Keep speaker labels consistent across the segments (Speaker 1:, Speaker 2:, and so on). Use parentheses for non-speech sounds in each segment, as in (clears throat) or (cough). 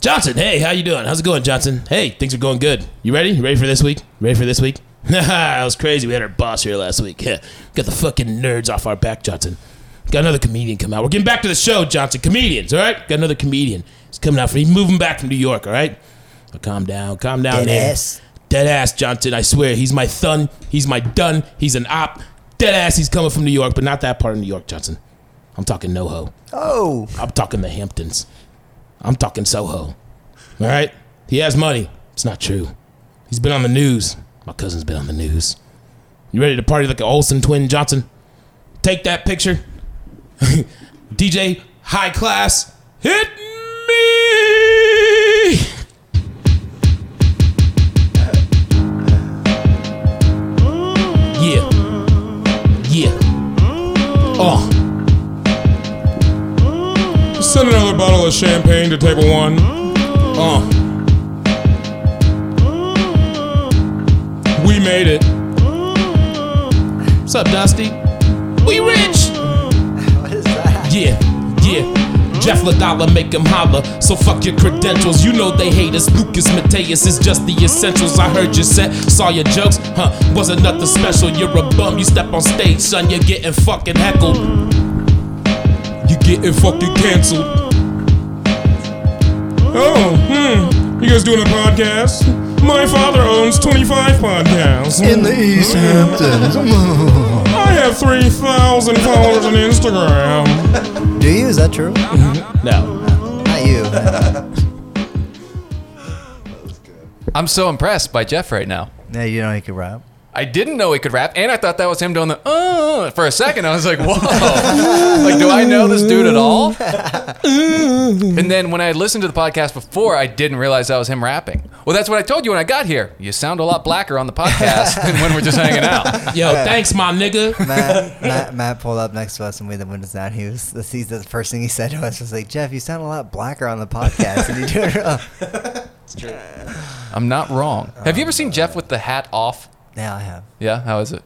Speaker 1: Johnson, hey, how you doing? How's it going, Johnson? Hey, things are going good. You ready? You ready for this week? Ready for this week? (laughs) that was crazy. We had our boss here last week. (laughs) Got the fucking nerds off our back, Johnson. Got another comedian come out. We're getting back to the show, Johnson. Comedians, all right? Got another comedian. He's coming out. From, he's moving back from New York, all right? Now calm down. Calm down,
Speaker 2: Dead
Speaker 1: man.
Speaker 2: ass.
Speaker 1: Dead ass, Johnson. I swear, he's my thun. He's my dun. He's an op. Dead ass. He's coming from New York, but not that part of New York, Johnson. I'm talking NoHo.
Speaker 2: Oh,
Speaker 1: I'm talking the Hamptons. I'm talking Soho. All right? He has money. It's not true. He's been on the news. My cousin's been on the news. You ready to party like an Olsen twin, Johnson? Take that picture. (laughs) DJ High Class, hit me! Yeah. Yeah. Oh.
Speaker 3: Send another bottle of champagne to table one. Uh.
Speaker 1: Oh.
Speaker 3: We made it.
Speaker 1: What's up, Dusty? We rich!
Speaker 2: what is that?
Speaker 1: Yeah, yeah. Jeff LaDolla make him holler. So fuck your credentials. You know they hate us. Lucas Mateus is just the essentials. I heard your set, saw your jokes. Huh, wasn't nothing special. You're a bum. You step on stage, son. You're getting fucking heckled.
Speaker 3: You getting fucking canceled. Oh, hmm. You guys doing a podcast? My father owns 25 podcasts.
Speaker 4: In the East Hamptons.
Speaker 3: I have 3,000 followers on Instagram.
Speaker 2: Do you? Is that true?
Speaker 1: No.
Speaker 2: Not you.
Speaker 5: I'm so impressed by Jeff right now.
Speaker 2: no, you know he could rap.
Speaker 5: I didn't know he could rap, and I thought that was him doing the oh for a second. I was like, whoa, (laughs) like do I know this dude at all? and then when I had listened to the podcast before, I didn't realize that was him rapping. Well, that's what I told you when I got here. You sound a lot blacker on the podcast than when we're just hanging out.
Speaker 1: Yo, thanks, my nigga.
Speaker 2: Matt, Matt, Matt pulled up next to us and we had the windows down. He was this, he's the first thing he said to us was like, "Jeff, you sound a lot blacker on the podcast." And you do it wrong.
Speaker 5: I'm not wrong. Have you ever seen Jeff with the hat off?
Speaker 2: (laughs) Now I have.
Speaker 5: Yeah, how is it?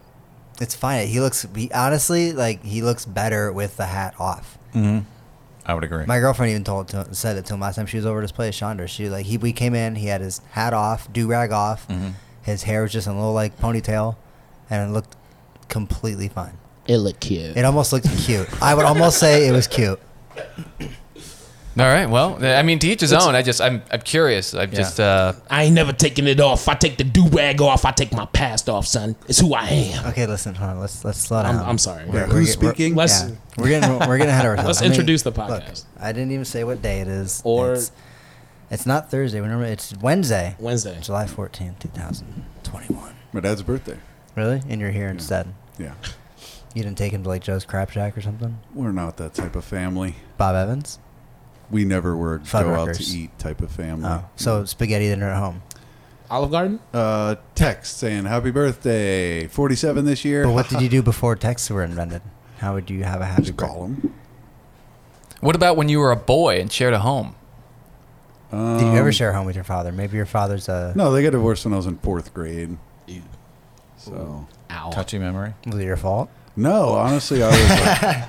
Speaker 2: It's fine. He looks. He, honestly, like he looks better with the hat off.
Speaker 6: I would agree.
Speaker 2: My girlfriend even told to, said it to him last time she was over to his place. Chandra, she like he we came in. He had his hat off, do rag off. His hair was just in a little like ponytail, and it looked completely fine.
Speaker 1: It look cute.
Speaker 2: It almost looked cute. I would almost say it was cute.
Speaker 5: All right, well, I mean, to each his own. I just, I'm, I'm curious. I'm just, uh,
Speaker 1: I ain't never taking it off. I take the do rag off. I take my past off, son. It's who I am.
Speaker 2: Okay, listen, hold on. Let's let's slow down.
Speaker 1: I'm, I'm sorry.
Speaker 2: We're- we're
Speaker 4: Who's
Speaker 2: get- we're-
Speaker 4: speaking?
Speaker 1: Let's
Speaker 2: yeah, we're getting we're getting ahead of
Speaker 1: (laughs)
Speaker 2: ourselves.
Speaker 1: Let's
Speaker 2: I mean,
Speaker 1: introduce the
Speaker 2: look,
Speaker 1: podcast.
Speaker 2: I didn't even say what day it is.
Speaker 1: Or-
Speaker 2: it's, it's not Thursday. Remember, it's Wednesday,
Speaker 1: Wednesday.
Speaker 2: July fourteenth, two thousand twenty-one.
Speaker 4: My dad's birthday.
Speaker 2: Really? And you're here instead.
Speaker 4: Yeah.
Speaker 2: You didn't take him to like Joe's Crap Shack or something?
Speaker 4: We're not that type of family.
Speaker 2: Bob Evans?
Speaker 4: We never were
Speaker 2: Fuddruckers.
Speaker 4: go out to eat type of family.
Speaker 2: Oh, so spaghetti dinner at home.
Speaker 1: Olive Garden?
Speaker 4: Uh, text saying happy birthday, 47 this year.
Speaker 2: But what did you do before texts were invented? How would you have a happy
Speaker 4: Just
Speaker 2: birth-
Speaker 4: call him.
Speaker 5: what about when you were a boy and shared a home?
Speaker 2: Did you
Speaker 4: Um,
Speaker 2: ever share a home with your father? Maybe your father's a
Speaker 4: No, they got divorced when I was in fourth grade. So
Speaker 1: Ow.
Speaker 6: Touchy memory.
Speaker 2: was it your fault?
Speaker 4: no, honestly, I
Speaker 2: (laughs)
Speaker 4: was. like-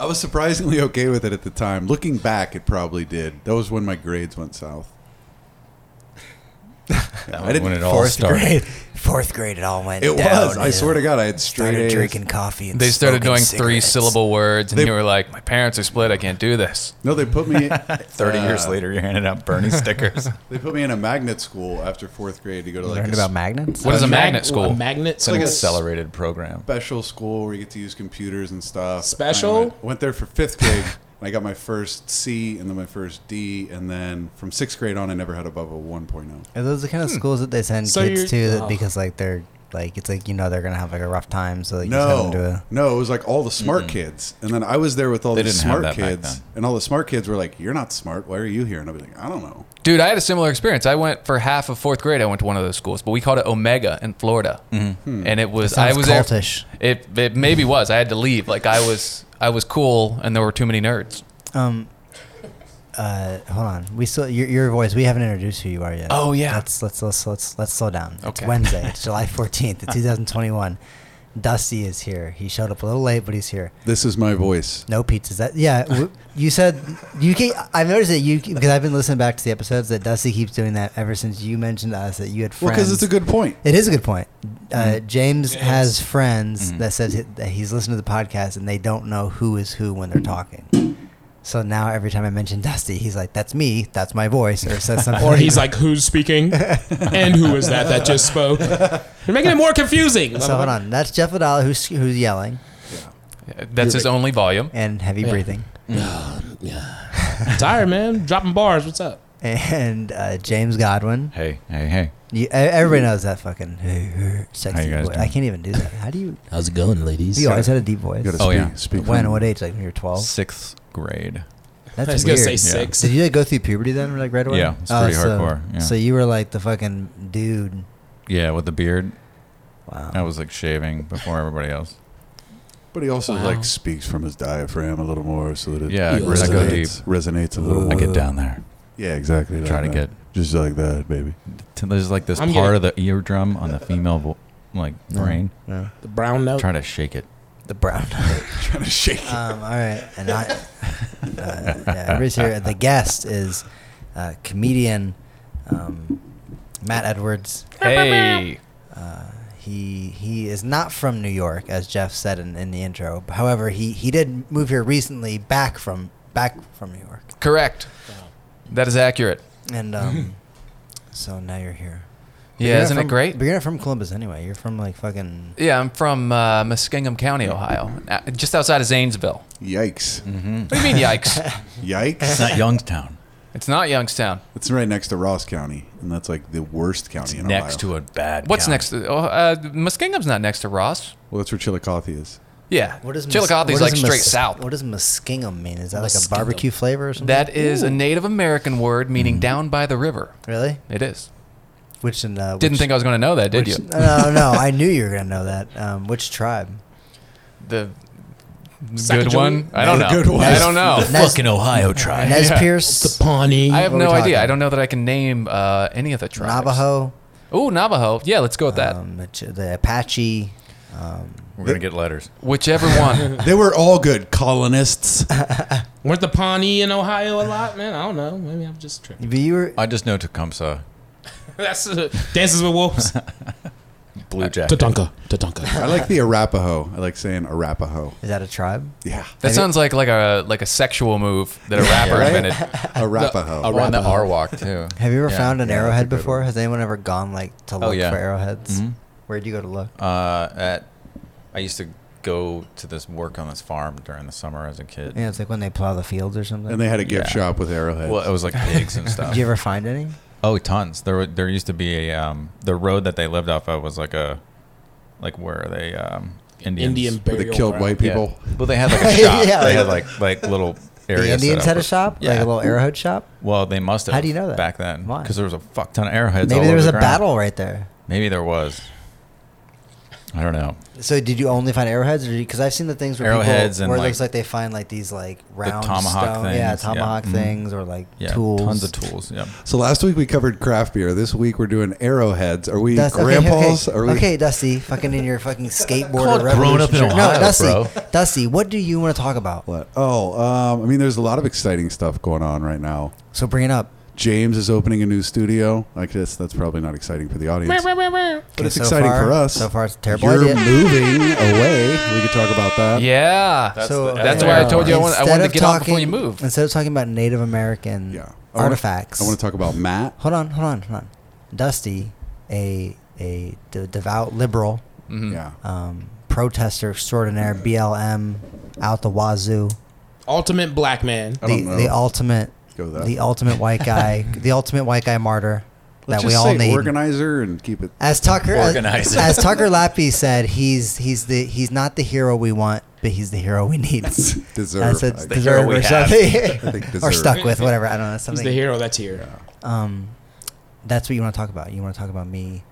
Speaker 4: I was surprisingly okay with it at the time. Looking back, it probably did. That was when my grades went south.
Speaker 6: (laughs) That
Speaker 4: didn't-
Speaker 6: when it all
Speaker 2: Fourth
Speaker 6: started.
Speaker 2: grade. (laughs) Fourth grade it all went
Speaker 4: It
Speaker 2: down.
Speaker 4: was. I swear to God, I had straight
Speaker 2: started
Speaker 4: A's.
Speaker 2: drinking coffee and
Speaker 5: They started
Speaker 2: smoking
Speaker 5: doing three
Speaker 2: cigarettes.
Speaker 5: syllable words, and
Speaker 4: They-
Speaker 5: you were like, "My parents are split. I can't do this."
Speaker 4: No, they put
Speaker 6: (laughs)
Speaker 4: me
Speaker 6: 30
Speaker 4: uh,
Speaker 6: years later, you're handing out (laughs) Bernie stickers.
Speaker 4: They put me in a magnet school after fourth grade to go to like
Speaker 2: Learned
Speaker 4: a
Speaker 2: about magnets?
Speaker 5: What is a
Speaker 1: Mag-
Speaker 5: magnet school?
Speaker 1: A magnet
Speaker 6: It's like
Speaker 1: school?
Speaker 6: an accelerated program.
Speaker 4: special school where you get to use computers and stuff.
Speaker 1: Special?
Speaker 4: I went, went there for fifth grade. (laughs) and I got my first C and then my first D, and then from sixth grade on, I never had above a 1.0.
Speaker 2: Are those the kind
Speaker 5: Hmm.
Speaker 2: of schools that they send
Speaker 1: So
Speaker 2: kids
Speaker 1: you're-
Speaker 2: to that
Speaker 1: oh.
Speaker 2: because like they're like it's like you know they're gonna have like a rough time so like you
Speaker 4: No,
Speaker 2: send them to a
Speaker 4: no, it was like all the smart kids, and then I was there with all
Speaker 6: They
Speaker 4: the
Speaker 6: didn't have
Speaker 4: smart
Speaker 6: that back
Speaker 4: kids,
Speaker 6: then.
Speaker 4: and all the smart kids were like, "You're not smart. Why are you here?" And I'd be like, "I don't know."
Speaker 5: Dude, I had a similar experience. I went for half of fourth grade. I went to one of those schools, but we called it Omega in Florida, and it was I
Speaker 2: Hmm. sounds
Speaker 5: was
Speaker 2: cultish.
Speaker 5: there. It it maybe was. I had to leave. Like I was I was cool, and there were too many nerds.
Speaker 2: Um, uh, hold on. We still your, your voice. We haven't introduced who you are yet.
Speaker 5: Oh, yeah.
Speaker 2: Let's let's let's let's let's slow down. It's
Speaker 5: Okay. (laughs)
Speaker 2: Wednesday. It's July fourteenth. It's two thousand twenty one. Dusty is here. He showed up a little late, but he's here.
Speaker 4: This is my voice.
Speaker 2: No pizzas. That yeah. w- you said you. Keep, I noticed that you because I've been listening back to the episodes that Dusty keeps doing that ever since you mentioned to us that you had friends.
Speaker 4: Well, because it's a good Mm-hmm. point.
Speaker 2: It is a good point. Uh, James has friends
Speaker 4: Mm-hmm.
Speaker 2: that says he- that he's listened to the podcast and they don't know who is who when they're talking. So now every time I mention Dusty, he's like, "That's me. That's my voice," or
Speaker 4: (laughs)
Speaker 2: says something.
Speaker 1: Or he's like, who's speaking? and who is that that just spoke? You're making it more confusing.
Speaker 2: "So hold on, that's Jeff Adala who's who's yelling
Speaker 5: That's his only volume.
Speaker 2: and heavy breathing."
Speaker 1: Tired, man. Dropping bars. What's up?
Speaker 2: And uh, James Godwin,
Speaker 6: Hey, hey, hey.
Speaker 2: you, e- everybody knows that fucking sexy
Speaker 6: guys
Speaker 2: voice. I
Speaker 6: doing?
Speaker 2: can't even do that. How do you?
Speaker 1: How's it going, ladies?
Speaker 2: You always had a deep voice.
Speaker 4: You gotta
Speaker 6: Oh,
Speaker 4: speak,
Speaker 6: yeah.
Speaker 4: speak
Speaker 2: When?
Speaker 4: from-
Speaker 2: What age? Like when you're 12?
Speaker 6: Sixth grade.
Speaker 2: That's
Speaker 1: I was
Speaker 2: weird.
Speaker 1: gonna say six.
Speaker 2: Did you like go through puberty then, like right away? Oh,
Speaker 6: Yeah, it's pretty
Speaker 2: so,
Speaker 6: hardcore, yeah.
Speaker 2: So you were like the fucking dude.
Speaker 6: Yeah, with the beard.
Speaker 2: Wow.
Speaker 6: I was like shaving before everybody else.
Speaker 4: But he also
Speaker 1: Wow.
Speaker 4: like speaks from his diaphragm a little more, so that it
Speaker 6: Yeah,
Speaker 1: it goes
Speaker 4: resonates, resonates a little.
Speaker 6: I
Speaker 4: more.
Speaker 6: get down there.
Speaker 4: yeah, exactly.
Speaker 6: Try
Speaker 4: like
Speaker 6: to
Speaker 4: that. just like that, baby. (laughs)
Speaker 6: T- There's like this
Speaker 1: I'm
Speaker 6: part of the eardrum on the female vo- like brain.
Speaker 2: Yeah.
Speaker 1: The brown note.
Speaker 6: Try to shake it.
Speaker 2: The brown. (laughs)
Speaker 4: Trying to shake. it.
Speaker 2: um, all right. And I, (laughs) uh, yeah, everybody's here. The guest is uh, comedian um, Matt Edwards. Uh,
Speaker 5: Hey.
Speaker 2: He he is not from New York, as Jeff said in, in the intro. However, he, he did move here recently, back from back from New York.
Speaker 5: Correct. That is accurate.
Speaker 2: And um, so now you're here. But
Speaker 5: Yeah,
Speaker 2: you're
Speaker 5: isn't
Speaker 2: not
Speaker 5: it
Speaker 2: from-
Speaker 5: great?
Speaker 2: But you're not from Columbus anyway. You're from like fucking.
Speaker 5: Yeah, I'm from uh, Muskingum County, Ohio, uh, just outside of Zanesville.
Speaker 4: Yikes!
Speaker 6: Mm-hmm.
Speaker 5: What do you mean, yikes?
Speaker 6: It's (laughs)
Speaker 4: Yikes!
Speaker 6: not Youngstown.
Speaker 5: it's not Youngstown.
Speaker 4: it's right next to Ross County, and that's like the worst county in Ohio.
Speaker 6: Next to a bad.
Speaker 5: What's
Speaker 6: county.
Speaker 5: next? To, oh, uh, Muskingum's not next to Ross.
Speaker 4: Well, that's where Chillicothe is.
Speaker 5: Yeah,
Speaker 2: What is Mus-
Speaker 5: Chillicothe's
Speaker 2: what
Speaker 5: like
Speaker 2: does
Speaker 5: straight
Speaker 2: Mus-
Speaker 5: south.
Speaker 2: What does muskingum mean? Is that like
Speaker 1: Muskingum.
Speaker 2: a barbecue flavor or something?
Speaker 5: That is a Native American word meaning down by the river.
Speaker 2: really?
Speaker 5: It is.
Speaker 2: Which in uh,
Speaker 5: Didn't
Speaker 2: which-
Speaker 5: think I was going to know that, did
Speaker 2: which-
Speaker 5: you?
Speaker 2: No, no, I knew you were gonna know that. Um, which tribe?
Speaker 5: The good
Speaker 1: Sacagawea?
Speaker 5: one. I don't
Speaker 4: The
Speaker 5: know.
Speaker 4: good one.
Speaker 5: I don't
Speaker 6: (laughs)
Speaker 5: know.
Speaker 2: Nez,
Speaker 6: Fucking Ohio tribe.
Speaker 2: Nez
Speaker 5: Yeah.
Speaker 1: The
Speaker 2: Pierce,
Speaker 1: Pawnee.
Speaker 5: I have
Speaker 2: What are
Speaker 5: no
Speaker 2: we
Speaker 5: idea.
Speaker 2: talking?
Speaker 5: I don't know that I can name uh, any of the tribes.
Speaker 2: Navajo,
Speaker 5: Oh, Navajo. Yeah, let's go with that.
Speaker 2: um, the, Ch- the Apache. Um,
Speaker 6: We're gonna get letters.
Speaker 5: Whichever
Speaker 2: (laughs)
Speaker 5: one.
Speaker 4: They were all good colonists.
Speaker 1: Weren't the Pawnee in Ohio a lot, man? I don't know. Maybe I'm just tripping. (laughs)
Speaker 2: but you were
Speaker 6: I just know Tecumseh,
Speaker 1: That's uh, Dances with Wolves.
Speaker 6: Blue Jacket.
Speaker 1: Tatanka. Tatanka.
Speaker 4: I like the Arapaho. I like saying Arapaho.
Speaker 2: is that a tribe?
Speaker 4: Yeah,
Speaker 5: That sounds like like a like a sexual move that a rapper
Speaker 2: (laughs)
Speaker 4: right?
Speaker 5: invented.
Speaker 4: (laughs) Arapaho.
Speaker 6: Or on the Arwalk too.
Speaker 2: Have you ever
Speaker 6: Yeah.
Speaker 2: found an
Speaker 4: Yeah, that's a
Speaker 2: arrowhead
Speaker 4: good
Speaker 2: before? Has anyone ever gone like to look
Speaker 6: yeah.
Speaker 2: for arrowheads?
Speaker 6: Mhm.
Speaker 2: Where'd you go to look?
Speaker 6: Uh, at I used to go to this work on this farm during the summer as a kid.
Speaker 2: Yeah, it's like when they plow the fields or something.
Speaker 4: And they had a gift
Speaker 6: Yeah.
Speaker 4: shop with arrowheads.
Speaker 6: Well, it was like pigs and
Speaker 2: Did (laughs)
Speaker 6: stuff.
Speaker 2: you ever find any?
Speaker 6: Oh, tons. There, were, there used to be a um, the road that they lived off of was like a, like where are they um, Indians.
Speaker 1: Indian burial
Speaker 4: they killed
Speaker 1: ground.
Speaker 4: white people.
Speaker 6: Yeah. Well, they
Speaker 2: (laughs)
Speaker 6: had like a shop.
Speaker 2: Yeah,
Speaker 6: they
Speaker 2: like-
Speaker 6: had like like little
Speaker 2: The
Speaker 6: areas. set
Speaker 2: Indians
Speaker 6: up
Speaker 2: had a
Speaker 6: with-
Speaker 2: shop,
Speaker 6: Yeah.
Speaker 2: like a little arrowhead shop.
Speaker 6: Well, they must have.
Speaker 2: How do you know that?
Speaker 6: Back then,
Speaker 2: Why?
Speaker 6: because there was a fuck ton of arrowheads.
Speaker 2: Maybe
Speaker 6: all
Speaker 2: there
Speaker 6: over
Speaker 2: was
Speaker 6: the
Speaker 2: a
Speaker 6: ground.
Speaker 2: battle right there.
Speaker 6: Maybe there was. I don't know.
Speaker 2: So did you only find arrowheads, or because I've seen the things where
Speaker 6: Arrowheads
Speaker 2: people,
Speaker 6: and,
Speaker 2: where it
Speaker 6: like,
Speaker 2: looks like they find like these like round
Speaker 6: tomahawk
Speaker 2: stone, yeah,
Speaker 6: things, yeah.
Speaker 2: tomahawk
Speaker 6: Mhm.
Speaker 2: things, or like
Speaker 6: Yeah,
Speaker 2: tools,
Speaker 6: tons of tools. Yeah.
Speaker 4: So last week we covered craft beer. This week we're doing arrowheads. Are we
Speaker 2: Dust- okay,
Speaker 4: grandpas?
Speaker 2: Okay,
Speaker 4: Are we?
Speaker 2: okay, Dusty, fucking in your fucking skateboard.
Speaker 6: called Grown Up in
Speaker 2: no,
Speaker 6: Ohio,
Speaker 2: Dusty,
Speaker 6: bro.
Speaker 2: Dusty, what do you want to talk about?
Speaker 4: What? Oh, um, I mean, there's a lot of exciting stuff going on right now.
Speaker 2: So bring it up.
Speaker 4: James is opening a new studio. I guess that's probably not exciting for the audience, but it's
Speaker 2: so
Speaker 4: exciting
Speaker 2: far-
Speaker 4: for us.
Speaker 2: so far it's a terrible
Speaker 4: You're
Speaker 2: idea.
Speaker 4: moving away. We could talk about that.
Speaker 5: Yeah.
Speaker 2: so
Speaker 5: that's
Speaker 2: uh,
Speaker 5: why I told you I wanted- I
Speaker 2: instead
Speaker 5: wanted to
Speaker 2: of
Speaker 5: get on before you
Speaker 2: talking-
Speaker 5: move.
Speaker 2: Instead of talking about Native American
Speaker 4: Yeah. I wanna-
Speaker 2: artifacts,
Speaker 4: I want to talk about Matt.
Speaker 2: hold on, hold on, hold on. Dusty, a a de- devout liberal,
Speaker 5: Mm. Mm-hmm.
Speaker 4: Yeah.
Speaker 2: um, protester extraordinaire, BLM, out the wazoo,
Speaker 1: Ultimate black man.
Speaker 4: I
Speaker 2: the
Speaker 4: don't know.
Speaker 2: the ultimate,
Speaker 4: Go with that.
Speaker 2: the ultimate white
Speaker 4: (laughs)
Speaker 2: guy, the ultimate white guy martyr
Speaker 4: Let's
Speaker 2: that we
Speaker 4: just
Speaker 2: all
Speaker 4: say
Speaker 2: need.
Speaker 4: organizer and keep it.
Speaker 2: as Tucker as,
Speaker 6: Organizer.
Speaker 2: as Tucker Lappy said, he's he's the he's not the hero we want, but he's the hero we
Speaker 4: (laughs)
Speaker 2: need.
Speaker 4: Deserve,
Speaker 2: That's a
Speaker 4: I
Speaker 2: deserve
Speaker 4: guess.
Speaker 6: hero we
Speaker 2: or
Speaker 6: have.
Speaker 4: I
Speaker 2: something,
Speaker 4: think
Speaker 2: (laughs) or
Speaker 4: deserve.
Speaker 2: stuck with whatever. I don't know
Speaker 1: He's
Speaker 2: something.
Speaker 1: the hero that's here.
Speaker 2: Um, that's what you want to talk about. You want to talk about me.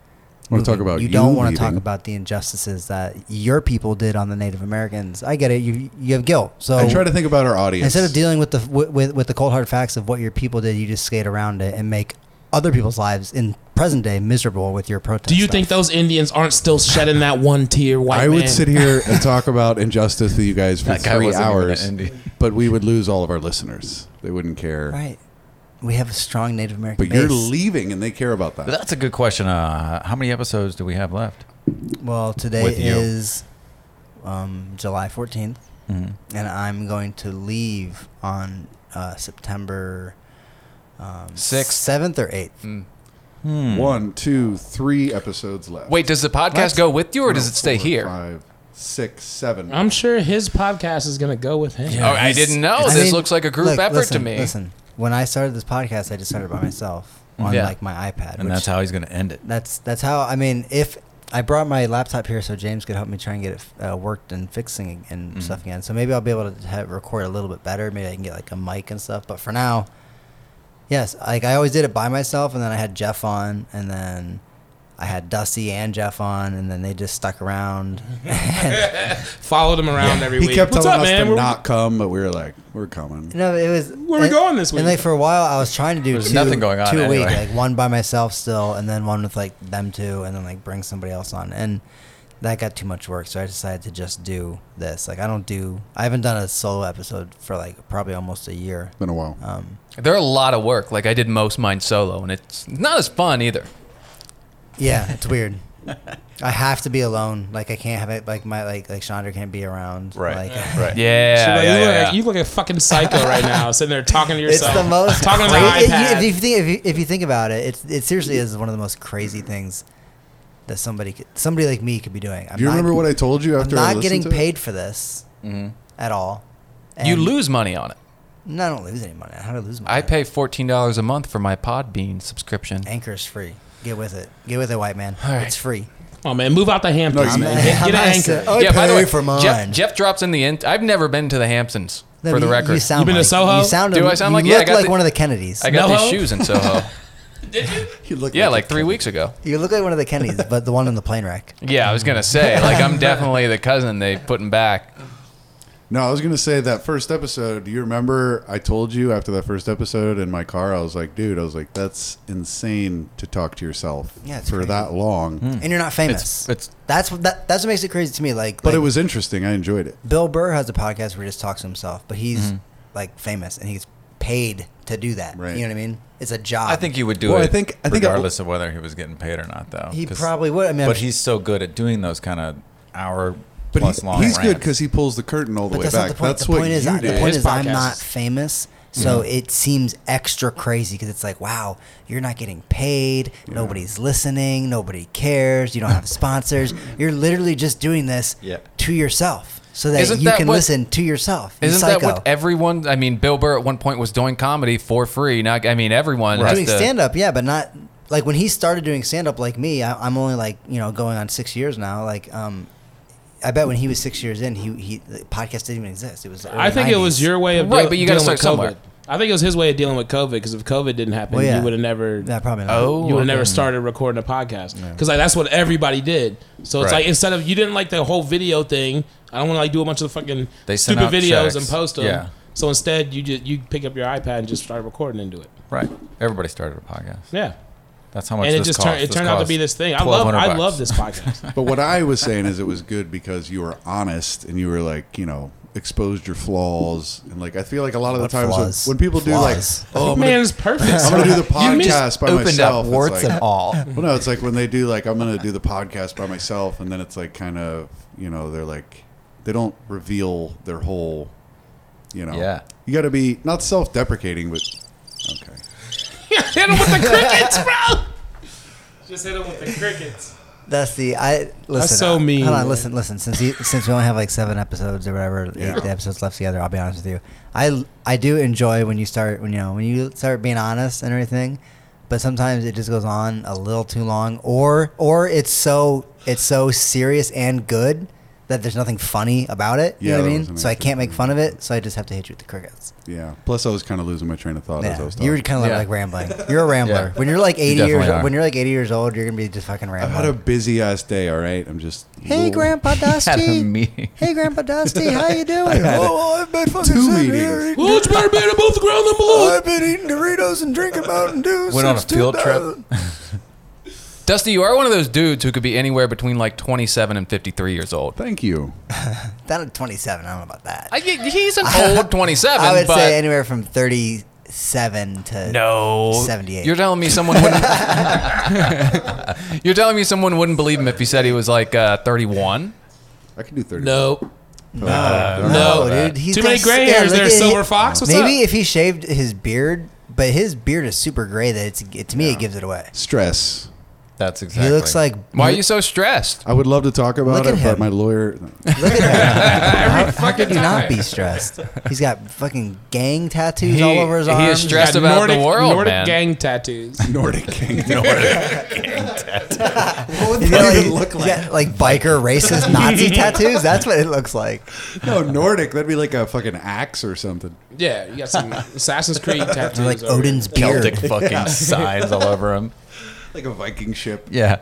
Speaker 4: I want to talk
Speaker 2: moving.
Speaker 4: about
Speaker 2: you don't
Speaker 4: want to
Speaker 2: talk about the injustices that your people did on the Native Americans. I get it. You you have guilt. So
Speaker 4: I try to think about our audience
Speaker 2: instead of dealing with the with, with with the cold hard facts of what your people did, you just skate around it and make other people's lives in present day miserable with your protest.
Speaker 1: Do you
Speaker 2: stuff.
Speaker 1: think those Indians aren't still shedding that one tear? White
Speaker 4: I would
Speaker 1: man? (laughs)
Speaker 4: sit here and talk about injustice with you guys for
Speaker 6: That guy
Speaker 4: three
Speaker 6: wasn't even an
Speaker 4: hours,
Speaker 6: Indian.
Speaker 4: but we would lose all of our listeners. They wouldn't care.
Speaker 2: Right. We have a strong Native American
Speaker 4: But you're
Speaker 2: base.
Speaker 4: leaving, and they care about that.
Speaker 6: That's a good question. Uh, how many episodes do we have left?
Speaker 2: well, today
Speaker 6: with you.
Speaker 2: is um, July 14th,
Speaker 6: Mm-hmm.
Speaker 2: and I'm going to leave on uh, September um,
Speaker 5: Sixth.
Speaker 2: 7th or 8th.
Speaker 4: Hmm. One, two, three episodes left.
Speaker 5: Wait, does the podcast go with you or does
Speaker 4: Four,
Speaker 5: it stay here?
Speaker 4: Five, six, seven.
Speaker 1: I'm sure his podcast is gonna go with him.
Speaker 5: Oh, I didn't know.
Speaker 2: I
Speaker 5: this
Speaker 2: mean,
Speaker 5: looks like a group
Speaker 2: look,
Speaker 5: effort
Speaker 2: listen,
Speaker 5: to me.
Speaker 2: Listen, when I started this podcast, I just started by myself on
Speaker 5: Yeah.
Speaker 2: like my iPad.
Speaker 6: And
Speaker 2: which-
Speaker 6: that's how he's going to end it.
Speaker 2: That's that's how I mean. If I brought my laptop here, so James could help me try and get it uh, worked and fixing and stuff again. So maybe I'll be able to have, record a little bit better. Maybe I can get like a mic and stuff. But for now, yes, like I always did it by myself, and then I had Jeff on, and then I had Dusty and Jeff on, and then they just stuck around.
Speaker 1: Followed him around every
Speaker 4: he
Speaker 1: week.
Speaker 4: kept
Speaker 1: What's
Speaker 4: telling
Speaker 1: up,
Speaker 4: us
Speaker 1: man?
Speaker 4: to
Speaker 1: We're-
Speaker 4: not come, but we were like, we're coming.
Speaker 2: No, it was
Speaker 1: Where we
Speaker 2: and-
Speaker 1: going this
Speaker 2: And
Speaker 1: week?
Speaker 2: like for a while, I was trying to do
Speaker 6: There's
Speaker 2: two,
Speaker 6: nothing going on
Speaker 2: two a week,
Speaker 6: anyway.
Speaker 2: like one by myself still, and then one with like them two, and then like bring somebody else on, and that got too much work. So I decided to just do this. Like I don't do, I haven't done a solo episode for like probably almost a year.
Speaker 4: Been a while.
Speaker 2: Um,
Speaker 5: They're a lot of work. Like I did most mine solo, and it's not as fun either.
Speaker 2: yeah, (laughs) it's weird.
Speaker 6: (laughs)
Speaker 2: I have to be alone. Like I can't have it. Like my like like Chandra can't be around. Like,
Speaker 6: right.
Speaker 5: Yeah,
Speaker 1: She's like, you,
Speaker 5: yeah,
Speaker 1: look
Speaker 5: yeah.
Speaker 1: Like, you look like a fucking psycho right now, sitting there talking to
Speaker 2: (laughs) It's
Speaker 1: yourself.
Speaker 2: the most
Speaker 1: talking to the
Speaker 2: cra-
Speaker 1: iPad.
Speaker 2: If you, if you think if you, if you think about it, it's it seriously is one of the most crazy things that somebody could, somebody like me could be doing. I'm
Speaker 4: Do you
Speaker 2: not-
Speaker 4: remember what I told you
Speaker 2: I'm
Speaker 4: after I
Speaker 2: not
Speaker 4: listened
Speaker 2: getting
Speaker 4: to it?
Speaker 2: paid for this at all.
Speaker 5: you
Speaker 2: And-
Speaker 5: lose money on it.
Speaker 2: No, I don't lose any money. How do I lose money?
Speaker 5: I pay fourteen dollars a month for my Podbean subscription.
Speaker 2: Anchor is free. Get with it. Get with it, white man.
Speaker 5: right.
Speaker 2: It's
Speaker 5: (laughs)
Speaker 2: free.
Speaker 1: oh man, move out the Hamptons,
Speaker 4: I'm-
Speaker 1: man.
Speaker 2: (laughs)
Speaker 1: Get, get an anchor.
Speaker 2: I
Speaker 5: yeah,
Speaker 2: pay
Speaker 5: by the way,
Speaker 2: for mine.
Speaker 5: Jeff, Jeff drops in the end. I've never been to the Hamptons
Speaker 2: No,
Speaker 5: for the
Speaker 2: you-
Speaker 5: record.
Speaker 2: You sound
Speaker 1: You been to
Speaker 2: like,
Speaker 1: Soho?
Speaker 2: You sound
Speaker 5: Do I
Speaker 2: you
Speaker 5: sound like-
Speaker 2: look
Speaker 5: yeah, I got
Speaker 2: like
Speaker 5: the-
Speaker 2: one of the Kennedys.
Speaker 5: I got
Speaker 1: No?
Speaker 5: these shoes in
Speaker 2: (laughs)
Speaker 5: Soho.
Speaker 4: You look
Speaker 5: yeah,
Speaker 4: a
Speaker 5: like three
Speaker 4: kid.
Speaker 5: weeks ago.
Speaker 2: you look like one of the Kennedys, but the one in the plane wreck.
Speaker 5: Yeah, I was
Speaker 2: (laughs)
Speaker 5: gonna say like I'm definitely the cousin they put him back.
Speaker 4: No, I was gonna say that first episode. Do you remember? I told you after that first episode in my car, I was like, "Dude, I was like, that's insane to talk to yourself
Speaker 2: Yeah, it's
Speaker 4: for
Speaker 2: crazy. Hmm.
Speaker 4: that long."
Speaker 2: And you're not famous.
Speaker 6: it's-
Speaker 2: that's what that, that's what makes it crazy to me. Like,
Speaker 4: But
Speaker 2: like
Speaker 4: it was interesting. I enjoyed it.
Speaker 2: Bill Burr has a podcast where he just talks to himself, but he's like famous and he gets paid to do that.
Speaker 4: Right.
Speaker 2: You know what I mean? It's a job.
Speaker 6: I think he would do
Speaker 4: Well,
Speaker 6: it.
Speaker 4: I think- I think it-
Speaker 6: regardless of whether he was getting paid or not, though.
Speaker 2: he
Speaker 6: 'Cause-
Speaker 2: probably would. I mean, I'm
Speaker 6: But
Speaker 2: sh-
Speaker 6: he's so good at doing those kind of hour
Speaker 4: But
Speaker 6: plus
Speaker 4: he-
Speaker 6: long.
Speaker 4: he's good
Speaker 6: rants.
Speaker 4: because he pulls the curtain all the
Speaker 2: But
Speaker 4: way
Speaker 2: that's
Speaker 4: back.
Speaker 2: not the point.
Speaker 4: That's
Speaker 2: the
Speaker 4: what
Speaker 2: point is,
Speaker 4: you
Speaker 2: I, the
Speaker 4: did. Mm-hmm.
Speaker 2: point
Speaker 1: His
Speaker 2: is I'm
Speaker 1: podcast
Speaker 2: not
Speaker 1: is-
Speaker 2: famous, so it seems extra crazy because it's like, wow, you're not getting paid, nobody's listening, nobody cares, you don't
Speaker 4: (laughs)
Speaker 2: have sponsors. You're literally just doing this
Speaker 6: Yeah.
Speaker 2: to yourself, so that
Speaker 5: Isn't
Speaker 2: you
Speaker 5: that
Speaker 2: can
Speaker 5: what-
Speaker 2: listen to yourself. You
Speaker 5: Isn't that
Speaker 2: psycho.
Speaker 5: what everyone? I mean, Bill Burr at one point was doing comedy for free. Now, I mean, everyone has
Speaker 2: doing
Speaker 5: to-
Speaker 2: stand up, yeah, but not like when he started doing stand up like me, I, I'm only like, you know, going on six years now. Like, um, I bet when he was six years in, he, he the podcast didn't even exist. It was the
Speaker 1: I
Speaker 2: early
Speaker 1: think it
Speaker 2: 90s.
Speaker 1: was your way of
Speaker 5: Right,
Speaker 1: deal-
Speaker 5: but you gotta
Speaker 1: dealing with
Speaker 5: start
Speaker 1: COVID.
Speaker 5: somewhere.
Speaker 1: I think it was his way of dealing with COVID because if COVID didn't happen,
Speaker 2: Well, yeah.
Speaker 1: you would have never.
Speaker 2: Yeah, probably not.
Speaker 5: Oh,
Speaker 1: you would have
Speaker 5: okay.
Speaker 1: never started recording a podcast because like that's what everybody did. So it's
Speaker 6: Right.
Speaker 1: like instead of you didn't like the whole video thing, I don't want to like do a bunch of the fucking
Speaker 6: They sent
Speaker 1: stupid
Speaker 6: out
Speaker 1: videos
Speaker 6: checks.
Speaker 1: and post them.
Speaker 6: Yeah.
Speaker 1: So instead, you just you pick up your iPad and just start recording and do it.
Speaker 6: right. Everybody started a podcast.
Speaker 1: Yeah,
Speaker 6: That's how much.
Speaker 1: and it
Speaker 6: this
Speaker 1: just
Speaker 6: cost.
Speaker 1: turned it
Speaker 6: This
Speaker 1: turned out to
Speaker 6: cost
Speaker 1: be this thing. I love
Speaker 6: 1200
Speaker 1: I
Speaker 6: bucks.
Speaker 1: love this podcast.
Speaker 4: But what I was saying is it was good because you were honest and you were like, you know, exposed your flaws. And like, I feel like a lot of the
Speaker 2: What
Speaker 4: times when,
Speaker 2: flaws?
Speaker 4: when people
Speaker 2: Flaws.
Speaker 4: do like, (laughs) oh, I'm
Speaker 1: Man,
Speaker 4: gonna,
Speaker 1: it's perfect.
Speaker 4: I'm gonna do
Speaker 5: (laughs)
Speaker 4: the
Speaker 5: You missed-
Speaker 4: podcast by
Speaker 5: opened
Speaker 4: myself.
Speaker 5: up
Speaker 4: It's
Speaker 5: warts
Speaker 4: like-
Speaker 5: and (laughs) all.
Speaker 4: Well, no, it's like when they do like I'm gonna do the podcast by myself, and then it's like kind of you know they're like they don't reveal their whole, you know.
Speaker 6: Yeah.
Speaker 4: You got to be not self-deprecating, but okay.
Speaker 1: (laughs) Hit him with the crickets, bro. Just hit him with the crickets.
Speaker 2: That's the I listen. uh,
Speaker 1: so mean,
Speaker 2: Hold on,
Speaker 1: man.
Speaker 2: listen, listen. Since you, since we only have like seven episodes or whatever,
Speaker 4: Yeah.
Speaker 2: eight episodes left together, I'll be honest with you. I I do enjoy when you start when you know when you start being honest and everything, but sometimes it just goes on a little too long, or or it's so it's so serious and good that there's nothing funny about it. You
Speaker 4: Yeah,
Speaker 2: know what I
Speaker 4: there
Speaker 2: mean?
Speaker 4: wasn't
Speaker 2: So I
Speaker 4: anything
Speaker 2: can't make fun of it. So I just have to hit you with the crickets.
Speaker 4: Yeah. Plus, I was kind of losing my train of thought as I
Speaker 2: Yeah.
Speaker 4: was talking.
Speaker 2: You were kind of
Speaker 5: Yeah.
Speaker 2: like rambling. You're a rambler.
Speaker 6: Yeah.
Speaker 2: When you're like 80 years
Speaker 6: definitely
Speaker 2: old,
Speaker 6: are.
Speaker 2: when you're like 80 years old, you're gonna be just fucking
Speaker 4: I've had a
Speaker 2: rambling.
Speaker 4: busy ass day. All right, I'm just.
Speaker 2: Hey,
Speaker 4: Whoa.
Speaker 2: (laughs) Grandpa
Speaker 6: Had a
Speaker 2: Dusty.
Speaker 6: meeting.
Speaker 2: Hey, Grandpa Dusty. How you doing?
Speaker 4: had
Speaker 2: oh, I've been fucking
Speaker 4: two
Speaker 2: sitting
Speaker 4: meetings.
Speaker 2: here
Speaker 1: Well, it's better being above the ground than below.
Speaker 2: I've been eating Doritos and drinking Mountain Dew.
Speaker 6: Went on a
Speaker 2: since
Speaker 6: field trip.
Speaker 2: 2000.
Speaker 5: Dusty, you are one of those dudes who could be anywhere between like 27 and 53 years old.
Speaker 4: Thank you.
Speaker 2: Down at 27. I don't know about that.
Speaker 5: (laughs) I, he's an old 27,
Speaker 2: I would
Speaker 5: but
Speaker 2: say anywhere from 37 to
Speaker 5: no,
Speaker 2: 78.
Speaker 5: (laughs) You're telling me someone wouldn't. (laughs) you're telling me someone wouldn't believe him if he said he was like uh, 31.
Speaker 4: I can do thirty. Uh,
Speaker 1: No.
Speaker 4: No,
Speaker 1: No,
Speaker 2: no, dude. He's
Speaker 1: Too many
Speaker 2: got-
Speaker 1: gray
Speaker 2: yeah,
Speaker 1: hairs
Speaker 2: look
Speaker 1: there,
Speaker 2: at-
Speaker 1: Silver
Speaker 2: he-
Speaker 1: Fox. What's
Speaker 2: Maybe
Speaker 1: up?
Speaker 2: if he shaved his beard, but his beard is super gray that it's it, to me it gives it away.
Speaker 4: Stress.
Speaker 6: That's exactly.
Speaker 2: He looks like
Speaker 5: Why are you so stressed?
Speaker 4: I would love to talk about
Speaker 2: Look at
Speaker 4: it, but
Speaker 2: him.
Speaker 4: my lawyer.
Speaker 2: (laughs) Look at him. how, how could you not be stressed? He's got fucking gang tattoos
Speaker 5: He-
Speaker 2: all over his
Speaker 5: he is
Speaker 2: arms.
Speaker 5: stressed about the
Speaker 1: Nordic,
Speaker 5: world,
Speaker 1: Nordic
Speaker 5: man.
Speaker 1: gang tattoos.
Speaker 4: Nordic King.
Speaker 2: What would that even look like? like biker racist (laughs) Nazi tattoos. That's what it looks like.
Speaker 4: (laughs) No, Nordic. That'd be like a fucking axe or something.
Speaker 1: Yeah, you got
Speaker 4: (laughs)
Speaker 1: some Assassin's Creed tattoos.
Speaker 2: Like
Speaker 1: over here.
Speaker 2: Odin's beard.
Speaker 6: Celtic fucking signs all over him.
Speaker 4: Like a Viking ship.
Speaker 6: Yeah.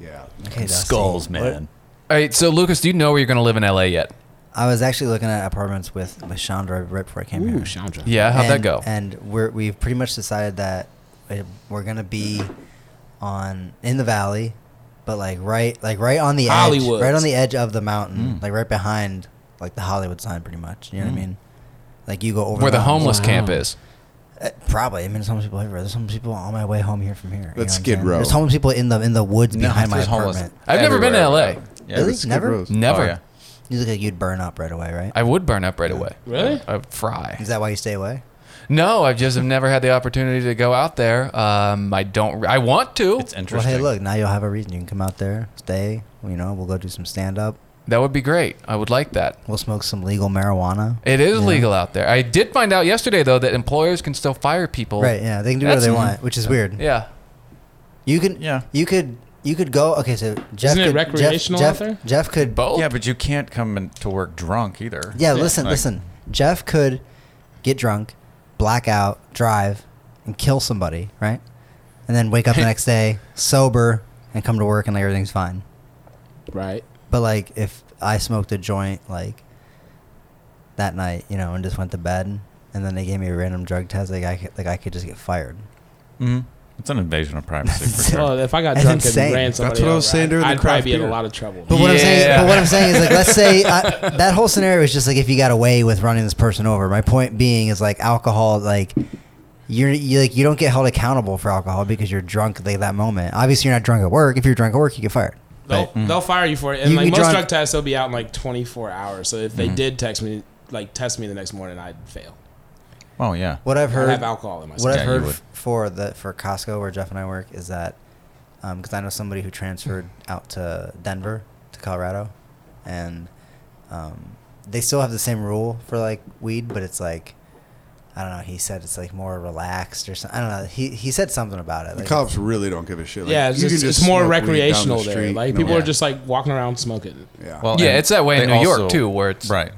Speaker 4: Yeah.
Speaker 2: (laughs) Okay, Dusty.
Speaker 6: Skulls, man.
Speaker 5: All right, so Lucas, do you know where you're going to live in LA yet?
Speaker 2: I was actually looking at apartments with, with Chandra right before I came here.
Speaker 1: Chandra.
Speaker 5: Yeah, how'd that
Speaker 2: And-
Speaker 5: go?
Speaker 2: And we're, we've pretty much decided that uh, we're gonna be on in the valley, but like right, like right on the
Speaker 1: Hollywood.
Speaker 2: edge, right on the edge of the
Speaker 5: Hmm.
Speaker 2: mountain, like right behind like the Hollywood sign, pretty much. You know what I mean? Like you go over
Speaker 5: where the
Speaker 2: mountains.
Speaker 5: homeless
Speaker 1: Wow.
Speaker 5: camp is.
Speaker 2: Uh, Probably. I mean, there's homeless people everywhere. There's homeless people on my way home here from here.
Speaker 4: That's
Speaker 2: what I'm
Speaker 4: Skid
Speaker 2: saying?
Speaker 4: Row.
Speaker 2: There's homeless people in the in the woods
Speaker 6: No,
Speaker 2: behind my
Speaker 6: there's homeless-
Speaker 2: apartment.
Speaker 5: I've never been to LA.
Speaker 6: everywhere. Yeah,
Speaker 2: Really?
Speaker 6: it's-
Speaker 4: Skid
Speaker 2: Never?
Speaker 4: Row's.
Speaker 5: Never.
Speaker 6: Oh, yeah.
Speaker 2: You look like you'd burn up right away, right?
Speaker 5: I would burn up right away.
Speaker 1: Really?
Speaker 5: I fry.
Speaker 2: Is that why you stay away?
Speaker 5: No, I've just have never had the opportunity to go out there. Um, I don't. I want to.
Speaker 6: It's
Speaker 2: Well,
Speaker 6: interesting.
Speaker 2: hey, look, now you'll have a reason. You can come out there, stay. You know, we'll go do some stand up.
Speaker 5: That would be great. I would like that.
Speaker 2: We'll smoke some legal marijuana.
Speaker 5: It is legal out there. I did find out yesterday though that employers can still fire people.
Speaker 2: Right? Yeah, they can do whatever they
Speaker 5: That's-
Speaker 2: want, which is weird.
Speaker 5: Yeah.
Speaker 2: You can.
Speaker 6: Yeah.
Speaker 2: You could. You could go. Okay, so Jeff.
Speaker 1: Isn't it
Speaker 2: could,
Speaker 1: recreational
Speaker 2: Jeff,
Speaker 1: out there?
Speaker 2: Jeff, Jeff could.
Speaker 5: Both.
Speaker 6: Yeah, but you can't come in to work drunk either.
Speaker 2: Yeah. Listen.
Speaker 6: Like,
Speaker 2: listen. Jeff could get drunk, black out, drive, and kill somebody. Right. And then wake up the next day sober and come to work and like everything's fine.
Speaker 1: Right.
Speaker 2: But like if I smoked a joint like that night, you know, and just went to bed, and then they gave me a random drug test, like I could, like I could just get fired.
Speaker 6: mhm. It's an invasion of privacy
Speaker 1: (laughs)
Speaker 6: for sure.
Speaker 1: Well, if I got
Speaker 2: That's
Speaker 1: drunk
Speaker 2: insane.
Speaker 1: and ran
Speaker 2: That's
Speaker 1: somebody
Speaker 4: what I
Speaker 1: over,
Speaker 4: was saying during the
Speaker 1: I'd probably
Speaker 4: craft
Speaker 1: be in a
Speaker 4: beer.
Speaker 1: lot of trouble.
Speaker 2: But what I'm saying,
Speaker 5: Yeah.
Speaker 2: but what I'm saying is like, let's say I, that whole scenario is just like if you got away with running this person over. My point being is like alcohol, like you're you like you don't get held accountable for alcohol because you're drunk like that moment. Obviously, you're not drunk at work. If you're drunk at work, you get fired.
Speaker 1: They'll,
Speaker 5: Mm.
Speaker 1: they'll fire you for it. And
Speaker 2: You
Speaker 1: like
Speaker 2: can
Speaker 1: most
Speaker 2: drive-
Speaker 1: drug tests, they'll be out in like 24 hours. So if they
Speaker 5: Mm.
Speaker 1: did text me, like test me the next morning, I'd fail.
Speaker 6: Oh yeah.
Speaker 2: What I've
Speaker 1: I'd
Speaker 2: heard,
Speaker 1: have alcohol in my
Speaker 2: what
Speaker 1: system.
Speaker 6: Yeah,
Speaker 2: I've
Speaker 6: you
Speaker 2: heard
Speaker 6: would.
Speaker 2: f- for the for Costco where Jeff and I work is that because I know somebody who transferred out to Denver to Colorado, and um, they still have the same rule for like weed, but it's like I don't know. He said it's like more relaxed or something. I don't know. He he said something about it.
Speaker 4: The
Speaker 2: Like,
Speaker 4: cops really don't give a shit. Like,
Speaker 1: yeah, it's,
Speaker 4: you
Speaker 1: just,
Speaker 4: can
Speaker 1: it's more
Speaker 4: smoke weed down the
Speaker 1: recreational there.
Speaker 4: street,
Speaker 1: Like
Speaker 4: no-
Speaker 1: people are
Speaker 4: Yeah.
Speaker 1: just like walking around smoking.
Speaker 4: Yeah.
Speaker 6: Well,
Speaker 5: yeah,
Speaker 6: and
Speaker 5: it's that way in
Speaker 6: they
Speaker 5: New
Speaker 6: also-
Speaker 5: York too, where it's
Speaker 6: Right.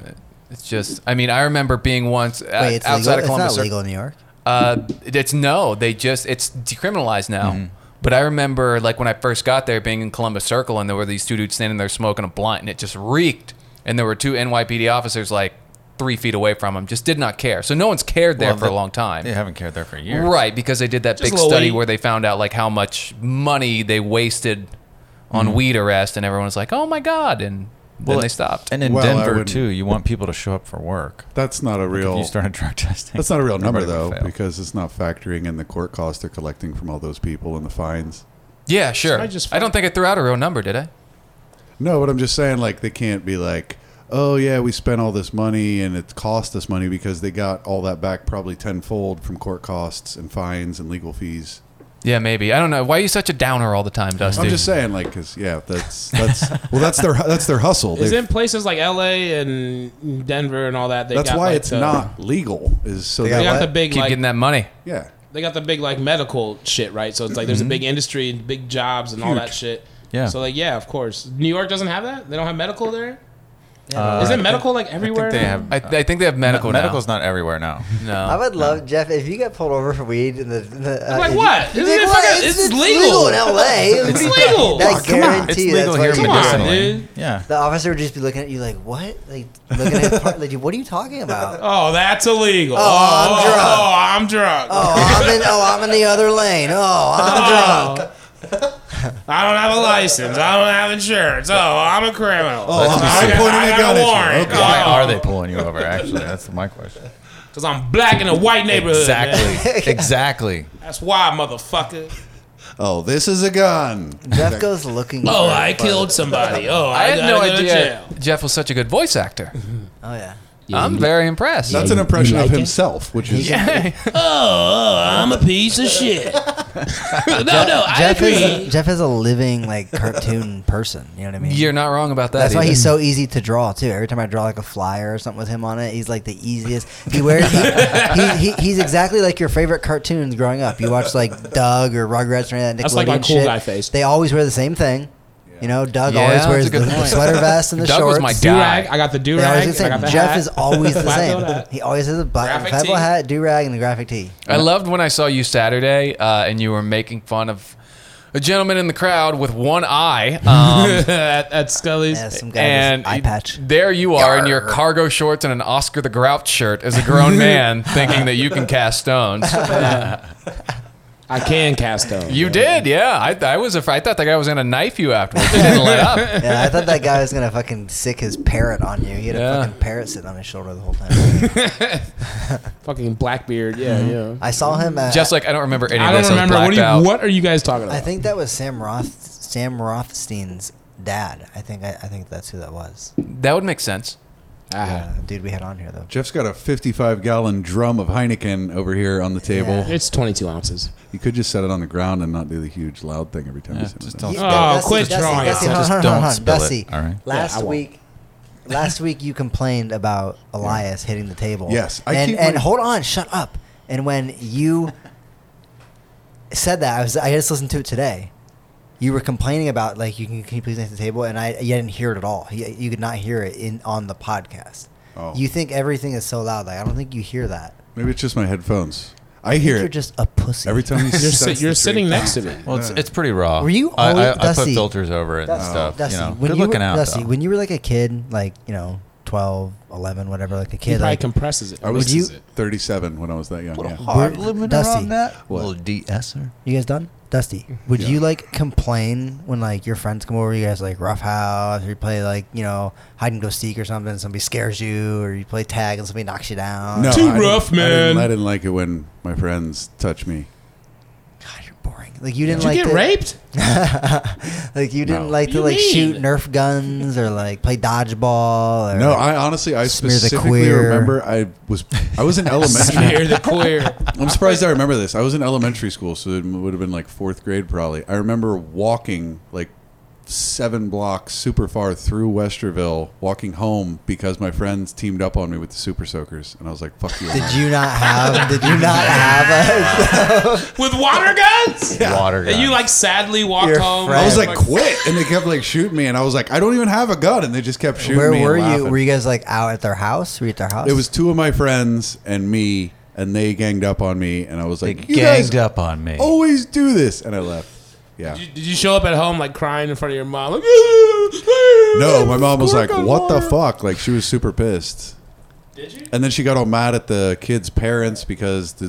Speaker 5: It's just. I mean, I remember being once uh,
Speaker 2: wait, it's
Speaker 5: outside
Speaker 2: legal.
Speaker 5: of Columbus.
Speaker 2: it's not legal in New York.
Speaker 5: Uh, it's no. They just. It's decriminalized now. But I remember, like when I first got there, being in Columbus Circle, and there were these two dudes standing there smoking a blunt, and it just reeked. And there were two NYPD officers, like three feet away from them, just did not care. So no one's cared there
Speaker 6: Well,
Speaker 5: for
Speaker 6: the-
Speaker 5: a long time.
Speaker 6: They haven't cared there for years.
Speaker 5: Right, because they did that
Speaker 1: Just a
Speaker 5: big
Speaker 1: little
Speaker 5: study
Speaker 1: weed.
Speaker 5: where they found out like how much money they wasted on weed arrest, and everyone was like, "Oh my god!" and then
Speaker 6: Well,
Speaker 5: they stopped.
Speaker 6: And in
Speaker 4: Well, I
Speaker 6: Denver
Speaker 4: wouldn't-
Speaker 6: too, you want people to show up for work.
Speaker 4: (laughs) that's not a
Speaker 6: If
Speaker 4: real.
Speaker 6: you started (laughs) drug testing.
Speaker 4: That's not
Speaker 1: (laughs)
Speaker 4: a real number
Speaker 6: everybody would
Speaker 4: though,
Speaker 6: fail.
Speaker 4: because it's not factoring in the court costs they're collecting from all those people and the fines.
Speaker 5: yeah, sure.
Speaker 1: I
Speaker 5: I,
Speaker 1: just-
Speaker 5: don't think I threw out a real number, did I?
Speaker 4: No, but I'm just saying, like, they can't be like, oh, yeah, we spent all this money and it cost us money because they got all that back probably tenfold from court costs and fines and legal fees.
Speaker 5: Yeah, maybe. I don't know. Why are you such a downer all the time, Dusty?
Speaker 4: I'm just saying, like, because, yeah, that's, that's, well, that's their, that's their hustle.
Speaker 1: Is
Speaker 4: They've-
Speaker 1: in places like L.A. and Denver and all that. They
Speaker 4: that's
Speaker 1: got
Speaker 4: why
Speaker 1: like
Speaker 4: it's
Speaker 1: the-
Speaker 4: not legal, is so
Speaker 1: They
Speaker 4: they,
Speaker 1: got
Speaker 2: What?
Speaker 1: the big
Speaker 5: Keep
Speaker 1: like,
Speaker 5: getting that money.
Speaker 4: yeah.
Speaker 1: they got the big like medical shit right. So it's like there's a big industry and big jobs and all that shit.
Speaker 6: Yeah.
Speaker 1: So like, yeah, of course. New York doesn't have that. They don't have medical there.
Speaker 2: Yeah.
Speaker 1: Isn't medical like everywhere?
Speaker 6: they
Speaker 1: now?
Speaker 6: have
Speaker 5: I, I think they have medical. now.
Speaker 6: medical's not everywhere now.
Speaker 5: No.
Speaker 2: I would love Jeff if you got pulled over for weed in the. in the uh,
Speaker 1: Like
Speaker 2: if you-
Speaker 1: what?
Speaker 2: you'd
Speaker 1: Isn't
Speaker 2: be
Speaker 1: it
Speaker 2: like, "What?
Speaker 1: fucking- it's legal."
Speaker 2: in L.A.
Speaker 1: It's legal.
Speaker 2: I
Speaker 6: It's
Speaker 2: guarantee
Speaker 6: legal here
Speaker 2: that's
Speaker 1: Come
Speaker 2: what
Speaker 1: on,
Speaker 6: medicinally.
Speaker 1: dude.
Speaker 6: Yeah.
Speaker 2: The officer would just be looking at you like, "What?" Like looking at his part, like, "What are you talking about?"
Speaker 1: Oh, that's illegal. Oh,
Speaker 2: I'm drunk.
Speaker 1: Oh, I'm drunk.
Speaker 2: Oh, I'm in. Oh, I'm in the other lane. Oh, I'm drunk.
Speaker 1: Oh. I don't have a license. I don't have insurance. Oh, I'm a criminal.
Speaker 4: Oh, I'm
Speaker 1: I got,
Speaker 4: pointing
Speaker 1: I
Speaker 4: a
Speaker 1: got
Speaker 4: gun at
Speaker 1: a
Speaker 4: you.
Speaker 1: warrant. Oh,
Speaker 4: Okay.
Speaker 6: Why are they pulling you over? Actually, that's my question.
Speaker 1: Because I'm black in a white neighborhood. man.
Speaker 5: Exactly. exactly.
Speaker 1: That's why, motherfucker.
Speaker 4: Oh, this is a gun.
Speaker 2: Jeff goes looking. for
Speaker 1: Oh,
Speaker 2: it,
Speaker 1: I
Speaker 2: but-
Speaker 1: killed somebody. Oh, I,
Speaker 5: I had
Speaker 1: gotta
Speaker 5: no
Speaker 1: go to
Speaker 5: idea
Speaker 1: jail. Mm-hmm.
Speaker 5: Jeff was such a good voice actor.
Speaker 2: Oh yeah.
Speaker 5: I'm very impressed. (laughs)
Speaker 4: That's an impression of himself, which is
Speaker 1: Oh, I'm a piece of shit. no, no, I
Speaker 2: Jeff
Speaker 1: agree.
Speaker 2: is Jeff is a living like cartoon person. You know what I mean?
Speaker 5: You're not wrong about that.
Speaker 2: That's why
Speaker 5: either.
Speaker 2: he's so easy to draw too. Every time I draw like a flyer or something with him on it, he's like the easiest. He wears he, he, he, he's exactly like your favorite cartoons growing up. You watch like Doug or Rugrats or any of that Nickelodeon
Speaker 1: That's like my cool
Speaker 2: shit.
Speaker 1: guy face.
Speaker 2: They always wear the same thing. You know, Doug
Speaker 5: Yeah,
Speaker 2: always
Speaker 5: that's
Speaker 2: wears
Speaker 5: a
Speaker 2: the,
Speaker 5: good
Speaker 2: the
Speaker 5: point.
Speaker 2: sweater vest and the
Speaker 5: Doug
Speaker 2: shorts.
Speaker 5: was my
Speaker 1: Do
Speaker 5: dad.
Speaker 1: rag. I got the do
Speaker 2: They always
Speaker 1: rag.
Speaker 2: look the
Speaker 1: I got
Speaker 2: same.
Speaker 1: the
Speaker 2: Jeff
Speaker 1: hat. (laughs)
Speaker 2: is always the
Speaker 1: Black little
Speaker 2: same.
Speaker 1: hat.
Speaker 2: He always has a
Speaker 1: Graphic
Speaker 2: bible
Speaker 1: tee.
Speaker 2: hat, do rag, and a graphic tee.
Speaker 5: I loved when I saw you Saturday uh, and you were making fun of a gentleman in the crowd with one eye.
Speaker 1: (laughs)
Speaker 5: Um,
Speaker 1: at, at Scully's.
Speaker 2: Yeah, some guy with
Speaker 5: and
Speaker 2: his eye patch.
Speaker 5: there you are in your cargo shorts and an Oscar the Grouch shirt as
Speaker 1: (laughs)
Speaker 5: a grown man thinking that you can cast stones.
Speaker 1: I can cast those.
Speaker 5: You did, yeah. I, I was afraid. I thought that guy was going to knife you afterwards. He didn't
Speaker 1: (laughs)
Speaker 5: let up.
Speaker 2: Yeah, I thought that guy was gonna fucking sick his parrot on you. He had
Speaker 5: Yeah.
Speaker 2: a fucking parrot sitting on his shoulder the whole time.
Speaker 1: Fucking Blackbeard. Yeah, yeah.
Speaker 2: I saw him at
Speaker 5: Just like I don't remember any of
Speaker 1: I
Speaker 5: this.
Speaker 1: don't remember.
Speaker 5: I was
Speaker 1: What,
Speaker 5: blacked
Speaker 1: do you,
Speaker 5: out.
Speaker 1: what are you guys talking about?
Speaker 2: I think that was Sam Roth Sam Rothstein's dad. I think I, I think that's who that was.
Speaker 5: That would make sense.
Speaker 1: Ah.
Speaker 2: Uh, dude we had on here though.
Speaker 4: Jeff's got a 55 gallon drum of Heineken over here on the table.
Speaker 2: Yeah.
Speaker 1: It's 22
Speaker 2: (laughs)
Speaker 1: ounces.
Speaker 4: You could just set it on the ground and not do the huge loud thing every time. you set
Speaker 6: just
Speaker 4: it
Speaker 6: don't-
Speaker 4: on.
Speaker 1: Oh,
Speaker 2: You-
Speaker 1: quit drawing.
Speaker 2: Dusty, hold on,
Speaker 6: Just
Speaker 2: hold on,
Speaker 6: don't
Speaker 2: hold on.
Speaker 6: spill it,
Speaker 2: Dusty,
Speaker 6: all right?
Speaker 1: Yeah, I
Speaker 2: Last
Speaker 1: won't.
Speaker 2: week last week you complained about Elias hitting the table.
Speaker 4: Yes, I
Speaker 2: and
Speaker 4: keep
Speaker 2: and
Speaker 4: my-
Speaker 2: hold on, shut up. And when you said that, I was I just listened to it today. You were complaining about like you can, can you please hit the table, and I you didn't hear it at all. You, you could not hear it in on the podcast.
Speaker 4: Oh.
Speaker 2: You think everything is so loud? Like I don't think you hear that.
Speaker 4: Maybe it's just my headphones. I
Speaker 2: think
Speaker 4: hear
Speaker 2: You're
Speaker 4: it
Speaker 2: just a pussy.
Speaker 4: every time.
Speaker 1: You're, sit, you're sitting next to me.
Speaker 6: Well, it's, it's pretty raw.
Speaker 2: Were you
Speaker 6: I,
Speaker 2: always-
Speaker 6: I, I put
Speaker 2: Dusty.
Speaker 6: filters over it and
Speaker 2: Dusty,
Speaker 6: stuff.
Speaker 2: Dusty,
Speaker 6: you know,
Speaker 2: when
Speaker 6: good
Speaker 2: you
Speaker 6: looking
Speaker 2: were,
Speaker 6: out.
Speaker 2: Dusty,
Speaker 6: though.
Speaker 2: when you were like a kid, like you know, 12, 11, whatever, like a
Speaker 1: He
Speaker 2: kid,
Speaker 1: probably
Speaker 2: like
Speaker 1: compresses it.
Speaker 4: I was
Speaker 2: Would you-
Speaker 4: 37 when I was that young. Yeah.
Speaker 2: hard limiter Dusty. on
Speaker 6: that.
Speaker 4: What?
Speaker 6: Little DSer.
Speaker 2: You guys done? Dusty, would you like complain when like your friends come over? You guys like rough house, or you play like you know hide and go seek or something. and Somebody scares you, or you play tag and somebody knocks you down.
Speaker 4: No,
Speaker 3: Too
Speaker 4: I didn't-
Speaker 3: rough,
Speaker 4: I didn't-
Speaker 3: man.
Speaker 4: I didn't, like it when my friends touch me.
Speaker 2: God, you're boring. Like you didn't
Speaker 1: Did you
Speaker 2: like
Speaker 1: get
Speaker 2: to,
Speaker 1: raped?
Speaker 2: (laughs) like you didn't
Speaker 4: No.
Speaker 2: like to
Speaker 1: You
Speaker 2: like shoot
Speaker 1: mean?
Speaker 2: Nerf guns or like play dodgeball. Or,
Speaker 4: No, I honestly, I
Speaker 2: Smear the
Speaker 4: specifically
Speaker 2: queer.
Speaker 4: remember I was I was in elementary.
Speaker 1: Smear the queer.
Speaker 4: I'm surprised I remember this. I was in elementary school, so it would have been like fourth grade probably. I remember walking like seven blocks super far through Westerville, walking home because my friends teamed up on me with the Super Soakers, and I was like, "Fuck you!"
Speaker 2: did you not have? did you not have? A,
Speaker 1: With water guns?
Speaker 6: Water.
Speaker 1: (laughs) And you
Speaker 6: guns.
Speaker 1: like sadly walked
Speaker 2: Your
Speaker 1: home.
Speaker 2: friend.
Speaker 4: I was like, "Quit!" And they kept like shooting me, and I was like, "I don't even have a gun," and they just kept shooting
Speaker 2: where
Speaker 4: me. and
Speaker 2: were you?
Speaker 4: laughing.
Speaker 2: Were you guys like out at their house? Were you at their house?
Speaker 4: It was two of my friends and me, and they ganged up on me, and I was
Speaker 6: They
Speaker 4: like, "You
Speaker 6: ganged
Speaker 4: guys Oh.
Speaker 6: up on me.
Speaker 4: always do this," and I left. Yeah.
Speaker 1: Did you show up at home like crying in front of your mom? Like, (laughs) no,
Speaker 4: No, my mom was like, "What the fuck?" Like she was super pissed.
Speaker 1: Did you?
Speaker 4: And then she got all mad at the kids' parents because the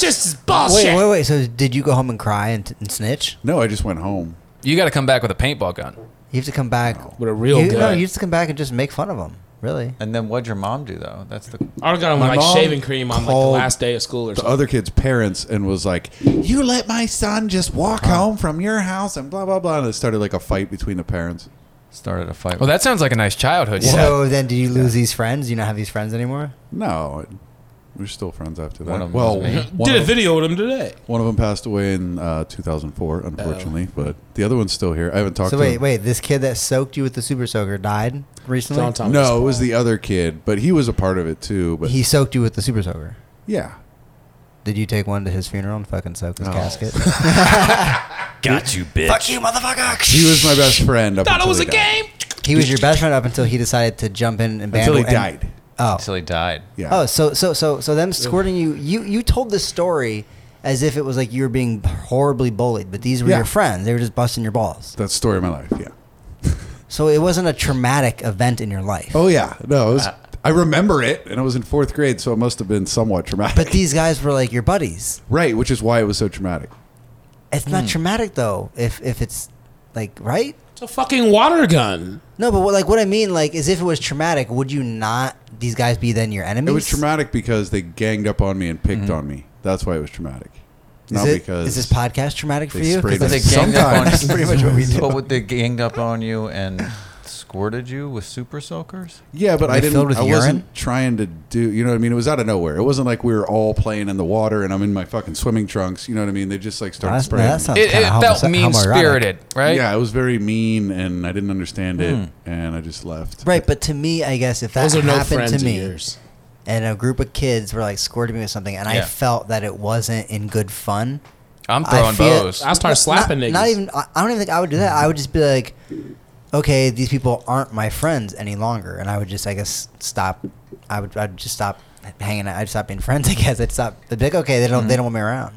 Speaker 1: That's just bullshit.
Speaker 2: Wait, wait, wait. So did you go home and cry and, and snitch?
Speaker 4: no, I just went home.
Speaker 5: You got to come back with a paintball gun.
Speaker 2: You have to come back
Speaker 1: With a real
Speaker 2: you, No,
Speaker 1: gun.
Speaker 2: you have to come back and just make fun of them. Really?
Speaker 6: And then what'd your mom do though? That's the.
Speaker 1: I got him
Speaker 4: My
Speaker 1: like
Speaker 4: mom
Speaker 1: shaving cream on like the
Speaker 4: called
Speaker 1: last day of school or
Speaker 4: The
Speaker 1: something.
Speaker 4: other kids' parents and was like, "You let my son just walk home from your house and blah blah blah." And it started like a fight between the parents.
Speaker 6: Started a fight.
Speaker 5: Well, that sounds like a nice childhood.
Speaker 2: So then, did you lose these friends? Do you not have these friends anymore?
Speaker 4: No, it- we're still friends after that.
Speaker 6: One of 'em
Speaker 4: well,
Speaker 6: was me.
Speaker 4: one,
Speaker 1: Did a
Speaker 4: of,
Speaker 1: video with him today.
Speaker 4: (laughs) one of them passed away in uh, 2004, unfortunately,
Speaker 6: Oh.
Speaker 4: but the other one's still here. I haven't talked
Speaker 2: So
Speaker 4: to
Speaker 2: wait,
Speaker 4: him.
Speaker 2: wait. This kid that soaked you with the super soaker died recently.
Speaker 1: John Thomas.
Speaker 4: No, it was the other kid, but he was a part of it too. But
Speaker 2: He soaked you with the super soaker.
Speaker 4: yeah, (laughs)
Speaker 2: Did you take one to his funeral and fucking soak his
Speaker 4: No.
Speaker 2: casket?
Speaker 7: Got you, bitch.
Speaker 2: Fuck you, motherfucker.
Speaker 4: He was my best friend. Up
Speaker 1: Thought it
Speaker 4: until
Speaker 1: was
Speaker 4: he
Speaker 1: a
Speaker 4: died.
Speaker 1: game.
Speaker 2: He was your best friend up until he decided to jump in and
Speaker 4: Until he
Speaker 2: bandwa- and-
Speaker 4: died.
Speaker 2: Oh,
Speaker 5: Until he died.
Speaker 4: Yeah.
Speaker 2: oh, so so so so them squirting you. You you told this story as if it was like you were being horribly bullied, but these were
Speaker 4: Yeah.
Speaker 2: your friends. They were just busting your balls.
Speaker 4: That's the story of my life. Yeah.
Speaker 2: So it wasn't a traumatic event in your life.
Speaker 4: Oh yeah. No, it
Speaker 2: Uh,
Speaker 4: was, I remember it, and I was in fourth grade, so it must have been somewhat traumatic.
Speaker 2: But these guys were like your buddies.
Speaker 4: (laughs) right, which is why it was so traumatic.
Speaker 2: It's not
Speaker 4: Hmm.
Speaker 2: traumatic though. If if it's like right.
Speaker 1: It's a fucking water gun.
Speaker 2: No, but what, like what I mean, like, is if it was traumatic, would you not these guys be then your enemies?
Speaker 4: It was traumatic because they ganged up on me and picked on me. That's why it was traumatic.
Speaker 2: Mm-hmm. Is,
Speaker 4: Not
Speaker 2: it,
Speaker 4: because
Speaker 2: is this podcast traumatic for
Speaker 4: they
Speaker 2: you?
Speaker 4: sprayed
Speaker 2: Because
Speaker 4: us.
Speaker 2: (laughs) that's-
Speaker 4: gang- Sometimes.
Speaker 6: That's
Speaker 4: (laughs)
Speaker 2: pretty much what we do.
Speaker 6: (laughs) But would they ganged up on you and squirted you with super soakers?
Speaker 4: Yeah, but I
Speaker 2: they
Speaker 4: didn't.
Speaker 2: filled with
Speaker 4: I
Speaker 2: urine?
Speaker 4: wasn't trying to do. You know what I mean? It was out of nowhere. It wasn't like we were all playing in the water and I'm in my fucking swimming trunks. You know what I mean? They just like started
Speaker 2: that's-
Speaker 4: spraying.
Speaker 2: that sounds
Speaker 5: It,
Speaker 2: kinda
Speaker 5: it
Speaker 2: homo-
Speaker 5: felt mean
Speaker 2: homoerotic.
Speaker 5: spirited, right?
Speaker 4: Yeah, it was very mean, and I didn't understand it,
Speaker 2: Hmm.
Speaker 4: and I just left.
Speaker 2: Right, but to me, I guess if that
Speaker 1: Those are no
Speaker 2: happened
Speaker 1: friends
Speaker 2: to
Speaker 1: of
Speaker 2: me,
Speaker 1: yours.
Speaker 2: and a group of kids were like squirting me with something, and I
Speaker 6: Yeah.
Speaker 2: felt that it wasn't in good fun.
Speaker 5: I'm throwing
Speaker 2: feel-
Speaker 5: bows.
Speaker 1: I'll start slapping
Speaker 2: not,
Speaker 1: niggas.
Speaker 2: not even. I I don't even think I would do that. I would just be like, okay, these people aren't my friends any longer, and I would just, I guess, stop. I would, I'd just stop hanging out. I'd stop being (laughs) friends. I guess I'd stop. I'd be like, okay, they don't,
Speaker 1: Mm-hmm.
Speaker 2: they don't want me around.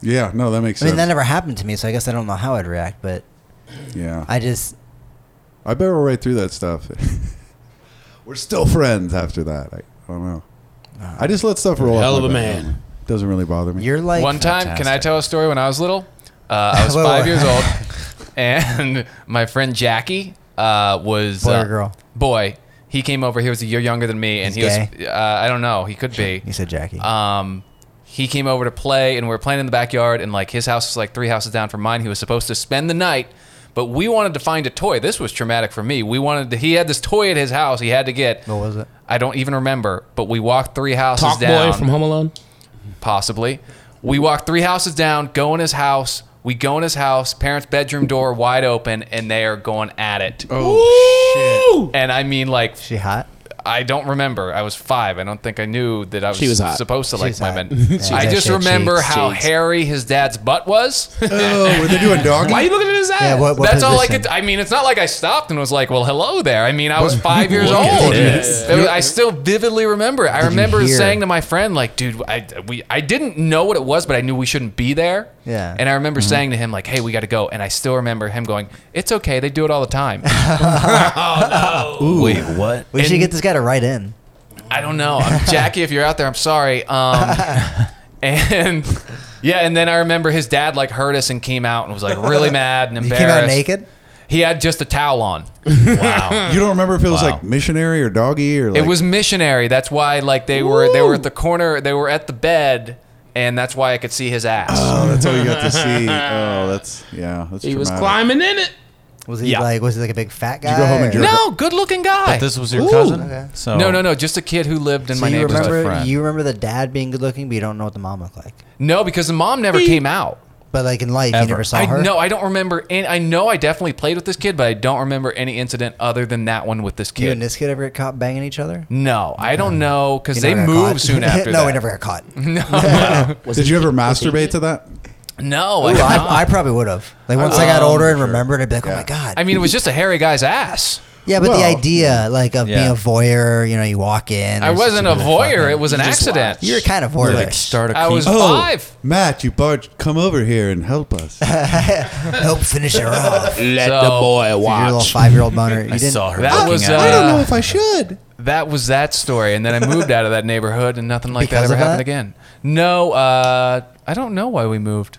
Speaker 4: Yeah, no, that makes
Speaker 2: I mean, that
Speaker 4: sense.
Speaker 2: never happened to me, so I guess I don't know how I'd react. But
Speaker 4: yeah, I,
Speaker 2: I just,
Speaker 4: barrel right through that stuff. (laughs) we're still friends after that. I, I don't know. I just let stuff roll. off
Speaker 1: Hell
Speaker 4: my
Speaker 1: of a
Speaker 4: back.
Speaker 1: man.
Speaker 4: Doesn't really bother me.
Speaker 2: you're like
Speaker 5: One time, can I
Speaker 6: fantastic.
Speaker 5: tell a story when I was little? Uh,
Speaker 2: (laughs)
Speaker 5: I was
Speaker 2: Wait,
Speaker 5: five
Speaker 2: wait.
Speaker 5: years old, (laughs) and my friend Jackie uh, was
Speaker 2: Boy or
Speaker 5: uh,
Speaker 2: girl?
Speaker 5: Boy. He came over. He was a year younger than me, and
Speaker 2: He's
Speaker 5: he was. Uh, I don't know. He could be.
Speaker 2: You said Jackie.
Speaker 1: Uh,
Speaker 5: um, he came over to play, and we were playing in the backyard. And like his house was like three houses down from mine. He was supposed to spend the night, but we wanted to find a toy. This was traumatic for me. We wanted to, he had this toy at his house. He had to get.
Speaker 2: what was it?
Speaker 5: I don't even remember, but we walked three houses
Speaker 1: Talk
Speaker 5: down
Speaker 1: boy from Home Alone.
Speaker 5: possibly. We walk three houses down, go in his house. We go in his house, parents' bedroom door wide open, and they are going at it.
Speaker 1: Oh
Speaker 5: And I mean, like,
Speaker 2: She hot?
Speaker 5: I don't remember. I was five. I don't think I knew that I was,
Speaker 1: She was hot.
Speaker 5: supposed to like
Speaker 2: was hot.
Speaker 5: women.
Speaker 2: (laughs) She
Speaker 5: I
Speaker 2: was
Speaker 5: just
Speaker 2: hot.
Speaker 5: remember
Speaker 2: Cheeks,
Speaker 5: how
Speaker 2: cheeks.
Speaker 5: hairy his dad's
Speaker 2: (laughs)
Speaker 5: butt was.
Speaker 4: (laughs) oh, were they doing dog?
Speaker 1: Why are you looking at his ass?
Speaker 2: Yeah, what, what
Speaker 5: That's all I
Speaker 2: position?
Speaker 5: could. I mean, it's not like I stopped and was like, "Well, hello there." I mean, I was
Speaker 2: (laughs)
Speaker 5: five years
Speaker 1: Look
Speaker 5: old.
Speaker 1: at
Speaker 5: It was- I still vividly remember. It. I
Speaker 2: you
Speaker 5: remember
Speaker 2: hear?
Speaker 5: saying to my friend, "Like, dude, I we I didn't know what it was, but I knew we shouldn't be there."
Speaker 2: Yeah. Mm-hmm.
Speaker 5: And I remember saying to him, "Like, hey, we got to go." And I still remember him going, "It's okay. They do it all the time."
Speaker 7: Wait, what?
Speaker 2: We should get this guy to write in.
Speaker 5: I don't
Speaker 2: (laughs)
Speaker 5: know, I'm, Jackie. If you're out there, I'm sorry. Um, and yeah, and then I remember his dad like heard us and came out and was like
Speaker 2: (laughs)
Speaker 5: really mad and
Speaker 2: He
Speaker 5: embarrassed.
Speaker 2: came out naked.
Speaker 5: He had just a towel
Speaker 2: (laughs)
Speaker 5: on.
Speaker 4: You don't remember if it was like missionary or doggy or
Speaker 5: (laughs)
Speaker 4: like
Speaker 5: it was missionary. That's why like they were they were at the corner. They were at the bed, and that's why I could see his ass.
Speaker 4: Oh, that's all
Speaker 1: (laughs)
Speaker 4: you got to see. Oh, that's yeah. That's
Speaker 1: He was
Speaker 4: traumatic.
Speaker 1: climbing in it.
Speaker 2: Was he
Speaker 5: Yeah.
Speaker 2: like? Was he like a big fat guy?
Speaker 4: you go home and
Speaker 2: or-
Speaker 4: jerk
Speaker 5: no, good looking guy.
Speaker 6: But this was your cousin,
Speaker 2: Okay.
Speaker 6: so
Speaker 5: no, no, no. Just a kid who lived in
Speaker 2: So
Speaker 5: my
Speaker 2: you
Speaker 5: neighborhood.
Speaker 2: remember?
Speaker 6: friend.
Speaker 2: You remember the dad being good looking, but you don't know what the mom looked like.
Speaker 5: No, because the mom never came out.
Speaker 2: But like in life, you
Speaker 6: Ever.
Speaker 2: never saw
Speaker 5: I
Speaker 2: her.
Speaker 5: no, I don't remember. Any, I know I definitely played with this kid, but I don't remember any incident other than that one with this
Speaker 2: You
Speaker 5: kid.
Speaker 2: and this kid ever get caught banging each other?
Speaker 5: no, I don't know because
Speaker 2: You
Speaker 5: they
Speaker 2: never got
Speaker 5: moved
Speaker 2: caught?
Speaker 5: soon
Speaker 2: (laughs)
Speaker 5: after.
Speaker 2: no,
Speaker 5: that.
Speaker 2: we never got caught.
Speaker 5: (laughs)
Speaker 2: Ooh,
Speaker 4: Did you ever masturbate to that?
Speaker 5: No, I, don't know.
Speaker 2: I, I probably would have. Like once
Speaker 5: Oh,
Speaker 2: I got older and remembered, I'd be like, oh my god.
Speaker 5: I mean, it was just a hairy guy's ass.
Speaker 2: (laughs) yeah, but the
Speaker 4: well,
Speaker 2: idea like of being
Speaker 6: Yeah.
Speaker 2: a voyeur, you know, you walk in.
Speaker 5: mm, I
Speaker 2: there's
Speaker 5: wasn't a
Speaker 2: just people that
Speaker 5: voyeur.
Speaker 2: fucking-
Speaker 5: It was an accident.
Speaker 2: You were kind of
Speaker 6: Or
Speaker 2: voyeurish.
Speaker 6: like start a
Speaker 5: I was
Speaker 6: keep-
Speaker 5: five.
Speaker 4: Oh, Matt, you barge, come over here and help us.
Speaker 2: (laughs) Help finish
Speaker 5: (laughs)
Speaker 2: her off.
Speaker 1: Let
Speaker 5: So-
Speaker 1: the boy
Speaker 2: Your little
Speaker 1: watch.
Speaker 2: five-year-old
Speaker 5: (laughs)
Speaker 2: boner. You
Speaker 7: I
Speaker 2: didn't.
Speaker 7: saw her.
Speaker 5: That
Speaker 7: looking
Speaker 5: was,
Speaker 7: at
Speaker 5: uh,
Speaker 7: me.
Speaker 4: I don't know if I should.
Speaker 5: that was that story and then i moved out of that neighborhood and nothing like
Speaker 2: Because
Speaker 5: that ever
Speaker 2: of that?
Speaker 5: happened again no uh, i don't know why we moved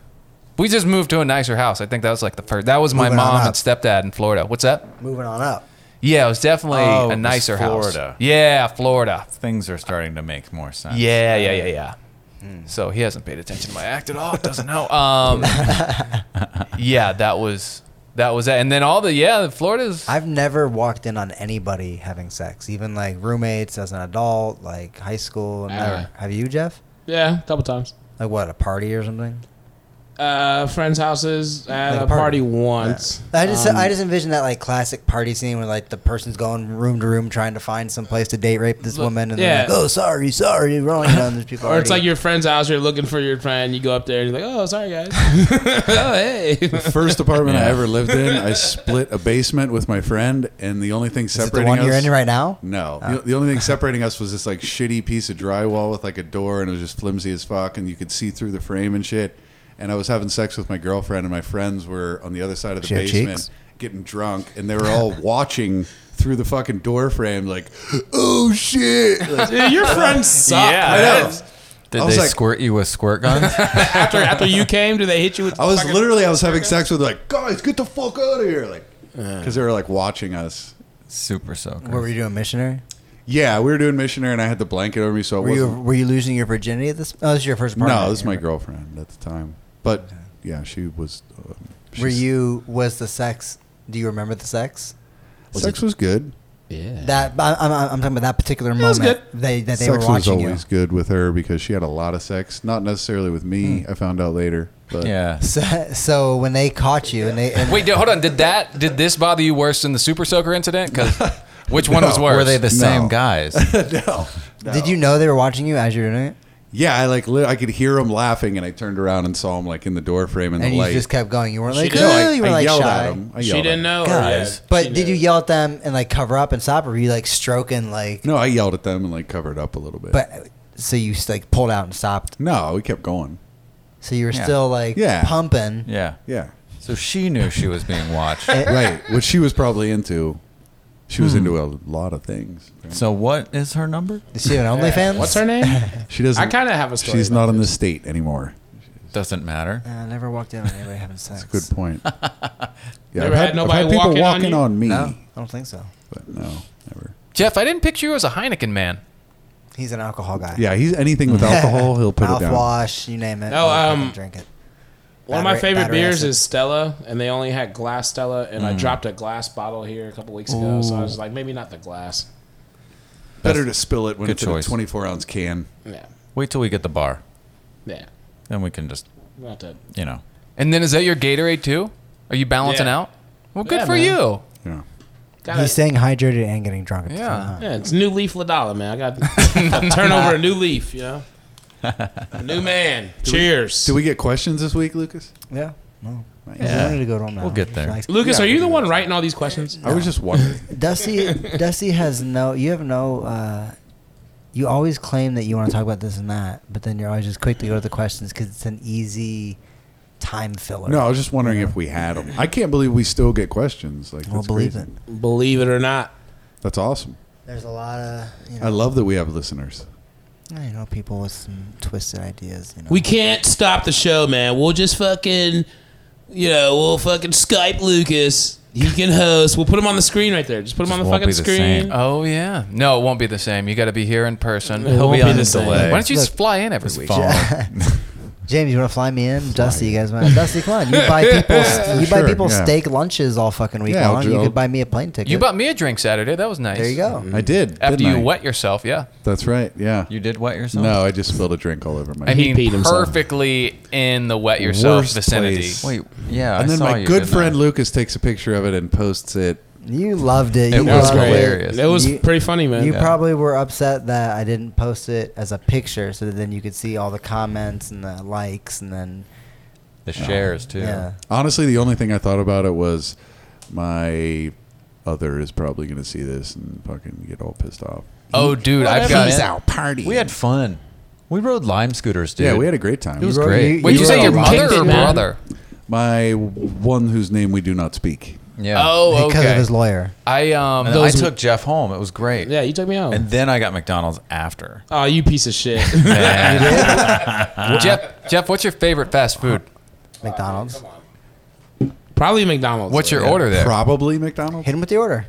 Speaker 5: we just moved to a nicer house i think that was like the first that was my
Speaker 2: Moving on
Speaker 5: mom
Speaker 2: up.
Speaker 5: and stepdad in florida what's that
Speaker 2: Moving on up.
Speaker 5: yeah it was definitely
Speaker 6: Oh, it
Speaker 5: a
Speaker 6: was
Speaker 5: nicer house
Speaker 6: Florida.
Speaker 5: yeah florida
Speaker 6: Things are starting to make more sense.
Speaker 5: yeah yeah yeah yeah so he hasn't paid attention to my act at all doesn't know um, (laughs) yeah that was that was that and then all the yeah florida's
Speaker 2: I've never walked in on anybody having sex, even like roommates as an adult, like high school. I've never-
Speaker 1: Uh.
Speaker 2: Have you, Jeff?
Speaker 1: Yeah, a couple times.
Speaker 2: Like what, a party or something?
Speaker 7: uh, friends' houses at
Speaker 2: Like
Speaker 7: a
Speaker 2: a party.
Speaker 7: party once.
Speaker 2: I just
Speaker 7: Um,
Speaker 2: I just envision that like classic party scene where like the person's going room to room trying to find some place to date rape this woman and
Speaker 7: yeah.
Speaker 2: they're like, oh sorry sorry we're only done these people
Speaker 7: (laughs) or
Speaker 2: already."
Speaker 7: it's like your friend's house. You're looking for your friend. You go up there and you're like, "Oh,
Speaker 1: (laughs)
Speaker 7: sorry guys. oh, hey."
Speaker 4: The first apartment I
Speaker 6: Yeah.
Speaker 4: ever lived in,
Speaker 2: (laughs)
Speaker 4: I split a basement with my friend, and the only thing
Speaker 2: is it the
Speaker 4: separating
Speaker 2: one
Speaker 4: us.
Speaker 2: you're in right now Ah.
Speaker 4: No, the,
Speaker 2: (laughs)
Speaker 4: the only thing separating us was this like shitty piece of drywall with like a door, and it was just flimsy as fuck, and you could see through the frame and shit. And I was having sex with my girlfriend, and my friends were on the other side of the
Speaker 2: She had
Speaker 4: basement
Speaker 2: cheeks?
Speaker 4: getting drunk, and they
Speaker 2: (laughs)
Speaker 4: were all watching through the fucking door frame, like, "Oh shit!" Like,
Speaker 7: Dude, your friends (laughs)
Speaker 1: (laughs)
Speaker 7: suck.
Speaker 4: I know.
Speaker 6: Did
Speaker 4: I was
Speaker 6: (laughs) they
Speaker 4: like-
Speaker 6: squirt you with squirt guns?
Speaker 7: After after you came, do they hit you with?
Speaker 4: I was
Speaker 7: fucking-
Speaker 4: literally I was having sex with like guys, get the fuck out of here, like because they were like watching us.
Speaker 6: Super soaker.
Speaker 2: what were you doing missionary
Speaker 4: Yeah, we were doing missionary, and I had the blanket over me, so it
Speaker 2: were you
Speaker 4: wasn't.
Speaker 2: were you losing your virginity at this oh this is your first apartment
Speaker 4: no, this is my girlfriend at the time, but yeah, she was. Um,
Speaker 2: were
Speaker 4: she's-
Speaker 2: you was the sex do you remember the sex
Speaker 4: Sex was good.
Speaker 1: Yeah.
Speaker 2: that I, I'm, I'm talking about that particular
Speaker 7: it was
Speaker 2: moment they that they
Speaker 4: sex
Speaker 2: were
Speaker 4: was
Speaker 2: watching you
Speaker 4: always good with her because she had a lot of sex. Not necessarily with me.
Speaker 2: Hmm.
Speaker 4: I found out later. But
Speaker 6: Yeah.
Speaker 2: so, so when they caught you and they and
Speaker 5: Wait, d- hold on. Did that? Did this bother you worse than the Super Soaker incident? Because which one was
Speaker 4: No.
Speaker 5: worse?
Speaker 6: Were they the same
Speaker 4: No.
Speaker 6: guys?
Speaker 4: (laughs) (laughs) no,
Speaker 2: did you know they were watching you as you were doing it
Speaker 4: Yeah, I like. Li- I could hear him laughing, and I turned around and saw him like in the door frame in
Speaker 2: and
Speaker 4: the
Speaker 2: you
Speaker 4: light.
Speaker 2: just kept going you weren't like
Speaker 4: no, I,
Speaker 2: "Ooh," you were
Speaker 4: I
Speaker 2: like
Speaker 4: yelled
Speaker 2: shy
Speaker 4: at him. I
Speaker 7: She
Speaker 4: yelled
Speaker 7: didn't
Speaker 4: at him.
Speaker 1: Oh,
Speaker 7: know.
Speaker 2: Guys,
Speaker 7: Yeah, she
Speaker 2: but did
Speaker 7: knew.
Speaker 2: you yell at them and like cover up and stop, or were you like stroking like?
Speaker 4: No, I yelled at them and like covered up a little bit.
Speaker 2: But so you just, like pulled out and stopped.
Speaker 4: no, we kept going.
Speaker 2: So you were
Speaker 6: Yeah.
Speaker 2: still like
Speaker 4: Yeah.
Speaker 2: pumping.
Speaker 6: yeah.
Speaker 4: Yeah,
Speaker 6: So she knew she was being watched.
Speaker 4: right. Which she was probably into. She was into a lot of things.
Speaker 6: So what is her number?
Speaker 2: Is she an OnlyFans?
Speaker 7: What's her name?
Speaker 4: She doesn't.
Speaker 7: I kind of have a story.
Speaker 4: She's
Speaker 7: about
Speaker 4: not in the state anymore.
Speaker 6: Doesn't matter.
Speaker 2: Uh, I never walked in on anybody having sex.
Speaker 4: Good
Speaker 7: (laughs)
Speaker 4: point. Yeah,
Speaker 7: Never had nobody
Speaker 4: people
Speaker 7: walking on
Speaker 4: walking
Speaker 7: you?
Speaker 4: on, me,
Speaker 2: No, I don't think so.
Speaker 4: but no, never.
Speaker 5: Jeff, I didn't picture you as a Heineken man.
Speaker 2: He's an alcohol guy.
Speaker 4: Yeah, he's anything (laughs) with alcohol, he'll put it down.
Speaker 2: Mouthwash, you name it.
Speaker 7: No,
Speaker 2: I'll fucking
Speaker 7: um,
Speaker 2: drink it.
Speaker 7: One of my
Speaker 2: Battery-
Speaker 7: favorite
Speaker 2: battery
Speaker 7: beers
Speaker 2: acid.
Speaker 7: is Stella, and they only had glass Stella, and I dropped a glass bottle here a couple weeks ago, so I was like, maybe not the glass.
Speaker 4: Better to spill it when
Speaker 6: Good
Speaker 4: it's in a
Speaker 6: choice.
Speaker 4: 24 ounce can.
Speaker 7: Yeah,
Speaker 6: Wait till we get the bar.
Speaker 7: yeah,
Speaker 6: Then we can just,
Speaker 7: not to.
Speaker 6: you know.
Speaker 5: And then is that your Gatorade too? Are you balancing
Speaker 7: Yeah.
Speaker 5: out? Well, good
Speaker 7: Yeah,
Speaker 5: for
Speaker 7: man.
Speaker 5: you.
Speaker 4: Yeah.
Speaker 7: Gotta,
Speaker 2: He's staying hydrated and getting drunk. At the
Speaker 5: Yeah.
Speaker 2: same time.
Speaker 7: yeah, it's new leaf Ladala, man. I got (laughs) to turn over a new leaf, you know. A new man. Cheers.
Speaker 4: Do we get questions this week, Lucas?
Speaker 2: yeah. No.
Speaker 6: Yeah.
Speaker 2: Yeah. to go to him now.
Speaker 6: We'll get there.
Speaker 2: Like,
Speaker 7: Lucas,
Speaker 4: Yeah,
Speaker 7: are
Speaker 4: we
Speaker 7: you the
Speaker 4: do.
Speaker 7: one writing all these questions?
Speaker 4: I was just (laughs) wondering.
Speaker 2: Dusty,
Speaker 7: (laughs)
Speaker 2: Dusty has no. You have no. Uh, you always claim that you want to talk about this and that, but then you're always just quick to go to the questions because it's an easy time filler.
Speaker 4: no, I was just wondering if we had them. I can't believe we still get questions. Like,
Speaker 2: well,
Speaker 4: that's
Speaker 2: believe
Speaker 4: crazy.
Speaker 2: it.
Speaker 7: Believe it or not.
Speaker 4: That's awesome.
Speaker 2: There's a lot of you
Speaker 4: I
Speaker 2: know,
Speaker 4: love that we have listeners.
Speaker 2: you know people with some twisted ideas. You know,
Speaker 1: We can't stop the show, man. We'll just fucking, you know, we'll fucking Skype Lucas. He can host. We'll put him on the screen right there. Just put him
Speaker 6: Just
Speaker 1: on the
Speaker 6: won't
Speaker 1: fucking
Speaker 6: be the
Speaker 1: screen.
Speaker 6: same.
Speaker 5: Oh yeah. No, it won't be the same. You got to be here in person.
Speaker 7: He'll
Speaker 5: Why
Speaker 7: be on the delay.
Speaker 5: don't you just fly in every week?
Speaker 2: James, you want to fly me in? Dusty, you guys want? Dusty, come on. You buy people. you buy
Speaker 4: Sure,
Speaker 2: people
Speaker 4: yeah.
Speaker 2: steak lunches all fucking week
Speaker 4: Yeah, I'll
Speaker 2: long.
Speaker 4: do-
Speaker 2: you
Speaker 4: I'll-
Speaker 2: could buy me a plane ticket. (laughs)
Speaker 5: You bought me a drink Saturday. That was nice.
Speaker 2: There you go.
Speaker 4: I did.
Speaker 5: After
Speaker 4: didn't
Speaker 5: you
Speaker 4: I?
Speaker 5: wet yourself, yeah.
Speaker 4: That's right. Yeah.
Speaker 6: You did wet yourself?
Speaker 4: no, I just spilled a drink all over my.
Speaker 5: I mean,
Speaker 1: peed himself.
Speaker 5: perfectly in the wet yourself
Speaker 4: Worst
Speaker 5: vicinity.
Speaker 4: place.
Speaker 6: Wait, yeah.
Speaker 4: and
Speaker 6: I
Speaker 4: then
Speaker 6: saw
Speaker 4: my
Speaker 6: you,
Speaker 4: good
Speaker 6: didn't I?
Speaker 4: friend Lucas takes a picture of it and posts it.
Speaker 2: You loved it.
Speaker 6: It
Speaker 2: You
Speaker 6: was
Speaker 2: loved
Speaker 6: hilarious.
Speaker 7: Mm-hmm. It was
Speaker 2: You-
Speaker 7: pretty funny, man.
Speaker 2: You
Speaker 6: Yeah.
Speaker 2: probably were upset that I didn't post it as a picture, so that then you could see all the comments and the likes, and then
Speaker 6: The shares, too.
Speaker 2: yeah.
Speaker 4: Honestly, the only thing I thought about it was my other is probably going to see this and fucking get all pissed off.
Speaker 5: Oh, dude, I've
Speaker 6: Whatever.
Speaker 5: got.
Speaker 6: He's
Speaker 5: it.
Speaker 6: out We had fun. We rode lime scooters, dude.
Speaker 4: Yeah, we had a great time.
Speaker 6: It was
Speaker 2: You rode-
Speaker 6: great.
Speaker 2: you-
Speaker 5: Wait,
Speaker 2: you
Speaker 5: did you say
Speaker 2: rode
Speaker 5: your
Speaker 2: a lot.
Speaker 5: mother or
Speaker 7: Kicked it, man.
Speaker 5: brother?
Speaker 4: my one whose name we do not speak.
Speaker 6: Yeah.
Speaker 5: Oh,
Speaker 2: because of
Speaker 5: okay.
Speaker 2: his lawyer.
Speaker 5: I um.
Speaker 6: And then I took Jeff home. It was great.
Speaker 7: yeah, you took me out.
Speaker 6: And then I got McDonald's after.
Speaker 7: Oh, you piece of shit. (laughs)
Speaker 6: Man,
Speaker 5: Jeff, Jeff, what's your favorite fast food?
Speaker 2: McDonald's.
Speaker 7: Probably McDonald's.
Speaker 5: What's your order there?
Speaker 4: Probably McDonald's.
Speaker 2: Hit him with the order.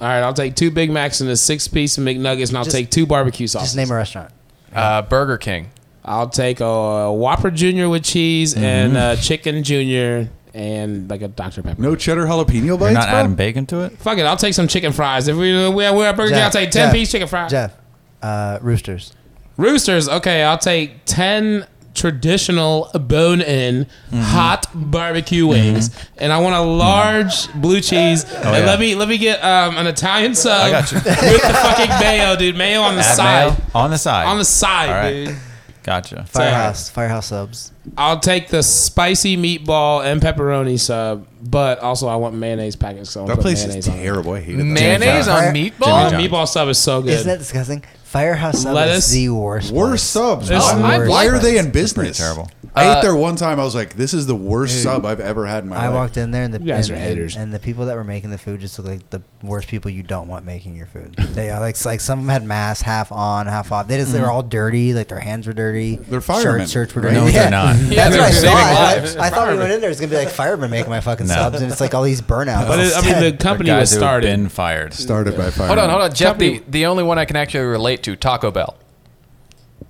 Speaker 7: All right, I'll take two Big Macs and a six piece of McNuggets, and I'll
Speaker 2: Just-
Speaker 7: take two barbecue sauces.
Speaker 2: Just name a restaurant.
Speaker 5: Uh, Burger King.
Speaker 7: I'll take a Whopper Junior with cheese
Speaker 6: Mm-hmm.
Speaker 7: and a Chicken Junior and like a Dr Pepper.
Speaker 4: No cheddar jalapeno
Speaker 6: you're
Speaker 4: bites.
Speaker 6: not
Speaker 4: bro?
Speaker 6: adding bacon to it?
Speaker 7: Fuck it, I'll take some chicken fries. If we we we're at Burger King, I'll take ten
Speaker 2: Jeff,
Speaker 7: piece chicken fries.
Speaker 2: Jeff, uh, Roosters.
Speaker 7: Roosters. Okay, I'll take ten
Speaker 1: traditional bone in hot barbecue wings, and I want a large blue cheese. and
Speaker 6: yeah.
Speaker 1: let me let me get um, an Italian sub
Speaker 6: I got you.
Speaker 1: with the fucking mayo, dude. Mayo on the
Speaker 6: (laughs) Add
Speaker 1: side.
Speaker 6: mayo on the side.
Speaker 1: On the side,
Speaker 6: All right.
Speaker 1: dude.
Speaker 6: Gotcha.
Speaker 2: Firehouse, Firehouse subs.
Speaker 1: I'll take the spicy meatball and pepperoni sub, but also I want mayonnaise packets. So I'll
Speaker 4: That
Speaker 1: put
Speaker 4: place is
Speaker 1: mayonnaise on it.
Speaker 4: terrible. I hate it.
Speaker 5: Mayonnaise
Speaker 6: Jimmy
Speaker 5: on
Speaker 2: John's.
Speaker 5: meatball?
Speaker 6: Jimmy
Speaker 1: The meatball sub is so good.
Speaker 2: Isn't that disgusting? Firehouse sub
Speaker 1: Lettuce?
Speaker 2: is the worst.
Speaker 4: Worst
Speaker 2: place.
Speaker 4: subs.
Speaker 1: It's
Speaker 4: Why-
Speaker 1: the
Speaker 4: why,
Speaker 2: worst
Speaker 4: are
Speaker 2: place.
Speaker 4: they in
Speaker 6: Pretty
Speaker 4: business?
Speaker 6: terrible.
Speaker 4: I
Speaker 5: Uh,
Speaker 4: ate there one time. I was like, "This is the worst sub I've ever had in my
Speaker 2: I
Speaker 4: life."
Speaker 2: walked in there and the
Speaker 1: guys
Speaker 2: and,
Speaker 1: are
Speaker 2: and-
Speaker 1: haters.
Speaker 2: and the people that were making the food just looked like the worst people you don't want making your food. (laughs) They are like like some of them had masks half on, half off. They just
Speaker 1: Mm-hmm.
Speaker 2: they were all dirty, like their hands were dirty.
Speaker 4: They're firemen,
Speaker 2: Shirts, shirts were
Speaker 4: right?
Speaker 2: dirty.
Speaker 6: No, they're
Speaker 2: (laughs)
Speaker 6: not.
Speaker 2: That's
Speaker 5: they're
Speaker 2: what I
Speaker 5: saving
Speaker 2: saw.
Speaker 5: lives.
Speaker 2: I, I thought we went in there. It's gonna be like firemen making my fucking
Speaker 6: No.
Speaker 2: subs, and it's like all these burnouts.
Speaker 1: but it, I mean, the
Speaker 2: instead.
Speaker 1: company
Speaker 6: guys
Speaker 1: was
Speaker 6: who have
Speaker 1: started.
Speaker 6: Been fired.
Speaker 4: Started by fire.
Speaker 5: Hold on, hold on, Jeff. The,
Speaker 1: Company-
Speaker 5: the only one I can actually relate to, Taco Bell.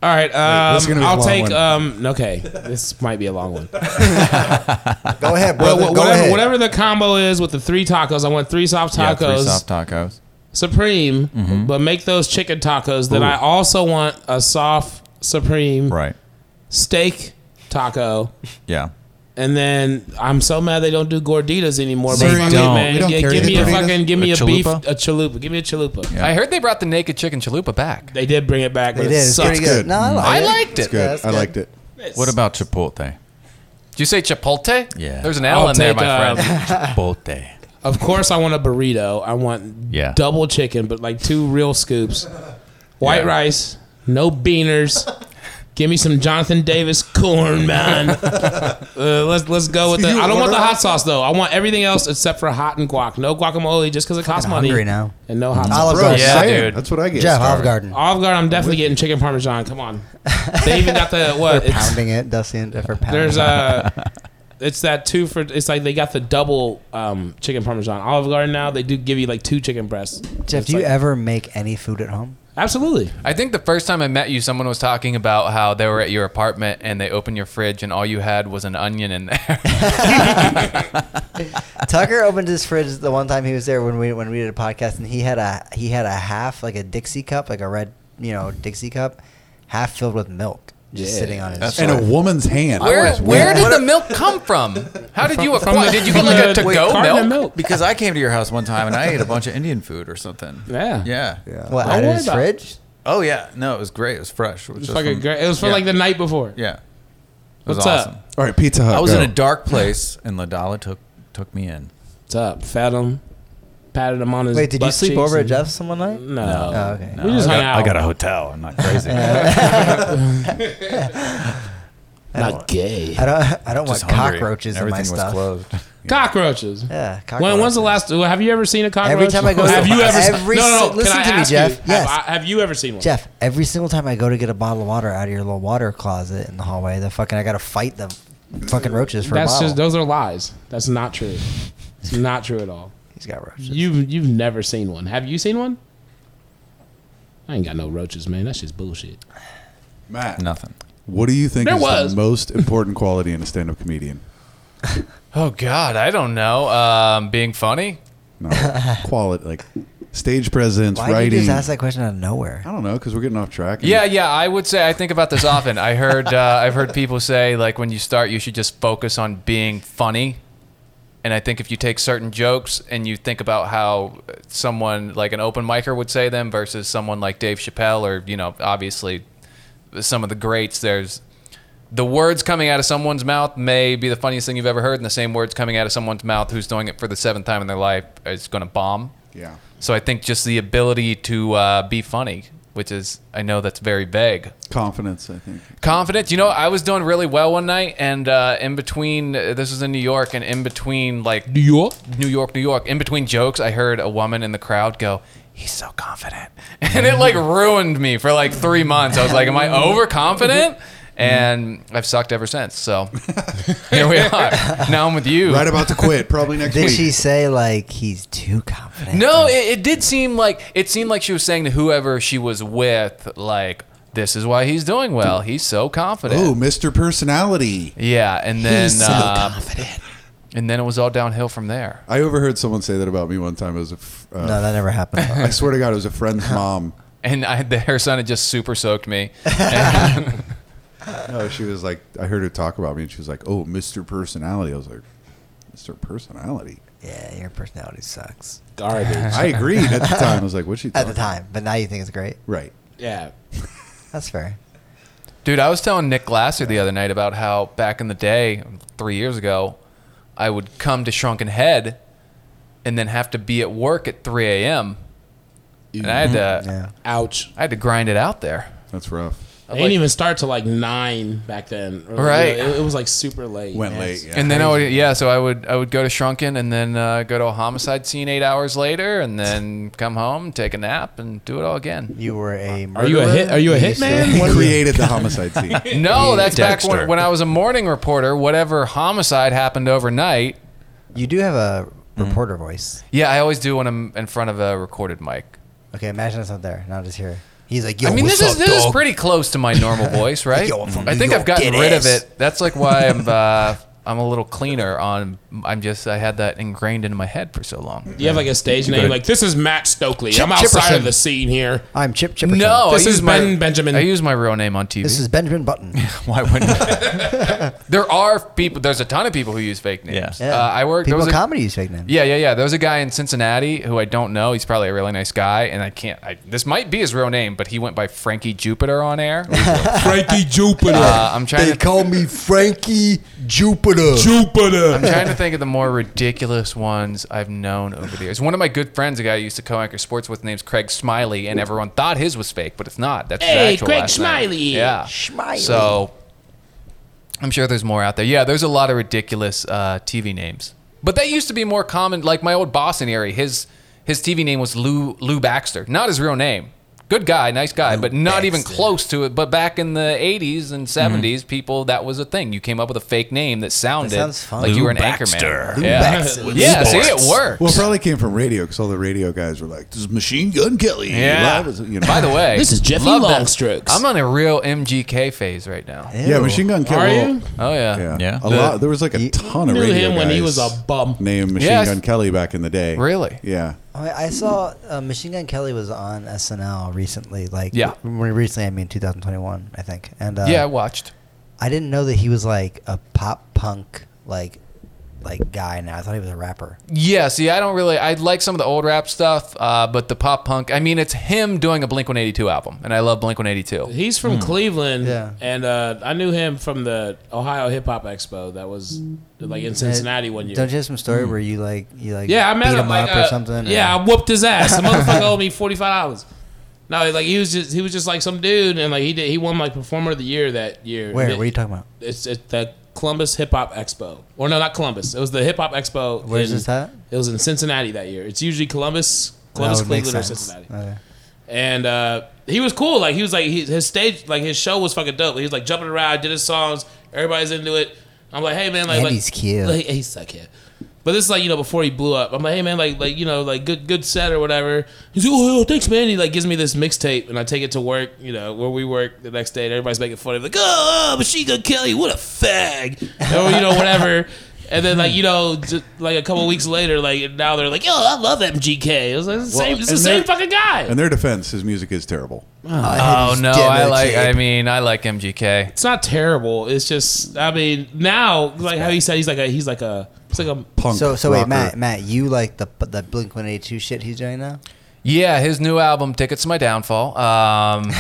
Speaker 1: All right,
Speaker 4: this is
Speaker 1: um,
Speaker 4: gonna be a
Speaker 1: I'll
Speaker 4: long
Speaker 1: take.
Speaker 4: one.
Speaker 1: Um, okay, this might be a long one.
Speaker 2: (laughs) go
Speaker 1: (laughs)
Speaker 2: ahead,
Speaker 1: But
Speaker 2: brother.
Speaker 1: wh-
Speaker 2: go
Speaker 1: whatever,
Speaker 2: ahead.
Speaker 1: whatever the combo is with the three tacos, I want three soft
Speaker 6: Yeah,
Speaker 1: tacos,
Speaker 6: three soft Mm-hmm. tacos.
Speaker 1: supreme. But make those chicken tacos. Then I also want a soft supreme
Speaker 6: Right.
Speaker 1: steak taco.
Speaker 6: Yeah.
Speaker 1: And then I'm so mad they don't do gorditas anymore.
Speaker 6: They
Speaker 1: but fuck it,
Speaker 6: don't.
Speaker 1: man.
Speaker 6: We
Speaker 4: don't
Speaker 1: Yeah,
Speaker 4: carry
Speaker 1: give
Speaker 4: the
Speaker 1: me a
Speaker 4: gorditas.
Speaker 1: fucking, give me a,
Speaker 6: A
Speaker 1: beef, a
Speaker 6: chalupa?
Speaker 1: chalupa. Give me a chalupa.
Speaker 6: Yeah.
Speaker 5: I heard they brought the naked chicken chalupa back.
Speaker 1: They did bring it back. But
Speaker 2: They
Speaker 1: it
Speaker 2: did. It's
Speaker 1: sucks.
Speaker 2: pretty good.
Speaker 4: good.
Speaker 2: No, I, like
Speaker 5: I
Speaker 2: it.
Speaker 5: liked it.
Speaker 4: It's good.
Speaker 2: That's
Speaker 4: I
Speaker 2: good.
Speaker 4: liked it.
Speaker 6: What about Chipotle?
Speaker 5: Did you say chipotle?
Speaker 6: Yeah.
Speaker 5: There's an
Speaker 1: I'll
Speaker 5: L in there,
Speaker 1: take,
Speaker 5: my
Speaker 1: um,
Speaker 5: friend.
Speaker 6: Chipotle.
Speaker 1: Of course, I want a burrito. I want
Speaker 6: Yeah.
Speaker 1: double chicken, but like two real scoops. White
Speaker 6: Yeah.
Speaker 1: rice, no beaners. Give me some Jonathan Davis corn,
Speaker 4: (laughs)
Speaker 1: man. Uh, let's let's go with the.
Speaker 4: You
Speaker 1: I don't want
Speaker 4: order
Speaker 1: the
Speaker 4: that?
Speaker 1: hot sauce though. I want everything else except for hot and guac. No guacamole, just because it costs
Speaker 2: I'm
Speaker 1: money.
Speaker 2: hungry now. Mm.
Speaker 1: And no hot sauce.
Speaker 2: Olive
Speaker 4: Bro,
Speaker 2: Garden.
Speaker 5: Yeah,
Speaker 4: same.
Speaker 5: dude.
Speaker 4: That's what I get.
Speaker 2: Jeff, Olive Garden.
Speaker 1: Olive Garden. I'm definitely getting chicken parmesan. Come on. They even got the what?
Speaker 2: They're
Speaker 1: It's,
Speaker 2: pounding it, Dusty and Jeff are pounding.
Speaker 1: there's
Speaker 2: it.
Speaker 1: a. It's that two for. It's like they got the double um, chicken parmesan. Olive Garden now they do give you like two chicken breasts.
Speaker 2: Jeff.
Speaker 1: It's
Speaker 2: Do you
Speaker 1: like-
Speaker 2: ever make any food at home?
Speaker 1: Absolutely.
Speaker 5: (laughs) I think the first time I met you, someone was talking about how they were at your apartment and they opened your fridge and all you had was an onion in there.
Speaker 2: Tucker opened his fridge the one time he was there when we when we did a podcast, and he had a he had a half like a Dixie cup, like a red you know Dixie cup, half filled with milk, just
Speaker 1: Yeah.
Speaker 2: sitting on his.
Speaker 4: And a woman's hand.
Speaker 5: Where,
Speaker 4: That's
Speaker 5: where
Speaker 4: weird.
Speaker 5: did the milk come from? How did you acquire? Did you get like a
Speaker 1: Wait,
Speaker 5: to-go
Speaker 1: carton
Speaker 5: milk?
Speaker 1: of
Speaker 6: Because I came to your house one time and I ate a bunch of Indian food or something.
Speaker 1: Yeah.
Speaker 6: Yeah.
Speaker 2: what
Speaker 1: Don't
Speaker 2: out of
Speaker 1: worry
Speaker 2: his
Speaker 1: about it.
Speaker 2: fridge?
Speaker 6: Oh yeah. No, it was great. It was fresh. It was
Speaker 1: It's
Speaker 6: just
Speaker 1: fucking
Speaker 6: from-
Speaker 1: great. It was for
Speaker 6: yeah.
Speaker 1: like the night before.
Speaker 6: Yeah. It was
Speaker 1: What's up?
Speaker 6: awesome.
Speaker 4: All right, Pizza Hut.
Speaker 6: I was
Speaker 4: go.
Speaker 6: in a dark place and Ladala took took me in.
Speaker 1: What's up? Fed him, patted him on his.
Speaker 2: Wait, did you
Speaker 1: butt
Speaker 2: sleep
Speaker 1: cheeks
Speaker 2: over at
Speaker 1: and- Mm.
Speaker 2: Jeff's one night?
Speaker 1: No.
Speaker 2: Oh, okay.
Speaker 1: We just
Speaker 6: I,
Speaker 1: hung
Speaker 6: got,
Speaker 1: out.
Speaker 6: I got a hotel. I'm not (laughs) crazy.
Speaker 1: Not gay.
Speaker 7: (laughs)
Speaker 2: I don't I don't
Speaker 6: Just
Speaker 2: want
Speaker 6: hungry.
Speaker 2: cockroaches in my
Speaker 6: Everything was
Speaker 2: stuff.
Speaker 6: closed.
Speaker 1: Cockroaches.
Speaker 2: Yeah, cockroaches.
Speaker 1: When, when's the last? Have you ever seen a cockroach?
Speaker 2: Every time I go-
Speaker 1: have you ever?
Speaker 2: Every
Speaker 1: no, no,
Speaker 2: si-
Speaker 1: no.
Speaker 2: listen
Speaker 1: Can I
Speaker 2: to me,
Speaker 1: ask
Speaker 2: Jeff.
Speaker 1: You, have
Speaker 2: Yes.
Speaker 1: I- Have, you ever seen one?
Speaker 2: Jeff, every single time I go to get a bottle of water out of your little water closet in the hallway, the fucking I gotta fight the fucking roaches for a
Speaker 1: That's
Speaker 2: bottle.
Speaker 1: just those are lies. That's not true. It's not true at all.
Speaker 2: He's got roaches.
Speaker 1: You've you've never seen one. Have you seen one? I ain't got no roaches, man. That's just bullshit.
Speaker 4: Matt.
Speaker 6: (laughs) Nothing. (laughs)
Speaker 4: What do you think
Speaker 1: There
Speaker 4: is
Speaker 1: was.
Speaker 4: the most important quality in a stand-up comedian?
Speaker 5: Oh God, I don't know. Um, being funny.
Speaker 2: (laughs)
Speaker 4: No, quality like stage presence,
Speaker 2: Why
Speaker 4: writing.
Speaker 2: did you just ask that question out of nowhere?
Speaker 5: Oh,
Speaker 4: I don't know because we're getting off track. and-
Speaker 5: Yeah, yeah. I would say I think about this often. I heard uh, (laughs) I've heard people say like when you start, you should just focus on being funny. And I think if you take certain jokes and you think about how someone like an open micer would say them versus someone like Dave Chappelle or you know obviously some of the greats, there's the words coming out of someone's mouth may be the funniest thing you've ever heard, and the same words coming out of someone's mouth who's doing it for the seventh time in their life is going to bomb.
Speaker 4: yeah.
Speaker 5: So I think just the ability to uh, be funny, which is I know that's very vague.
Speaker 4: Confidence, I think.
Speaker 5: Confident. You know, I was doing really well one night, and uh, in between, this was in New York, and in between, like New York, New York, New York, in between jokes, I heard a woman in the crowd go, "He's so confident," (laughs) and it like ruined me for like three months. I was like, "Am I overconfident?" And I've sucked ever since. So (laughs) here we are. Now I'm with you.
Speaker 4: Right about to
Speaker 2: (laughs)
Speaker 4: quit, probably next
Speaker 2: Did
Speaker 4: week.
Speaker 2: she say like he's too confident?
Speaker 5: No, it, it did seem like it seemed like she was saying to whoever she was with, like, "This is why he's doing well. He's so confident."
Speaker 4: oh, Mr. Personality.
Speaker 5: Yeah, and then uh, and then it was all downhill from there.
Speaker 4: I overheard someone say that about me one time. It was a f- uh,
Speaker 2: No, that never
Speaker 5: (laughs)
Speaker 2: happened.
Speaker 4: I swear to (laughs) God, it was a friend's mom.
Speaker 5: And I, the, her son had just super soaked me.
Speaker 4: No, she was like, I heard her talk about me, and she was like, "Oh, Mr. Personality." I was like, "Mr. Personality."
Speaker 2: Yeah, your personality sucks
Speaker 1: Garbage.
Speaker 2: (laughs)
Speaker 4: I agreed (laughs) at the time. I was like, "What's she?"
Speaker 2: at
Speaker 4: Talking?
Speaker 2: the time, but now you think it's great.
Speaker 4: right?
Speaker 1: Yeah.
Speaker 2: That's fair.
Speaker 5: Dude, I was telling Nick Glasser the other night about how back in the day, three years ago, I would come to Shrunken Head and then have to be at work at 3 a.m. And I had to,
Speaker 2: Mm-hmm. Yeah.
Speaker 1: Ouch.
Speaker 5: I had to grind it out there.
Speaker 4: That's rough.
Speaker 1: I didn't even start till like nine back then. Or,
Speaker 5: Right.
Speaker 1: you know, it, it was like super late.
Speaker 4: Went
Speaker 1: Yeah,
Speaker 4: late.
Speaker 1: it's-
Speaker 4: Yeah.
Speaker 5: And then I would, yeah, so I would, I would go to Shrunken and then uh, go to a homicide scene eight hours later,
Speaker 2: (laughs)
Speaker 5: and then come home, take a nap, and do it all again.
Speaker 2: You were a.
Speaker 1: Are you a hit? Are you a hitman?
Speaker 4: (laughs) He created the homicide scene. (laughs)
Speaker 5: No, that's back
Speaker 6: Dexter.
Speaker 5: when, when I was a morning reporter. Whatever homicide happened overnight,
Speaker 2: You do have a
Speaker 5: Mm.
Speaker 2: reporter voice.
Speaker 5: yeah, I always do when I'm in front of a recorded mic.
Speaker 2: Okay, imagine it's not there. Now just here. He's like, yo,
Speaker 5: I mean,
Speaker 2: what's
Speaker 5: this is
Speaker 2: up,
Speaker 5: this is
Speaker 2: dog?
Speaker 5: pretty close to my
Speaker 2: (laughs)
Speaker 5: normal voice, right?
Speaker 2: Yo, I'm from
Speaker 5: I
Speaker 2: New
Speaker 5: think
Speaker 2: York,
Speaker 5: I've gotten
Speaker 2: get
Speaker 5: rid of
Speaker 2: ass.
Speaker 5: it. That's like why I'm uh, I'm a little cleaner on. I'm just I had that ingrained into my head for so long.
Speaker 1: You have like a stage name. Like this is Matt Stokely. I'm outside
Speaker 2: Chipperson.
Speaker 1: of the scene here.
Speaker 2: I'm Chip Chipper.
Speaker 5: No,
Speaker 1: This
Speaker 5: I
Speaker 1: is
Speaker 5: use my-
Speaker 1: Ben Benjamin.
Speaker 5: I use my real name on TV.
Speaker 2: This is Benjamin Button.
Speaker 5: (laughs) Uh,
Speaker 6: Why wouldn't?
Speaker 5: there are people. There's a ton of people who use fake names.
Speaker 2: Yeah.
Speaker 5: Uh, I work. there
Speaker 2: People
Speaker 5: was
Speaker 2: in
Speaker 5: a-
Speaker 2: comedy use fake names.
Speaker 5: Yeah, yeah, yeah. There was a guy in Cincinnati who I don't know. He's probably a really nice guy, and I can't. I, this might be his real name, but he went by Frankie Jupiter on
Speaker 2: (laughs)
Speaker 5: air.
Speaker 8: Frankie Jupiter.
Speaker 5: Uh, I'm trying
Speaker 2: They
Speaker 5: to
Speaker 2: call me Frankie Jupiter.
Speaker 8: Jupiter.
Speaker 5: Oh. I'm trying to think of the more ridiculous ones I've known over the years. One of my good friends, a guy I used to co-anchor sports with, name's Craig Smiley, and everyone thought his was fake, but it's not. That's his
Speaker 1: Hey,
Speaker 5: actual
Speaker 1: Craig
Speaker 5: last name.
Speaker 1: Smiley.
Speaker 5: Yeah,
Speaker 2: Smiley.
Speaker 5: So I'm sure there's more out there. Yeah, there's a lot of ridiculous uh, TV names, but that used to be more common. Like my old boss in Erie, his his TV name was Lou Lou Baxter, not his real name. Good guy, nice guy, but not even close to it. But back in the 80s
Speaker 2: Mm-hmm.
Speaker 5: and 70s, people that was a thing. You came up with a fake name that sounded
Speaker 2: sounds fun.
Speaker 5: like you were an
Speaker 6: Lou
Speaker 5: anchorman.
Speaker 6: Baxter.
Speaker 2: Lou
Speaker 5: yeah,
Speaker 2: Baxter.
Speaker 5: (laughs) yeah. See, it works.
Speaker 4: Well, it probably came from radio because all the radio guys were like, "This is Machine Gun Kelly."
Speaker 5: Yeah.
Speaker 4: That was- you know.
Speaker 5: By the way,
Speaker 1: This is Jeffy
Speaker 5: love that.
Speaker 1: Longstrokes.
Speaker 5: I'm on a real MGK phase right now.
Speaker 4: yeah, Machine Gun Kelly.
Speaker 1: Are
Speaker 4: well,
Speaker 1: you?
Speaker 5: Oh
Speaker 4: Yeah.
Speaker 6: Yeah.
Speaker 4: A lot. There was like a ton of
Speaker 1: Knew
Speaker 4: radio
Speaker 1: him when he was
Speaker 4: guys
Speaker 1: a bum.
Speaker 4: named Machine
Speaker 5: Yes.
Speaker 4: Gun Kelly back in the day.
Speaker 5: Really?
Speaker 4: Yeah.
Speaker 2: I I saw uh, Machine Gun Kelly was on SNL recently. Like,
Speaker 5: Yeah.
Speaker 2: When recently, I mean 2021, I think. And uh,
Speaker 5: yeah, I watched.
Speaker 2: I didn't know that he was like a pop punk like like guy. Now I thought he was a rapper.
Speaker 5: Yeah, see, I don't really. I like some of the old rap stuff, uh, but the pop punk. I mean, it's him doing a Blink 182 album, and I love Blink 182.
Speaker 1: He's from Cleveland,
Speaker 2: Yeah.
Speaker 1: and uh, I knew him from the Ohio Hip Hop Expo that was like in Cincinnati one year.
Speaker 2: Don't you have some story
Speaker 4: Hmm.
Speaker 2: where you like you like
Speaker 1: yeah, I met
Speaker 2: beat
Speaker 1: him,
Speaker 2: him
Speaker 1: like,
Speaker 2: up or
Speaker 1: uh,
Speaker 2: something?
Speaker 1: Yeah,
Speaker 2: or-
Speaker 1: I whooped his ass. The motherfucker owed me forty five dollars. No, like he was just he was just like some dude, and like he did he won like Performer of the Year that year.
Speaker 2: Where?
Speaker 1: And it-
Speaker 2: What are you talking about?
Speaker 1: It's at the Columbus Hip Hop Expo, or no, not Columbus. It was the Hip Hop Expo.
Speaker 2: Where's
Speaker 1: in-
Speaker 2: this at?
Speaker 1: It was in Cincinnati that year. It's usually Columbus,
Speaker 2: That
Speaker 1: Columbus,
Speaker 2: would make
Speaker 1: Cleveland, or
Speaker 2: sense.
Speaker 1: Cincinnati.
Speaker 2: Okay.
Speaker 1: and uh, he was cool. Like he was like he, his stage, like his show was fucking dope. He was like jumping around, did his songs. Everybody's into it. I'm like, hey man, like,
Speaker 2: And
Speaker 1: like-
Speaker 2: he's cute.
Speaker 1: Like, he's so cute. But this is like you know before he blew up. I'm like, hey man, like like you know like good good set or whatever. He's like, oh, oh, thanks man. He like gives me this mixtape and I take it to work. You know where we work the next day. and Everybody's making fun of him. Like oh, Machine Gun Kelly, what a fag, or you know
Speaker 4: (laughs)
Speaker 1: whatever. And then like you know just, like a couple weeks later, like now they're like, yo, I love MGK. It was like, the same, it's the
Speaker 4: and
Speaker 1: same
Speaker 4: they're-
Speaker 1: fucking guy.
Speaker 4: In their defense, his music is terrible.
Speaker 5: Oh no, I
Speaker 2: demo
Speaker 5: like.
Speaker 2: tape.
Speaker 5: I mean, I like MGK.
Speaker 1: it's not terrible. It's just I mean now like how he said he's like a he's like a it's like a
Speaker 4: Punk.
Speaker 2: So so wait,
Speaker 4: rocker.
Speaker 2: Matt, Matt, you like the the Blink One Eighty Two shit he's doing now?
Speaker 5: Yeah, his new album, Tickets to My Downfall. Um,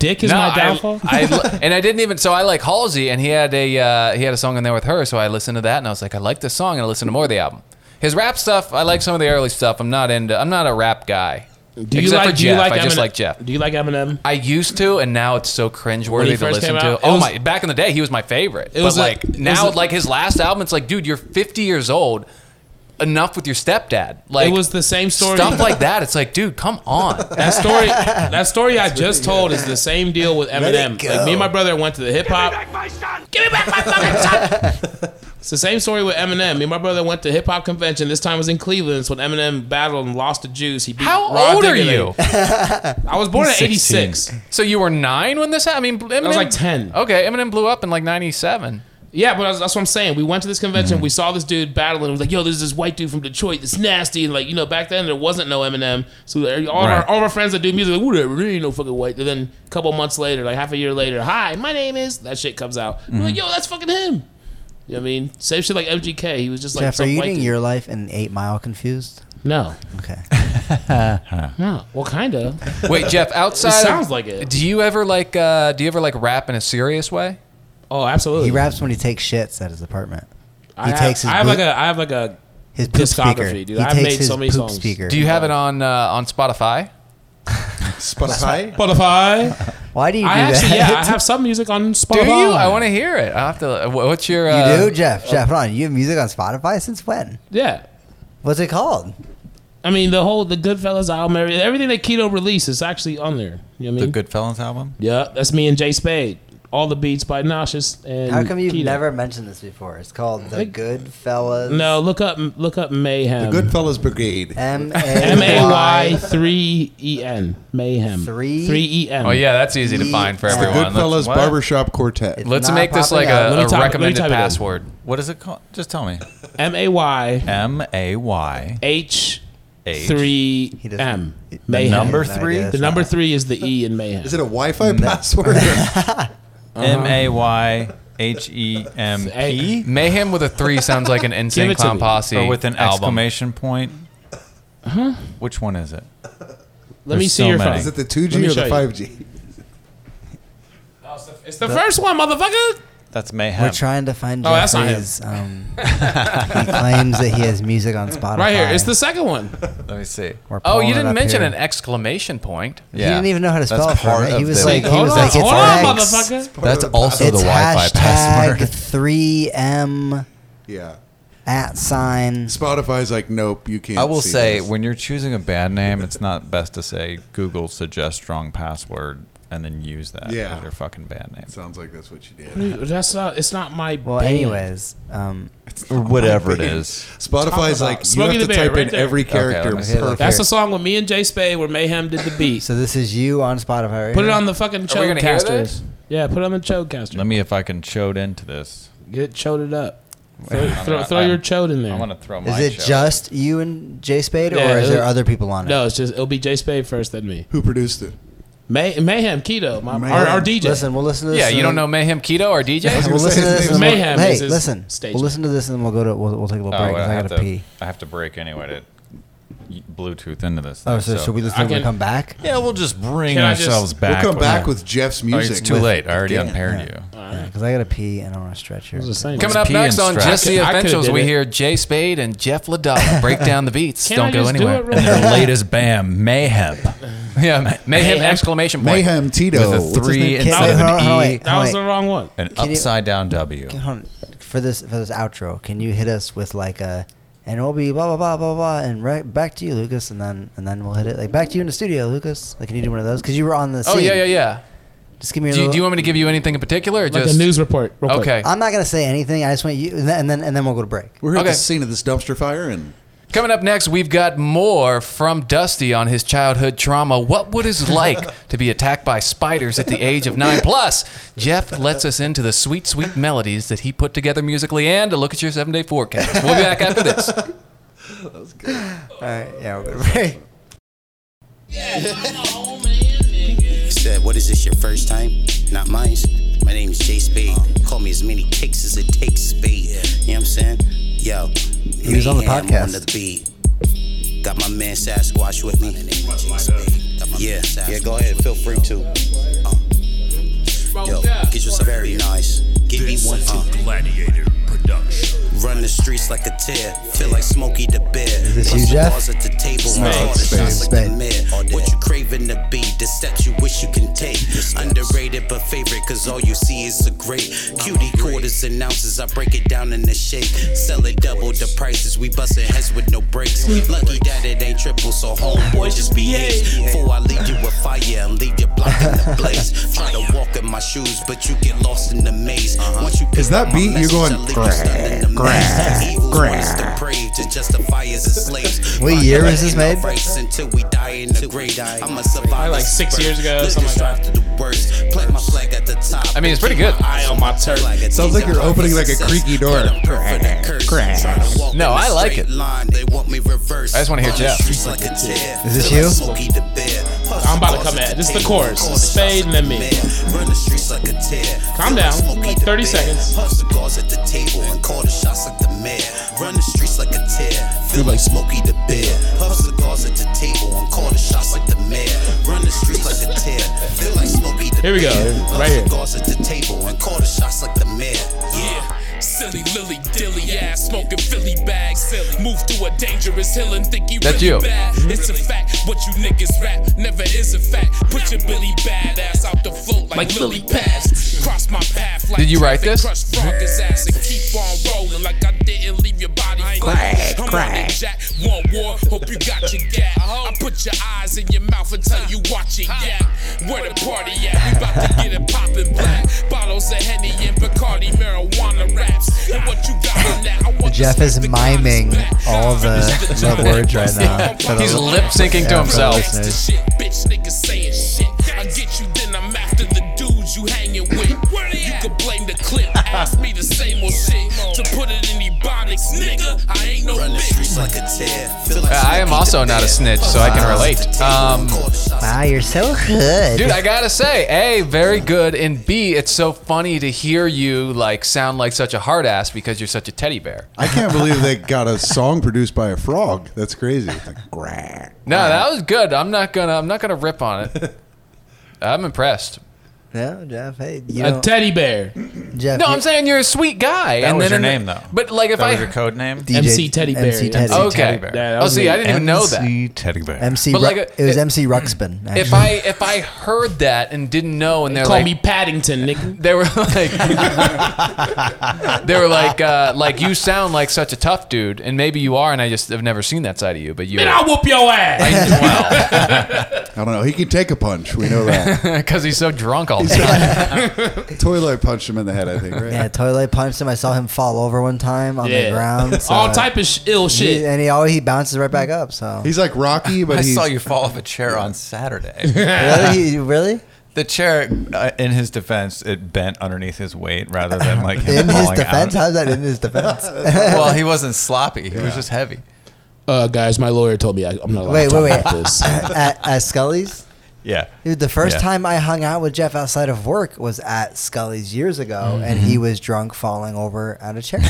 Speaker 1: dick is
Speaker 5: no,
Speaker 1: my downfall.
Speaker 5: (laughs) I, I- and I didn't even. So I like Halsey, and he had a uh, he had a song in there with her. So I listened to that, and I was like, I like this song, and I listened to more of the album. His rap stuff, I like some of the early stuff. I'm not into. I'm not a rap guy.
Speaker 1: do you
Speaker 5: Except
Speaker 1: like
Speaker 5: for
Speaker 1: do you
Speaker 5: Jeff.
Speaker 1: like
Speaker 5: I just
Speaker 1: Eminem?
Speaker 5: like Jeff.
Speaker 1: Do you like Eminem?
Speaker 5: I used to, and now it's so
Speaker 1: he
Speaker 5: cringeworthy to
Speaker 1: first
Speaker 5: listen
Speaker 1: came
Speaker 5: to.
Speaker 1: out, it
Speaker 5: oh
Speaker 1: was-
Speaker 5: my! Back in the day, he was my favorite.
Speaker 1: was a-
Speaker 5: but like
Speaker 1: it was
Speaker 5: now,
Speaker 1: a-
Speaker 5: like his last album, it's like, dude, you're 50 years old. Enough with your stepdad. Like
Speaker 1: it was the same story.
Speaker 5: stuff like that. It's like, dude, come
Speaker 1: (laughs)
Speaker 5: on.
Speaker 1: that
Speaker 5: (laughs)
Speaker 1: story that story I just told is the same deal with Eminem.
Speaker 2: go.
Speaker 1: Like me and my brother went to the hip hop. Give me back my son. Give me back my fucking son. (laughs) It's the same story with Eminem. Me and my brother went to hip hop convention. This time was in Cleveland. It's when Eminem battled and lost to Juice. He beat
Speaker 5: How
Speaker 1: Rod
Speaker 5: old are
Speaker 1: Diggity.
Speaker 5: you?
Speaker 1: I was born in '86.
Speaker 5: So you were nine when this happened. I mean, Eminem,
Speaker 1: like 10.
Speaker 5: Okay, Eminem blew up in like '97.
Speaker 1: Yeah, but that's- that's what I'm saying. We went to this convention,
Speaker 2: Mm-hmm.
Speaker 1: we saw this dude battling. It was like, yo, there's this white dude from Detroit that's nasty. And, like, you know, back then there wasn't no Eminem. So all, of
Speaker 6: Right.
Speaker 1: our, all of our friends that do music, like, whatever, there ain't no fucking white. And then a couple months later, like half a year later, hi, my name is. That shit comes out. We're
Speaker 2: Mm-hmm.
Speaker 1: like, yo, that's fucking him. You know what I mean? Same shit like MGK. He was just like,
Speaker 2: Jeff, are
Speaker 1: some
Speaker 2: you
Speaker 1: white
Speaker 2: getting
Speaker 1: dude.
Speaker 2: your life and Eight Mile confused?
Speaker 1: No. (laughs)
Speaker 2: Okay.
Speaker 1: No. Well, kind of. (laughs)
Speaker 5: Wait, Jeff. Outside, of-
Speaker 1: sounds like it.
Speaker 5: Do you ever like? Uh, do you ever like rap in a serious way?
Speaker 1: Oh, absolutely.
Speaker 2: He raps when he takes shits at his apartment.
Speaker 1: I
Speaker 2: He
Speaker 1: have,
Speaker 2: takes his
Speaker 1: I have
Speaker 2: boot-
Speaker 1: like a. I have like a.
Speaker 2: His poop
Speaker 1: discography,
Speaker 2: speaker.
Speaker 1: dude.
Speaker 2: He
Speaker 1: I've
Speaker 2: takes
Speaker 1: made
Speaker 2: his
Speaker 1: so many
Speaker 2: poop
Speaker 1: songs.
Speaker 2: speaker.
Speaker 5: Do you have it on uh, on Spotify?
Speaker 4: Spotify.
Speaker 1: Spotify.
Speaker 2: Why do (laughs) you do
Speaker 1: I actually,
Speaker 2: that?
Speaker 1: yeah, I have some music
Speaker 2: (laughs)
Speaker 1: on
Speaker 5: Do
Speaker 1: Spotify.
Speaker 5: you? I want to hear it. I have to. wh- What's your? Uh,
Speaker 2: you do, Jeff? Jeff, hold on. You have music on Spotify since when?
Speaker 1: Yeah.
Speaker 2: What's it called?
Speaker 1: I mean, the whole the Goodfellas album, every- everything that Keto released is actually on there. You know what I mean?
Speaker 6: The (laughs) Goodfellas album.
Speaker 1: yeah, that's me and Jay Spade. All the beats by Nauseous and
Speaker 2: How come you've
Speaker 1: Keto.
Speaker 2: never mentioned this before? It's called The
Speaker 1: Like-
Speaker 2: Good Fellas.
Speaker 1: No, look up look up Mayhem.
Speaker 4: Goodfellas Brigade.
Speaker 2: M
Speaker 1: M A Y three E N Mayhem
Speaker 2: Three?
Speaker 1: three E N.
Speaker 5: Oh yeah, that's easy to find for
Speaker 2: It's the
Speaker 5: everyone. Let's-
Speaker 4: Goodfellas
Speaker 6: what?
Speaker 4: Barbershop Quartet.
Speaker 2: It's-
Speaker 5: Let's
Speaker 2: Not
Speaker 5: make this
Speaker 2: popping
Speaker 5: like
Speaker 2: up.
Speaker 5: a,
Speaker 1: Let me
Speaker 5: a
Speaker 1: type it- let me
Speaker 5: recommended
Speaker 1: type it in.
Speaker 5: password.
Speaker 6: What is it called? Just tell me.
Speaker 1: M A Y
Speaker 6: M A Y
Speaker 1: H
Speaker 6: H. E
Speaker 1: three E
Speaker 2: He doesn't-
Speaker 1: M
Speaker 2: The
Speaker 1: Mayhem.
Speaker 6: number
Speaker 2: I
Speaker 6: three?
Speaker 2: guess.
Speaker 1: the number three is the E in Mayhem.
Speaker 4: Is it a Wi-Fi
Speaker 6: (laughs)
Speaker 4: password?
Speaker 6: M A Y H E M
Speaker 1: Uh-huh.
Speaker 6: P.
Speaker 5: Mayhem with
Speaker 1: (laughs)
Speaker 5: a three sounds like an
Speaker 1: Give
Speaker 5: insane
Speaker 1: it to
Speaker 5: clown
Speaker 1: me.
Speaker 5: posse
Speaker 6: Or with an
Speaker 5: album.
Speaker 6: exclamation point. Huh?
Speaker 1: Uh-huh.
Speaker 6: Which one is it?
Speaker 1: Let me
Speaker 6: There's
Speaker 1: see
Speaker 6: so
Speaker 1: your
Speaker 6: many.
Speaker 1: phone.
Speaker 4: Is it the
Speaker 1: Let
Speaker 4: 2G
Speaker 1: me
Speaker 4: or
Speaker 1: show
Speaker 4: the
Speaker 1: you.
Speaker 4: 5G?
Speaker 5: Oh,
Speaker 1: It's the first one, motherfucker.
Speaker 6: That's
Speaker 2: We're
Speaker 6: mayhem.
Speaker 2: trying to find
Speaker 1: Oh, that's
Speaker 2: Jeffrey's.
Speaker 1: not him. (laughs)
Speaker 2: um, he claims that he has music on Spotify.
Speaker 1: Right here. It's the second one.
Speaker 6: Let me see.
Speaker 2: We're
Speaker 5: Oh,
Speaker 2: pulling
Speaker 5: you
Speaker 2: it
Speaker 5: didn't
Speaker 2: up
Speaker 5: mention
Speaker 2: here.
Speaker 5: an exclamation point.
Speaker 2: He didn't even know how to
Speaker 6: That's
Speaker 2: spell it. For a
Speaker 6: part
Speaker 2: minute. He
Speaker 6: of
Speaker 2: was
Speaker 6: the-
Speaker 2: like, he
Speaker 1: Hold
Speaker 2: was
Speaker 1: on,
Speaker 2: like, it's
Speaker 1: hold on,
Speaker 2: X.
Speaker 1: Oh, motherfucker.
Speaker 6: That's also
Speaker 2: It's
Speaker 6: the Wi-Fi
Speaker 2: hashtag
Speaker 6: password.
Speaker 2: 3M
Speaker 4: Yeah.
Speaker 2: at sign.
Speaker 4: Spotify's like, nope, you can't.
Speaker 6: I will
Speaker 4: see
Speaker 6: say,
Speaker 4: this.
Speaker 6: when you're choosing a bad name, it's not best to say Google suggest strong password and then use that
Speaker 4: Yeah.
Speaker 6: as your fucking bad name.
Speaker 4: sounds like that's what you did.
Speaker 1: That's not. It's not my.
Speaker 2: Well,
Speaker 1: band.
Speaker 2: anyways, um,
Speaker 6: Or whatever it
Speaker 4: Big.
Speaker 6: is.
Speaker 1: about
Speaker 4: Spotify's like, you
Speaker 1: Smokey the
Speaker 4: have to
Speaker 1: Bear,
Speaker 4: type
Speaker 1: right
Speaker 4: in
Speaker 1: there.
Speaker 4: every character.
Speaker 6: let me see.
Speaker 4: per-
Speaker 2: Okay,
Speaker 1: That's the song with me and Jay Spade where Mayhem did the beat.
Speaker 2: so this is you on Spotify. Right
Speaker 1: Put it
Speaker 2: here?
Speaker 1: on the fucking
Speaker 5: Are we gonna hear
Speaker 1: Chodecasters.
Speaker 5: this?
Speaker 1: Yeah, put it on the Chodecaster.
Speaker 6: Let me if I can chode into this.
Speaker 1: Get choded up. Throw,
Speaker 6: I'm
Speaker 1: throw,
Speaker 6: not-
Speaker 1: throw
Speaker 6: I'm-
Speaker 1: your chode in there.
Speaker 6: I want to throw my.
Speaker 2: Is it
Speaker 6: chode.
Speaker 2: just you and Jay Spade,
Speaker 1: Yeah,
Speaker 2: or is there
Speaker 1: it-
Speaker 2: other people on it?
Speaker 1: No, it's just it'll be Jay Spade first, then me.
Speaker 4: Who produced it?
Speaker 1: May, Mayhem Keto, my,
Speaker 4: Mayhem.
Speaker 1: Our, our DJ.
Speaker 2: Listen, we'll listen to this.
Speaker 5: Yeah, you
Speaker 2: and-
Speaker 5: don't know Mayhem Keto or DJ? (laughs)
Speaker 2: We'll listen to this. and we'll-
Speaker 1: Mayhem
Speaker 2: Hey,
Speaker 1: is his
Speaker 2: listen.
Speaker 1: stage
Speaker 2: We'll listen to this and we'll go to. We'll, we'll take a little
Speaker 6: Oh,
Speaker 2: break. 'cause
Speaker 6: I,
Speaker 2: I
Speaker 6: have
Speaker 2: gotta
Speaker 6: to.
Speaker 2: pee.
Speaker 6: I have to break anyway to Bluetooth into this.
Speaker 2: Oh,
Speaker 6: thing,
Speaker 2: so, should we listen
Speaker 1: I
Speaker 2: when we
Speaker 1: can-
Speaker 2: come back?
Speaker 6: Yeah, we'll just bring
Speaker 1: Can I just-
Speaker 6: ourselves
Speaker 4: We'll
Speaker 6: back.
Speaker 4: come back
Speaker 6: with.
Speaker 4: with Jeff's
Speaker 6: Oh,
Speaker 4: music.
Speaker 6: it's too
Speaker 4: with-
Speaker 6: laired. I already
Speaker 4: Dan.
Speaker 6: unpaired you.
Speaker 2: Because I gotta pee and I want to stretch here.
Speaker 1: I was just saying.
Speaker 5: Coming
Speaker 6: It's
Speaker 5: up
Speaker 6: pee
Speaker 5: next on
Speaker 6: instruct.
Speaker 5: Just the
Speaker 1: I could've
Speaker 5: Essentials,
Speaker 1: did
Speaker 5: we
Speaker 1: it.
Speaker 5: hear Jay Spade and Jeff LaDolla break down the beats.
Speaker 1: Can
Speaker 5: Don't
Speaker 1: I
Speaker 5: go
Speaker 1: just do
Speaker 5: anywhere.
Speaker 1: it real
Speaker 6: And their latest band, Mayhem,
Speaker 5: (laughs) yeah, Mayhem, exclamation point.
Speaker 4: Mayhem Tito.
Speaker 6: with
Speaker 4: What's
Speaker 6: a
Speaker 4: his
Speaker 6: three
Speaker 4: name?
Speaker 6: instead of
Speaker 2: Hold on, hold on,
Speaker 6: an E,
Speaker 2: wait.
Speaker 1: that was the wrong one.
Speaker 6: an
Speaker 2: you-
Speaker 6: upside down W.
Speaker 2: Hold on. For this for this outro, can you hit us with like a and we'll be blah blah blah blah blah and right back to you, Lucas, and then and then we'll hit it like back to you in the studio, Lucas. Like can you do one of those? Because you were on the.
Speaker 5: Oh,
Speaker 2: scene.
Speaker 5: yeah, yeah, yeah.
Speaker 2: Just give me. A
Speaker 5: Do you,
Speaker 2: little,
Speaker 5: do you want me to give you anything in particular? Or
Speaker 1: Like
Speaker 5: just
Speaker 1: a news report. real quick.
Speaker 5: Okay.
Speaker 2: I'm not gonna say anything. I just want you, and then and then, and then we'll go to break.
Speaker 4: We're at
Speaker 5: Okay.
Speaker 4: the scene of this dumpster fire, and
Speaker 5: Coming up next, we've got more from Dusty on his childhood trauma. What would it's
Speaker 1: (laughs)
Speaker 5: like to be attacked by spiders at the age of nine? Plus, Jeff lets us into the sweet, sweet melodies that he put together musically and to look at your seven day forecast. We'll be back after this.
Speaker 2: All right. Yeah, we'll go to break.
Speaker 9: said, What is this, your first time? Not mine. My name is Jay Spade. Call me as many kicks as it takes, Spade. You know what I'm saying? Yo. He
Speaker 2: was on the podcast.
Speaker 9: On the beat. Got my man Sasquatch with me. Yeah, yeah, go ahead. Feel free to. Uh. Yo, get yourself very nice. Give me one uh.
Speaker 10: Gladiator Production.
Speaker 9: Run the streets like a tear, feel like Smokey the Bear. Is
Speaker 2: this you, Jeff?
Speaker 9: at the table,
Speaker 2: Spade,
Speaker 9: my heart is
Speaker 2: Spade,
Speaker 9: shots like the
Speaker 2: Spade.
Speaker 9: mayor. What you craving to be, the steps you wish you can take. Underrated but favorite, cause all you see is a great. Cutie quarters and ounces, I break it down in the shake. Sell it double the prices, we bustin' heads with no brakes. Lucky that it ain't triple, so homeboy just behave. Before I leave you with fire and leave your block in the blaze. Try to walk in my shoes, but you get lost in the maze.
Speaker 1: Uh-huh.
Speaker 9: Once you
Speaker 4: Is that
Speaker 9: pick up my
Speaker 4: beat you
Speaker 9: message,
Speaker 4: going,
Speaker 9: I leave you stunned in the maze. Evil's ways depraved to justify us as slaves.
Speaker 2: What year was this made?
Speaker 9: Until we die in the grave. I'm a survivor.
Speaker 1: Like six years ago,
Speaker 9: Let's
Speaker 1: something like
Speaker 9: strive to the
Speaker 11: words. Plant my flag at the top.
Speaker 5: I mean, it's pretty good.
Speaker 11: Eye on my turf.
Speaker 4: Sounds like you're opening like a creaky door.
Speaker 5: No, I like it. I
Speaker 11: I
Speaker 5: just wanna hear Jeff.
Speaker 11: Is
Speaker 2: this you?
Speaker 1: I'm about to come at- this is the chorus. Spade and then me. Calm down. Like 30 seconds.
Speaker 11: Puff cigars at the table and call the shots like the mayor. Run the streets like a tear. Feel like Smokey the Bear. Puff cigars at the table and call the shots like the mayor. Run the streets like a tear. Feel like Smokey the
Speaker 1: Here we go.
Speaker 11: Bear. Puff
Speaker 1: Right here.
Speaker 11: cigars at the table and call the shots like the mayor.
Speaker 9: Yeah, silly lily dilly ass, smoking Philly bags. Silly. Move through a dangerous hill and think you
Speaker 5: That's
Speaker 9: really
Speaker 5: you. Mm-hmm.
Speaker 9: bad. It's a fact. What you niggas rap never is a fact. Put your Billy badass out the float like, Lily Pass. Cross my path like
Speaker 5: Did you write
Speaker 9: traffic.
Speaker 5: this?
Speaker 9: Crush Frogger's ass and keep on rolling like I didn't leave your body flat. I'm on it, Jack. One war. Hope you got your gap. I put your eyes in your mouth until you watch it. Yeah, where the party at? We 'bout to get it poppin' black. Bottles of Henny and Bacardi marijuana raps. And what you got on that? I want
Speaker 2: Jeff
Speaker 9: to
Speaker 2: is
Speaker 9: slap the
Speaker 2: miming
Speaker 9: guys back.
Speaker 2: all the, the words right now.
Speaker 9: Yeah.
Speaker 2: for the-
Speaker 5: He's lip
Speaker 2: yeah,
Speaker 5: syncing to
Speaker 2: for the
Speaker 5: himself.
Speaker 2: listeners.
Speaker 9: Gangsta shit, bitch niggas saying shit. I get you, then I'm after the dudes you hanging with. You could blame the clip, ask me the same old shit. To put it in ebonics, nigga, I ain't no
Speaker 11: Run the
Speaker 9: bitch.
Speaker 11: streets like a tear. Feel like
Speaker 5: Uh, I am
Speaker 11: Smokey
Speaker 5: also
Speaker 11: the
Speaker 5: not a
Speaker 11: Bear.
Speaker 5: snitch, so I can relate. Um,
Speaker 2: Wow, you're so good.
Speaker 5: Dude, I gotta say, A, very good, and B, it's so funny to hear you like sound like such a hard ass because you're such a teddy bear.
Speaker 4: I can't believe they got a song produced by a frog. That's crazy. It's like, "Grrr."
Speaker 5: No, that was good. I'm not gonna I'm not gonna rip on
Speaker 6: (laughs)
Speaker 5: it. I'm impressed.
Speaker 2: no, Jeff. Hey, you
Speaker 1: A
Speaker 2: don't,
Speaker 1: teddy bear.
Speaker 2: Jeff.
Speaker 5: No,
Speaker 2: you-
Speaker 5: I'm saying you're a sweet guy.
Speaker 6: That
Speaker 5: and
Speaker 6: was
Speaker 5: then
Speaker 6: your
Speaker 5: in the-
Speaker 6: name, though.
Speaker 5: But like if
Speaker 6: that
Speaker 5: I
Speaker 6: was your code name.
Speaker 2: DJ
Speaker 1: MC Teddy Bear.
Speaker 2: MC Teddy.
Speaker 5: okay,
Speaker 6: Teddy Bear.
Speaker 1: Yeah, that
Speaker 5: oh,
Speaker 1: was
Speaker 5: see,
Speaker 1: me.
Speaker 5: I didn't even know that.
Speaker 6: Teddy Bear.
Speaker 2: MC.
Speaker 5: But
Speaker 2: Ru-
Speaker 5: like a-
Speaker 2: it was
Speaker 5: it-
Speaker 2: MC Ruxpin. Actually.
Speaker 5: If I if I heard that and didn't know, and they're
Speaker 1: Call
Speaker 5: like,
Speaker 1: me Paddington, nigga.
Speaker 5: (laughs) they were like, (laughs) they were like, uh, like you sound like such a tough dude, and maybe you are, and I just have never seen that side of you. But you,
Speaker 1: Man, I'll whoop your ass.
Speaker 5: well,
Speaker 4: I don't know. He can take a punch. We
Speaker 5: (laughs)
Speaker 4: know that.
Speaker 5: because he's so drunk all the time.
Speaker 4: Toilet punched him in the head, I think, right?
Speaker 2: yeah, toilet punched him. I saw him fall over one time on
Speaker 1: Yeah.
Speaker 2: the ground. So
Speaker 1: All type of sh- ill
Speaker 2: He,
Speaker 1: shit.
Speaker 2: and he always he bounces right back up. So
Speaker 4: He's like Rocky, but
Speaker 6: I
Speaker 4: he's
Speaker 6: saw you fall off a chair
Speaker 2: (laughs)
Speaker 6: on Saturday.
Speaker 2: really, he, really
Speaker 6: the chair, uh, in his defense, it bent underneath his weight rather than like him
Speaker 2: in his
Speaker 6: falling
Speaker 2: defense. (laughs)
Speaker 6: Out.
Speaker 2: How's that in his defense?
Speaker 6: well, he wasn't sloppy. He was just heavy.
Speaker 1: Uh, guys, my lawyer told me I, I'm not allowed
Speaker 2: Wait,
Speaker 1: to
Speaker 2: wait,
Speaker 1: talk
Speaker 2: wait.
Speaker 1: about this.
Speaker 2: at, at Scully's.
Speaker 6: Yeah.
Speaker 2: Dude, the first
Speaker 6: Yeah.
Speaker 2: time I hung out with Jeff outside of work was at Scully's years ago, and he was drunk, falling over at a chair.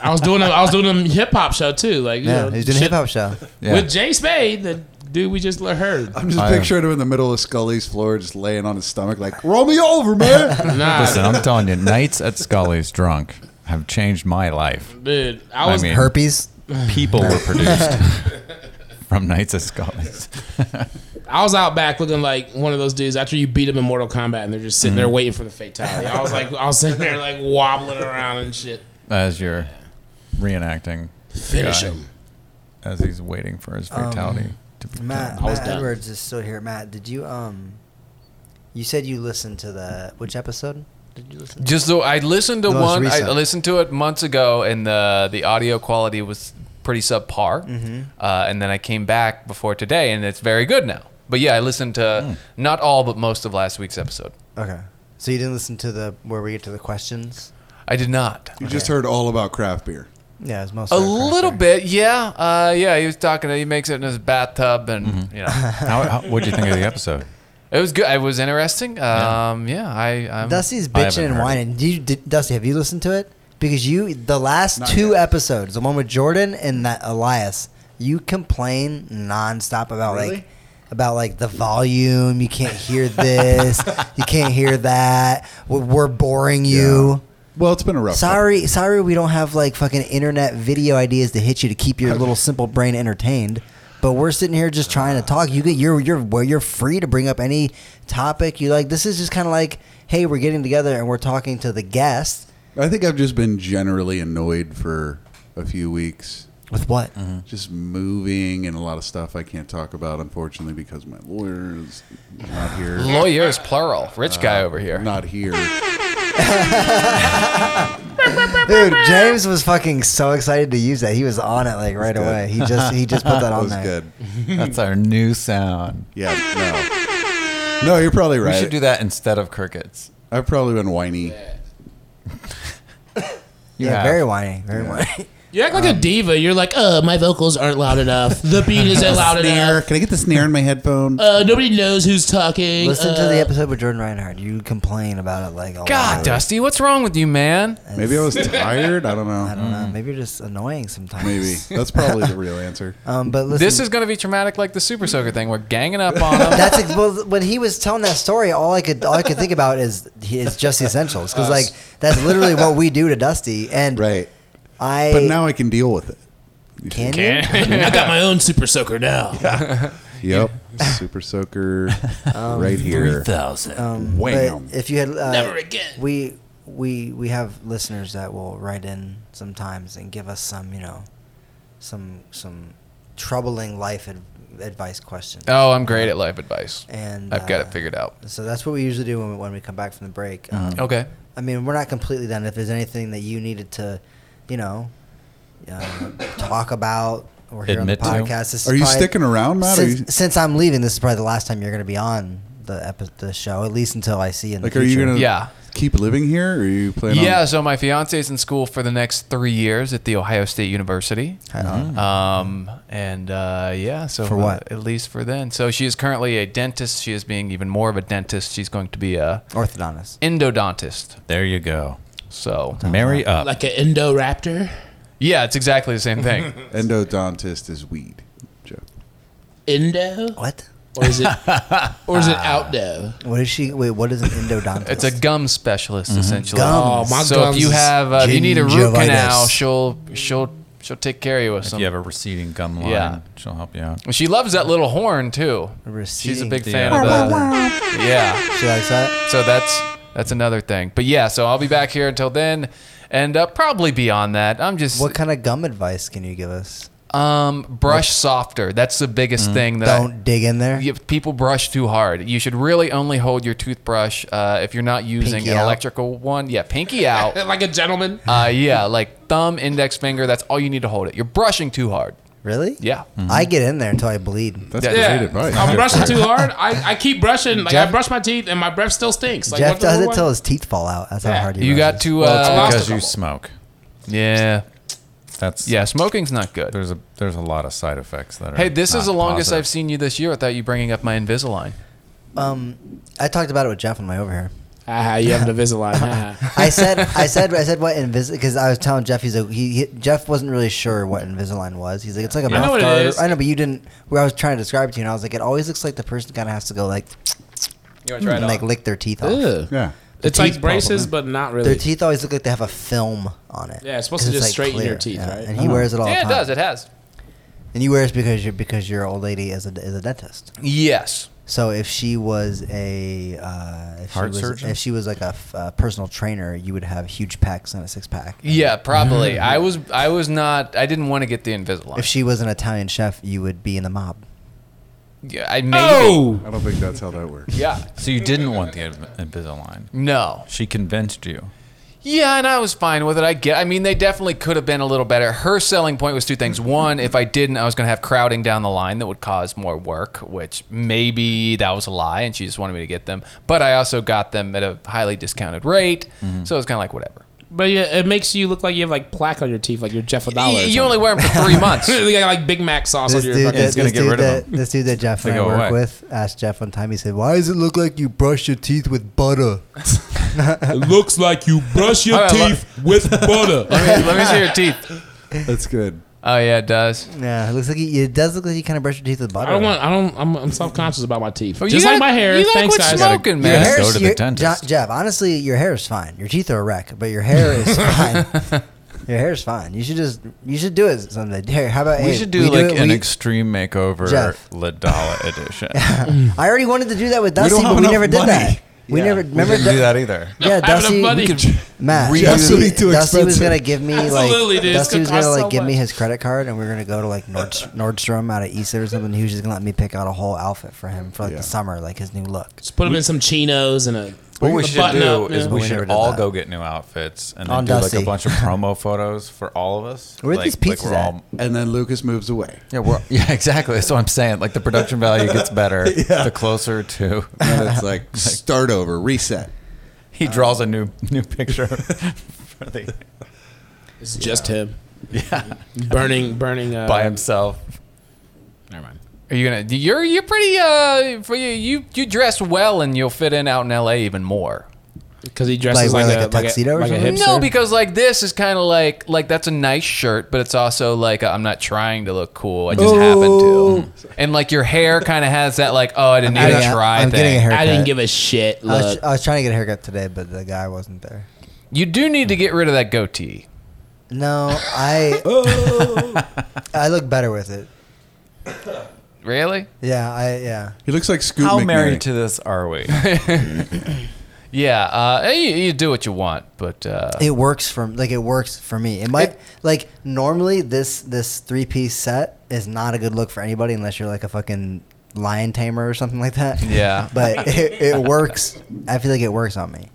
Speaker 1: I was doing a, I was doing a hip hop show too. Like, you
Speaker 2: (laughs) Yeah,
Speaker 1: know,
Speaker 2: he was doing a
Speaker 1: shit
Speaker 2: hip hop show.
Speaker 6: Yeah.
Speaker 1: with Jay Spade, the dude we just le- heard.
Speaker 4: I'm just picturing him in the middle of Scully's floor, just laying on his stomach, like, roll me over,
Speaker 6: (laughs)
Speaker 4: man.
Speaker 1: Nah,
Speaker 6: Listen, I'm telling you, nights at Scully's drunk have changed my life.
Speaker 1: dude, I
Speaker 6: I
Speaker 1: was
Speaker 6: mean,
Speaker 2: Herpes.
Speaker 6: people were
Speaker 2: (laughs)
Speaker 6: produced from nights at Scully's.
Speaker 1: I was out back looking like one of those dudes after you beat him in Mortal Kombat and they're just sitting there
Speaker 3: Mm-hmm.
Speaker 1: waiting for the fatality. I was like, I was sitting there like wobbling around and shit.
Speaker 6: As you're reenacting, the
Speaker 1: Finish
Speaker 6: guy
Speaker 1: him.
Speaker 6: as he's waiting for his
Speaker 2: Um.
Speaker 6: fatality to be
Speaker 2: Matt,
Speaker 1: I was
Speaker 2: Matt
Speaker 1: done.
Speaker 2: Edwards is still here. Matt, did you um, you said you listened to the which episode? Did you listen?
Speaker 5: Just though, I listened to
Speaker 2: The most
Speaker 5: one. I
Speaker 2: recent.
Speaker 5: listened to it months ago, and the the audio quality was pretty subpar. Uh, and then I came back before today, and it's very good now. But yeah, I listened to not all, but most of last week's episode.
Speaker 2: Okay, so you didn't listen to the where we get to the questions.
Speaker 5: I did not.
Speaker 4: you just heard all about craft beer.
Speaker 2: Yeah, it was
Speaker 5: A
Speaker 2: mostly
Speaker 5: little bit, yeah, uh, yeah. He was talking. He makes it in his bathtub, and you (laughs) know,
Speaker 6: How, how, what'd you think of
Speaker 2: (laughs)
Speaker 6: the episode?
Speaker 5: it was good. It was interesting. Um, yeah. I. I'm,
Speaker 2: Dusty's
Speaker 6: I haven't
Speaker 2: bitching and
Speaker 6: heard it.
Speaker 2: whining. Did you, did, Dusty, have you listened to it? Because you, the last two episodes, the one with Jordan and that Elias, you complain nonstop about like about like the volume. You can't hear
Speaker 6: (laughs)
Speaker 2: this. you can't hear that. We're, we're boring you.
Speaker 4: Well, it's been a rough
Speaker 2: Sorry, sorry, we don't have like fucking internet video ideas to hit you to keep your little simple brain entertained. But we're sitting here just trying to talk. You get you're you're well, you're free to bring up any topic you like. This is just kind of like, hey, we're getting together and we're talking to the guest
Speaker 4: I think I've just been generally annoyed for a few weeks.
Speaker 2: with what?
Speaker 6: Hmm.
Speaker 4: Just moving and a lot of stuff I can't talk about, unfortunately, because my lawyer is not here.
Speaker 5: Lawyers, plural. Rich guy over here.
Speaker 4: Not here.
Speaker 2: Dude, James was fucking so excited to use that. He was on it like right
Speaker 4: good.
Speaker 2: away. He
Speaker 4: (laughs)
Speaker 2: just he just put that
Speaker 4: That
Speaker 2: on
Speaker 4: was
Speaker 2: there.
Speaker 4: good.
Speaker 6: That's our new sound.
Speaker 4: Yeah, no. No, you're probably
Speaker 6: We should
Speaker 4: right.
Speaker 6: do that instead of crickets.
Speaker 4: I've probably been whiny.
Speaker 2: Yeah,
Speaker 6: have.
Speaker 2: very whiny, very whiny.
Speaker 7: You act like a diva. You're like, uh, my vocals aren't loud enough. (laughs) The beat isn't loud enough.
Speaker 4: Can I get the snare in my headphone?
Speaker 7: Uh, nobody knows who's talking.
Speaker 2: (laughs) Listen to
Speaker 7: uh,
Speaker 2: the episode with Jordan Reinhardt. You complain about it like a
Speaker 5: God,
Speaker 2: lot.
Speaker 5: Dusty, what's wrong with you, man?
Speaker 4: Maybe I was tired. I don't
Speaker 2: I
Speaker 4: know.
Speaker 2: don't know. Maybe you're just annoying sometimes.
Speaker 4: Mm. Maybe that's probably the real (laughs) answer.
Speaker 2: Um, but listen,
Speaker 5: This is going to be traumatic like the Super Soaker thing. We're ganging up on him.
Speaker 2: That's ex- well, when he was telling that story. All I could all I could think about is is just the essentials because like that's literally what we do to Dusty. And
Speaker 4: Right.
Speaker 2: I
Speaker 4: But now I can deal with it.
Speaker 2: can, you?
Speaker 7: I got my own super soaker now.
Speaker 4: (laughs) Yep. Super soaker right here.
Speaker 2: Um,
Speaker 4: Wham.
Speaker 2: But if you had uh,
Speaker 7: Never again.
Speaker 2: we we we have listeners that will write in sometimes and give us some you know some some troubling life ad- advice questions.
Speaker 4: Uh,
Speaker 5: Oh, I'm great at life advice.
Speaker 2: And
Speaker 5: I've got
Speaker 2: uh,
Speaker 5: it figured out.
Speaker 2: So that's what we usually do when we, when we come back from the break.
Speaker 4: Uh-huh.
Speaker 2: Um,
Speaker 5: Okay.
Speaker 2: I mean, we're not completely done. If there's anything that you needed to, you know, uh, talk about, we're here
Speaker 6: Admit to.
Speaker 2: on the podcast. This is
Speaker 4: Are you
Speaker 2: probably-
Speaker 4: sticking around, Matt? Are
Speaker 2: Since,
Speaker 4: you,
Speaker 2: since I'm leaving, this is probably the last time you're going to be on the epi- the show, at least until I see you. In
Speaker 4: like,
Speaker 2: the
Speaker 4: are you
Speaker 2: future.
Speaker 4: gonna
Speaker 5: Yeah.
Speaker 4: keep living here? Or are you planning?
Speaker 5: Yeah,
Speaker 4: On,
Speaker 5: so my fiance is in school for the next three years at The Ohio State University.
Speaker 2: Hang on.
Speaker 5: Um, and uh, yeah, so
Speaker 2: For
Speaker 5: uh,
Speaker 2: what?
Speaker 5: at least for then. So she is currently a dentist. She is being even more of a dentist. She's going to be a
Speaker 2: Orthodontist.
Speaker 5: endodontist.
Speaker 6: There you go.
Speaker 5: So
Speaker 6: Marry up.
Speaker 7: Like an Indoraptor.
Speaker 5: yeah, it's exactly the same thing.
Speaker 4: endodontist is weed. Joke.
Speaker 7: Indo?
Speaker 2: What?
Speaker 7: Or is it or is it outdo?
Speaker 2: What is she? Wait, what is an endodontist?
Speaker 5: It's a gum specialist
Speaker 2: Mm-hmm. (laughs)
Speaker 5: essentially.
Speaker 2: Gums.
Speaker 7: Oh, my
Speaker 5: so
Speaker 7: gums
Speaker 5: if you
Speaker 7: is
Speaker 5: have uh, if you need a root
Speaker 2: gingivitis.
Speaker 5: canal, she'll she'll she'll take care of you with
Speaker 6: If
Speaker 5: some.
Speaker 6: you have a receding gum line,
Speaker 5: Yeah.
Speaker 6: she'll help you out.
Speaker 5: she loves that little horn too. She's a
Speaker 2: receding
Speaker 5: big
Speaker 6: the,
Speaker 5: fan
Speaker 6: uh,
Speaker 5: of
Speaker 6: the-
Speaker 5: that. Yeah.
Speaker 2: She likes that.
Speaker 5: So that's that's another thing. But yeah, so I'll be back here until then, and uh, probably beyond that. I'm just
Speaker 2: What kind of gum advice can you give us?
Speaker 5: um brush softer. That's the biggest
Speaker 6: Mm.
Speaker 5: thing that I-
Speaker 2: Don't dig in there.
Speaker 5: you- people brush too hard. You should really only hold your toothbrush uh, if you're not using
Speaker 2: Pinky
Speaker 5: an
Speaker 2: out.
Speaker 5: electrical one. Yeah, pinky out.
Speaker 7: Like a gentleman?
Speaker 5: uh, yeah, like thumb, index finger. That's all you need to hold it. You're brushing too hard.
Speaker 2: Really?
Speaker 5: Yeah.
Speaker 2: I get in there until I bleed.
Speaker 4: That's
Speaker 5: Yeah.
Speaker 4: great
Speaker 7: Yeah.
Speaker 4: advice.
Speaker 7: I'm brushing too hard. I, I keep brushing. Like I
Speaker 2: Jeff-
Speaker 7: brush my teeth and my breath still stinks. Like,
Speaker 2: Jeff
Speaker 7: what the-
Speaker 2: does it
Speaker 7: what-
Speaker 2: till his teeth fall out. That's
Speaker 7: Yeah.
Speaker 2: how hard he
Speaker 5: You got
Speaker 2: brushes.
Speaker 5: to.
Speaker 6: Well,
Speaker 5: Uh,
Speaker 6: it's
Speaker 7: lost
Speaker 6: because
Speaker 7: a
Speaker 6: you
Speaker 7: couple.
Speaker 6: smoke.
Speaker 5: yeah.
Speaker 6: That's
Speaker 5: Yeah. Smoking's not good.
Speaker 6: There's a there's a lot of side effects that are.
Speaker 5: Hey, this is
Speaker 6: not
Speaker 5: the longest
Speaker 6: positive.
Speaker 5: I've seen you this year without you bringing up my Invisalign.
Speaker 2: Um, I talked about it with Jeff on my over here.
Speaker 7: Ah, you have an (laughs) Invisalign. Ah.
Speaker 2: I said, I said, I said what Invis because I was telling Jeff he's a he, he Jeff wasn't really sure what Invisalign was. He's like it's like a
Speaker 7: I know
Speaker 2: mouth
Speaker 7: what it
Speaker 2: guard.
Speaker 7: is.
Speaker 2: I know, but you didn't. Where I was trying to describe it to you, and I was like, it always looks like the person kind of has to go like
Speaker 5: You want
Speaker 2: and like lick their teeth off.
Speaker 7: Ugh.
Speaker 4: yeah.
Speaker 7: It's
Speaker 2: teeth
Speaker 7: like braces, but not really.
Speaker 2: Their teeth always look like they have a film on it.
Speaker 7: Yeah, it's supposed to
Speaker 2: 'Cause
Speaker 7: just straighten your teeth, right?
Speaker 2: And he wears it all. the
Speaker 5: Yeah, it
Speaker 2: time.
Speaker 5: does. It has.
Speaker 2: And you wear it because you're because your old lady is a is a dentist.
Speaker 5: Yes.
Speaker 2: So if she was a uh, if
Speaker 6: Heart
Speaker 2: she was,
Speaker 6: surgeon?
Speaker 2: if she was like a f- uh, personal trainer, you would have huge pecs and a six pack.
Speaker 5: Yeah, probably. I was. I was not. I didn't want to get the Invisalign.
Speaker 2: If she was an Italian chef, you would be in the mob.
Speaker 5: yeah, I maybe.
Speaker 7: oh,
Speaker 4: I don't think that's how that (laughs) works.
Speaker 5: Yeah.
Speaker 6: So you didn't want the Inv- Invisalign.
Speaker 5: No.
Speaker 6: She convinced you.
Speaker 5: Yeah, and I was fine with it. I get. I mean, they definitely could have been a little better. Her selling point was two things.
Speaker 7: Mm-hmm.
Speaker 5: One, if I didn't, I was going to have crowding down the line that would cause more work, which maybe that was a lie, and she just wanted me to get them. But I also got them at a highly discounted rate,
Speaker 7: Mm-hmm.
Speaker 5: so it was kind of like whatever.
Speaker 7: but yeah, it makes you look like you have like plaque on your teeth, like you're Jeff Adala. or
Speaker 5: you
Speaker 7: something.
Speaker 5: only wear them for three
Speaker 7: (laughs)
Speaker 5: months.
Speaker 7: you got like Big Mac sauce on
Speaker 2: This
Speaker 7: your
Speaker 2: dude,
Speaker 7: fucking-
Speaker 2: that,
Speaker 6: gonna
Speaker 2: this,
Speaker 6: get
Speaker 2: dude
Speaker 6: rid of
Speaker 2: that,
Speaker 6: them.
Speaker 2: this
Speaker 6: (laughs)
Speaker 2: dude that Jeff and
Speaker 6: They
Speaker 2: I
Speaker 6: go
Speaker 2: work
Speaker 6: away.
Speaker 2: with asked Jeff one time. He said, "Why does it look like you brush your teeth with butter?"
Speaker 3: It looks like you brush your (laughs)
Speaker 5: All right,
Speaker 3: teeth with butter.
Speaker 5: let, me, let me see your
Speaker 7: (laughs)
Speaker 5: teeth.
Speaker 4: That's good.
Speaker 5: Oh yeah, it does.
Speaker 2: Yeah, it looks like you, it does look like you kind of brush your teeth with butter.
Speaker 7: I don't want. I don't. I'm, I'm self conscious about my teeth.
Speaker 5: Well, you
Speaker 7: Just like
Speaker 5: gotta-
Speaker 7: my hair.
Speaker 5: you gotta
Speaker 7: Thanks,
Speaker 5: quit
Speaker 7: guys.
Speaker 5: smoking,
Speaker 2: Your
Speaker 5: man.
Speaker 6: gotta
Speaker 2: hair's-
Speaker 6: go to the
Speaker 2: your-
Speaker 6: dentist.
Speaker 2: Jo- Jeff, honestly, your hair is fine. Your teeth are a wreck, but your hair
Speaker 6: (laughs)
Speaker 2: is fine. Your hair is fine. You should just you should do it someday. Here, how about
Speaker 6: We
Speaker 2: hey,
Speaker 6: should do
Speaker 2: we
Speaker 6: like
Speaker 2: it-
Speaker 6: an
Speaker 2: we-
Speaker 6: extreme makeover
Speaker 2: Jeff.
Speaker 6: Ladala
Speaker 2: (laughs)
Speaker 6: edition.
Speaker 2: I already wanted to do that with Dusty,
Speaker 4: don't have
Speaker 2: but we
Speaker 4: enough
Speaker 2: never did
Speaker 4: money.
Speaker 2: that. We never remember
Speaker 6: Didn't do that either.
Speaker 2: Yeah,
Speaker 7: I have enough
Speaker 2: Dusty.
Speaker 7: money.
Speaker 2: Matt,
Speaker 4: Re- Jeff's
Speaker 2: Dusty,
Speaker 4: gonna be too
Speaker 2: Dusty was
Speaker 4: expensive.
Speaker 2: gonna give me
Speaker 7: Absolutely,
Speaker 2: like
Speaker 7: dude. It's
Speaker 2: Dusty
Speaker 7: gonna
Speaker 2: was gonna
Speaker 7: cost
Speaker 2: like
Speaker 7: so
Speaker 2: give me
Speaker 7: much.
Speaker 2: his credit card, and we were gonna go to like
Speaker 7: (laughs)
Speaker 2: Nord- Nordstrom out of East or something. He was just gonna let me pick out a whole outfit for him for like
Speaker 4: Yeah.
Speaker 2: the summer, like his new look.
Speaker 7: Just put them in some chinos and a
Speaker 6: What we
Speaker 7: The
Speaker 6: should
Speaker 7: button
Speaker 6: do
Speaker 7: up,
Speaker 6: is
Speaker 7: yeah.
Speaker 6: we
Speaker 2: We never
Speaker 6: should
Speaker 2: did
Speaker 6: all
Speaker 2: that.
Speaker 6: go get new outfits and then
Speaker 2: On
Speaker 6: do like
Speaker 2: Dusty.
Speaker 6: a bunch of promo photos for all of us.
Speaker 2: Where are
Speaker 6: like,
Speaker 2: these
Speaker 6: like
Speaker 2: pizzas
Speaker 6: we're all-
Speaker 4: And then Lucas moves away.
Speaker 6: yeah, we're, (laughs) yeah, exactly. That's what I'm saying. Like the production value (laughs) gets better the closer to (laughs)
Speaker 4: And (laughs) it's like start over, reset.
Speaker 6: he draws a new new picture (laughs) for the
Speaker 7: It's just him
Speaker 6: yeah
Speaker 7: burning, burning uh,
Speaker 6: by himself.
Speaker 7: Never mind.
Speaker 5: Are you gonna? You're you're pretty. Uh, for you, you you dress well, and you'll fit in out in L.A. even more.
Speaker 7: Because he dresses
Speaker 2: Like
Speaker 7: like,
Speaker 2: wear
Speaker 7: a,
Speaker 2: like a tuxedo or
Speaker 7: like a, like a
Speaker 2: something?
Speaker 7: hipster.
Speaker 5: No, because like this is kind of like like that's a nice shirt, but it's also like i I'm not trying to look cool. I just happen to. And like your hair kind of has that like oh I didn't
Speaker 2: Oh. I'm
Speaker 5: even
Speaker 2: getting a-
Speaker 5: try
Speaker 2: I'm
Speaker 5: thing.
Speaker 2: getting a haircut.
Speaker 7: I didn't give a shit.
Speaker 2: I was,
Speaker 7: Look.
Speaker 2: I was trying to get a haircut today, but the guy wasn't
Speaker 7: (laughs)
Speaker 2: there.
Speaker 5: You do need to get rid of that goatee.
Speaker 2: No, I I look better with it.
Speaker 5: Really?
Speaker 2: Yeah, I yeah.
Speaker 4: He looks like Scoot
Speaker 6: How
Speaker 4: McNairy.
Speaker 6: married to this are (laughs) we?
Speaker 5: Yeah. Uh, you, you do what you want, but uh,
Speaker 2: It works for like it works for me. It might like normally this this three piece set is not a good look for anybody unless you're like a fucking lion tamer or something like that.
Speaker 5: Yeah.
Speaker 2: (laughs) but it, it works. I feel like it works on me.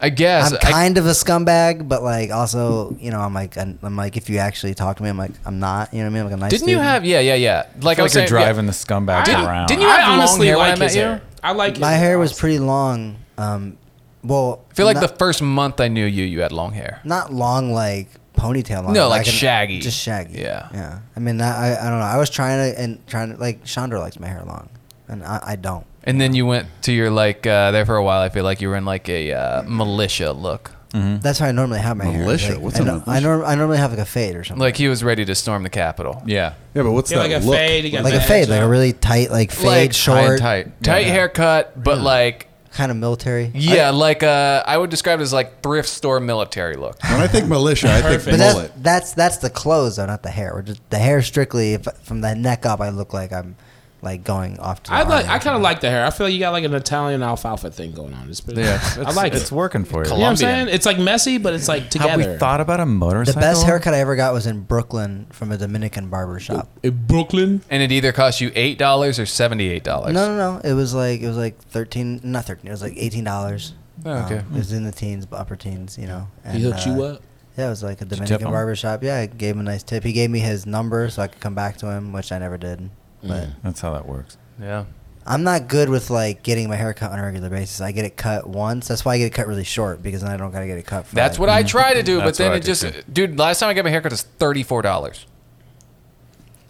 Speaker 5: I guess
Speaker 2: I'm
Speaker 5: I-
Speaker 2: kind of a scumbag, but like also you know I'm like I'm, I'm like if you actually talk to me, I'm like I'm not. You know what I mean? I'm like a nice.
Speaker 5: didn't you
Speaker 2: dude.
Speaker 5: have yeah yeah yeah like
Speaker 6: like
Speaker 5: I
Speaker 6: like
Speaker 5: was
Speaker 6: you're
Speaker 5: saying, yeah.
Speaker 6: driving the scumbags
Speaker 7: Didn't-
Speaker 6: around.
Speaker 5: didn't you have long hair when I met you?
Speaker 7: I like
Speaker 2: my
Speaker 7: his
Speaker 2: hair was pretty long. Um, well,
Speaker 5: I feel like
Speaker 2: not,
Speaker 5: the first month I knew you, you had long hair.
Speaker 2: not long like ponytail long.
Speaker 5: No,
Speaker 2: but
Speaker 5: like
Speaker 2: an-
Speaker 5: shaggy.
Speaker 2: Just shaggy.
Speaker 5: Yeah.
Speaker 2: Yeah. I mean, I, I I don't know. I was trying to and trying to like Chandra likes my hair long, and I, I don't.
Speaker 5: And then you went to your like uh, there for a while. I feel like you were in like a uh, militia look.
Speaker 2: That's how I normally have my
Speaker 4: Militia?
Speaker 2: hair. Like,
Speaker 4: What's
Speaker 2: I
Speaker 4: a
Speaker 2: no- I,
Speaker 4: militia?
Speaker 2: norm, I normally have like a fade or something.
Speaker 5: Like he was ready to storm the Capitol.
Speaker 6: Yeah.
Speaker 4: Yeah, but what's
Speaker 7: Yeah,
Speaker 4: that
Speaker 7: like a
Speaker 4: look?
Speaker 7: fade. He got
Speaker 2: like a
Speaker 7: the
Speaker 2: fade,
Speaker 7: edge
Speaker 2: like a
Speaker 7: up.
Speaker 2: really tight like fade
Speaker 5: like,
Speaker 2: short,
Speaker 5: high and tight, tight haircut, but like
Speaker 2: kind of military.
Speaker 5: yeah, like uh, I would describe it as like thrift store military look.
Speaker 4: When I think militia, I think
Speaker 2: But that's,
Speaker 4: mullet.
Speaker 2: that's that's the clothes though, not the hair. Or just the hair strictly if, from the neck up. I look like I'm like going off to. The
Speaker 7: I like.
Speaker 2: army.
Speaker 7: I kind of like the hair. I feel like you got like an Italian alfalfa thing going on. It's pretty.
Speaker 6: Yeah, it's,
Speaker 7: I like it.
Speaker 6: it's working for you.
Speaker 7: You know what I'm saying? It's like messy, but it's like together.
Speaker 6: Have we thought about a
Speaker 2: The
Speaker 6: motorcycle?
Speaker 2: best haircut I ever got was in Brooklyn from a Dominican barber shop.
Speaker 7: In Brooklyn,
Speaker 5: And it either cost you eight dollars or seventy eight dollars.
Speaker 2: No, no, no. It was like it was like thirteen, not thirteen. It was like eighteen dollars. Um,
Speaker 5: Oh, okay.
Speaker 2: it was in the teens, but upper teens, you know. And,
Speaker 7: he hooked you
Speaker 2: uh,
Speaker 7: up.
Speaker 2: Yeah, it was like a
Speaker 6: you tip
Speaker 2: Dominican
Speaker 6: him?
Speaker 2: barber shop. Yeah, I gave him a nice tip. He gave me his number so I could come back to him, which I never did. But
Speaker 6: That's how that works.
Speaker 5: Yeah.
Speaker 2: I'm not good with like getting my hair cut on a regular basis. I get it cut once. That's why I get it cut really short because then I don't gotta get it cut. For
Speaker 5: That's
Speaker 2: like,
Speaker 5: what I try to do, but
Speaker 6: That's
Speaker 5: then
Speaker 6: what I
Speaker 5: it
Speaker 6: do,
Speaker 5: just
Speaker 6: too.
Speaker 5: dude, last time I got my haircut was thirty four dollars.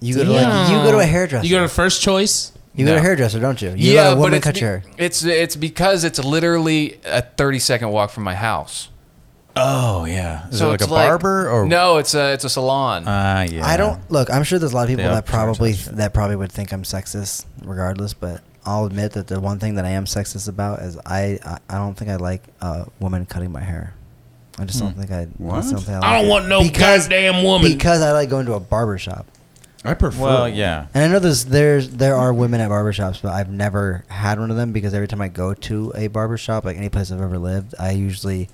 Speaker 2: you go to. Like, you go to a hairdresser.
Speaker 7: You go to first choice.
Speaker 2: You go to a
Speaker 5: No.
Speaker 2: hairdresser, don't you? You let a woman
Speaker 5: it's
Speaker 2: cut
Speaker 5: be-
Speaker 2: your hair.
Speaker 5: It's it's because it's literally a thirty second walk from my house.
Speaker 6: Oh yeah. Is it like a
Speaker 5: it's
Speaker 6: barber or
Speaker 5: no? It's a it's a salon.
Speaker 6: Ah yeah.
Speaker 2: I don't look. I'm sure there's a lot of people
Speaker 6: Yeah,
Speaker 2: that
Speaker 6: sure,
Speaker 2: probably
Speaker 6: sure, sure.
Speaker 2: that probably would think I'm sexist, regardless. But I'll admit that the one thing that I am sexist about is I I, I don't think I like uh, women cutting my hair. I just don't think I. I,
Speaker 4: What?
Speaker 2: just don't, think I, like
Speaker 7: I don't
Speaker 2: it.
Speaker 7: want no goddamn woman.
Speaker 2: because I like going to a barber shop.
Speaker 4: I prefer.
Speaker 6: Well yeah.
Speaker 2: And I know there's there's there are women at barbershops, but I've never had one of them because every time I go to a barbershop, like any place I've ever lived, I usually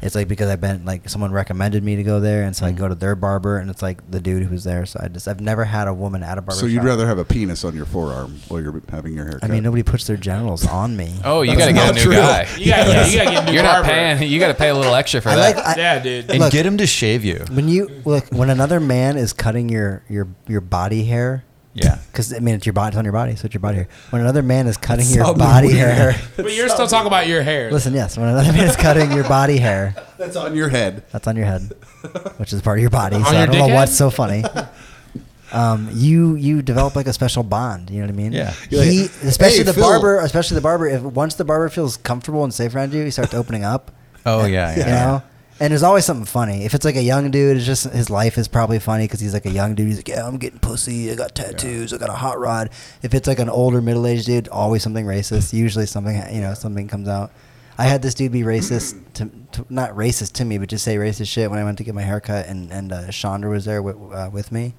Speaker 2: it's like because I've been like someone recommended me to go there, and so
Speaker 4: Mm.
Speaker 2: I go to their barber, and it's like the dude who's there. So I just I've never had a woman at a barbershop.
Speaker 4: So you'd rather have a penis on your forearm while you're having your hair
Speaker 2: I
Speaker 4: cut?
Speaker 2: mean, nobody puts their genitals on me.
Speaker 5: oh, you
Speaker 4: That's
Speaker 5: got to get a
Speaker 4: not
Speaker 5: new
Speaker 4: true.
Speaker 6: (laughs)
Speaker 5: guy.
Speaker 7: you gotta, yeah, you gotta get a new
Speaker 5: You're not
Speaker 7: barber.
Speaker 5: paying. You got to pay a little extra for
Speaker 2: I
Speaker 5: that.
Speaker 2: like I,
Speaker 7: Yeah, dude.
Speaker 6: And
Speaker 2: Look-
Speaker 6: get him to shave you.
Speaker 2: when you look when another man is cutting your your your body hair.
Speaker 6: Yeah.
Speaker 2: Because I mean, it's your body. It's on your body. So it's your body hair. When another man is cutting your
Speaker 4: something
Speaker 2: body
Speaker 4: weird.
Speaker 2: hair,
Speaker 7: but you're still talking about your hair.
Speaker 2: listen. Yes, when another man is cutting your body hair,
Speaker 4: that's on your head.
Speaker 2: That's on your head, which is part of your body. so
Speaker 7: your
Speaker 2: I don't know
Speaker 7: dickhead?
Speaker 2: what's so funny. Um, you you develop like a special bond. You know what I mean?
Speaker 6: Yeah.
Speaker 4: You're like,
Speaker 2: He, especially
Speaker 4: "Hey,
Speaker 2: the
Speaker 4: Phil."
Speaker 2: barber, especially the barber. If once the barber feels comfortable and safe around you, he starts opening up.
Speaker 6: Oh (laughs) yeah.
Speaker 2: You know. And there's always something funny. If it's like a young dude, it's just his life is probably funny because he's like a young dude. He's like, yeah, I'm getting pussy. I got tattoos. I got a hot rod. If it's like an older middle aged dude, always something racist. Usually something you know something comes out. I had this dude be racist to, to not racist to me, but just say racist shit when I went to get my haircut, and and uh, Chandra was there with, uh, with me.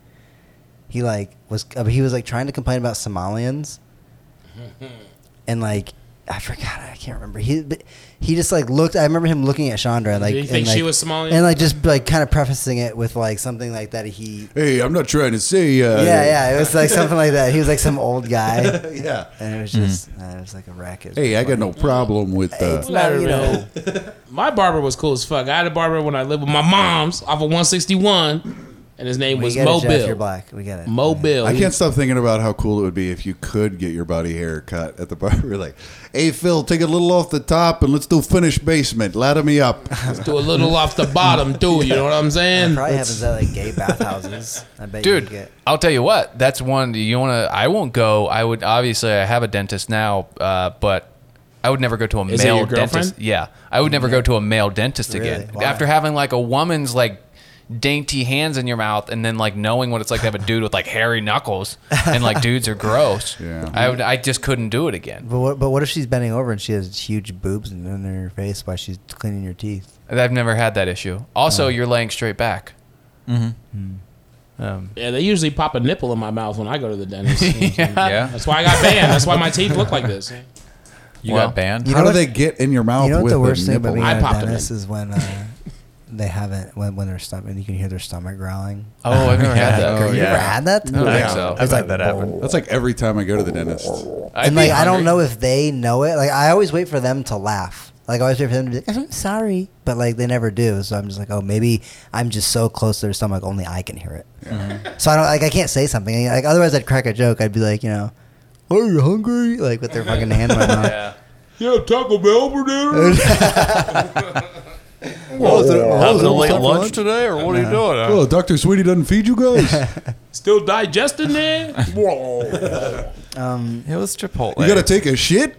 Speaker 2: He
Speaker 7: (laughs)
Speaker 2: like was uh, he was like trying to complain about Somalians, and like I forgot. I can't remember. He but he just like looked. I remember him looking at Chandra like.
Speaker 7: you
Speaker 2: and,
Speaker 7: think she
Speaker 2: like-
Speaker 7: was Somalian?
Speaker 2: And like just like kind of prefacing it with like something like that. He.
Speaker 4: Hey, I'm not trying to say. Uh,
Speaker 2: Yeah, yeah. It was like something like that. He was like some old guy,
Speaker 4: (laughs) yeah.
Speaker 2: and it was just uh, it was like a racket.
Speaker 4: Hey, I got no problem with. Uh,
Speaker 2: It's not, you know,
Speaker 7: (laughs) My barber was cool as fuck. I had a barber when I lived with my mom's off of 161, and his name
Speaker 2: we
Speaker 7: was
Speaker 2: get it, Jeff. You're
Speaker 7: Mobile.
Speaker 2: black. We get it.
Speaker 7: Mobile.
Speaker 4: I can't stop thinking about how cool it would be if you could get your body hair cut at the barber. (laughs) Like, hey Phil, take a little off the top and let's do finish basement. Ladder me
Speaker 2: (laughs)
Speaker 4: up.
Speaker 7: do a little off the bottom, dude. You know what I'm saying?
Speaker 2: Probably happens at like gay bathhouses. I bet you
Speaker 5: Dude,
Speaker 2: could get.
Speaker 5: I'll tell you what. That's one you want to. I won't go. I would obviously. I have a dentist now, uh, but I would never go to a
Speaker 7: Is it
Speaker 5: male
Speaker 7: your
Speaker 5: dentist.
Speaker 7: girlfriend?
Speaker 5: Yeah, I would never go to a male dentist again
Speaker 2: Really? Why?
Speaker 5: after having like a woman's like dainty hands in your mouth, and then like knowing what it's like to have a dude with like hairy knuckles, and like dudes are gross.
Speaker 4: Yeah.
Speaker 5: I would. I just couldn't do it again.
Speaker 2: But what, but what if she's bending over and she has huge boobs and in her face while she's cleaning your teeth?
Speaker 5: I've never had that issue. Also, you're laying straight back.
Speaker 7: Yeah, they usually pop a nipple in my mouth when I go to the dentist. (laughs)
Speaker 6: Yeah.
Speaker 7: That's why I got banned. That's why my teeth look like this.
Speaker 6: You
Speaker 5: Well,
Speaker 6: got banned.
Speaker 2: You
Speaker 4: How
Speaker 2: know
Speaker 4: do
Speaker 2: what-
Speaker 4: they get in your mouth
Speaker 2: You know what
Speaker 4: with
Speaker 2: the worst thing about
Speaker 4: nipple?
Speaker 2: being
Speaker 7: I
Speaker 2: a
Speaker 7: popped 'em
Speaker 2: dentist is when uh, (laughs) they haven't when when their stomach and you can hear their stomach growling.
Speaker 5: Oh, I've never had that.
Speaker 2: Girl, you
Speaker 6: yeah.
Speaker 2: ever had that?
Speaker 5: I don't think so.
Speaker 6: I've had that happen.
Speaker 4: That's like every time I go to the dentist. Oh,
Speaker 5: I'd
Speaker 2: And
Speaker 5: be
Speaker 2: like I
Speaker 5: hungry.
Speaker 2: don't know if they know it. Like I always wait for them to laugh. Like I always wait for them to be like, I'm sorry, but like they never do. So I'm just like, oh, maybe I'm just so close to their stomach, only I can hear it. So I don't like I can't say something. Like otherwise, I'd crack a joke. I'd be like, you know, are you hungry? Like with their fucking hand in my
Speaker 6: (laughs)
Speaker 2: mouth.
Speaker 7: (laughs) Yeah, Taco Bell for dinner.
Speaker 6: Having a late lunch today, or what are you doing? Uh,
Speaker 4: Oh, Doctor Sweetie doesn't feed you guys.
Speaker 7: Still digesting there.
Speaker 6: It was Chipotle.
Speaker 4: You gotta take a shit.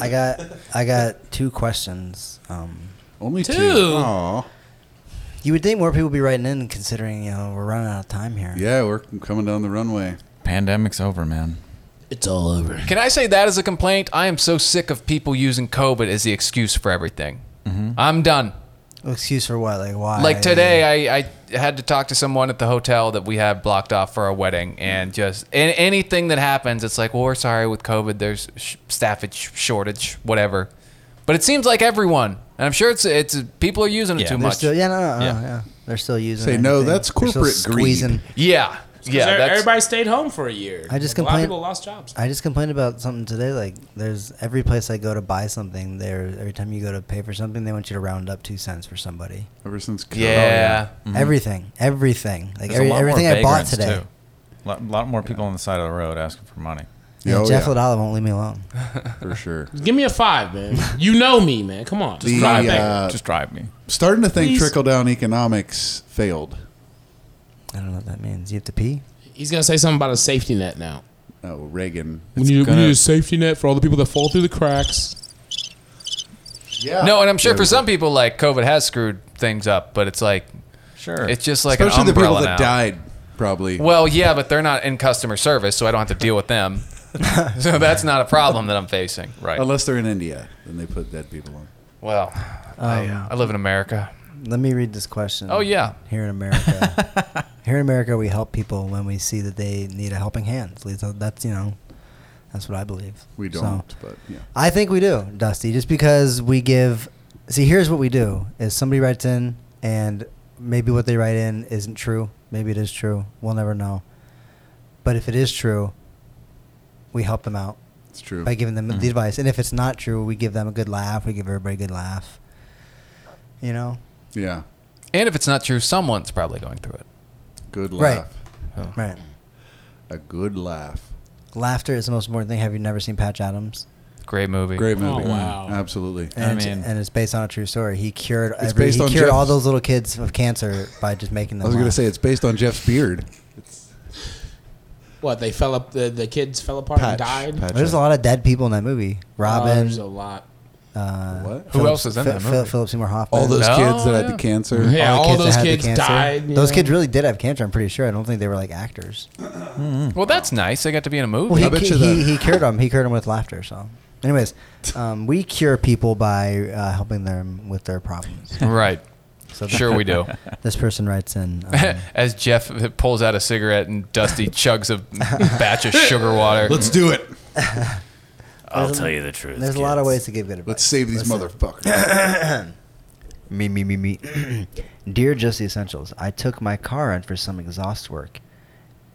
Speaker 2: I got I got two questions. Um,
Speaker 4: Only two.
Speaker 7: Two.
Speaker 4: Aw.
Speaker 2: you would think more people would be writing in, considering you know we're running out of time here.
Speaker 4: Yeah, we're coming down the runway.
Speaker 6: Pandemic's over, man.
Speaker 1: It's all over.
Speaker 5: Can I say that as a complaint? I am so sick of people using COVID as the excuse for everything. I'm done.
Speaker 2: Excuse for what? Like why?
Speaker 5: Like today, I, I had to talk to someone at the hotel that we had blocked off for our wedding, and just and anything that happens, it's like, well, we're sorry with COVID. There's sh- staff sh- shortage, whatever. But it seems like everyone, and I'm sure it's it's people are using it
Speaker 6: Yeah.
Speaker 5: too
Speaker 6: They're
Speaker 2: They're
Speaker 5: much.
Speaker 2: still, yeah, no, no, no,
Speaker 6: Yeah.
Speaker 2: yeah. They're still using.
Speaker 4: Say, no,
Speaker 2: everything.
Speaker 4: that's
Speaker 2: They're still
Speaker 4: corporate greed.
Speaker 2: squeezing.
Speaker 5: yeah, yeah.
Speaker 7: Yeah,
Speaker 5: That's,
Speaker 7: e, everybody stayed home for a year.
Speaker 2: I just
Speaker 7: a lot
Speaker 2: complained-
Speaker 7: of people lost jobs.
Speaker 2: I just complained about something today. Like, there's every place I go to buy something. There, every time you go to pay for something, they want you to round up two cents for somebody.
Speaker 4: Ever since. COVID.
Speaker 5: yeah.
Speaker 2: Everything, everything, like
Speaker 6: There's a
Speaker 2: every,
Speaker 6: lot more
Speaker 2: everything I bought
Speaker 6: vagrants,
Speaker 2: today.
Speaker 6: too. A lot, lot more people on the side of the road asking for money.
Speaker 2: Yeah,
Speaker 4: Oh,
Speaker 2: Jeff
Speaker 4: yeah.
Speaker 2: Ladala won't leave me alone.
Speaker 4: Oh, for sure.
Speaker 7: Give me a five, man. You know me, man. Come on.
Speaker 4: The,
Speaker 7: Five, man.
Speaker 4: uh,
Speaker 6: Just drive me.
Speaker 4: starting to think
Speaker 7: Please.
Speaker 4: trickle down economics failed.
Speaker 2: I don't know what that means. You have to pee.
Speaker 7: He's gonna say something about a safety net now.
Speaker 4: Oh, Reagan.
Speaker 7: We need,
Speaker 6: gonna-
Speaker 7: we need a safety net for all the people that fall through the cracks.
Speaker 4: Yeah.
Speaker 5: No, and I'm sure for some people, like COVID has screwed things up, but it's like
Speaker 6: Sure.
Speaker 5: it's just like
Speaker 4: especially
Speaker 5: an
Speaker 4: the
Speaker 5: umbrella
Speaker 4: people that
Speaker 5: now.
Speaker 4: died, probably.
Speaker 5: Well, yeah, but they're not in customer service, so I don't have to deal
Speaker 2: (laughs)
Speaker 5: with them. so that's not a problem that I'm facing. Right.
Speaker 4: Unless they're in India, then they put dead people on.
Speaker 5: Well, I,
Speaker 2: Um,
Speaker 5: uh, I live in America.
Speaker 2: Let me read this question.
Speaker 5: Oh, yeah.
Speaker 2: Here in America,
Speaker 4: (laughs)
Speaker 2: here in America, we help people when we see that they need a helping hand. At least that's you know, that's what I believe.
Speaker 4: We
Speaker 2: So-
Speaker 4: don't, but yeah.
Speaker 2: I think we do, Dusty, just because we give. See, here's what we do: is somebody writes in, and maybe what they write in isn't true. Maybe it is true. We'll never know. But if it is true, we help them out
Speaker 4: It's true.
Speaker 2: by giving them
Speaker 4: Mm-hmm.
Speaker 2: the advice. And if it's not true, we give them a good laugh. We give everybody a good laugh. You know,
Speaker 4: yeah.
Speaker 5: And if it's not true, someone's probably going through it.
Speaker 4: Good
Speaker 2: Right.
Speaker 4: laugh.
Speaker 2: right?
Speaker 4: A good laugh.
Speaker 2: Laughter is the most important thing. Have you never seen Patch Adams?
Speaker 5: Great movie.
Speaker 4: Great movie.
Speaker 7: wow.
Speaker 4: Absolutely.
Speaker 2: And, it's-
Speaker 6: mean-
Speaker 2: and it's based on a true story. He cured
Speaker 4: It's
Speaker 2: every,
Speaker 4: based
Speaker 2: he
Speaker 4: on
Speaker 2: cured
Speaker 4: Jeff-
Speaker 2: all those little kids of cancer by just making
Speaker 4: I
Speaker 2: them.
Speaker 4: was going to
Speaker 2: laugh.
Speaker 4: say it's based on Jeff's beard.
Speaker 7: What they fell up, the, the kids fell apart and died.
Speaker 4: Patch
Speaker 2: There's a
Speaker 4: up.
Speaker 2: lot of dead people in that movie.
Speaker 7: Oh,
Speaker 2: Robin,
Speaker 7: there's a lot.
Speaker 2: uh,
Speaker 4: What?
Speaker 5: Who
Speaker 2: Philip-
Speaker 5: else is in
Speaker 2: Phi-
Speaker 5: that
Speaker 2: Phi-
Speaker 5: movie?
Speaker 2: Philip Seymour Hoffman.
Speaker 4: All those
Speaker 5: No,
Speaker 4: kids that had
Speaker 5: yeah.
Speaker 4: the cancer.
Speaker 7: Yeah, all,
Speaker 2: that
Speaker 7: those
Speaker 2: had the
Speaker 7: kids
Speaker 2: cancer.
Speaker 7: died. you
Speaker 2: Those
Speaker 7: know?
Speaker 2: kids really did have cancer. I'm pretty sure. I don't think they were like actors.
Speaker 5: Well, that's nice. I got to be in a movie.
Speaker 2: Well, he,
Speaker 4: I bet
Speaker 2: he,
Speaker 4: you
Speaker 2: he,
Speaker 4: the-
Speaker 2: he cured them. He cured them with laughter. So, anyways, um, we cure people by uh, helping them with their
Speaker 7: (laughs)
Speaker 2: problems.
Speaker 5: right.
Speaker 2: (laughs) So
Speaker 5: Sure
Speaker 2: (laughs)
Speaker 5: we do. (laughs)
Speaker 2: This person writes in. Um,
Speaker 5: As Jeff pulls out a cigarette and Dusty chugs a batch of sugar water.
Speaker 4: Let's do it.
Speaker 12: I'll tell you the truth.
Speaker 2: There's a lot of
Speaker 12: kids.
Speaker 2: ways to give good advice.
Speaker 4: Let's save these
Speaker 2: Listen.
Speaker 4: motherfuckers.
Speaker 2: Me, me, me, me. (clears throat) Dear Just the Essentials, I took my car in for some exhaust work.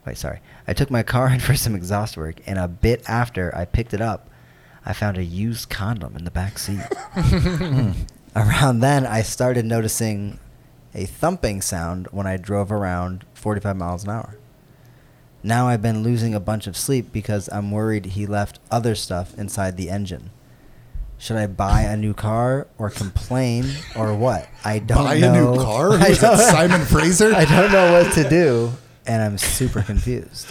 Speaker 2: Wait, sorry. I took my car (laughs) in for some exhaust work, and a bit after I picked it up, I found a used condom in the back
Speaker 4: (laughs)
Speaker 2: seat. Hmm. around then, I started noticing a thumping sound when I drove around 45 miles an hour. Now I've been losing a bunch of sleep because I'm worried he left other stuff inside the engine. Should I buy a new car or complain or what? I don't
Speaker 4: (laughs) Buy a
Speaker 2: know.
Speaker 4: new
Speaker 2: (laughs)
Speaker 4: car?
Speaker 2: I
Speaker 4: Who's that,
Speaker 2: don't-
Speaker 4: Simon Fraser?
Speaker 2: I don't know what to do, and I'm super confused.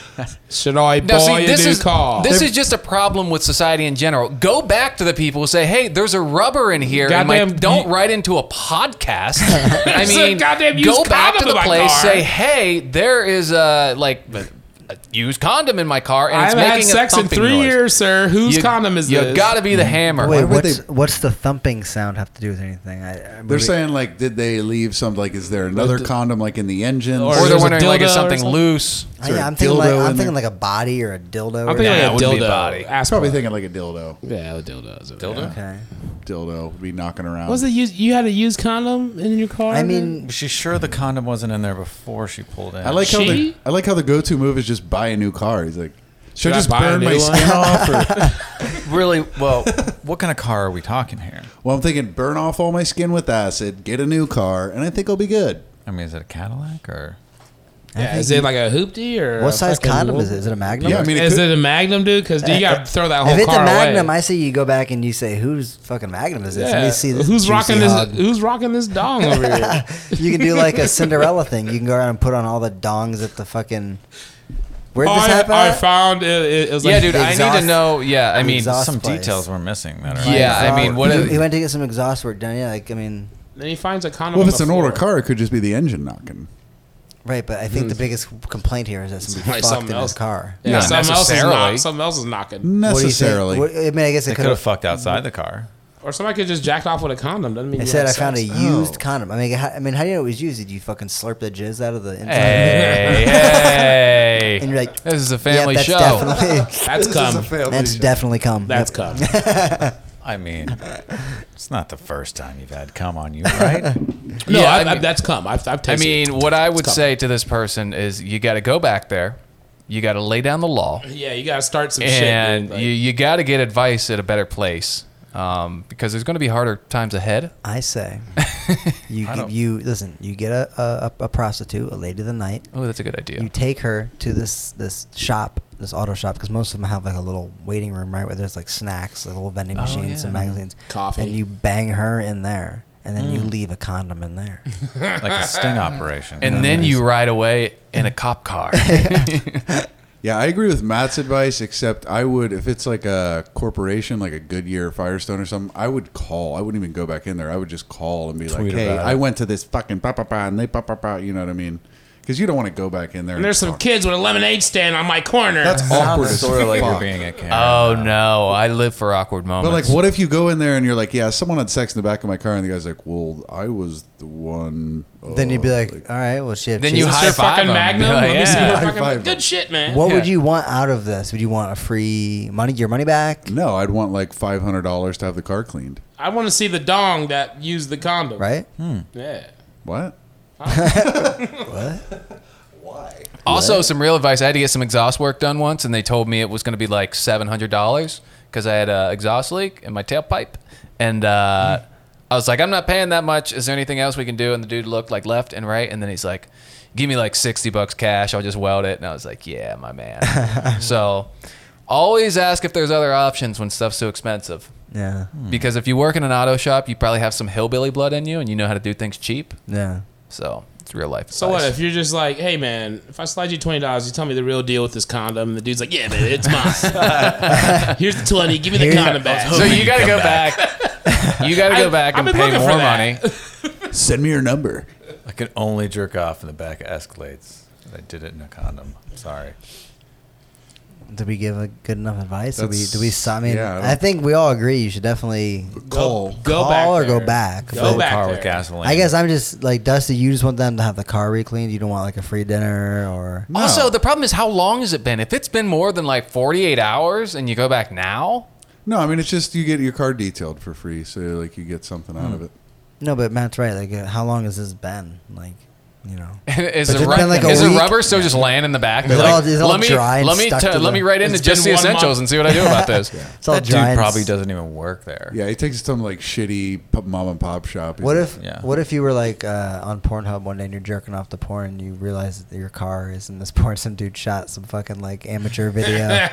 Speaker 7: Should I
Speaker 5: Now,
Speaker 7: buy
Speaker 5: see,
Speaker 7: a
Speaker 5: this
Speaker 7: new
Speaker 5: is
Speaker 7: car?
Speaker 5: this is just a problem with society in general. Go back to the people who say, "Hey, there's a rubber in here." and my-
Speaker 7: Goddamn-
Speaker 5: don't write into a podcast. I
Speaker 7: (laughs) It's a
Speaker 5: mean,
Speaker 7: goddamn used
Speaker 5: go back
Speaker 7: condom
Speaker 5: to
Speaker 7: in
Speaker 5: the
Speaker 7: my
Speaker 5: place.
Speaker 7: car.
Speaker 5: Say, "Hey, there is a like a a used condom in my car, and
Speaker 7: I
Speaker 5: it's
Speaker 7: haven't
Speaker 5: making
Speaker 7: had sex
Speaker 5: a
Speaker 7: in
Speaker 5: thumping
Speaker 7: three
Speaker 5: noise."
Speaker 7: years, sir. Whose condom is
Speaker 5: you
Speaker 7: this?
Speaker 5: gotta be the hammer.
Speaker 2: Wait,
Speaker 4: would
Speaker 2: what's what's the thumping sound have to do with anything? I, I
Speaker 4: They're saying like, did they leave some? Like, is there another condom like in the engine?
Speaker 7: Or
Speaker 5: or
Speaker 7: there's
Speaker 5: they're
Speaker 7: a
Speaker 5: wondering like is
Speaker 7: dildo or
Speaker 5: something
Speaker 7: something?
Speaker 5: loose.
Speaker 2: I,
Speaker 4: there a
Speaker 2: am thinking like
Speaker 4: dildo in
Speaker 2: I'm
Speaker 4: there?
Speaker 2: thinking like a body or a dildo.
Speaker 7: I'm
Speaker 2: or
Speaker 7: thinking
Speaker 5: Yeah, it
Speaker 7: like a
Speaker 5: wouldn't be
Speaker 7: dildo.
Speaker 5: a body.
Speaker 7: Ass
Speaker 4: probably
Speaker 7: plug.
Speaker 4: thinking like a dildo.
Speaker 7: Yeah, the dildo. is a-
Speaker 5: Dildo?
Speaker 2: okay.
Speaker 4: Dildo would be knocking around.
Speaker 7: Was it used? You had a used condom in your car?
Speaker 2: I mean,
Speaker 6: She's sure the condom wasn't in there before she pulled in.
Speaker 4: I like how
Speaker 7: She?
Speaker 4: the I like how the go-to move is just buy a new car. He's like, should,
Speaker 7: Should I
Speaker 4: I just
Speaker 7: buy a
Speaker 4: burn
Speaker 7: new
Speaker 4: my
Speaker 7: one?
Speaker 4: skin off?
Speaker 7: (laughs)
Speaker 4: Or,
Speaker 6: really well. what kind of car are we talking here?
Speaker 4: well, I'm thinking burn off all my skin with acid, get a new car, and I think I'll be good.
Speaker 6: I mean, is it a Cadillac or?
Speaker 7: yeah, is it like a hoopty or
Speaker 2: what
Speaker 7: a
Speaker 2: size
Speaker 7: fucking
Speaker 2: condom
Speaker 7: wolf-
Speaker 2: is it? Is it a Magnum?
Speaker 4: Yeah, I mean, it
Speaker 7: Is
Speaker 4: could-
Speaker 7: it a Magnum, dude? Because you got to throw that whole
Speaker 2: if it's a
Speaker 7: car
Speaker 2: Magnum,
Speaker 7: away.
Speaker 2: I say you go back and you say, "Whose fucking Magnum is this?" Let me see this.
Speaker 7: who's
Speaker 2: juicy
Speaker 7: rocking this? (laughs)
Speaker 2: hog."
Speaker 7: Who's rocking this (laughs) dong
Speaker 5: (laughs)
Speaker 7: over here?
Speaker 2: You can do like a Cinderella thing. You can go around and put on all the dongs at the fucking. Where'd this
Speaker 7: I,
Speaker 2: happen?
Speaker 7: I
Speaker 2: at?
Speaker 7: found it, it, it was like
Speaker 5: Yeah, dude, I need
Speaker 2: exhaust-
Speaker 5: to know. Yeah, I mean,
Speaker 2: exhaust
Speaker 6: Some
Speaker 2: place.
Speaker 6: details were missing that are.
Speaker 5: yeah, I mean, what?
Speaker 2: he,
Speaker 5: Is,
Speaker 2: he went to get some exhaust work done. Yeah, like I mean,
Speaker 7: Then he finds a condom.
Speaker 4: Well,
Speaker 7: on
Speaker 4: if it's
Speaker 7: the
Speaker 4: an older
Speaker 7: floor.
Speaker 4: car, it could just be the engine knocking.
Speaker 2: right. But I think
Speaker 4: Hmm.
Speaker 2: the biggest complaint here is that somebody
Speaker 7: Like
Speaker 2: fucked
Speaker 7: something
Speaker 2: in
Speaker 7: else.
Speaker 2: his car.
Speaker 7: yeah,
Speaker 5: Not
Speaker 7: something else is
Speaker 5: necessarily.
Speaker 7: knock, something else is knocking,
Speaker 2: What do you think?
Speaker 4: Necessarily.
Speaker 2: What- I mean, I guess
Speaker 6: They
Speaker 2: it
Speaker 6: could
Speaker 2: could
Speaker 6: have
Speaker 2: have.
Speaker 6: fucked outside the car.
Speaker 7: or somebody could just jack off with a condom. Doesn't mean
Speaker 2: It
Speaker 7: you
Speaker 2: said
Speaker 7: had
Speaker 2: I found a
Speaker 7: sex.
Speaker 2: used condom. I mean, how, I mean, how do you know it was used? Did you fucking slurp the jizz out of the inside?
Speaker 5: hey,
Speaker 7: (laughs)
Speaker 5: hey.
Speaker 2: And you're like,
Speaker 5: This is a
Speaker 2: yeah,
Speaker 5: family
Speaker 2: that's
Speaker 5: show.
Speaker 2: definitely
Speaker 5: (laughs)
Speaker 7: That's
Speaker 2: (laughs)
Speaker 7: cum.
Speaker 2: that's definitely cum.
Speaker 7: That's
Speaker 2: Yep. (laughs)
Speaker 7: cum.
Speaker 6: I mean, (laughs) it's not the first time you've had cum on you, right?
Speaker 7: No,
Speaker 5: Yeah,
Speaker 7: I,
Speaker 5: I
Speaker 7: I-
Speaker 5: mean-
Speaker 7: that's cum. I've, I've
Speaker 5: I
Speaker 7: tasted. it.
Speaker 5: mean, what I would
Speaker 7: cum.
Speaker 5: say to this person is you got to go back there, you got to lay down the law,
Speaker 7: yeah, you gotta start some shit.
Speaker 5: and
Speaker 7: dude. Like,
Speaker 5: you, you got to get advice at a better place um, because there's going to be harder times ahead.
Speaker 2: I
Speaker 5: (laughs)
Speaker 2: say, you give- you listen. You get a, a a prostitute, a lady of the night.
Speaker 5: Oh, that's a good idea.
Speaker 2: You take her to this this shop, this auto shop, because most of them have like a little waiting room, right, where there's like snacks, like little
Speaker 5: Oh,
Speaker 2: vending machines, some magazines,
Speaker 7: Coffee.
Speaker 2: and you bang her in there, and then
Speaker 5: Mm.
Speaker 2: you leave a condom in there.
Speaker 6: like a sting operation.
Speaker 5: and then you ride away in a cop
Speaker 2: (laughs)
Speaker 5: car.
Speaker 4: Yeah, I agree with Matt's advice, except I would, if it's like a corporation, like a Goodyear, Firestone, or something, I would call. I wouldn't even go back in there. I would just call and be like,
Speaker 6: Tweet
Speaker 4: hey,
Speaker 6: about
Speaker 4: I
Speaker 6: it.
Speaker 4: went to this fucking ba ba ba, and they ba ba ba, you know what I mean? Because you don't want to go back in there.
Speaker 7: and there's some kids with a lemonade stand on my corner.
Speaker 4: That's awkward as
Speaker 6: sort of like you're
Speaker 4: fuck.
Speaker 6: being a camera.
Speaker 5: oh no, I live for awkward
Speaker 4: But
Speaker 5: moments.
Speaker 4: like, what if you go in there and you're like, yeah, someone had sex in the back of my car, and the guy's like, well, I was the one.
Speaker 2: then you'd be
Speaker 4: uh,
Speaker 2: like, all right, well, shit.
Speaker 5: Then
Speaker 2: she's-
Speaker 5: you
Speaker 7: Is this
Speaker 5: high
Speaker 7: your
Speaker 5: five
Speaker 7: fucking
Speaker 5: them.
Speaker 7: Magnum.
Speaker 5: Yeah,
Speaker 7: Let me see your
Speaker 5: yeah.
Speaker 7: fucking-
Speaker 4: High five them.
Speaker 7: Good shit, man.
Speaker 2: what would
Speaker 5: Yeah.
Speaker 2: you want out of this? Would you want a free money, your money back?
Speaker 4: Oh. no, I'd want like five hundred dollars to have the car cleaned.
Speaker 7: I want to see the dong that used the condom.
Speaker 2: Right?
Speaker 7: Yeah.
Speaker 4: What?
Speaker 5: Also, some real advice. I had to get some exhaust work done once, and they told me it was going to be like seven hundred dollars because I had a exhaust leak in my tailpipe, and uh, I was like, "I'm not paying that much. Is there anything else we can do?" And the dude looked like left and right, and then he's like, "Give me like sixty bucks cash. I'll just weld it." And I was like, "Yeah, my man." so, always ask if there's other options when stuff's too expensive.
Speaker 2: Yeah.
Speaker 5: Because if you work in an auto shop, you probably have some hillbilly blood in you, and you know how to do things cheap.
Speaker 2: Yeah.
Speaker 5: So it's real life.
Speaker 7: So what
Speaker 5: advice.
Speaker 7: if you're just like, hey man, if I slide you twenty dollars, you tell me the real deal with this condom, and the dude's like, yeah man, it's mine. (laughs) Here's the twenty, give me
Speaker 4: (laughs)
Speaker 7: the
Speaker 2: Here's-
Speaker 7: condom back.
Speaker 5: So you got to go back.
Speaker 2: (laughs)
Speaker 5: You got to
Speaker 7: I-
Speaker 5: go back and
Speaker 7: I've been
Speaker 5: pay
Speaker 7: looking for
Speaker 5: more
Speaker 7: that.
Speaker 5: money.
Speaker 4: Send me your number.
Speaker 6: I could only jerk off in the back of Escalades. and I did it in a condom. Sorry.
Speaker 2: Did we give a good enough advice? Did we?
Speaker 4: That's-
Speaker 2: Did we? so- I mean,
Speaker 4: yeah, I don't-
Speaker 2: I, think we all agree you should definitely
Speaker 7: go, go
Speaker 2: call
Speaker 7: back
Speaker 2: or
Speaker 7: there.
Speaker 2: go back.
Speaker 7: Go
Speaker 2: But
Speaker 7: back
Speaker 6: car
Speaker 7: there.
Speaker 6: with gasoline.
Speaker 2: I guess I'm just like Dusty. You just want them to have the car recleaned. You don't want like a free dinner or.
Speaker 5: Also, the problem is how long has it been? If it's been more than like 48 hours and you go back now, (laughs)
Speaker 4: No, I mean it's just you get your car detailed for free, so like you get something out of it.
Speaker 2: No, but Matt's right. Like, uh, how long has this been? Like, you know,
Speaker 5: is
Speaker 2: But
Speaker 5: it,
Speaker 2: it's
Speaker 5: ru-
Speaker 2: been like a
Speaker 5: is it
Speaker 2: week.
Speaker 5: rubber still just laying in the back?
Speaker 2: Is it
Speaker 5: They're
Speaker 2: all- is it all
Speaker 5: let me
Speaker 2: dry and
Speaker 5: let me
Speaker 2: stuck
Speaker 5: t-
Speaker 2: to
Speaker 5: let
Speaker 2: the-
Speaker 5: me write into
Speaker 7: It's
Speaker 5: just the
Speaker 7: been one
Speaker 5: essentials
Speaker 7: month.
Speaker 5: and see what I do
Speaker 2: (laughs)
Speaker 5: about this.
Speaker 2: it's all
Speaker 6: that dude
Speaker 2: dry. and
Speaker 6: probably
Speaker 2: s-
Speaker 6: doesn't even work there.
Speaker 4: Yeah, he takes it to some like shitty p- mom and pop shop. He's
Speaker 2: What
Speaker 4: like,
Speaker 2: if
Speaker 6: Yeah.
Speaker 2: What if you were like uh, on Pornhub one day and you're jerking off the porn and you realize that your car is in this (laughs) porn? Some dude shot some fucking like amateur video. you're like,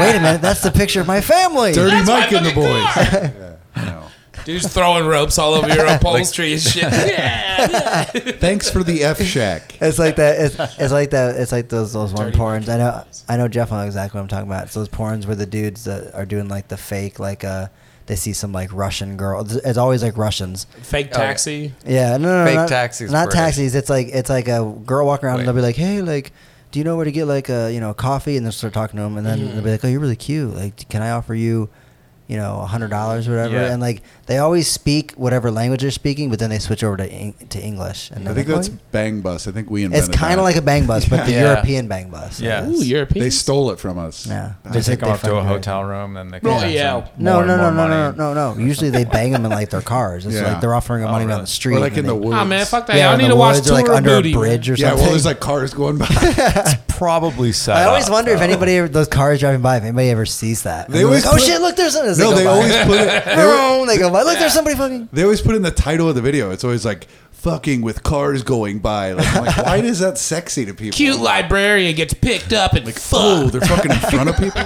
Speaker 2: wait a minute, that's the picture of my family.
Speaker 4: (laughs) Dirty
Speaker 7: my
Speaker 4: Mike and the
Speaker 7: fucking
Speaker 4: boys?
Speaker 7: car!
Speaker 2: (laughs)
Speaker 4: No.
Speaker 7: Dude's throwing ropes all over your upholstery
Speaker 2: (laughs)
Speaker 7: and shit. Yeah.
Speaker 4: Thanks for the F Shack.
Speaker 2: It's like that. It's, it's like that. It's like those those one porns. I know. I know. Jeff will know exactly what I'm talking about. It's those porns where the dudes that are doing like the fake, like uh, they see some like Russian girl. It's- It's always like Russians.
Speaker 7: Fake
Speaker 5: Oh, yeah.
Speaker 7: taxi.
Speaker 2: Yeah, no, no,
Speaker 5: Fake
Speaker 2: not,
Speaker 5: taxis
Speaker 2: Not
Speaker 5: British.
Speaker 2: taxis. It's like it's like a girl walking around
Speaker 5: Wait.
Speaker 2: and they'll be like, "Hey, like, do you know where to get like a you know a coffee?" And they'll start talking to them, and then
Speaker 6: Mm-hmm.
Speaker 2: they'll be like, "Oh, you're really cute. Like, can I offer you, you know, a hundred dollars or whatever?"
Speaker 6: Yeah.
Speaker 2: And like they always speak whatever language they're speaking, but then they switch over to Eng- to English. And
Speaker 4: I
Speaker 2: they're
Speaker 4: think
Speaker 2: like,
Speaker 4: that's
Speaker 2: "What?"
Speaker 4: Bang Bus. I think we
Speaker 2: it's
Speaker 4: invented.
Speaker 2: kind
Speaker 4: that.
Speaker 2: of like a bang bus,
Speaker 4: (laughs)
Speaker 2: but the
Speaker 5: Yeah.
Speaker 2: European bang bus.
Speaker 6: Yeah.
Speaker 7: Ooh, European.
Speaker 4: they stole it from us.
Speaker 2: yeah.
Speaker 6: They take them up to a
Speaker 2: fucking-
Speaker 6: hotel room, then they
Speaker 7: Oh,
Speaker 6: charge
Speaker 7: yeah.
Speaker 6: them
Speaker 2: No,
Speaker 6: more and
Speaker 2: no, no, no,
Speaker 6: more
Speaker 2: no,
Speaker 6: money.
Speaker 2: no, no, no. Usually they bang them in like their cars. It's
Speaker 4: (laughs) Yeah.
Speaker 2: like they're offering them
Speaker 6: Oh,
Speaker 2: money
Speaker 6: really?
Speaker 2: on the street.
Speaker 4: Or like
Speaker 2: and
Speaker 4: in the
Speaker 2: they-
Speaker 4: woods.
Speaker 7: Ah, man, fuck that.
Speaker 2: Yeah,
Speaker 7: I
Speaker 2: in
Speaker 7: need
Speaker 2: the
Speaker 7: to watch
Speaker 2: woods or, like
Speaker 7: Tour of
Speaker 2: under
Speaker 7: Duty.
Speaker 2: a bridge or
Speaker 4: Yeah,
Speaker 2: something.
Speaker 4: well, there's like cars
Speaker 2: (laughs)
Speaker 4: going by.
Speaker 6: Probably set
Speaker 2: I always
Speaker 6: up,
Speaker 2: wonder if
Speaker 6: though.
Speaker 2: anybody ever, those cars driving by, if anybody ever sees that.
Speaker 4: They
Speaker 2: They always
Speaker 4: always
Speaker 2: like, oh
Speaker 4: put-
Speaker 2: shit, look, there's no,
Speaker 4: no, they always
Speaker 2: (laughs)
Speaker 4: put it. They, were-
Speaker 2: they go by. Look, there's somebody fucking.
Speaker 4: they always put in the title of the video. It's always like fucking with cars going by. Like, I'm
Speaker 2: (laughs)
Speaker 4: like, why is that sexy to people?
Speaker 7: (laughs) Cute librarian gets picked up and
Speaker 4: Oh,
Speaker 7: fucked.
Speaker 4: they're fucking in front
Speaker 7: (laughs)
Speaker 4: of people.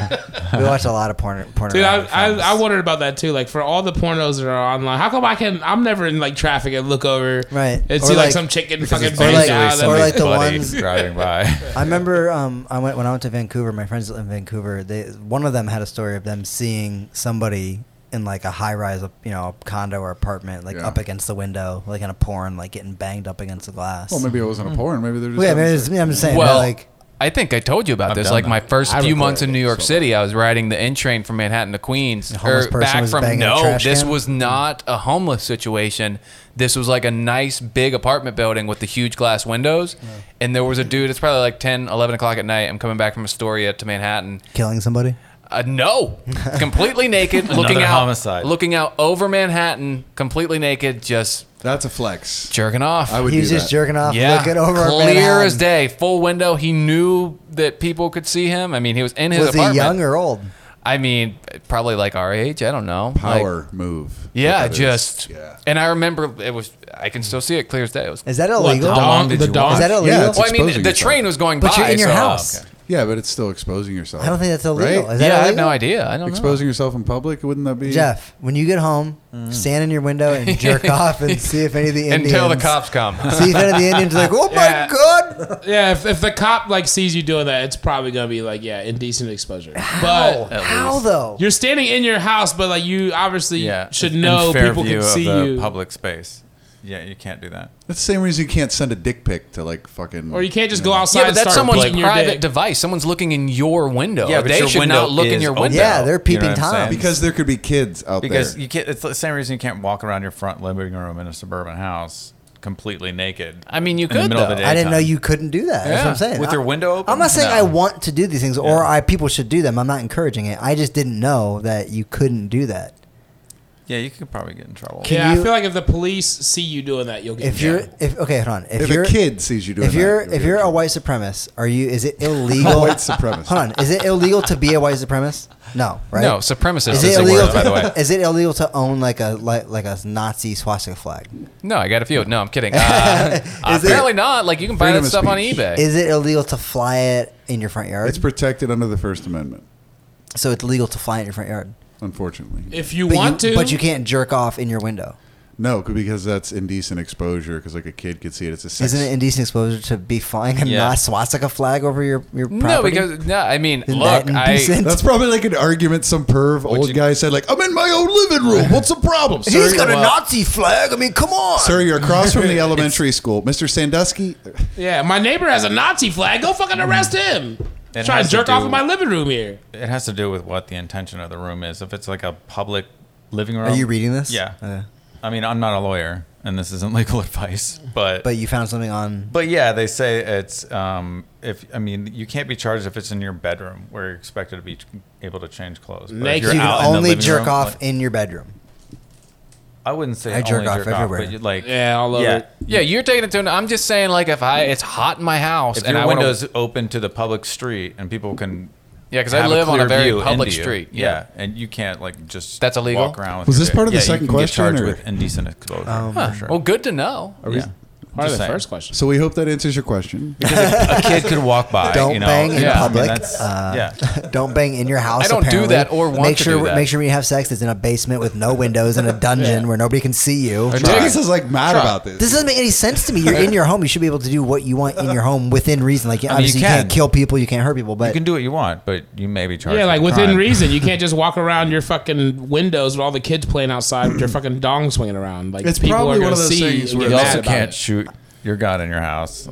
Speaker 2: We watch a lot of porn. porn
Speaker 7: Dude, I, I, I wondered about that too. Like for all the pornos that are online, how come I can? I'm never in like traffic and look over
Speaker 2: Right.
Speaker 7: and
Speaker 2: Or
Speaker 7: see like,
Speaker 2: like-
Speaker 7: some chicken fucking
Speaker 6: It's
Speaker 2: Or like-
Speaker 7: banged
Speaker 6: basically
Speaker 7: out.
Speaker 2: or
Speaker 6: somebody's
Speaker 2: like the
Speaker 6: buddy
Speaker 2: ones-
Speaker 6: driving
Speaker 2: (laughs)
Speaker 6: by.
Speaker 2: I remember um, I went when I went to Vancouver. My friends that live in Vancouver. They one of them had a story of them seeing somebody in like a high rise, you know, condo or apartment, like
Speaker 4: Yeah.
Speaker 2: up against the window, like in a porn, like getting banged up against the glass.
Speaker 4: Well, maybe it
Speaker 7: Hmm.
Speaker 4: wasn't a porn. Maybe they're just.
Speaker 2: Well, yeah, I
Speaker 4: having
Speaker 2: mean,
Speaker 4: sex.
Speaker 2: it's- I'm just saying.
Speaker 5: Well,
Speaker 2: Well, like,
Speaker 5: I think I told you about
Speaker 6: I've
Speaker 5: this.
Speaker 6: done
Speaker 5: Like
Speaker 6: that.
Speaker 5: my first
Speaker 4: I
Speaker 5: few
Speaker 4: recorded
Speaker 5: months in New
Speaker 4: it,
Speaker 5: York
Speaker 4: so-
Speaker 5: City, I was riding the N train from Manhattan to Queens.
Speaker 2: homeless
Speaker 5: or
Speaker 2: person
Speaker 5: back
Speaker 2: was
Speaker 5: from
Speaker 2: banging a
Speaker 5: no,
Speaker 2: trash
Speaker 5: this
Speaker 2: can?
Speaker 5: was not a homeless situation. This was like a nice big apartment building with the huge glass windows. And there was a dude. It's probably like 10, 11 o'clock at night. I'm coming back from Astoria to Manhattan.
Speaker 2: killing somebody.
Speaker 5: Uh, no,
Speaker 2: (laughs)
Speaker 5: completely naked, looking
Speaker 6: Another
Speaker 5: out,
Speaker 6: homicide.
Speaker 5: looking out over Manhattan, completely naked, just
Speaker 4: That's a flex.
Speaker 5: jerking off.
Speaker 4: I would
Speaker 2: He was
Speaker 4: do
Speaker 2: just
Speaker 4: that.
Speaker 2: jerking off,
Speaker 5: Yeah,
Speaker 2: looking over. at
Speaker 5: clear
Speaker 2: Manhattan.
Speaker 5: as day, full window. He knew that people could see him. I mean, he was in his
Speaker 2: Was he
Speaker 5: apartment.
Speaker 2: young or old?
Speaker 5: I mean, probably like our age. I don't know. Like,
Speaker 4: Power move.
Speaker 5: yeah,
Speaker 4: That is-
Speaker 5: just.
Speaker 4: Yeah.
Speaker 5: And I remember it was. I can still see it clear as day. It was.
Speaker 2: Is that
Speaker 5: What,
Speaker 2: illegal?
Speaker 5: How long
Speaker 7: The
Speaker 5: did you
Speaker 7: dog-
Speaker 2: Is that
Speaker 5: watch?
Speaker 2: illegal?
Speaker 4: Yeah, it's
Speaker 5: Well, I mean, the
Speaker 4: Exposing yourself.
Speaker 5: train was going
Speaker 2: But
Speaker 5: by.
Speaker 2: you're in your
Speaker 5: so-
Speaker 2: house.
Speaker 5: Okay.
Speaker 4: Yeah, but it's still exposing yourself.
Speaker 2: I don't think that's illegal.
Speaker 4: Right?
Speaker 2: Is that
Speaker 5: Yeah, I have
Speaker 2: illegal?
Speaker 5: no idea. I don't
Speaker 4: exposing yourself in public. Wouldn't that
Speaker 5: Mm.
Speaker 4: be
Speaker 2: Jeff, when you get home, stand in your window
Speaker 5: (laughs)
Speaker 2: and jerk off and see if any of the
Speaker 5: know.
Speaker 2: Indians
Speaker 5: Until the cops
Speaker 2: (laughs)
Speaker 5: come. (laughs)
Speaker 2: See if any of the Indians are like, oh my
Speaker 7: Yeah.
Speaker 2: god.
Speaker 7: (laughs) Yeah, if, if the cop like sees you doing that, it's probably gonna be like yeah, indecent exposure. But
Speaker 2: How though?
Speaker 7: you're standing in your house, but like you obviously
Speaker 6: Yeah,
Speaker 7: should
Speaker 6: in
Speaker 7: know
Speaker 6: fair
Speaker 7: people
Speaker 6: view
Speaker 7: can
Speaker 6: of
Speaker 7: see
Speaker 6: the
Speaker 7: you,
Speaker 6: Public space. Yeah, you can't do that.
Speaker 4: That's the same reason you can't send a dick pic to like fucking.
Speaker 7: or you can't just go outside.
Speaker 5: Yeah, but
Speaker 7: and
Speaker 5: that's
Speaker 7: start
Speaker 5: someone's
Speaker 7: blinking your
Speaker 5: private
Speaker 7: dick.
Speaker 5: device. Someone's looking in your window.
Speaker 6: Yeah, Oh, but
Speaker 5: they
Speaker 6: your
Speaker 5: should
Speaker 6: window
Speaker 5: not look in
Speaker 6: is
Speaker 5: your
Speaker 6: open.
Speaker 5: window.
Speaker 2: yeah, they're
Speaker 6: You know
Speaker 2: peeping
Speaker 6: what I'm
Speaker 2: Tom.
Speaker 6: saying?
Speaker 4: because there could be kids out
Speaker 6: Because
Speaker 4: there.
Speaker 6: you can't. It's the same reason you can't walk around your front living room in a suburban house completely naked.
Speaker 5: I mean, you
Speaker 6: In the
Speaker 5: could,
Speaker 6: middle of the
Speaker 5: though.
Speaker 6: day
Speaker 2: I didn't know
Speaker 6: time.
Speaker 2: you couldn't do that. That's what I'm
Speaker 5: Yeah.
Speaker 2: saying.
Speaker 6: With your
Speaker 2: I-
Speaker 6: window open?
Speaker 2: I'm not saying
Speaker 6: No.
Speaker 2: I want to do these things or I people should do them. I'm not encouraging it. I just didn't know that you couldn't do that.
Speaker 6: Yeah, you could probably get in trouble.
Speaker 2: Can
Speaker 7: Yeah,
Speaker 2: you-
Speaker 7: I feel like if the police see you doing that, you'll get.
Speaker 2: If
Speaker 7: in
Speaker 2: you're
Speaker 7: trouble.
Speaker 2: if okay, hold on. If,
Speaker 4: if
Speaker 2: you're
Speaker 4: a kid sees you doing
Speaker 2: if you're
Speaker 4: that,
Speaker 2: if you're a white supremacist, are you is it illegal
Speaker 4: (laughs) White supremacist.
Speaker 2: Hold on. Is it illegal to be a white supremacist? No, right?
Speaker 5: No, supremacist
Speaker 2: Is
Speaker 5: is,
Speaker 2: it
Speaker 5: the
Speaker 2: illegal?
Speaker 5: word, by the way.
Speaker 2: To, (laughs) is it illegal to own like a like, like a Nazi swastika flag?
Speaker 5: No, I got a few. No, I'm kidding. Uh,
Speaker 2: Is it-
Speaker 5: apparently not. Like you can buy
Speaker 4: Freedom
Speaker 5: that
Speaker 4: of
Speaker 5: stuff on
Speaker 4: speech.
Speaker 5: eBay.
Speaker 2: Is it illegal to fly it in your front yard?
Speaker 4: it's protected under the First Amendment,
Speaker 2: so it's legal to fly it in your front yard.
Speaker 4: unfortunately.
Speaker 7: if you
Speaker 2: But
Speaker 7: want
Speaker 2: you,
Speaker 7: to,
Speaker 2: but you can't jerk off in your window.
Speaker 4: No, c- because that's indecent exposure. Because like a kid could see it. It's a sex.
Speaker 2: Isn't it indecent exposure to be flying a
Speaker 6: Yeah.
Speaker 2: Nazi swastika flag over your your property?
Speaker 5: no, because no. I mean,
Speaker 2: Isn't
Speaker 5: look,
Speaker 2: that
Speaker 5: I
Speaker 2: indecent? (laughs)
Speaker 4: That's probably like an argument some perv old
Speaker 6: you-
Speaker 4: guy said. Like I'm in my own living room. What's the problem? Sir,
Speaker 2: He's got a
Speaker 4: Well,
Speaker 2: Nazi flag. I mean, come on.
Speaker 4: Sir, you're across from the elementary school, Mr. Sandusky.
Speaker 7: yeah, my neighbor has a Nazi flag. Go fucking arrest him. Try
Speaker 6: It
Speaker 7: to
Speaker 6: Mm. has to
Speaker 7: jerk off
Speaker 6: do-
Speaker 7: in my living room here.
Speaker 6: It has to do with what the intention of the room is. If it's like a public living room.
Speaker 2: Are you reading this? Uh.
Speaker 6: Yeah.
Speaker 2: Okay.
Speaker 6: I mean, I'm not a lawyer, and this isn't (laughs) legal advice, but
Speaker 2: But you found something on.
Speaker 6: But yeah, they say it's um, if I mean you can't be charged if it's in your bedroom where you're expected to be ch- able to change clothes. But if
Speaker 7: Naked.
Speaker 6: you're
Speaker 7: You
Speaker 2: You
Speaker 7: can
Speaker 6: out
Speaker 2: can
Speaker 6: in the
Speaker 2: only
Speaker 6: living
Speaker 2: jerk
Speaker 6: room,
Speaker 2: off
Speaker 6: like-
Speaker 2: in your bedroom.
Speaker 6: I wouldn't say
Speaker 2: I
Speaker 6: only
Speaker 2: jerk off everywhere.
Speaker 6: but you, like
Speaker 7: Yeah, all over.
Speaker 6: yeah.
Speaker 5: Yeah, you're taking it to. an- I'm just saying, like, if I it's hot in my house
Speaker 6: If
Speaker 5: and
Speaker 6: your
Speaker 5: I wanna-
Speaker 6: windows open to the public street and people can
Speaker 5: yeah, because I
Speaker 6: have
Speaker 5: live on a
Speaker 6: clear
Speaker 5: very
Speaker 6: view into
Speaker 5: public
Speaker 6: you,
Speaker 5: street.
Speaker 6: yeah. and you can't like just
Speaker 5: That's illegal?
Speaker 6: Walk around. With
Speaker 4: Was
Speaker 6: your
Speaker 4: this part of the
Speaker 6: dick. yeah,
Speaker 4: second
Speaker 6: you can
Speaker 4: question,
Speaker 6: Get charged
Speaker 4: or-
Speaker 6: with indecent exposure. for sure.
Speaker 5: Well, good to know.
Speaker 4: Are we-
Speaker 6: Yeah.
Speaker 7: Part of Oh,
Speaker 6: Just
Speaker 7: the
Speaker 6: saying.
Speaker 7: first question.
Speaker 4: So we hope that answers your question.
Speaker 6: a kid could walk by.
Speaker 2: Don't
Speaker 6: you know,
Speaker 2: bang in
Speaker 5: yeah, I mean,
Speaker 2: public.
Speaker 6: that's-
Speaker 2: uh,
Speaker 6: yeah.
Speaker 2: (laughs) Don't bang in your house.
Speaker 5: I don't do
Speaker 2: apparently.
Speaker 5: that or want
Speaker 2: make
Speaker 5: to
Speaker 2: sure
Speaker 5: do that.
Speaker 2: make sure when you have sex, it's in a basement with no windows
Speaker 5: (laughs)
Speaker 2: in a dungeon where nobody can see you.
Speaker 4: Travis is like mad about this.
Speaker 2: This doesn't make any sense to me. You're in your home. You should be able to do what you want in your home within reason. Like
Speaker 6: mean,
Speaker 2: obviously
Speaker 6: you
Speaker 2: you, can't
Speaker 6: can.
Speaker 2: kill people, you can't hurt people, but
Speaker 6: You can do what you want, but you may be charged.
Speaker 7: Yeah,
Speaker 6: with
Speaker 7: like
Speaker 6: a
Speaker 7: within
Speaker 6: crime.
Speaker 7: reason. You can't just walk around your fucking windows with all the kids playing outside with your fucking dong swinging around. Like
Speaker 4: It's
Speaker 7: people
Speaker 4: probably
Speaker 7: are
Speaker 4: one
Speaker 7: gonna
Speaker 4: of those
Speaker 7: see
Speaker 4: things
Speaker 7: and
Speaker 4: where
Speaker 7: get
Speaker 6: You
Speaker 7: mad
Speaker 6: also
Speaker 7: about
Speaker 6: can't
Speaker 7: it.
Speaker 6: shoot your god in your house. (laughs)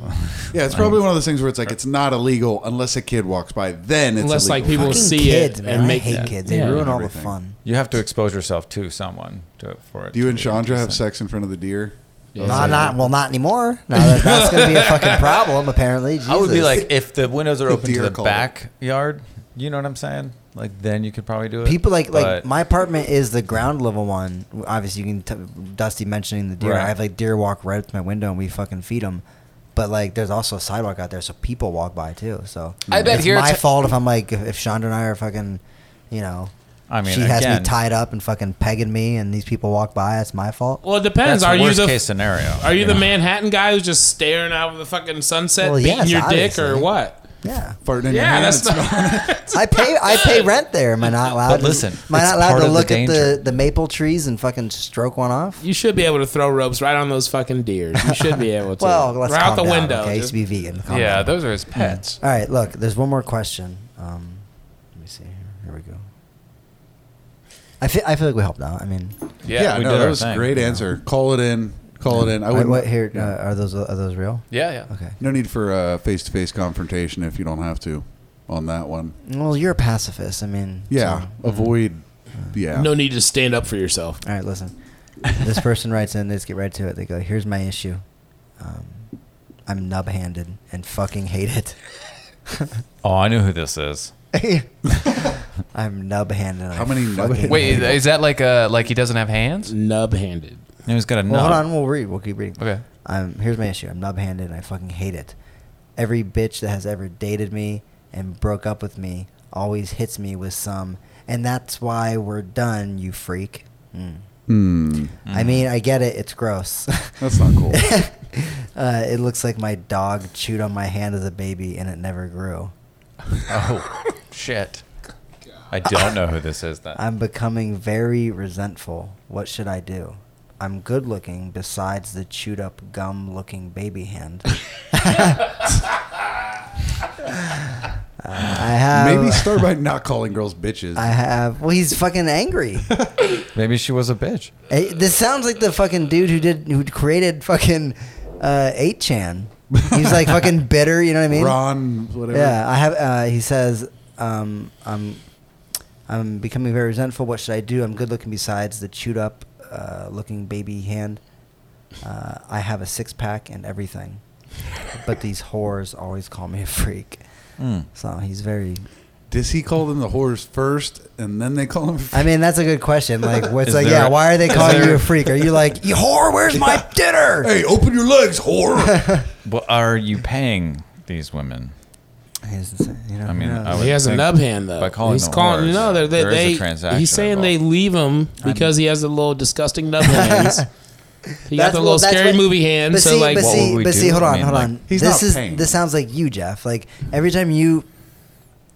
Speaker 4: Yeah, it's probably one of those things where it's like it's not illegal unless a kid walks by. Then it's
Speaker 7: Unless, like,
Speaker 4: illegal.
Speaker 7: people-
Speaker 2: fucking
Speaker 7: see
Speaker 2: kids,
Speaker 7: it
Speaker 2: man.
Speaker 7: and
Speaker 2: I
Speaker 7: make
Speaker 2: hate
Speaker 7: that-
Speaker 2: kids. They
Speaker 7: yeah.
Speaker 2: ruin all
Speaker 4: Everything.
Speaker 2: the fun.
Speaker 6: You have to expose yourself to someone to for it.
Speaker 4: Do you
Speaker 6: to
Speaker 4: and
Speaker 6: be
Speaker 4: Chandra have
Speaker 6: decent.
Speaker 4: sex in front of the deer?
Speaker 2: Nah, not well, not
Speaker 6: (laughs)
Speaker 2: anymore. Now that, that's going to be a fucking problem. Apparently, Jesus.
Speaker 6: I would be like, if the windows are open to
Speaker 4: deer
Speaker 6: the
Speaker 4: called.
Speaker 6: backyard, you know what I'm saying? Like then you could probably do it.
Speaker 2: people like like
Speaker 6: But-
Speaker 2: my apartment is the ground level one. Obviously, you can t- Dusty mentioning the deer.
Speaker 6: Right.
Speaker 2: I have like deer walk right up to my window and we fucking feed them. But like, there's also a sidewalk out there, so people walk by too. So
Speaker 5: I bet
Speaker 2: it's
Speaker 5: here
Speaker 2: my
Speaker 5: it's-
Speaker 2: fault if I'm like if, if Chandra and I are fucking, you know.
Speaker 6: I mean,
Speaker 2: she has
Speaker 6: again-
Speaker 2: me tied up and fucking pegging me, and these people walk by. That's my fault.
Speaker 7: Well, it depends.
Speaker 6: That's
Speaker 7: Are
Speaker 6: the
Speaker 7: you
Speaker 6: worst
Speaker 7: the
Speaker 6: case scenario.
Speaker 7: Are you
Speaker 6: know?
Speaker 7: the Manhattan guy who's just staring out of the fucking sunset,
Speaker 2: Well,
Speaker 7: beating
Speaker 2: yes,
Speaker 7: your dick, or
Speaker 2: obviously.
Speaker 7: what?
Speaker 2: Yeah,
Speaker 4: Farting in your
Speaker 7: Yeah,
Speaker 4: hand,
Speaker 7: that's
Speaker 4: it's
Speaker 7: not.
Speaker 2: I pay. I pay rent there. Am I not allowed? to-
Speaker 6: listen,
Speaker 2: am I
Speaker 6: it's
Speaker 2: not allowed
Speaker 6: part
Speaker 2: to
Speaker 6: of the
Speaker 2: look at the,
Speaker 6: danger.
Speaker 2: the maple trees and fucking stroke one off?
Speaker 7: You should be able to throw ropes right on those fucking deers. You should be able to.
Speaker 2: Well, let's
Speaker 7: right
Speaker 2: calm
Speaker 7: out the
Speaker 2: down,
Speaker 7: window.
Speaker 2: Okay, I used
Speaker 7: Just-
Speaker 2: to be vegan. Calm
Speaker 5: Yeah,
Speaker 2: down.
Speaker 5: those are his pets.
Speaker 2: All right, look, there's one more question. Um, let me see. here. Here we go. I feel, I feel like we helped out. I mean,
Speaker 5: Yeah,
Speaker 4: yeah,
Speaker 5: yeah,
Speaker 6: we
Speaker 4: no,
Speaker 6: did
Speaker 4: that
Speaker 6: our
Speaker 4: was a
Speaker 6: thing,
Speaker 4: great
Speaker 6: you know.
Speaker 4: answer. Call it in. Call it in. I
Speaker 2: wait,
Speaker 4: wouldn't.
Speaker 2: what here uh, are those are those real?
Speaker 5: yeah.
Speaker 2: Okay.
Speaker 4: No need for a face-to-face confrontation if you don't have to. On that one,
Speaker 2: Well, you're a pacifist. I mean,
Speaker 4: yeah,
Speaker 2: so- mm.
Speaker 4: avoid. Yeah,
Speaker 7: no need to stand up for yourself.
Speaker 2: All right, listen. this person writes in. They just get right to it. They go, "Here's my issue. Um, I'm nub-handed and fucking hate it.
Speaker 6: Oh, I knew who this is.
Speaker 2: (laughs) I'm nub-handed. and I
Speaker 4: How many
Speaker 2: fucking
Speaker 4: nub-
Speaker 5: Wait,
Speaker 2: hate it."
Speaker 5: is that like uh like he doesn't have hands?
Speaker 7: Nub handed.
Speaker 6: He was gonna
Speaker 2: Well,
Speaker 6: know.
Speaker 2: hold on. We'll read. We'll keep reading.
Speaker 5: Okay.
Speaker 2: I'm here's my issue. I'm nub-handed and I fucking hate it. Every bitch that has ever dated me and broke up with me always hits me with some, and that's why we're done, you freak. Mm.
Speaker 4: Hmm,
Speaker 2: I mean, I get it. It's gross.
Speaker 4: (laughs) that's not cool.
Speaker 2: (laughs) uh, it looks like my dog chewed on my hand as a baby and it never grew.
Speaker 6: Oh,
Speaker 5: Shit.
Speaker 6: I don't know who this is. Then
Speaker 2: I'm becoming very resentful. What should I do? I'm good looking besides the chewed up gum looking baby hand. Uh, I have
Speaker 4: Maybe start by not calling girls bitches.
Speaker 2: I have well he's fucking angry.
Speaker 6: maybe she was a bitch.
Speaker 2: Eh, this sounds like the fucking dude who did who created fucking uh 8chan. He's like fucking bitter, you know what I mean?
Speaker 4: Ron, whatever.
Speaker 2: Yeah, I have. Uh, he says, um, "I'm, I'm becoming very resentful. What should I do? I'm good looking besides the chewed up, uh, looking baby hand. Uh, I have a six pack and everything, but
Speaker 6: (laughs)
Speaker 2: these whores always call me a freak.
Speaker 6: Mm.
Speaker 2: So he's very.
Speaker 4: Does he call them the whores first, and then they call them?
Speaker 2: I mean, that's a good question.
Speaker 6: (laughs)
Speaker 2: Like, what's
Speaker 6: Is
Speaker 2: like?
Speaker 6: there-
Speaker 2: yeah, why are they
Speaker 6: is
Speaker 2: calling you
Speaker 6: there-
Speaker 2: a freak? Are you like, you whore?
Speaker 6: (laughs)
Speaker 2: Where's my dinner?
Speaker 4: (laughs) hey, open your
Speaker 2: (laughs)
Speaker 4: legs, whore.
Speaker 6: Well, are you paying these women?
Speaker 2: He's insane, you know,
Speaker 6: I mean,
Speaker 2: who knows?
Speaker 6: I would
Speaker 7: He has a
Speaker 6: think
Speaker 7: nub hand though.
Speaker 6: by calling
Speaker 7: he's
Speaker 6: them
Speaker 7: calling
Speaker 6: whores,
Speaker 7: no. They're, they
Speaker 6: there is a
Speaker 7: they-
Speaker 6: transaction
Speaker 7: he's saying they
Speaker 6: involved.
Speaker 7: leave him because he has the little disgusting nub hands. He got
Speaker 2: That's-
Speaker 7: the
Speaker 2: well,
Speaker 7: little
Speaker 2: that's
Speaker 7: scary
Speaker 2: what-
Speaker 7: movie hand.
Speaker 2: But
Speaker 7: so
Speaker 2: see,
Speaker 7: like,
Speaker 2: but
Speaker 6: What
Speaker 2: see,
Speaker 6: would we
Speaker 2: but see,
Speaker 6: do?
Speaker 2: hold
Speaker 6: I
Speaker 2: on,
Speaker 6: mean,
Speaker 2: hold
Speaker 6: like-
Speaker 2: on.
Speaker 4: He's
Speaker 2: this
Speaker 4: not
Speaker 2: is
Speaker 4: paying.
Speaker 2: this sounds like you, Jeff. Like every time you,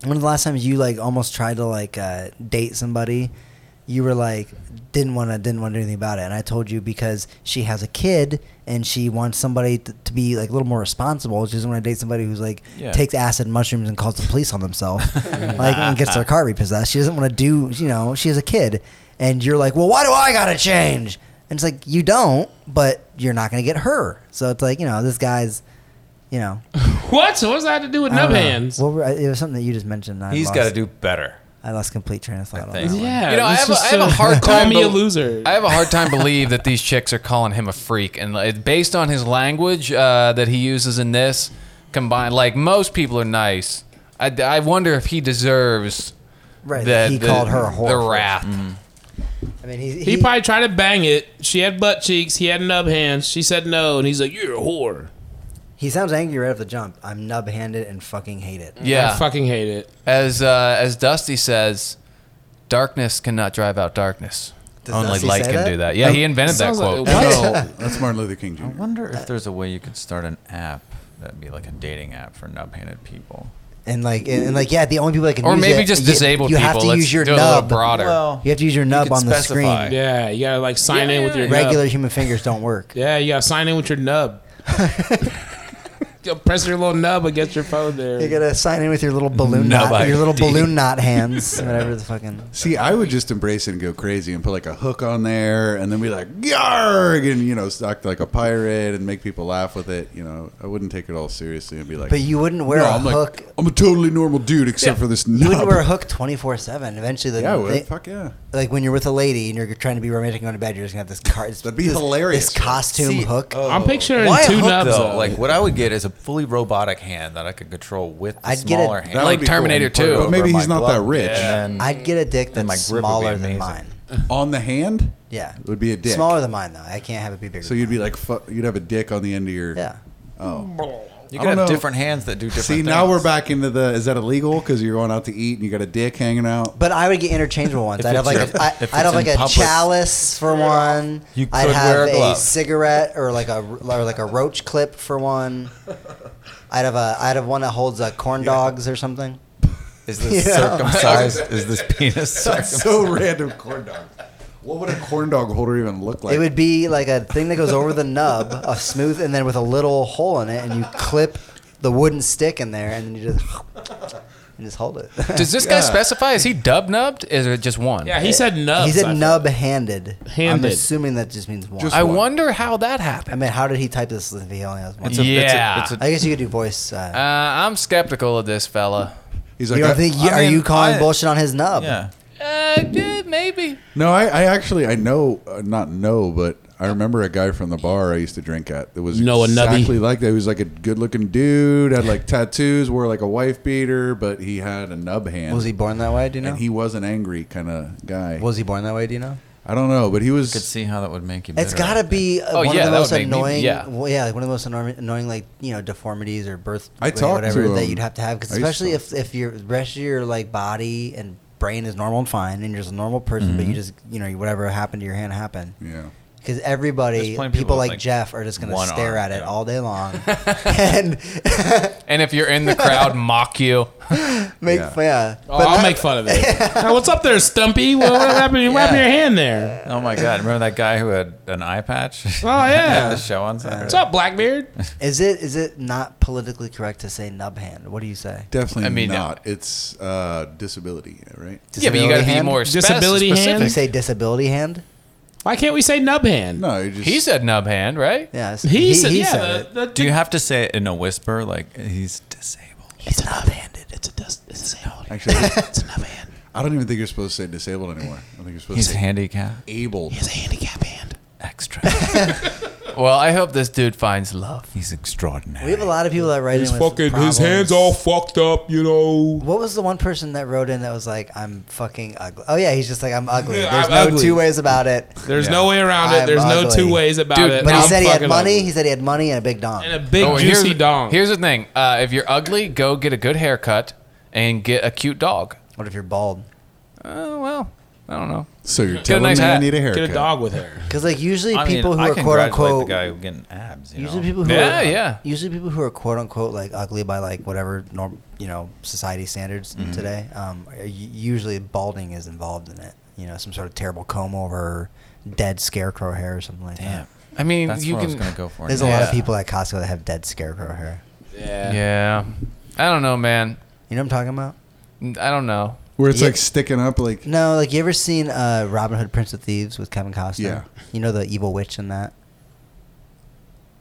Speaker 2: one of the last times you like almost tried to like uh, date somebody, you were like didn't want to didn't want to do anything about it, and I told you because she has a kid and she wants somebody to, to be like a little more responsible. She doesn't want to date somebody who's like
Speaker 6: Yeah.
Speaker 2: takes acid and mushrooms and calls the police on themselves, like and gets their car repossessed. She doesn't want to do you know she has a kid, and you're like, well, why do I gotta change? And it's like you don't, but you're not gonna get her. So it's like you know this guy's, you know,
Speaker 7: what? So what's that have to do with
Speaker 2: I don't
Speaker 7: nub
Speaker 2: know.
Speaker 7: hands?
Speaker 2: Well, it was something that you just mentioned. and I
Speaker 6: He's
Speaker 2: lost
Speaker 6: got to
Speaker 2: it.
Speaker 6: do better.
Speaker 2: I lost complete train of thought. on
Speaker 6: think.
Speaker 2: that one.
Speaker 7: Yeah,
Speaker 5: You know, I
Speaker 7: this
Speaker 5: have, a,
Speaker 7: is
Speaker 5: I have a
Speaker 7: so-
Speaker 5: hard
Speaker 7: (laughs) Call
Speaker 5: time.
Speaker 7: me a
Speaker 5: bel-
Speaker 7: loser.
Speaker 5: I have a hard time believe that these chicks are calling him a freak, and like, based on his language uh, that he uses in this, combined, like most people are nice. I, I wonder if he deserves
Speaker 2: Right.
Speaker 5: the,
Speaker 2: he
Speaker 5: the-
Speaker 2: called her a whore.
Speaker 5: the wrath.
Speaker 7: Mm.
Speaker 2: I mean, he,
Speaker 7: He
Speaker 2: he-
Speaker 7: probably tried to bang it. She had butt cheeks. He had nub hands. She said no, and he's like, "You're a whore."
Speaker 2: he sounds angry right off the jump. I'm nub-handed and fucking hate it.
Speaker 5: Yeah,
Speaker 7: I fucking hate it.
Speaker 5: as uh, as Dusty says, darkness cannot drive out darkness.
Speaker 2: Does
Speaker 5: Only
Speaker 2: Dusty
Speaker 5: light
Speaker 2: say
Speaker 5: can
Speaker 2: that?
Speaker 5: do that. Yeah, he invented that
Speaker 7: Oh, Sounds like-
Speaker 5: quote.
Speaker 7: what?
Speaker 4: That's Martin Luther King
Speaker 6: I
Speaker 4: Jr.
Speaker 6: wonder if there's a way you could start an app that'd be like a dating app for nub-handed people.
Speaker 2: And like, and, and like, yeah, the only people that can
Speaker 5: or
Speaker 2: use
Speaker 5: maybe
Speaker 2: it-
Speaker 5: just
Speaker 2: you-
Speaker 5: disabled
Speaker 2: you,
Speaker 5: people.
Speaker 2: have to
Speaker 5: Let's
Speaker 2: use your
Speaker 5: do it a
Speaker 2: nub.
Speaker 5: little broader.
Speaker 2: You have to use your nub
Speaker 6: could
Speaker 2: on the
Speaker 6: specify.
Speaker 2: screen.
Speaker 7: Yeah, you gotta like sign in with your
Speaker 2: Regular
Speaker 7: nub.
Speaker 2: human fingers don't work.
Speaker 7: Yeah, you gotta sign in with your nub. You press your little nub against your phone there.
Speaker 2: You gotta sign in with your little balloon
Speaker 6: Nub
Speaker 2: knot, your little
Speaker 6: ID.
Speaker 2: balloon knot hands, whatever the fucking.
Speaker 4: See, I would just embrace it and go crazy and put like a hook on there and then be like, yarg, and, you know, act like a pirate and make people laugh with it. You know, I wouldn't take it all seriously and be like,
Speaker 2: But you wouldn't wear
Speaker 4: No,
Speaker 2: a
Speaker 4: I'm like,
Speaker 2: hook.
Speaker 4: I'm a totally normal dude except for this
Speaker 2: you wouldn't
Speaker 4: nub.
Speaker 2: wear a hook twenty four seven. Eventually, the,
Speaker 4: yeah, I would.
Speaker 2: they-
Speaker 4: Fuck yeah.
Speaker 2: like when you're with a lady and you're trying to be romantic and going to bed, you're just gonna have this car. This,
Speaker 4: That'd be
Speaker 2: this- This
Speaker 4: hilarious.
Speaker 2: costume
Speaker 6: See,
Speaker 2: hook.
Speaker 6: oh.
Speaker 7: I'm picturing
Speaker 6: Why a
Speaker 7: two
Speaker 6: hook,
Speaker 7: nubs.
Speaker 6: though?
Speaker 7: though.
Speaker 6: Like what I would get is a fully robotic hand that I could control with the
Speaker 2: I'd get a-
Speaker 6: smaller
Speaker 4: That
Speaker 6: hand.
Speaker 4: would
Speaker 5: Like
Speaker 4: be cool.
Speaker 5: Terminator
Speaker 4: Put it
Speaker 5: 2.
Speaker 4: over Maybe he's
Speaker 6: my
Speaker 4: not
Speaker 6: glove.
Speaker 4: that rich.
Speaker 6: Yeah. And
Speaker 2: I'd get a dick
Speaker 6: and my
Speaker 2: that's
Speaker 6: grip would be
Speaker 2: smaller than
Speaker 6: amazing.
Speaker 2: mine.
Speaker 4: On the hand?
Speaker 2: Yeah,
Speaker 4: Would be a dick.
Speaker 2: smaller than mine though. I can't have it be bigger.
Speaker 4: So you'd be like, fu- you'd have a dick on the end of your.
Speaker 2: yeah.
Speaker 6: you
Speaker 4: I
Speaker 6: could have
Speaker 4: don't know.
Speaker 6: different hands that do different
Speaker 4: See,
Speaker 6: things.
Speaker 4: now we're back into the. Is that illegal? Because you're going out to eat and you got a dick hanging out.
Speaker 2: But I would get interchangeable ones.
Speaker 6: If
Speaker 2: I'd have like
Speaker 6: it's
Speaker 2: a,
Speaker 6: your-
Speaker 2: I,
Speaker 6: if it's
Speaker 2: I'd have
Speaker 6: in
Speaker 2: like a
Speaker 6: public.
Speaker 2: chalice for one.
Speaker 6: You
Speaker 2: I'd
Speaker 6: could
Speaker 2: have
Speaker 6: wear a glove.
Speaker 2: cigarette or like a or like a roach clip for one. I'd have a I'd have one that holds uh, corn dogs or something.
Speaker 6: Is this
Speaker 2: Yeah.
Speaker 6: circumcised? Is this
Speaker 4: (laughs)
Speaker 6: penis circumcised?
Speaker 4: So random corn dog. What would a corn dog holder even look like?
Speaker 2: it would be like a thing that goes over the nub, a smooth, and then with a little hole in it, and you clip the wooden stick in there, and then you just and just hold it.
Speaker 5: Does this guy specify? Is he dub nubbed? Is it just one?
Speaker 7: yeah, he said nubs.
Speaker 2: He's a
Speaker 7: I-
Speaker 2: nub-handed. I'm
Speaker 7: Handed.
Speaker 2: assuming that just means one.
Speaker 4: Just-
Speaker 5: I wonder how that happened.
Speaker 2: I mean, how did he type this if he only has one?
Speaker 6: It's a- it's a-
Speaker 5: Yeah.
Speaker 6: it's a-
Speaker 2: I guess you could do voice. Uh,
Speaker 5: Uh, I'm skeptical of this fella.
Speaker 4: He's
Speaker 2: You don't
Speaker 4: I-
Speaker 2: think? you-
Speaker 6: I
Speaker 2: are you
Speaker 6: mean,
Speaker 2: calling
Speaker 6: I-
Speaker 2: bullshit on his nub?
Speaker 6: yeah.
Speaker 5: Uh, yeah, maybe.
Speaker 4: No, I, I actually I know uh, not know, but I remember a guy from the bar I used to drink at that was
Speaker 7: Know a nubby?
Speaker 4: exactly like that. He was like a good looking dude, had like tattoos, wore like a wife beater, but he had a nub hand.
Speaker 2: Was he born that way? Do you know?
Speaker 4: And he was an angry kind of guy.
Speaker 2: was he born that way? Do you know?
Speaker 4: I don't know, but he was.
Speaker 6: Could see how that would make you.
Speaker 2: It's
Speaker 6: bitter, I
Speaker 2: got to
Speaker 6: think.
Speaker 2: be uh, one
Speaker 5: Oh, yeah,
Speaker 2: of
Speaker 5: that
Speaker 2: the most
Speaker 5: would make me-
Speaker 2: annoying.
Speaker 5: yeah.
Speaker 2: well, yeah, like one of the most annoying, annoying like you know deformities or birth
Speaker 4: I talked
Speaker 2: whatever
Speaker 4: to
Speaker 2: that
Speaker 4: him.
Speaker 2: you'd have to have because
Speaker 4: I used
Speaker 2: especially
Speaker 4: to.
Speaker 2: if if your the rest of your like body and brain is normal and fine and you're just a normal person but you just you know whatever happened to your hand happened
Speaker 4: Yeah.
Speaker 2: because
Speaker 6: There's
Speaker 2: everybody people,
Speaker 6: plenty of people with,
Speaker 2: like,
Speaker 6: like,
Speaker 2: Jeff are just gonna
Speaker 6: one
Speaker 2: stare at
Speaker 6: arm,
Speaker 2: it
Speaker 6: yeah.
Speaker 2: all day
Speaker 6: (laughs)
Speaker 2: long and (laughs)
Speaker 5: And if you're in the crowd, mock you.
Speaker 2: make
Speaker 4: Yeah.
Speaker 2: yeah, yeah.
Speaker 7: Oh, I'll make
Speaker 2: (laughs)
Speaker 7: fun of it. Now, what's up there, Stumpy? What, what happened? What happened to your hand there?
Speaker 6: Oh my god! Remember that guy who had an eye patch? (laughs) Oh
Speaker 7: yeah.
Speaker 6: the show on Saturday.
Speaker 7: What's up, Blackbeard?
Speaker 2: is it is it not politically correct to say nub hand what do you say
Speaker 4: Definitely
Speaker 5: I mean, no.
Speaker 4: not. It's uh, disability, right?
Speaker 5: Yeah, but you got to be
Speaker 2: hand?
Speaker 5: more spec-
Speaker 7: Disability hand?
Speaker 5: specific.
Speaker 2: You say disability hand?
Speaker 7: Why can't we say nub hand?
Speaker 4: No, you just
Speaker 5: He said nub hand, right?
Speaker 2: Yes.
Speaker 7: He, said, yeah, the, the,
Speaker 6: Do you have to say it in a whisper, like he's disabled?
Speaker 2: It's not handed. It's a dust. It's a
Speaker 4: actually.
Speaker 2: (laughs) It's a hand.
Speaker 4: I don't even think you're supposed to say disabled anymore. I think you're supposed
Speaker 6: He's
Speaker 4: to say
Speaker 6: handicapped.
Speaker 4: able.
Speaker 2: It's a handicap hand.
Speaker 6: (laughs) Extra.
Speaker 5: Well, I hope this dude finds love.
Speaker 6: he's extraordinary.
Speaker 2: We have a lot of people that write
Speaker 3: He's
Speaker 2: in with
Speaker 3: fucking.
Speaker 2: problems.
Speaker 3: His hands all fucked up. You know.
Speaker 2: What was the one person that wrote in that was like, "I'm fucking ugly"? Oh yeah, he's just like, "I'm ugly."
Speaker 7: Yeah,
Speaker 2: There's
Speaker 7: I'm
Speaker 2: no
Speaker 7: ugly.
Speaker 2: two ways about it.
Speaker 7: there's
Speaker 6: Yeah.
Speaker 7: no way around it.
Speaker 2: I'm
Speaker 7: There's no
Speaker 2: ugly.
Speaker 7: two ways about
Speaker 5: Dude,
Speaker 7: it.
Speaker 5: but
Speaker 2: But
Speaker 5: Now
Speaker 2: he
Speaker 5: I'm
Speaker 2: said he had
Speaker 7: fucking
Speaker 2: money.
Speaker 7: ugly.
Speaker 2: He said he had money and a big dong.
Speaker 7: and a big
Speaker 5: Oh, here's,
Speaker 7: juicy dong.
Speaker 5: here's the thing. Uh, if you're ugly, go get a good haircut and get a cute dog.
Speaker 2: what if you're bald?
Speaker 5: Oh, well, I don't know.
Speaker 4: So you're
Speaker 5: a
Speaker 4: telling
Speaker 5: nice
Speaker 4: me I
Speaker 5: hat.
Speaker 4: need a haircut.
Speaker 7: Get a dog with hair.
Speaker 2: Because like usually
Speaker 6: I mean,
Speaker 2: people
Speaker 6: I
Speaker 2: who are quote
Speaker 6: congratulate
Speaker 2: unquote,
Speaker 6: the guy who getting abs. You
Speaker 2: usually
Speaker 6: know?
Speaker 2: people who
Speaker 5: Yeah,
Speaker 2: are,
Speaker 5: yeah.
Speaker 2: usually people who are quote unquote like ugly by like whatever norm you know society standards
Speaker 4: Mm-hmm.
Speaker 2: today. Um, are u- usually balding is involved in it. You know, some sort of terrible comb over, dead scarecrow hair or something like
Speaker 6: Damn,
Speaker 5: I mean,
Speaker 6: that's
Speaker 5: you
Speaker 6: what
Speaker 5: can.
Speaker 6: I was gonna go for.
Speaker 2: that. There's a lot of
Speaker 5: Yeah.
Speaker 2: people at Costco that have dead scarecrow hair.
Speaker 5: Yeah. I don't know, man.
Speaker 2: You know what I'm talking about?
Speaker 5: I don't know.
Speaker 4: Where it's
Speaker 2: Yeah.
Speaker 4: like sticking up, like
Speaker 2: No, like you ever seen uh, Robin Hood Prince of Thieves with Kevin Costner?
Speaker 4: Yeah.
Speaker 2: You know the evil witch in that?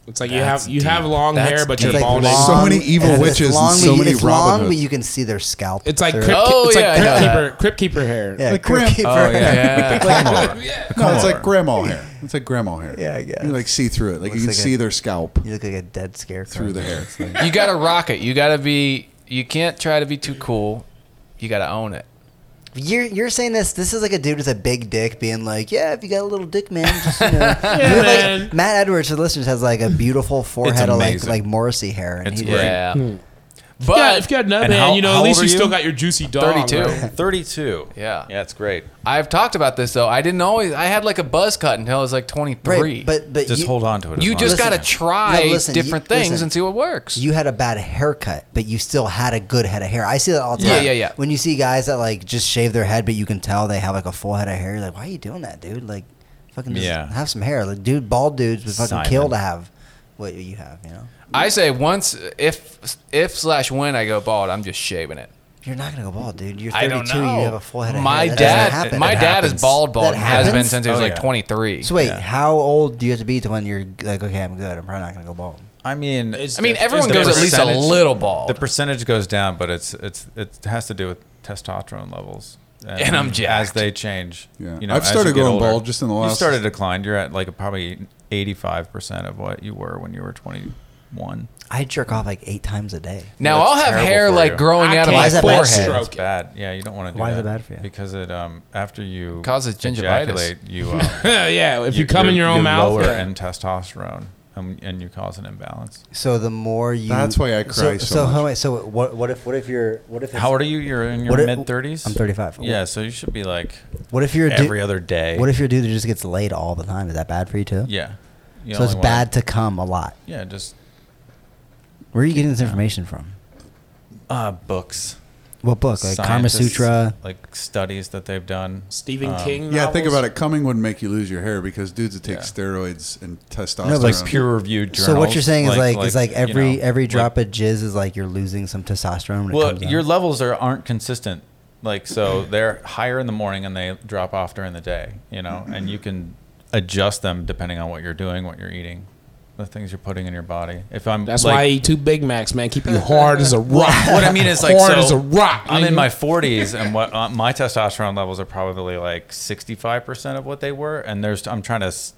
Speaker 7: It's like you have you have long
Speaker 1: That's
Speaker 7: hair, but
Speaker 1: deep.
Speaker 7: you're
Speaker 1: It's like
Speaker 7: balding.
Speaker 4: long- So many evil
Speaker 2: and it's
Speaker 4: witches and
Speaker 2: long,
Speaker 4: so
Speaker 2: but you-
Speaker 4: many
Speaker 2: it's
Speaker 4: Robin
Speaker 2: long,
Speaker 4: Hoods.
Speaker 2: but you can see their scalp.
Speaker 7: it's like
Speaker 2: through it.
Speaker 7: crypt,
Speaker 5: Oh,
Speaker 7: it's
Speaker 5: yeah, I
Speaker 7: like
Speaker 5: know
Speaker 7: crypt
Speaker 5: that.
Speaker 7: keeper, crypt keeper hair.
Speaker 2: yeah,
Speaker 4: like
Speaker 2: crypt
Speaker 4: Grim.
Speaker 2: (laughs) keeper.
Speaker 5: Oh, yeah.
Speaker 4: No, it's like grandma hair. It's like grandma hair.
Speaker 2: Yeah, I guess.
Speaker 4: You like see through it. Like
Speaker 2: Looks
Speaker 4: you can
Speaker 2: like
Speaker 4: see
Speaker 2: a-
Speaker 4: their scalp
Speaker 2: You look like a dead scarecrow
Speaker 4: through the hair.
Speaker 2: (laughs)
Speaker 5: you gotta rock it. You gotta be. You can't try to be too cool. You gotta own it.
Speaker 2: You're you're saying this. This is like a dude with a big dick being like, "Yeah, if you got a little dick, man." Just, you know. You know, like,
Speaker 7: man.
Speaker 2: Matt Edwards for the listeners has like a beautiful forehead of like
Speaker 6: amazing.
Speaker 2: like Morrissey hair, and
Speaker 6: It's
Speaker 2: he
Speaker 6: great.
Speaker 2: just,
Speaker 5: Yeah.
Speaker 7: But Hmm. yeah, if
Speaker 5: But
Speaker 7: you got nut
Speaker 6: And
Speaker 7: man,
Speaker 6: how-
Speaker 7: you know
Speaker 6: how
Speaker 7: at
Speaker 6: old
Speaker 7: least
Speaker 6: are
Speaker 7: you still
Speaker 6: you?
Speaker 7: got your juicy dog.
Speaker 5: 32.
Speaker 7: right?
Speaker 6: 32.
Speaker 5: Yeah.
Speaker 6: Yeah, it's great.
Speaker 5: I've talked about this though. I didn't always. I had like a buzz cut until I was like 23.
Speaker 2: right. But but
Speaker 6: Just
Speaker 2: you,
Speaker 6: hold on to it. as
Speaker 5: you
Speaker 6: long
Speaker 5: just
Speaker 6: as
Speaker 5: gotta
Speaker 6: can.
Speaker 5: try
Speaker 2: No, listen, you-
Speaker 5: different things
Speaker 2: listen.
Speaker 5: and see what works.
Speaker 2: You had a bad haircut, but you still had a good head of hair. I see that all the
Speaker 5: Yeah,
Speaker 2: time.
Speaker 5: yeah, yeah.
Speaker 2: When you see guys that like just shave their head, but you can tell they have like a full head of hair, you're like, why are you doing that, dude? Like, fucking just
Speaker 6: Yeah.
Speaker 2: have some hair. Like, dude, bald dudes would fucking
Speaker 6: Simon.
Speaker 2: kill to have what you have. You know,
Speaker 5: I say once if if slash when I go bald, I'm just shaving it.
Speaker 2: you're not gonna go bald, dude. You're
Speaker 5: I
Speaker 2: 32.
Speaker 5: don't
Speaker 2: You
Speaker 5: know.
Speaker 2: have a full head of
Speaker 5: my
Speaker 2: hair. That doesn't
Speaker 5: dad,
Speaker 2: happen.
Speaker 5: my
Speaker 6: It
Speaker 5: dad is
Speaker 6: happens.
Speaker 5: bald, bald,
Speaker 2: That
Speaker 5: and has been
Speaker 2: happens?
Speaker 5: since he was
Speaker 6: Oh,
Speaker 5: like
Speaker 6: yeah.
Speaker 5: 23.
Speaker 2: So wait, how old do you have to be to when you're like, okay, I'm good. I'm probably not gonna go bald.
Speaker 6: I mean,
Speaker 7: It's-
Speaker 5: I mean, everyone
Speaker 6: the
Speaker 5: goes at least a
Speaker 6: percentage-
Speaker 5: little bald.
Speaker 6: the percentage goes down, but it's it's it has to do with testosterone levels.
Speaker 5: And I'm
Speaker 6: as
Speaker 5: jacked.
Speaker 6: they change.
Speaker 4: Yeah.
Speaker 6: you know,
Speaker 4: I've
Speaker 6: as
Speaker 4: started
Speaker 6: you get
Speaker 4: growing
Speaker 6: older-
Speaker 4: bald just in the
Speaker 6: You
Speaker 4: last-
Speaker 6: started declined. You're at like probably 85 percent of what you were when you were 21.
Speaker 2: I jerk off like eight times a day.
Speaker 5: now
Speaker 6: That's
Speaker 5: I'll have
Speaker 6: terrible
Speaker 5: hair
Speaker 6: for
Speaker 5: like
Speaker 6: you.
Speaker 5: growing
Speaker 7: I
Speaker 5: out of
Speaker 7: can't
Speaker 5: my
Speaker 2: Why is that bad?
Speaker 5: forehead.
Speaker 7: Stroke.
Speaker 6: It's bad. Yeah, you don't want to do
Speaker 2: Why is
Speaker 6: that.
Speaker 2: it bad for you?
Speaker 6: Because it um after you
Speaker 5: Causes gingivitis.
Speaker 6: ejaculate, You uh,
Speaker 5: (laughs)
Speaker 7: yeah, if you, come in your own
Speaker 6: you
Speaker 7: mouth,
Speaker 6: lower
Speaker 7: yeah.
Speaker 6: in testosterone, um, and you cause an imbalance.
Speaker 2: So the more you.
Speaker 4: That's why I cry so
Speaker 2: so
Speaker 4: much.
Speaker 2: how- wait, so what? What if? What if you're? What if? it's-
Speaker 6: How old are you? You're in your
Speaker 2: What it-
Speaker 6: mid 30s.
Speaker 2: I'm 35.
Speaker 6: Yeah, so you should be like
Speaker 2: What if you're a dude,
Speaker 6: every other day.
Speaker 2: What if you're a dude that just gets laid all the time? Is that bad for you too?
Speaker 6: Yeah. You
Speaker 2: So it's
Speaker 6: only wanna-
Speaker 2: bad to come a lot.
Speaker 6: Yeah, just
Speaker 2: Where are you getting this information from?
Speaker 6: uh, books.
Speaker 2: What book? Like Karma
Speaker 6: Scientists,
Speaker 2: Sutra.
Speaker 6: Like studies that they've done.
Speaker 7: Stephen
Speaker 6: Um,
Speaker 7: King.
Speaker 4: Yeah, think
Speaker 7: novels?
Speaker 4: about it. Coming wouldn't make you lose your hair because dudes that take
Speaker 6: Yeah.
Speaker 4: steroids and
Speaker 2: No,
Speaker 4: testosterone.
Speaker 2: but
Speaker 6: Like peer reviewed journals.
Speaker 2: So what you're saying is like, it's like
Speaker 6: you
Speaker 2: every
Speaker 6: know,
Speaker 2: every
Speaker 6: like-
Speaker 2: drop of jizz is like you're losing some testosterone. When it
Speaker 6: well,
Speaker 2: comes out.
Speaker 6: your levels are aren't consistent. Like so, they're higher in the morning and they drop off during the day. You know, and you can adjust them depending on what you're doing, what you're eating, the things you're putting in your body. If I'm
Speaker 7: That's
Speaker 6: like,
Speaker 7: why I eat two Big Macs, man. (laughs) Keep you hard as a rock.
Speaker 6: what I mean is like
Speaker 7: hard
Speaker 6: so
Speaker 7: as a rock.
Speaker 6: I'm in
Speaker 7: nigga.
Speaker 6: my 40s, and what uh, my testosterone levels are probably like 65 percent of what they were, and there's I'm trying to. s-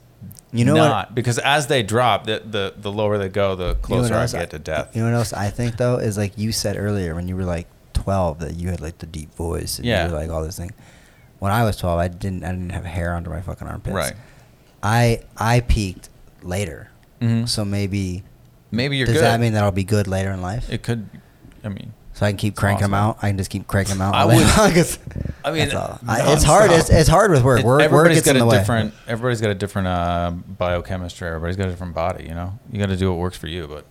Speaker 2: You know what-
Speaker 6: not because as they drop, the, the the lower they go, the
Speaker 2: You know what
Speaker 6: closer I
Speaker 2: else
Speaker 6: get to death.
Speaker 2: You know what else I think though is like you said earlier when you were like 12 that you had like the deep voice and
Speaker 6: Yeah.
Speaker 2: you were like all this thing. When I was 12, I didn't I didn't have hair under my fucking armpits.
Speaker 6: Right.
Speaker 2: I I peaked later. So maybe
Speaker 6: Maybe Mm-hmm. you're
Speaker 2: does
Speaker 6: good.
Speaker 2: that mean that I'll be good later in life?
Speaker 6: it could? I mean,
Speaker 2: so I can keep cranking them out. I can just keep cranking them out.
Speaker 6: I
Speaker 2: all day
Speaker 6: would-
Speaker 2: long. (laughs) It's-
Speaker 6: I mean,
Speaker 2: that's all. I- it's hard. It's, it's hard with work.
Speaker 6: It-
Speaker 2: Work, work
Speaker 6: everybody's
Speaker 2: gets
Speaker 6: got
Speaker 2: in the
Speaker 6: a
Speaker 2: way.
Speaker 6: different. Everybody's got a different uh, biochemistry. Everybody's got a different body. You know, you got to do what works for you. But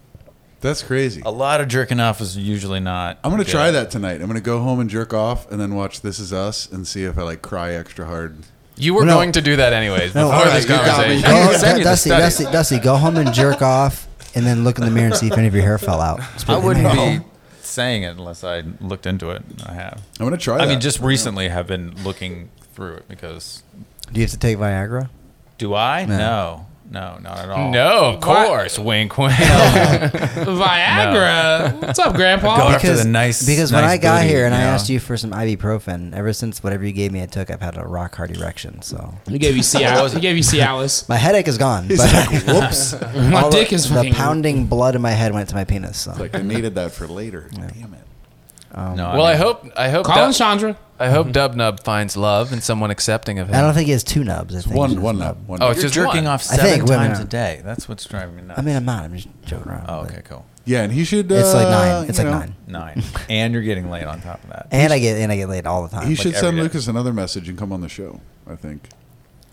Speaker 4: That's crazy.
Speaker 6: a lot of jerking off is usually not.
Speaker 4: I'm gonna
Speaker 6: good.
Speaker 4: try that tonight. I'm gonna go home and jerk off, and then watch This Is Us and see if I like cry extra hard.
Speaker 5: You were
Speaker 2: No.
Speaker 5: going to do that anyways
Speaker 2: No,
Speaker 5: before
Speaker 2: all
Speaker 5: this
Speaker 4: right, you got me.
Speaker 5: conversation.
Speaker 2: Go home,
Speaker 6: send you the
Speaker 2: Dusty,
Speaker 6: study.
Speaker 2: Dusty, Dusty, go home and jerk off, and then look in the mirror and see if any of your hair fell out.
Speaker 6: (laughs) I wouldn't
Speaker 2: (laughs) No.
Speaker 6: be saying it unless I looked into it. and I have.
Speaker 4: I'm gonna try.
Speaker 6: I
Speaker 4: that.
Speaker 6: mean, just recently have been looking through it because
Speaker 2: Do you have to take Viagra?
Speaker 6: do I? No, no, not at all.
Speaker 5: No, of course. Wink, wink.
Speaker 7: Viagra. What's up,
Speaker 6: Go
Speaker 7: Grandpa?
Speaker 6: after the nice-
Speaker 2: because when
Speaker 6: nice
Speaker 2: I got
Speaker 6: booty,
Speaker 2: here and I
Speaker 6: you know.
Speaker 2: asked you for some ibuprofen, ever since whatever you gave me, I took, I've had a rock hard erection. So
Speaker 7: He gave you Cialis. He gave you Cialis.
Speaker 2: my headache is gone. but
Speaker 4: whoops.
Speaker 7: My dick is
Speaker 2: the
Speaker 7: fucking.
Speaker 2: pounding blood in my head went to my penis. So
Speaker 4: (laughs) like I needed that for later. Damn it.
Speaker 6: No,
Speaker 5: well, I
Speaker 6: mean,
Speaker 5: hope I hope
Speaker 7: Colin
Speaker 5: Dub,
Speaker 7: Chandra.
Speaker 5: I hope Dub Nub finds love and someone accepting of him.
Speaker 2: I don't think he has two nubs. I think
Speaker 4: One,
Speaker 2: he's
Speaker 4: one
Speaker 2: just-
Speaker 4: up. One
Speaker 5: Oh,
Speaker 4: up.
Speaker 5: it's just
Speaker 6: jerking
Speaker 5: one.
Speaker 6: off
Speaker 2: I
Speaker 6: seven
Speaker 2: think women
Speaker 6: times
Speaker 2: are-
Speaker 6: a day. That's what's driving me nuts.
Speaker 2: I mean, I'm not. I'm just joking around.
Speaker 6: oh,
Speaker 2: but
Speaker 6: okay, cool.
Speaker 4: yeah, and he should. Uh,
Speaker 2: It's like nine. It's
Speaker 4: you
Speaker 2: like
Speaker 4: know,
Speaker 2: nine.
Speaker 6: Nine, (laughs) and you're getting laid on top of that.
Speaker 2: And I get and I get laid all the time.
Speaker 4: He
Speaker 2: Like,
Speaker 4: should send
Speaker 6: every day.
Speaker 4: Lucas another message and come on the show. I think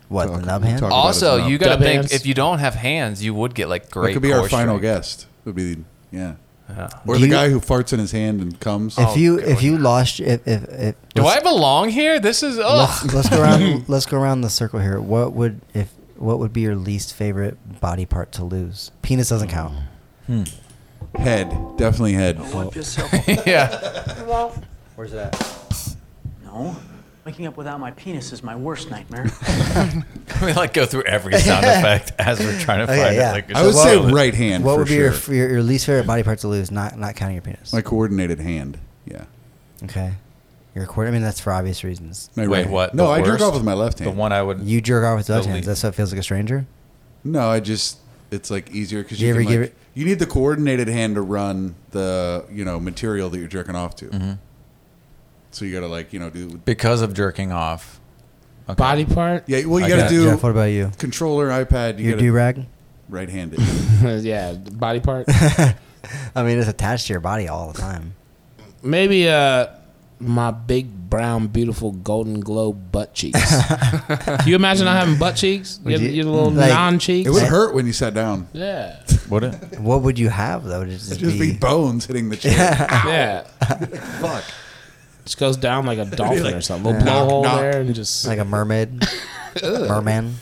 Speaker 2: what the
Speaker 4: talk-
Speaker 2: nub hand?
Speaker 4: talk- about
Speaker 5: Also,
Speaker 4: his
Speaker 5: you
Speaker 4: mouth.
Speaker 5: got
Speaker 7: Dub
Speaker 5: to think
Speaker 7: hands.
Speaker 5: if you don't have hands, you would get like great.
Speaker 4: that could be our
Speaker 5: core
Speaker 4: final
Speaker 5: strength.
Speaker 4: guest. Would be yeah. Or
Speaker 2: Do
Speaker 4: the
Speaker 2: you-
Speaker 4: guy who farts in his hand and comes.
Speaker 6: Oh.
Speaker 2: If you if you lost if if, if
Speaker 5: Do
Speaker 2: let's-
Speaker 5: I belong here? This is
Speaker 2: Let's,
Speaker 5: oh.
Speaker 2: let's go around. Let's go around the circle here. What would if what would be your least favorite body part to lose? Penis doesn't count.
Speaker 4: Mm. Head,
Speaker 6: Oh,
Speaker 5: (laughs)
Speaker 4: definitely head.
Speaker 5: yeah.
Speaker 2: Where's that?
Speaker 12: Waking up without my penis is my worst nightmare.
Speaker 6: we like go through
Speaker 4: (laughs)
Speaker 6: every (laughs) sound effect as we're trying to
Speaker 2: Okay,
Speaker 6: find
Speaker 2: yeah.
Speaker 6: it. Like,
Speaker 4: I would
Speaker 6: just
Speaker 4: say
Speaker 6: kill it.
Speaker 4: right hand.
Speaker 2: What
Speaker 4: for
Speaker 2: would be
Speaker 4: sure.
Speaker 2: your, your your least favorite body part to lose? Not not counting your penis.
Speaker 4: my coordinated hand? Yeah.
Speaker 2: okay, your quarter. I mean, that's for obvious reasons.
Speaker 4: My
Speaker 6: Wait,
Speaker 4: right hand.
Speaker 6: what?
Speaker 4: No,
Speaker 6: The
Speaker 4: I jerk
Speaker 6: worst?
Speaker 4: off with my left
Speaker 6: The
Speaker 4: hand.
Speaker 6: one I would.
Speaker 2: You jerk off with both
Speaker 6: The
Speaker 2: hands.
Speaker 6: le-
Speaker 2: That's what feels like a stranger.
Speaker 4: No, I just it's like easier because
Speaker 2: You
Speaker 4: you,
Speaker 2: ever
Speaker 4: can,
Speaker 2: give
Speaker 4: like-
Speaker 2: it-
Speaker 4: you need the coordinated hand to run the you know material that you're jerking off to.
Speaker 5: Mm-hmm.
Speaker 4: So you got to like you know do
Speaker 6: because of jerking off. Okay.
Speaker 7: Body part? (laughs)
Speaker 4: yeah. Well, you
Speaker 6: I
Speaker 4: got to
Speaker 6: got it.
Speaker 4: do
Speaker 2: Jeff, what about you?
Speaker 4: controller, iPad. You
Speaker 2: Your
Speaker 4: got to
Speaker 2: do rag.
Speaker 4: right handed.
Speaker 7: yeah,
Speaker 4: (laughs)
Speaker 7: body part.
Speaker 2: I mean, it's attached to your body all the time.
Speaker 7: Maybe uh my big brown beautiful golden glow butt
Speaker 4: (laughs)
Speaker 7: cheeks. Can you imagine not having butt cheeks? You
Speaker 2: Would
Speaker 7: have,
Speaker 2: you-
Speaker 7: you have little
Speaker 2: like-
Speaker 7: non cheeks.
Speaker 4: it would hurt when you sat down.
Speaker 7: Yeah,
Speaker 6: Would it? (laughs)
Speaker 2: What would you have though? Would it just,
Speaker 4: It'd just be
Speaker 2: be,
Speaker 4: bones hitting the chair.
Speaker 7: yeah.
Speaker 4: (laughs) Fuck.
Speaker 7: Just goes down like a dolphin or something. Little
Speaker 4: knock,
Speaker 7: blowhole
Speaker 4: knock.
Speaker 7: there and just
Speaker 2: like a
Speaker 4: (laughs)
Speaker 2: mermaid, merman.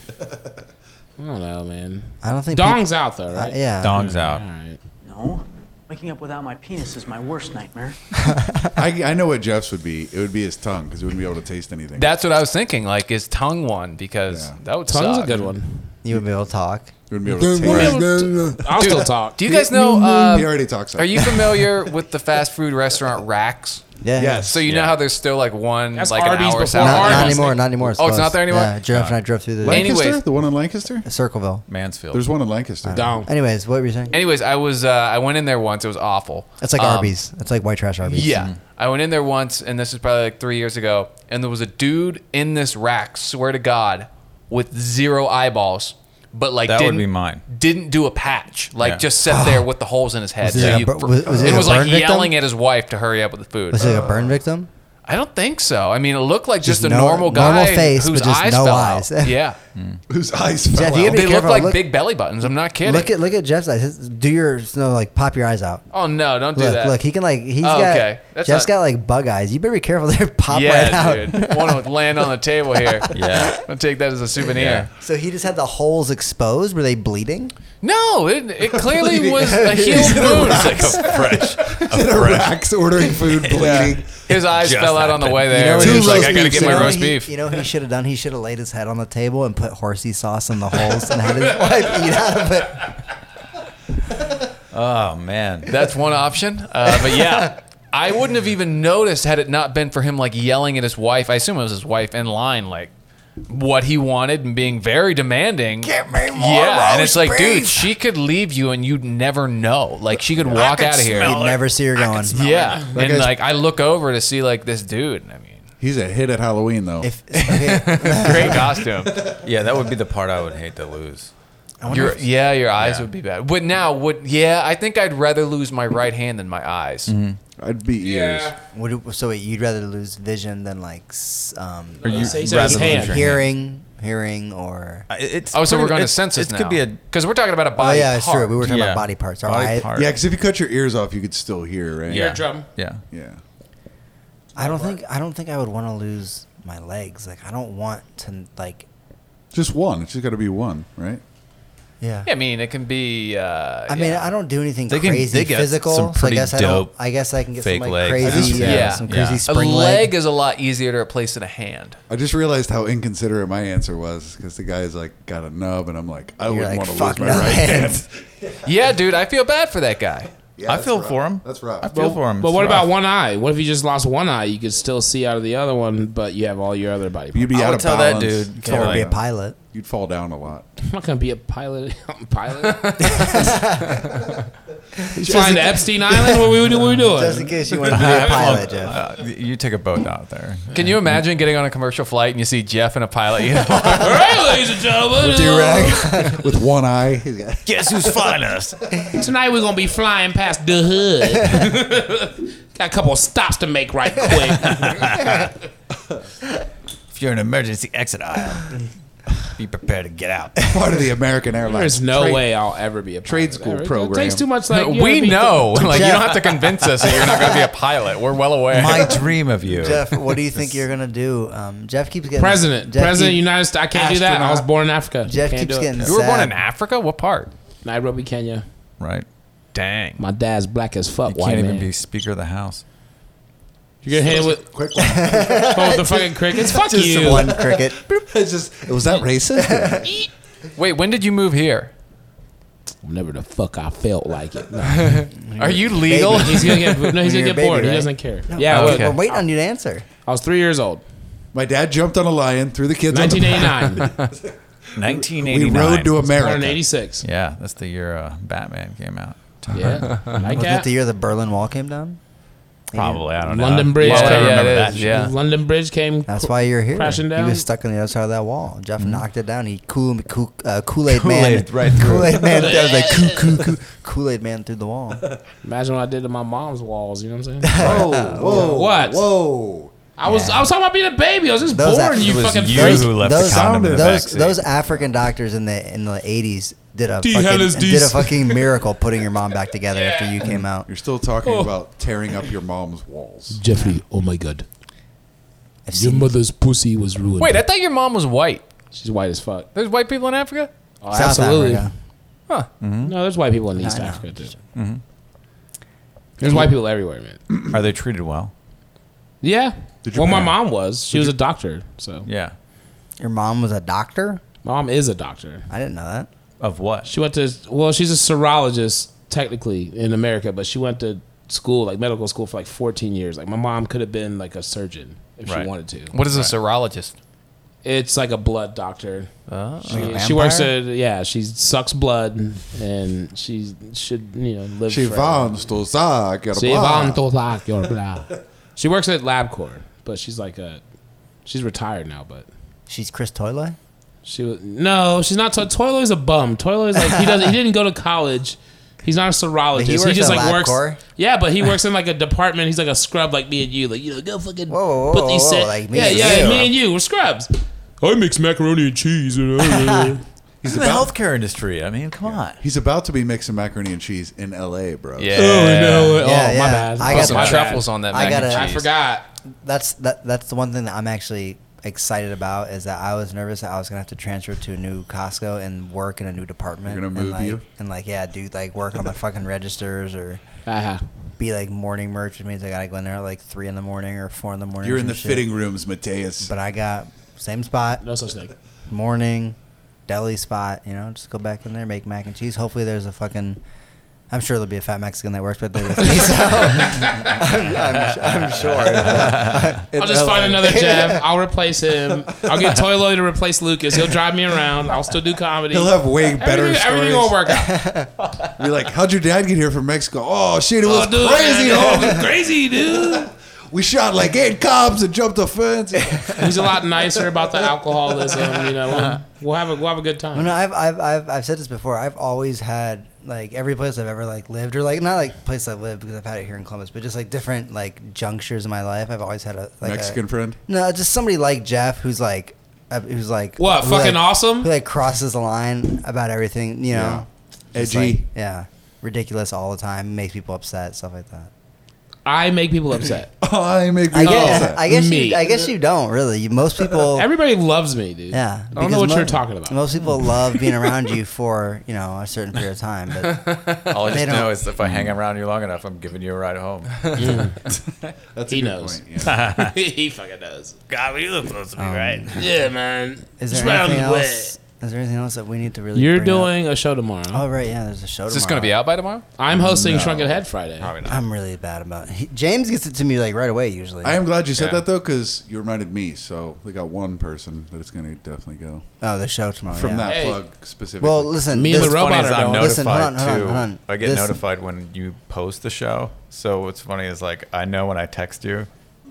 Speaker 7: I don't know, man.
Speaker 2: I don't think
Speaker 7: Dong's out though,
Speaker 2: peop- uh,
Speaker 7: right?
Speaker 2: yeah,
Speaker 6: Dong's out.
Speaker 7: All right.
Speaker 12: No. Waking up without my penis is my worst nightmare.
Speaker 4: I, I know what Jeff's would be. It would be his tongue because he wouldn't be able to taste anything.
Speaker 5: That's what I was thinking. Like, is tongue one? Because
Speaker 4: Yeah.
Speaker 5: that would
Speaker 7: Tongue's
Speaker 5: suck.
Speaker 7: a good one.
Speaker 2: you would be able to talk.
Speaker 4: he wouldn't be able to taste.
Speaker 7: I'll still talk.
Speaker 5: Do you guys know? Uh,
Speaker 4: he already talks.
Speaker 5: are
Speaker 4: (laughs)
Speaker 5: you familiar with the fast food restaurant racks?
Speaker 2: Yeah.
Speaker 4: Yes.
Speaker 5: So you know
Speaker 6: Yeah.
Speaker 5: how there's still like one
Speaker 7: That's
Speaker 5: like
Speaker 7: Arby's
Speaker 5: an hour
Speaker 7: before
Speaker 5: south.
Speaker 2: Not,
Speaker 5: of
Speaker 7: Arby's.
Speaker 2: not
Speaker 5: Austin.
Speaker 2: anymore. Not anymore. It's
Speaker 5: Oh, it's
Speaker 2: closed.
Speaker 5: not there anymore?
Speaker 2: Yeah, Jeff and I drove through the
Speaker 5: Any-
Speaker 4: Lancaster?
Speaker 5: Anyways.
Speaker 4: the one in Lancaster?
Speaker 2: Circleville.
Speaker 6: Mansfield.
Speaker 4: There's one in Lancaster.
Speaker 7: Dong.
Speaker 2: Anyways, what were you saying?
Speaker 5: Anyways, I was uh, I went in there once. It was awful.
Speaker 2: It's like
Speaker 5: Um,
Speaker 2: Arby's. It's like white trash Arby's.
Speaker 5: Yeah,
Speaker 6: Mm-hmm.
Speaker 5: I went in there once, and this is probably like three years ago. And there was a dude in this rack. Swear to God, with zero eyeballs, but like
Speaker 6: That would
Speaker 5: didn't,
Speaker 6: be mine.
Speaker 5: Didn't do a patch. Like
Speaker 6: Yeah.
Speaker 5: just sat
Speaker 2: (gasps)
Speaker 5: there with the holes in his head.
Speaker 2: Was it a
Speaker 5: you-
Speaker 2: bur- was- was it
Speaker 5: it
Speaker 2: a
Speaker 5: was like
Speaker 2: burn victim?
Speaker 5: yelling at his wife to hurry up with the food.
Speaker 2: Was it like a burn victim?
Speaker 5: I don't think so. I mean, it looked like just,
Speaker 2: Just
Speaker 5: a
Speaker 2: no-
Speaker 5: normal guy,
Speaker 2: normal face,
Speaker 5: whose
Speaker 2: but just
Speaker 5: eyes
Speaker 2: no
Speaker 5: fell
Speaker 2: eyes. (laughs)
Speaker 5: out. Yeah,
Speaker 4: (laughs) Whose eyes fell
Speaker 2: Jeff, you
Speaker 4: out.
Speaker 2: gotta be
Speaker 5: they look
Speaker 2: careful.
Speaker 5: like
Speaker 2: Look-
Speaker 5: big belly buttons. I'm not kidding.
Speaker 2: Look at look at Jeff's eyes. His- Do your no like pop your eyes out.
Speaker 5: oh no, don't do
Speaker 2: Look,
Speaker 5: that.
Speaker 2: look, he can like he's
Speaker 5: Oh,
Speaker 2: got
Speaker 5: okay. That's
Speaker 2: Jeff's
Speaker 5: not-
Speaker 2: got like bug eyes. You better be careful. (laughs) They pop right
Speaker 5: yeah,
Speaker 2: out.
Speaker 5: (laughs) dude. Want to land on the table here? (laughs)
Speaker 6: yeah.
Speaker 5: I'll take that as a souvenir.
Speaker 6: Yeah.
Speaker 2: (laughs) So he just had the holes exposed. Were they bleeding?
Speaker 5: No, it, it (laughs) clearly was a healed wound.
Speaker 6: like (laughs) (laughs) a
Speaker 2: (laughs)
Speaker 6: fresh, a fresh.
Speaker 4: Racks ordering food, bleeding.
Speaker 5: His eyes
Speaker 6: Just
Speaker 5: fell out on the
Speaker 6: happened.
Speaker 5: way there.
Speaker 4: know what
Speaker 5: he was
Speaker 4: his
Speaker 5: like,
Speaker 4: roast
Speaker 5: I gotta get
Speaker 4: beef
Speaker 5: my
Speaker 2: you know
Speaker 4: said?
Speaker 5: roast
Speaker 2: he,
Speaker 5: beef.
Speaker 2: You know what he should have done? He should have laid his head on the table and put horsey sauce in the holes and had
Speaker 5: (laughs)
Speaker 2: his wife eat out of it.
Speaker 6: Oh man.
Speaker 5: (laughs) That's one option. Uh, but yeah, I wouldn't have even noticed had it not been for him like yelling at his wife. I assume it was his wife in line, like what he wanted and being very demanding. Get me more yeah, and it's like, dude, she could leave you and you'd never know. Like she could walk out of here.
Speaker 2: You'd never see her going.
Speaker 5: Oh, Yeah, and
Speaker 4: guy's-
Speaker 5: like I look over to see like this dude. I mean,
Speaker 4: He's a hit at Halloween, though.
Speaker 2: If, okay,
Speaker 5: great costume.
Speaker 6: Yeah, that would be the part I would hate to lose.
Speaker 5: Your, yeah, your eyes would be bad. But now, would yeah, I think I'd rather lose my right hand than my eyes.
Speaker 4: I'd be ears.
Speaker 7: Yeah.
Speaker 2: would it- so wait, you'd rather lose vision than like s- um,
Speaker 6: you
Speaker 7: Say- say his hand.
Speaker 2: hearing, hearing, or
Speaker 6: Uh, It's
Speaker 5: Oh, so
Speaker 6: pretty-
Speaker 5: we're going to
Speaker 6: it's-
Speaker 5: senses
Speaker 6: It
Speaker 5: now.
Speaker 6: could be a
Speaker 5: because we're talking about a
Speaker 2: oh
Speaker 5: body.
Speaker 2: yeah, it's true.
Speaker 5: part.
Speaker 2: We were talking
Speaker 6: yeah.
Speaker 2: about body parts. Our
Speaker 6: Body
Speaker 2: eye-
Speaker 6: part.
Speaker 4: Yeah, because if you cut your ears off, you could still hear, right?
Speaker 6: Yeah.
Speaker 7: Eardrum.
Speaker 6: Yeah.
Speaker 4: Yeah.
Speaker 2: I don't think I don't think I would want to lose my legs. Like I don't want to like
Speaker 4: Just one. It's just got to be one, right?
Speaker 2: yeah.
Speaker 5: I mean, it can be. Uh,
Speaker 2: I mean, I don't do anything
Speaker 6: They can-
Speaker 2: crazy
Speaker 6: they get
Speaker 2: physical.
Speaker 6: some
Speaker 2: so I
Speaker 6: pretty
Speaker 2: guess I
Speaker 6: dope
Speaker 2: don't. I guess I can get some
Speaker 6: fake
Speaker 2: like
Speaker 6: legs. I
Speaker 2: crazy,
Speaker 6: just-
Speaker 2: yeah,
Speaker 5: yeah.
Speaker 2: some
Speaker 6: Yeah.
Speaker 2: crazy
Speaker 5: a
Speaker 2: spring
Speaker 5: leg,
Speaker 2: leg.
Speaker 5: is a lot easier to replace than a hand.
Speaker 4: I just realized how inconsiderate my answer was because the guy's like got a nub, and I'm like, I
Speaker 2: You're
Speaker 4: wouldn't
Speaker 2: like
Speaker 4: want to
Speaker 2: fuck
Speaker 4: lose my
Speaker 2: no
Speaker 4: right hand.
Speaker 2: (laughs) hands.
Speaker 5: Yeah, dude, I feel bad for that guy.
Speaker 4: Yeah,
Speaker 6: I
Speaker 4: that's
Speaker 6: feel
Speaker 4: rough.
Speaker 6: for him.
Speaker 4: That's rough.
Speaker 6: I feel for him.
Speaker 7: But
Speaker 6: It's
Speaker 7: what about
Speaker 6: rough.
Speaker 7: one eye? What if you just lost one eye? You could still see out of the other one, but you have all your other body parts.
Speaker 4: You'd be
Speaker 6: I
Speaker 4: out
Speaker 6: would
Speaker 4: of
Speaker 6: tell that
Speaker 4: balance.
Speaker 6: dude,
Speaker 2: Can't
Speaker 6: Yeah.
Speaker 2: be a pilot.
Speaker 4: You'd fall down
Speaker 2: (laughs)
Speaker 4: a lot.
Speaker 7: I'm not gonna be a pilot. (laughs) I'm a pilot. He's flying to Epstein Island. What we what we
Speaker 2: Just in
Speaker 7: doing?
Speaker 2: case you want to be
Speaker 6: (laughs)
Speaker 2: a pilot, Jeff.
Speaker 6: Uh, you take a boat out there.
Speaker 5: Can you imagine getting on a commercial flight and you see Jeff and a pilot? You know?
Speaker 7: All right, ladies and gentlemen.
Speaker 2: (laughs)
Speaker 4: With one eye. He's got- (laughs)
Speaker 6: Guess who's flying us?
Speaker 7: Tonight we're gonna be flying past the hood. Got a couple of stops to make right quick.
Speaker 6: If you're in an emergency exit aisle, be prepared to get out.
Speaker 4: part of the American Airlines.
Speaker 7: There's no
Speaker 4: Trade-
Speaker 7: way I'll ever be a pilot.
Speaker 4: Trade school
Speaker 7: Ever.
Speaker 4: program.
Speaker 7: It takes too much. Like you
Speaker 5: we
Speaker 7: be- (laughs)
Speaker 5: know. Like, you don't have to convince us that you're not going to be a pilot. We're well aware.
Speaker 7: (laughs)
Speaker 6: My dream of you.
Speaker 2: Jeff, what do you think you're gonna do? Um, Jeff keeps getting
Speaker 7: President,
Speaker 2: Jeff
Speaker 7: President of the
Speaker 2: keep-
Speaker 7: United States. I can't do that. I was
Speaker 4: Astronaut.
Speaker 7: born in Africa.
Speaker 2: Jeff
Speaker 7: Can't
Speaker 2: keeps
Speaker 7: do it.
Speaker 2: getting.
Speaker 5: you were born
Speaker 2: sad.
Speaker 5: in Africa. What part?
Speaker 7: Nairobi, Kenya.
Speaker 6: Right.
Speaker 5: Dang.
Speaker 7: My dad's black as fuck.
Speaker 6: You
Speaker 7: white
Speaker 6: can't even
Speaker 7: man.
Speaker 6: be Speaker of the House.
Speaker 7: You're gonna hit it with
Speaker 4: Quick
Speaker 7: (laughs)
Speaker 4: one.
Speaker 7: oh, the fucking crickets.
Speaker 2: (laughs)
Speaker 7: Fuck
Speaker 2: Just
Speaker 7: you.
Speaker 2: one
Speaker 7: (laughs)
Speaker 2: cricket.
Speaker 4: it's just, was
Speaker 2: (laughs)
Speaker 4: that racist?
Speaker 5: Wait, when did you move here?
Speaker 1: Whenever the fuck I felt like it. No,
Speaker 5: Are you legal?
Speaker 2: Baby.
Speaker 5: (laughs)
Speaker 7: He's gonna get no. He's
Speaker 2: You're
Speaker 7: gonna
Speaker 2: a
Speaker 7: get
Speaker 2: baby,
Speaker 7: bored. He
Speaker 2: right?
Speaker 7: doesn't care. yeah,
Speaker 5: Oh,
Speaker 7: look,
Speaker 5: okay.
Speaker 2: We're waiting on you to answer.
Speaker 7: I was three years old,
Speaker 4: My dad jumped on a lion, threw the kids on the back.
Speaker 7: 1989,
Speaker 6: 1989.
Speaker 4: We rode to
Speaker 7: born in
Speaker 4: America.
Speaker 7: '86.
Speaker 6: Yeah, that's the year uh, Batman came out.
Speaker 7: Yeah, like
Speaker 2: Was that
Speaker 7: that.
Speaker 2: the year the Berlin Wall came down?
Speaker 6: Probably, I don't know.
Speaker 7: London Bridge.
Speaker 5: Yeah,
Speaker 6: I
Speaker 7: came,
Speaker 5: yeah,
Speaker 6: remember
Speaker 5: it
Speaker 6: that
Speaker 5: is,
Speaker 6: shit.
Speaker 5: yeah.
Speaker 7: London Bridge came.
Speaker 2: That's why you're here.
Speaker 7: Crashing
Speaker 2: He
Speaker 7: down? Mm-hmm.
Speaker 2: was stuck on the other side of that wall. Jeff knocked it down. He cool, cool uh, Kool-Aid man.
Speaker 6: Kool-Aid right through.
Speaker 2: Kool-Aid man. That was like coo, coo, coo. Kool-Aid man through the
Speaker 7: (laughs)
Speaker 2: wall.
Speaker 7: Imagine what I did to my mom's walls. You know what I'm
Speaker 4: (laughs)
Speaker 7: saying?
Speaker 4: Whoa, whoa,
Speaker 7: What?
Speaker 4: Whoa.
Speaker 7: I was I was talking about being a baby. I was just
Speaker 2: Those
Speaker 7: born.
Speaker 2: act-
Speaker 7: You
Speaker 2: It was
Speaker 7: fucking
Speaker 6: you
Speaker 7: freak.
Speaker 6: who left
Speaker 2: those,
Speaker 6: the condom in the
Speaker 2: those,
Speaker 6: backseat.
Speaker 2: those African doctors in the in the 80s did a
Speaker 3: hell
Speaker 2: fucking,
Speaker 3: is
Speaker 2: did a
Speaker 3: this?
Speaker 2: fucking miracle putting your mom back together after you came out.
Speaker 4: You're still talking about tearing up your mom's walls.
Speaker 1: Jeffrey, oh my god,
Speaker 2: I've
Speaker 1: your
Speaker 2: seen
Speaker 1: mother's pussy was ruined.
Speaker 5: Wait, I thought your mom was white.
Speaker 7: She's white as fuck.
Speaker 5: There's white people in Africa?
Speaker 7: Oh,
Speaker 2: South
Speaker 7: absolutely.
Speaker 2: Africa.
Speaker 7: No, there's white people in East
Speaker 2: I know.
Speaker 7: Africa too. There's white people everywhere, man.
Speaker 6: Are they treated well?
Speaker 7: Yeah.
Speaker 4: Did you-
Speaker 7: Well, my mom was. She was a doctor. So
Speaker 6: Yeah.
Speaker 2: Your mom was a doctor?
Speaker 7: my mom is a doctor.
Speaker 2: I didn't know that.
Speaker 6: Of what?
Speaker 7: She went to well, she's a serologist technically in America, but she went to school like medical school for like 14 years. Like my mom could have been like a surgeon if
Speaker 6: Right.
Speaker 7: she wanted to.
Speaker 5: What is a serologist?
Speaker 7: It's like a blood doctor.
Speaker 2: Like a
Speaker 7: She, she works
Speaker 2: vampire?
Speaker 7: at yeah. She sucks blood and she should you know live.
Speaker 4: She
Speaker 7: forever.
Speaker 4: wants to suck your
Speaker 7: She
Speaker 2: (laughs)
Speaker 4: blood.
Speaker 7: wants to suck your blood. She works at LabCorp, but she's like a she's retired now, but
Speaker 2: She's Chris Toile?
Speaker 7: she was no, she's not. To- Toiler's a bum. Toiler's like he doesn't. He
Speaker 2: (laughs)
Speaker 7: didn't go to college. He's not a serologist.
Speaker 2: But he
Speaker 7: He,
Speaker 2: works
Speaker 7: just
Speaker 2: at
Speaker 7: like works.
Speaker 2: LabCorp?
Speaker 7: Yeah, but he works in like a department. He's like a scrub, like me and you. Like you know, go fucking
Speaker 2: Whoa, whoa,
Speaker 7: put these.
Speaker 2: whoa,
Speaker 7: set-
Speaker 2: whoa, like me
Speaker 7: yeah,
Speaker 2: and
Speaker 7: yeah,
Speaker 2: you.
Speaker 7: me and you. We're scrubs.
Speaker 3: I mix macaroni and cheese.
Speaker 7: (laughs)
Speaker 3: And, uh,
Speaker 2: (laughs)
Speaker 6: He's in the healthcare industry. I mean, come on.
Speaker 4: He's about to be mixing macaroni and cheese in L.A., bro.
Speaker 7: no! oh,
Speaker 2: Yeah, yeah.
Speaker 7: my bad.
Speaker 2: I
Speaker 5: Put
Speaker 2: got
Speaker 5: some
Speaker 7: my bad.
Speaker 5: truffles on that
Speaker 2: I
Speaker 5: mac
Speaker 2: got
Speaker 5: and
Speaker 2: a-
Speaker 7: I
Speaker 5: cheese.
Speaker 7: forgot.
Speaker 2: that's that that's the one thing that I'm actually excited about is that I was nervous that I was gonna have to transfer to a new Costco and work in a new department.
Speaker 4: You're gonna
Speaker 2: and
Speaker 4: move
Speaker 2: like,
Speaker 4: you?
Speaker 2: and like yeah, dude, like work on the fucking registers or
Speaker 7: Uh-huh.
Speaker 2: be like morning merch, which means I gotta go in there at like three in the morning or four in the morning.
Speaker 4: You're
Speaker 2: or
Speaker 4: in
Speaker 2: some
Speaker 4: the
Speaker 2: shit.
Speaker 4: fitting rooms, Mateus.
Speaker 2: But I got same spot,
Speaker 7: No such thing.
Speaker 2: morning, deli spot. You know, just go back in there, make mac and cheese. Hopefully, there's a fucking. I'm sure there'll be a fat Mexican that works with me. With me so I'm, I'm,
Speaker 4: (laughs)
Speaker 2: I'm sure.
Speaker 7: I'll just find
Speaker 2: (laughs)
Speaker 7: another Jeff. I'll replace him. I'll get Toy Lloyd to replace Lucas. He'll drive me around. I'll still do comedy.
Speaker 4: He'll have way better
Speaker 7: everything, everything
Speaker 4: stories.
Speaker 7: will work
Speaker 2: (laughs)
Speaker 7: out.
Speaker 4: You're like, how'd your dad get here from Mexico? Oh shit, it was
Speaker 7: Oh, dude,
Speaker 4: crazy.
Speaker 7: man,
Speaker 4: homie.
Speaker 7: dude, crazy, dude.
Speaker 4: We shot like eight cops and jumped a fence.
Speaker 7: He's a lot nicer about the alcoholism. You know, we'll, we'll have a we'll have a good
Speaker 2: No,
Speaker 7: time.
Speaker 2: no, I've, I've, I've, I've said this before. I've always had like every place I've ever like lived, or like not like place I've lived because I've had it here in Columbus, but just like different like junctures in my life. I've always had a like a-
Speaker 4: Mexican friend.
Speaker 2: no, just somebody like Jeff who's like, uh, who's like
Speaker 7: What,
Speaker 2: who,
Speaker 7: fucking
Speaker 2: like-
Speaker 7: awesome?
Speaker 2: Who like crosses the line about everything, you know? Just,
Speaker 4: Edgy.
Speaker 2: like, yeah, ridiculous all the time, makes people upset, stuff like that.
Speaker 7: I make people upset.
Speaker 4: (laughs) Oh, I make
Speaker 2: I
Speaker 6: Oh,
Speaker 4: me
Speaker 2: guess,
Speaker 4: upset.
Speaker 2: I guess
Speaker 7: Me.
Speaker 2: you, I guess you don't really. You, most people,
Speaker 7: Everybody loves me, dude.
Speaker 2: yeah,
Speaker 7: I don't
Speaker 2: because
Speaker 7: know what
Speaker 2: mo-
Speaker 7: you're talking about.
Speaker 2: Most people love being around you for you know a certain period of time,
Speaker 7: (laughs)
Speaker 2: but
Speaker 6: All I
Speaker 2: They
Speaker 6: just know
Speaker 2: don't-
Speaker 6: is if I hang around you long enough, I'm giving you a ride home.
Speaker 4: That's
Speaker 7: he
Speaker 4: good
Speaker 7: knows.
Speaker 4: point, yeah.
Speaker 7: (laughs) he fucking does. God, we look close to
Speaker 1: Um,
Speaker 7: me, right? Yeah, man.
Speaker 2: is
Speaker 7: It's
Speaker 2: there
Speaker 7: round
Speaker 2: anything
Speaker 7: the way.
Speaker 2: else? Is there anything else that we need to really?
Speaker 7: You're
Speaker 2: bring up?
Speaker 7: doing a show tomorrow.
Speaker 2: Oh right, yeah. There's a show.
Speaker 5: Is this going to be out by tomorrow?
Speaker 7: I'm hosting Shrunken Head Friday.
Speaker 2: I'm really bad about. It. He, James gets it to me like right away usually.
Speaker 4: I am glad you said that though, because you reminded me. So we got one person that it's going to definitely go
Speaker 2: oh, the show tomorrow.
Speaker 4: from
Speaker 2: yeah.
Speaker 4: that
Speaker 7: Hey.
Speaker 4: plug specifically.
Speaker 2: Well, listen.
Speaker 7: Me and
Speaker 2: this-
Speaker 7: the robot
Speaker 6: funny is
Speaker 7: are
Speaker 6: I'm
Speaker 7: going.
Speaker 6: notified
Speaker 2: Listen, hold on, hold on,
Speaker 6: too.
Speaker 2: hold on.
Speaker 6: I get
Speaker 2: This-
Speaker 6: notified when you post the show. So what's funny is like I know when I text you,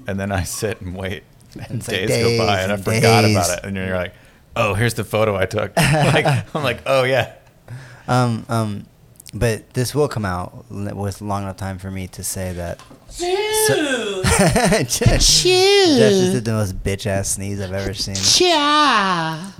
Speaker 6: and then I sit and wait, and
Speaker 2: It's like
Speaker 6: days, go by,
Speaker 2: days
Speaker 6: and I
Speaker 2: and
Speaker 6: forgot
Speaker 2: days.
Speaker 6: about it, and you're like, oh, here's the photo
Speaker 2: (laughs)
Speaker 6: I took. like, I'm like, oh yeah.
Speaker 2: Um, um, but this will come out l- with long enough time for me to say that. So- (laughs) Jeff, Jeff just did the most bitch ass sneeze I've ever seen.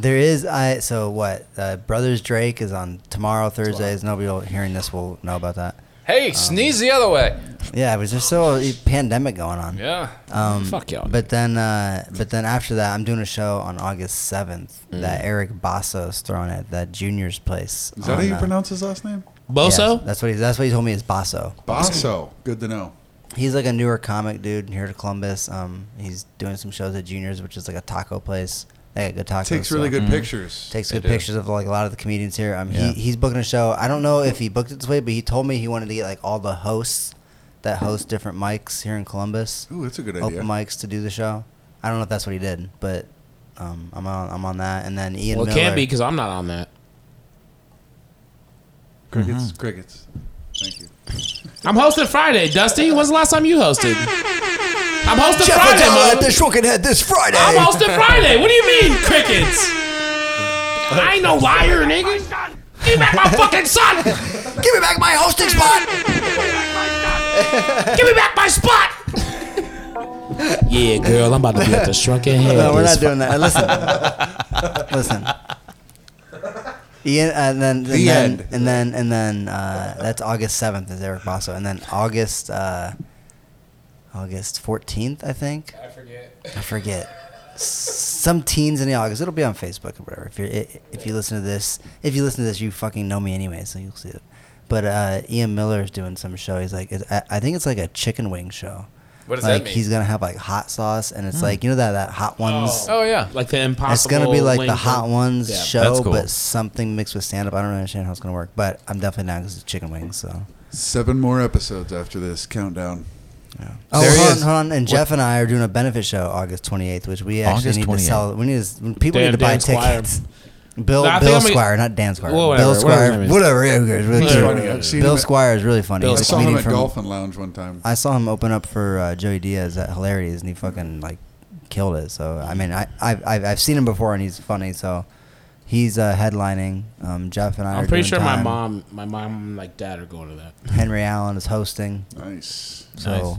Speaker 2: There is I so what uh, Brothers Drake is on tomorrow Thursdays. Nobody will, hearing this will know about that.
Speaker 5: Hey, sneeze the other way.
Speaker 2: Yeah, it was just so a pandemic going on.
Speaker 5: Yeah.
Speaker 2: Um,
Speaker 7: Fuck y'all.
Speaker 2: But then, uh, but then after that, I'm doing a show on August seventh that Eric Basso's throwing at that Junior's place.
Speaker 4: is that how
Speaker 2: on,
Speaker 4: you
Speaker 2: uh,
Speaker 4: pronounce his last name?
Speaker 2: yeah,
Speaker 7: Boso?
Speaker 2: that's what he. That's what he told me is Basso.
Speaker 4: Basso. Good to know.
Speaker 2: he's like a newer comic dude here to Columbus. Um, he's doing some shows at Juniors, which is like a taco place. They got good tacos.
Speaker 4: Takes really
Speaker 2: so-
Speaker 4: good pictures.
Speaker 2: Takes
Speaker 6: They
Speaker 2: good
Speaker 6: do.
Speaker 2: pictures of like a lot of the comedians here. Um,
Speaker 4: Yeah.
Speaker 2: he, he's booking a show. I don't know if he booked it this way, but he told me he wanted to get like all the hosts that host different mics here in Columbus,
Speaker 4: Ooh, that's a good
Speaker 7: Oh
Speaker 4: idea.
Speaker 2: open mics to do the show. I don't know if that's what he did, but um, I'm on I'm on that. And then Ian
Speaker 7: Well, it
Speaker 2: Miller.
Speaker 7: can't be because I'm not on that.
Speaker 4: Crickets, crickets. Thank you.
Speaker 7: I'm hosting Friday, Dusty. When's the last time you hosted? I'm hosting
Speaker 2: Jeff
Speaker 7: Friday.
Speaker 2: Adela
Speaker 7: mother-
Speaker 2: at the Shrunken Head this Friday.
Speaker 7: I'm hosting Friday. What do you mean, crickets? (laughs) I ain't no liar, nigga. Give back my fucking son.
Speaker 2: Give me back my hosting spot.
Speaker 7: Give me back my spot. (laughs) yeah, girl, I'm about to be at the shrunken
Speaker 2: (laughs)
Speaker 7: head.
Speaker 2: No, we're
Speaker 7: this
Speaker 2: not doing that. Listen,
Speaker 4: (laughs)
Speaker 2: listen. Ian, and then and
Speaker 4: The
Speaker 2: then,
Speaker 4: end.
Speaker 2: and then and then uh, that's August seventh is Eric Basso, and then August uh, August fourteenth, I think. I forget. I forget. S- Some teens in the August. It'll be on Facebook or whatever. If you are if you listen to this, if you listen to this, you fucking know me anyway, so you'll see it. But uh, Ian Miller is doing some show. He's like, I I think it's like a chicken wing show.
Speaker 5: What does
Speaker 2: like
Speaker 5: that mean?
Speaker 2: he's gonna have like hot sauce, and
Speaker 6: Hmm.
Speaker 2: it's like you know that that hot ones.
Speaker 5: oh yeah.
Speaker 7: fu- like the impossible.
Speaker 2: It's gonna be like
Speaker 7: wing
Speaker 2: the
Speaker 7: thing.
Speaker 2: hot ones
Speaker 7: Yeah,
Speaker 2: show,
Speaker 6: that's cool.
Speaker 2: but something mixed with stand up. I don't understand how it's gonna work, but I'm definitely not because it's chicken wings. So
Speaker 4: Seven more episodes after this countdown.
Speaker 2: oh,
Speaker 4: There he
Speaker 2: hold on,
Speaker 4: is.
Speaker 2: hold on. And Jeff and I are doing a benefit show August 28th, which we actually
Speaker 6: August
Speaker 2: need to sell. We need to, people
Speaker 7: Dan-
Speaker 2: need to buy
Speaker 7: Dan Squire.
Speaker 2: tickets. Bill
Speaker 7: No, I think
Speaker 2: Bill
Speaker 7: I'm gonna-
Speaker 2: Squire, not Dan Squire.
Speaker 7: Well, whatever,
Speaker 2: Bill
Speaker 7: whatever his
Speaker 2: Squire,
Speaker 7: name is.
Speaker 2: whatever. yeah, okay, it's really
Speaker 7: He's
Speaker 2: cute.
Speaker 4: funny. I've seen him
Speaker 2: Bill
Speaker 4: at-
Speaker 2: Squire is really funny.
Speaker 7: Bill
Speaker 2: He's a
Speaker 4: I saw him
Speaker 2: comedian
Speaker 4: at
Speaker 2: from-
Speaker 4: Dolphin Lounge one time.
Speaker 2: I saw him open up for uh, Joey Diaz at Hilarities, and he fucking like killed it. So I mean, I I've, I've, I've seen him before, and he's funny. So he's uh, headlining. Um, Jeff and I.
Speaker 7: I'm
Speaker 2: are
Speaker 7: pretty
Speaker 2: doing
Speaker 7: sure my
Speaker 2: time.
Speaker 7: mom, my mom, and, like dad are going to that.
Speaker 2: Henry Allen is hosting.
Speaker 4: Nice.
Speaker 2: So
Speaker 6: Nice.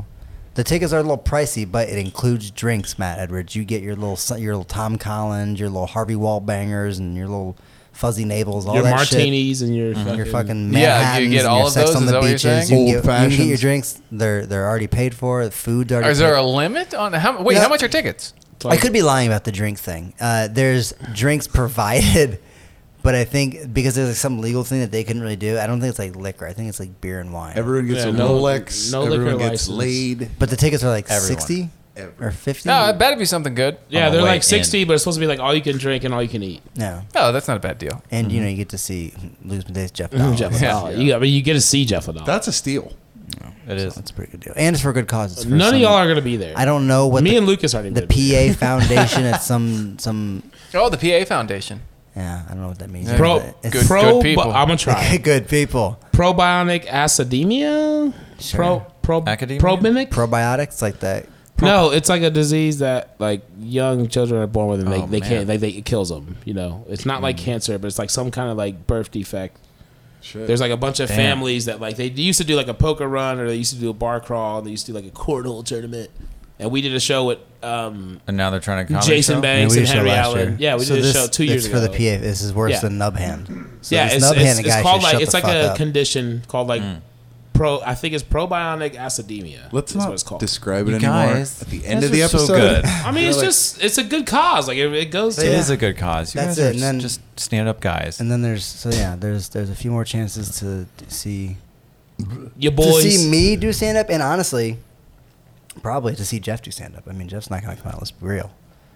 Speaker 2: the tickets are a little pricey, but it includes drinks. Matt Edwards, you get your little so- your little Tom Collins, your little Harvey Wallbangers, and your little fuzzy navels, all
Speaker 7: your
Speaker 2: that shit. Mm-hmm.
Speaker 7: martinis and your fucking,
Speaker 2: Your fucking
Speaker 5: Yeah,
Speaker 2: Manhattans
Speaker 5: you
Speaker 2: and
Speaker 5: get all
Speaker 2: your
Speaker 5: of
Speaker 2: sex
Speaker 5: those,
Speaker 2: on
Speaker 5: is
Speaker 2: the
Speaker 5: that what you're
Speaker 2: beaches. You
Speaker 4: saying?
Speaker 2: can,
Speaker 4: Old
Speaker 2: get, you can get your
Speaker 4: fashions.
Speaker 2: drinks. They're they're already paid for. The food's already.
Speaker 5: Is there
Speaker 2: paid.
Speaker 5: a limit on how? Wait,
Speaker 2: Yeah.
Speaker 5: how much are tickets?
Speaker 2: I could be lying about the drink thing. Uh, there's drinks provided, (laughs) but I think because there's like some legal thing that they couldn't really do. I don't think it's like liquor. I think it's like beer and wine.
Speaker 4: Everyone gets
Speaker 7: Yeah,
Speaker 4: a
Speaker 7: no-
Speaker 4: Rolex.
Speaker 7: no liquor
Speaker 4: Everyone gets
Speaker 7: license.
Speaker 4: laid.
Speaker 2: but the tickets are like
Speaker 6: Everyone.
Speaker 2: sixty or fifty.
Speaker 5: No, it better be something good.
Speaker 7: yeah,
Speaker 2: Oh,
Speaker 6: on the
Speaker 7: they're
Speaker 6: way
Speaker 7: like 60,
Speaker 6: in.
Speaker 7: but it's supposed to be like all you can drink and all you can eat.
Speaker 2: no.
Speaker 5: Oh, that's not a bad deal.
Speaker 2: And you know you get to see Lose My Days Jeff Dahmer.
Speaker 7: Jeff Adala. You, I mean, you get to see Jeff Adala.
Speaker 4: That's a steal.
Speaker 6: It is.
Speaker 2: That's a pretty good deal, and it's for a good cause. It's for
Speaker 7: None of
Speaker 2: some-
Speaker 7: y'all are gonna be there.
Speaker 2: I don't know what
Speaker 7: Me
Speaker 2: the,
Speaker 7: and Lucas aren't even.
Speaker 2: the
Speaker 7: (laughs)
Speaker 2: PA Foundation at some some.
Speaker 5: Oh, the PA Foundation.
Speaker 2: Yeah, I don't know what that means.
Speaker 7: Pro,
Speaker 2: It's-
Speaker 5: good-
Speaker 7: pro,
Speaker 5: people.
Speaker 7: I'm
Speaker 2: (laughs)
Speaker 7: gonna try. it.
Speaker 2: good people.
Speaker 7: Probiotic acidemia.
Speaker 2: Sure.
Speaker 7: Pro, pro,
Speaker 6: Academia?
Speaker 7: probiotic.
Speaker 2: Probiotics like that.
Speaker 7: Uh, no, it's like a disease that like young children are born with, and they,
Speaker 6: Oh,
Speaker 7: they
Speaker 6: man.
Speaker 7: can't. They, they it kills them. You know, it's not like cancer, but it's like some kind of like birth defect.
Speaker 4: Shit.
Speaker 7: There's like a bunch of families that like they used to do like a poker run, or they used to do a bar crawl, they used to do like a cornhole tournament, and we did a show with um,
Speaker 6: And now they're trying to comedy
Speaker 7: Jason
Speaker 6: show?
Speaker 7: Banks
Speaker 2: did
Speaker 7: and
Speaker 2: a show
Speaker 7: Henry
Speaker 2: last
Speaker 7: Allen.
Speaker 2: year.
Speaker 7: Yeah, we
Speaker 2: So
Speaker 7: did
Speaker 2: this-
Speaker 7: a show two
Speaker 2: it's
Speaker 7: years
Speaker 2: for
Speaker 7: ago.
Speaker 2: the PA. This is worse
Speaker 7: Yeah.
Speaker 2: than nub hand. So
Speaker 7: yeah,
Speaker 2: this
Speaker 7: it's,
Speaker 2: nub
Speaker 7: it's,
Speaker 2: hand
Speaker 7: it's
Speaker 2: guy
Speaker 7: called
Speaker 2: should shut
Speaker 7: like it's
Speaker 2: the
Speaker 7: like
Speaker 2: fuck
Speaker 7: a
Speaker 2: up.
Speaker 7: condition called like pro. I think it's probiotic acidemia.
Speaker 4: Let's
Speaker 7: is what it's
Speaker 4: not
Speaker 7: called.
Speaker 4: describe it
Speaker 6: You
Speaker 4: anymore.
Speaker 6: guys,
Speaker 4: At the end
Speaker 6: you
Speaker 4: of the
Speaker 6: guys are
Speaker 4: episode,
Speaker 6: so
Speaker 4: (laughs)
Speaker 6: good.
Speaker 7: I mean, it's just it's a good cause. Like it, it goes.
Speaker 2: They
Speaker 7: to
Speaker 2: (laughs)
Speaker 6: It
Speaker 2: Yeah.
Speaker 6: is a good cause. You
Speaker 2: That's
Speaker 6: guys
Speaker 2: it,
Speaker 6: are
Speaker 2: and
Speaker 6: s-
Speaker 2: then-
Speaker 6: just stand-up guys.
Speaker 2: and then there's so yeah, there's there's a few more chances to see
Speaker 7: your boys.
Speaker 2: to see me do stand up, and honestly, probably to see Jeff do stand up. I mean, Jeff's not going to come out. Let's be real.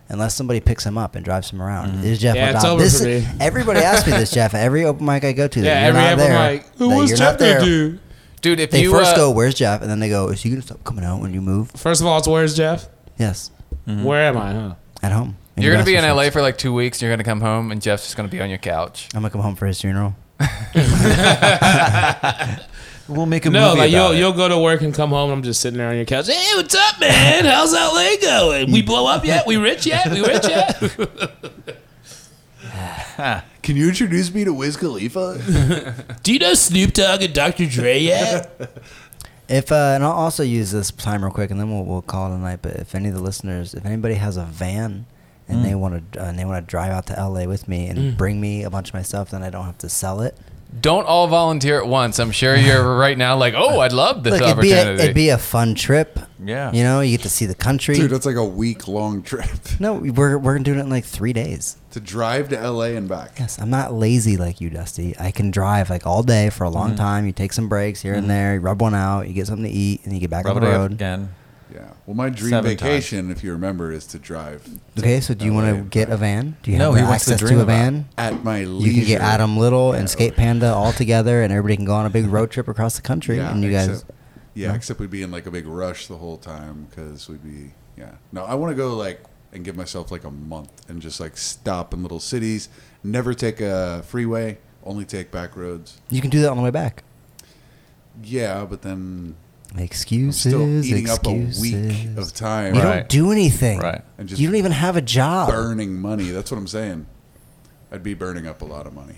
Speaker 2: Unless somebody picks him up and drives him around, is Jeff?
Speaker 7: Mm-hmm. Yeah,
Speaker 2: Adom-
Speaker 7: it's over
Speaker 2: this-
Speaker 7: for me.
Speaker 2: Everybody asks
Speaker 7: (laughs)
Speaker 2: me this, Jeff. Every open mic I go to, that
Speaker 7: Yeah,
Speaker 2: you're
Speaker 7: every
Speaker 2: not
Speaker 7: ever
Speaker 2: there,
Speaker 7: like who
Speaker 2: that
Speaker 7: was
Speaker 2: you're
Speaker 7: Jeff
Speaker 2: not there.
Speaker 7: gonna do?
Speaker 5: Dude, if
Speaker 2: They
Speaker 5: you
Speaker 2: first
Speaker 5: uh,
Speaker 2: go, "Where's Jeff?" and then they go, "Is he going to stop coming out when you move?"
Speaker 7: First of all, it's where's Jeff?
Speaker 2: Yes,
Speaker 7: Where am I? Huh?
Speaker 2: at home. And
Speaker 5: you're
Speaker 2: you
Speaker 5: gonna
Speaker 2: ask
Speaker 5: be in
Speaker 2: me
Speaker 5: LA
Speaker 2: first.
Speaker 5: for like two weeks, you're gonna come home, and Jeff's just gonna be on your couch.
Speaker 2: I'm gonna come home for his funeral.
Speaker 6: we'll make a
Speaker 7: No,
Speaker 6: movie
Speaker 7: like
Speaker 6: about
Speaker 7: you'll
Speaker 6: it.
Speaker 7: you'll go to work and come home. And I'm just sitting there on your couch. Hey, what's up, man? How's LA going? We blow up yet? We rich yet? We rich (laughs) yet?
Speaker 4: can you introduce me to Wiz Khalifa?
Speaker 7: do you know Snoop Dogg and Dr. Dre yet?
Speaker 2: If uh, and I'll also use this time real quick, and then we'll, we'll call it a night. But if any of the listeners, if anybody has a van and
Speaker 6: Mm.
Speaker 2: they want to uh, and they want to drive out to LA with me and bring me a bunch of my stuff, then I don't have to sell it.
Speaker 5: Don't all volunteer at once. I'm sure you're (laughs) right now like, oh, I'd love this
Speaker 2: Look, it'd be a,
Speaker 5: opportunity.
Speaker 2: it'd be a fun trip.
Speaker 6: Yeah.
Speaker 2: you know, you get to see the country.
Speaker 4: Dude, that's like a week long (laughs) trip.
Speaker 2: no, we're we're doing it in like three days.
Speaker 4: to drive to LA and back.
Speaker 2: Yes, I'm not lazy like you, Dusty. I can drive like all day for a long
Speaker 6: Mm.
Speaker 2: time. You take some breaks here and there. You rub one out. You get something to eat, and you get back
Speaker 6: Mm-hmm. Rub
Speaker 2: on
Speaker 6: it
Speaker 2: the
Speaker 6: up
Speaker 2: road.
Speaker 6: again.
Speaker 4: Yeah. Well, my dream
Speaker 6: Seven
Speaker 4: vacation, if you remember, is to drive
Speaker 2: Okay, so do you want
Speaker 4: LA
Speaker 2: to
Speaker 4: and
Speaker 2: get
Speaker 4: back.
Speaker 2: a van? Do you
Speaker 6: No,
Speaker 2: have
Speaker 6: he wants to
Speaker 2: access to,
Speaker 6: dream
Speaker 2: a
Speaker 6: about it.
Speaker 2: van?
Speaker 4: at my leisure?
Speaker 2: You can get Adam Little
Speaker 4: Yeah,
Speaker 2: and Skate Panda all together, and everybody can go on a big road trip across the country.
Speaker 4: Yeah,
Speaker 2: and you guys,
Speaker 4: except- yeah, except we'd be in like a big rush the whole time because we'd be yeah. No, I want to go like and give myself like a month and just like stop in little cities, never take a freeway, only take back roads.
Speaker 2: you can do that on the way back.
Speaker 4: Yeah, but then I'm
Speaker 2: Excuses,
Speaker 4: still eating
Speaker 2: excuses.
Speaker 4: up a week of time
Speaker 2: you
Speaker 6: Right.
Speaker 2: don't do anything.
Speaker 6: Right.
Speaker 4: And
Speaker 2: And
Speaker 4: just
Speaker 2: just you don't even have a job.
Speaker 4: burning money. That's what I'm saying. I'd be burning up a lot of money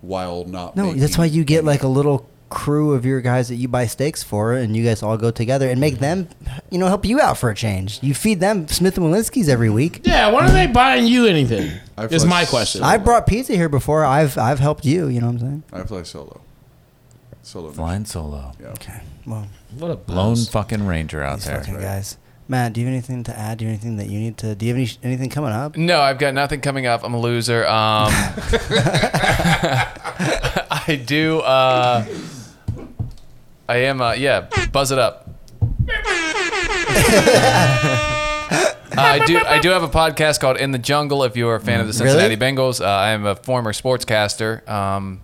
Speaker 4: while not.
Speaker 2: No,
Speaker 4: making
Speaker 2: that's why you get
Speaker 4: any-
Speaker 2: like a little crew of your guys that you buy steaks for, and you guys all go together and
Speaker 4: Mm-hmm.
Speaker 2: make them, you know, help you out for a change. You feed them Smith and Walensky's every week.
Speaker 7: Yeah, why are they buying you anything?
Speaker 4: I feel
Speaker 7: Is
Speaker 4: like
Speaker 7: my
Speaker 4: so-
Speaker 7: question.
Speaker 2: I brought pizza here before. I've I've helped you. You know what I'm saying?
Speaker 4: I fly solo. Solo.
Speaker 6: Flying solo.
Speaker 4: Yeah.
Speaker 2: Okay. Well,
Speaker 7: What a
Speaker 6: Lone
Speaker 7: boss.
Speaker 6: fucking ranger out
Speaker 2: these
Speaker 6: there.
Speaker 2: fucking guys. Matt, do you have anything to add? Do you have anything that you need to? Do you have any, anything coming up?
Speaker 5: No, I've got nothing coming up. I'm a loser. Um, (laughs) I do. Uh, I am. Uh, yeah, buzz it up. Uh, I do. I do have a podcast called In the Jungle. If you are a fan of the
Speaker 2: Really?
Speaker 5: Cincinnati Bengals, uh, I am a former sportscaster, um,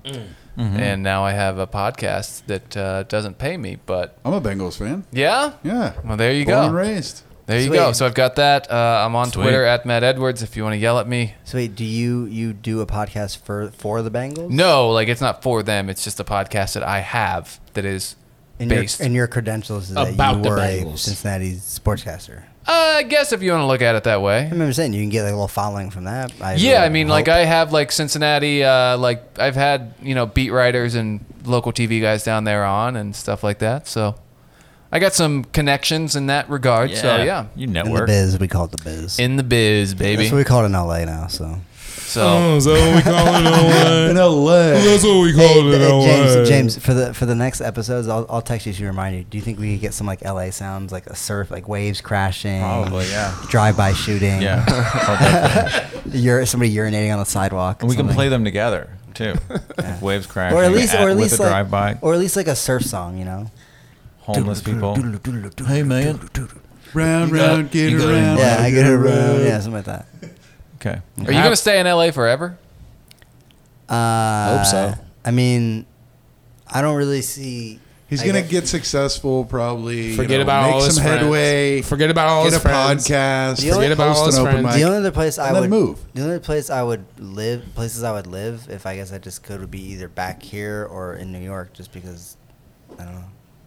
Speaker 5: and now I have a podcast that uh, doesn't pay me. But
Speaker 4: I'm a Bengals fan.
Speaker 5: yeah,
Speaker 4: Yeah.
Speaker 5: Well, there you
Speaker 4: Born
Speaker 5: go.
Speaker 4: and raised.
Speaker 5: there you go.
Speaker 2: Sweet.
Speaker 5: So I've got that. Uh, I'm on
Speaker 6: Sweet.
Speaker 5: Twitter at Matt Edwards. If you want to yell at me,
Speaker 2: So wait, do you you do a podcast for for the Bengals?
Speaker 5: No, like it's not for them. It's just a podcast that I have that is
Speaker 2: And your,
Speaker 5: based.
Speaker 2: and your credentials is that
Speaker 7: About
Speaker 2: you
Speaker 7: the
Speaker 2: were a
Speaker 7: Bengals.
Speaker 2: Cincinnati sportscaster.
Speaker 5: Uh, I guess if you want to look at it that way.
Speaker 2: I remember saying you can get like a little following from that. I
Speaker 5: Yeah,
Speaker 2: would
Speaker 5: I mean, like
Speaker 2: hope.
Speaker 5: I have like Cincinnati. Uh, like I've had you know beat writers and local TV guys down there on and stuff like that. So I got some connections in that regard. So yeah,
Speaker 6: You
Speaker 2: in the
Speaker 6: network.
Speaker 2: biz, we call it the biz.
Speaker 5: in the biz, baby.
Speaker 2: That's what we call it in LA now. So
Speaker 5: So
Speaker 3: Oh, is that what we call it?
Speaker 4: In
Speaker 3: online?
Speaker 4: LA.
Speaker 3: That's what we call it.
Speaker 2: Hey,
Speaker 3: online.
Speaker 2: James, James, for the for the next episodes, I'll, I'll text you to remind you. Do you think we could get some like LA sounds, like a surf, like waves crashing,
Speaker 6: Probably, yeah.
Speaker 2: drive-by shooting, (laughs)
Speaker 6: Yeah. Oh, definitely.
Speaker 2: Ur- somebody urinating on the sidewalk. or
Speaker 6: and we can
Speaker 2: something.
Speaker 6: play them together (laughs) too. Waves crashing.
Speaker 2: or at least, or at
Speaker 6: with
Speaker 2: least
Speaker 6: a
Speaker 2: like, (laughs)
Speaker 6: drive by.
Speaker 2: or at least like a surf song, you know?
Speaker 6: Homeless people.
Speaker 4: Hey man, round round, get
Speaker 7: got
Speaker 4: around.
Speaker 2: Yeah, I get around, yeah, something like that.
Speaker 6: Okay.
Speaker 5: are you gonna stay in LA forever?
Speaker 2: Uh,
Speaker 1: Hope so.
Speaker 2: I mean, I don't really see.
Speaker 4: He's
Speaker 2: I
Speaker 4: gonna
Speaker 2: guess-
Speaker 4: get successful probably.
Speaker 7: Forget
Speaker 4: you know,
Speaker 7: about
Speaker 4: make
Speaker 7: all
Speaker 4: some
Speaker 7: his friends.
Speaker 4: headway.
Speaker 7: Forget about all
Speaker 4: get
Speaker 7: his
Speaker 4: a
Speaker 7: friends.
Speaker 4: podcast.
Speaker 2: The only-
Speaker 4: host
Speaker 7: about all
Speaker 4: an
Speaker 7: his
Speaker 4: open
Speaker 7: friends.
Speaker 4: mic.
Speaker 2: the only other place I
Speaker 4: and then
Speaker 2: would
Speaker 4: move.
Speaker 2: The only place I would live, places I would live, if I guess I just could, would be either back here or in New York, just because I don't know.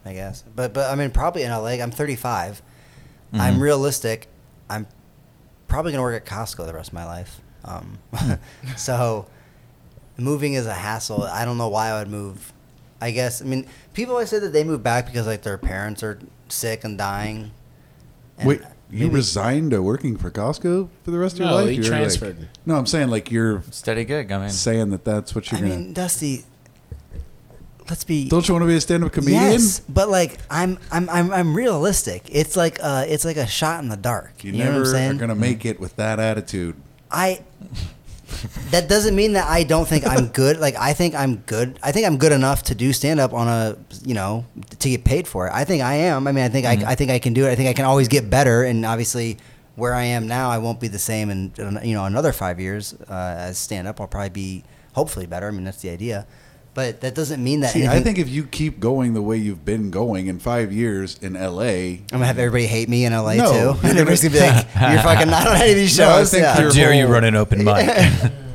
Speaker 2: I guess, but but I mean, probably in LA. I'm 35.
Speaker 4: Mm-hmm.
Speaker 2: I'm realistic. I'm probably gonna work at Costco the rest of my life. Um, (laughs) so moving is a hassle. I don't know why I would move. I guess I mean people always say that they move back because like their parents are sick and dying. And
Speaker 4: Wait, you
Speaker 2: maybe-
Speaker 4: resigned to working for Costco for the rest of your
Speaker 7: No,
Speaker 4: life?
Speaker 7: he
Speaker 4: You're like-
Speaker 7: transferred.
Speaker 4: no, I'm saying like you're
Speaker 6: Steady gig. I mean,
Speaker 4: saying that that's what you're
Speaker 2: I
Speaker 4: gonna.
Speaker 2: mean, Dusty, let's be.
Speaker 4: don't you want to be a stand-up comedian?
Speaker 2: Yes, but like I'm, I'm, I'm, I'm realistic. It's like, uh, it's like a shot in the dark.
Speaker 4: You,
Speaker 2: You, know
Speaker 4: never
Speaker 2: what I'm
Speaker 4: are
Speaker 2: saying?
Speaker 4: gonna make it with that attitude.
Speaker 2: I. That doesn't mean that I don't think I'm good. (laughs) Like I think I'm good. I think I'm good enough to do stand up on a, you know, to get paid for it. I think I am. I mean, I think
Speaker 4: Mm-hmm.
Speaker 2: I, I think I can do it. I think I can always get better. And obviously, where I am now, I won't be the same in, in, you know another five years uh, as stand up. I'll probably be hopefully better. I mean, that's the idea. But that doesn't mean that.
Speaker 4: See, I
Speaker 2: anything-
Speaker 4: think if you keep going the way you've been going in five years in LA,
Speaker 2: I'm gonna have everybody hate me in LA
Speaker 4: No, you're
Speaker 2: too.
Speaker 6: (laughs)
Speaker 2: And everybody's
Speaker 4: gonna-
Speaker 2: gonna be like, "You're fucking not on any of these
Speaker 4: No, I
Speaker 2: shows."
Speaker 4: think
Speaker 2: yeah.
Speaker 4: you're-
Speaker 6: dare you
Speaker 4: whole-
Speaker 6: run an
Speaker 2: (laughs)
Speaker 6: open mic?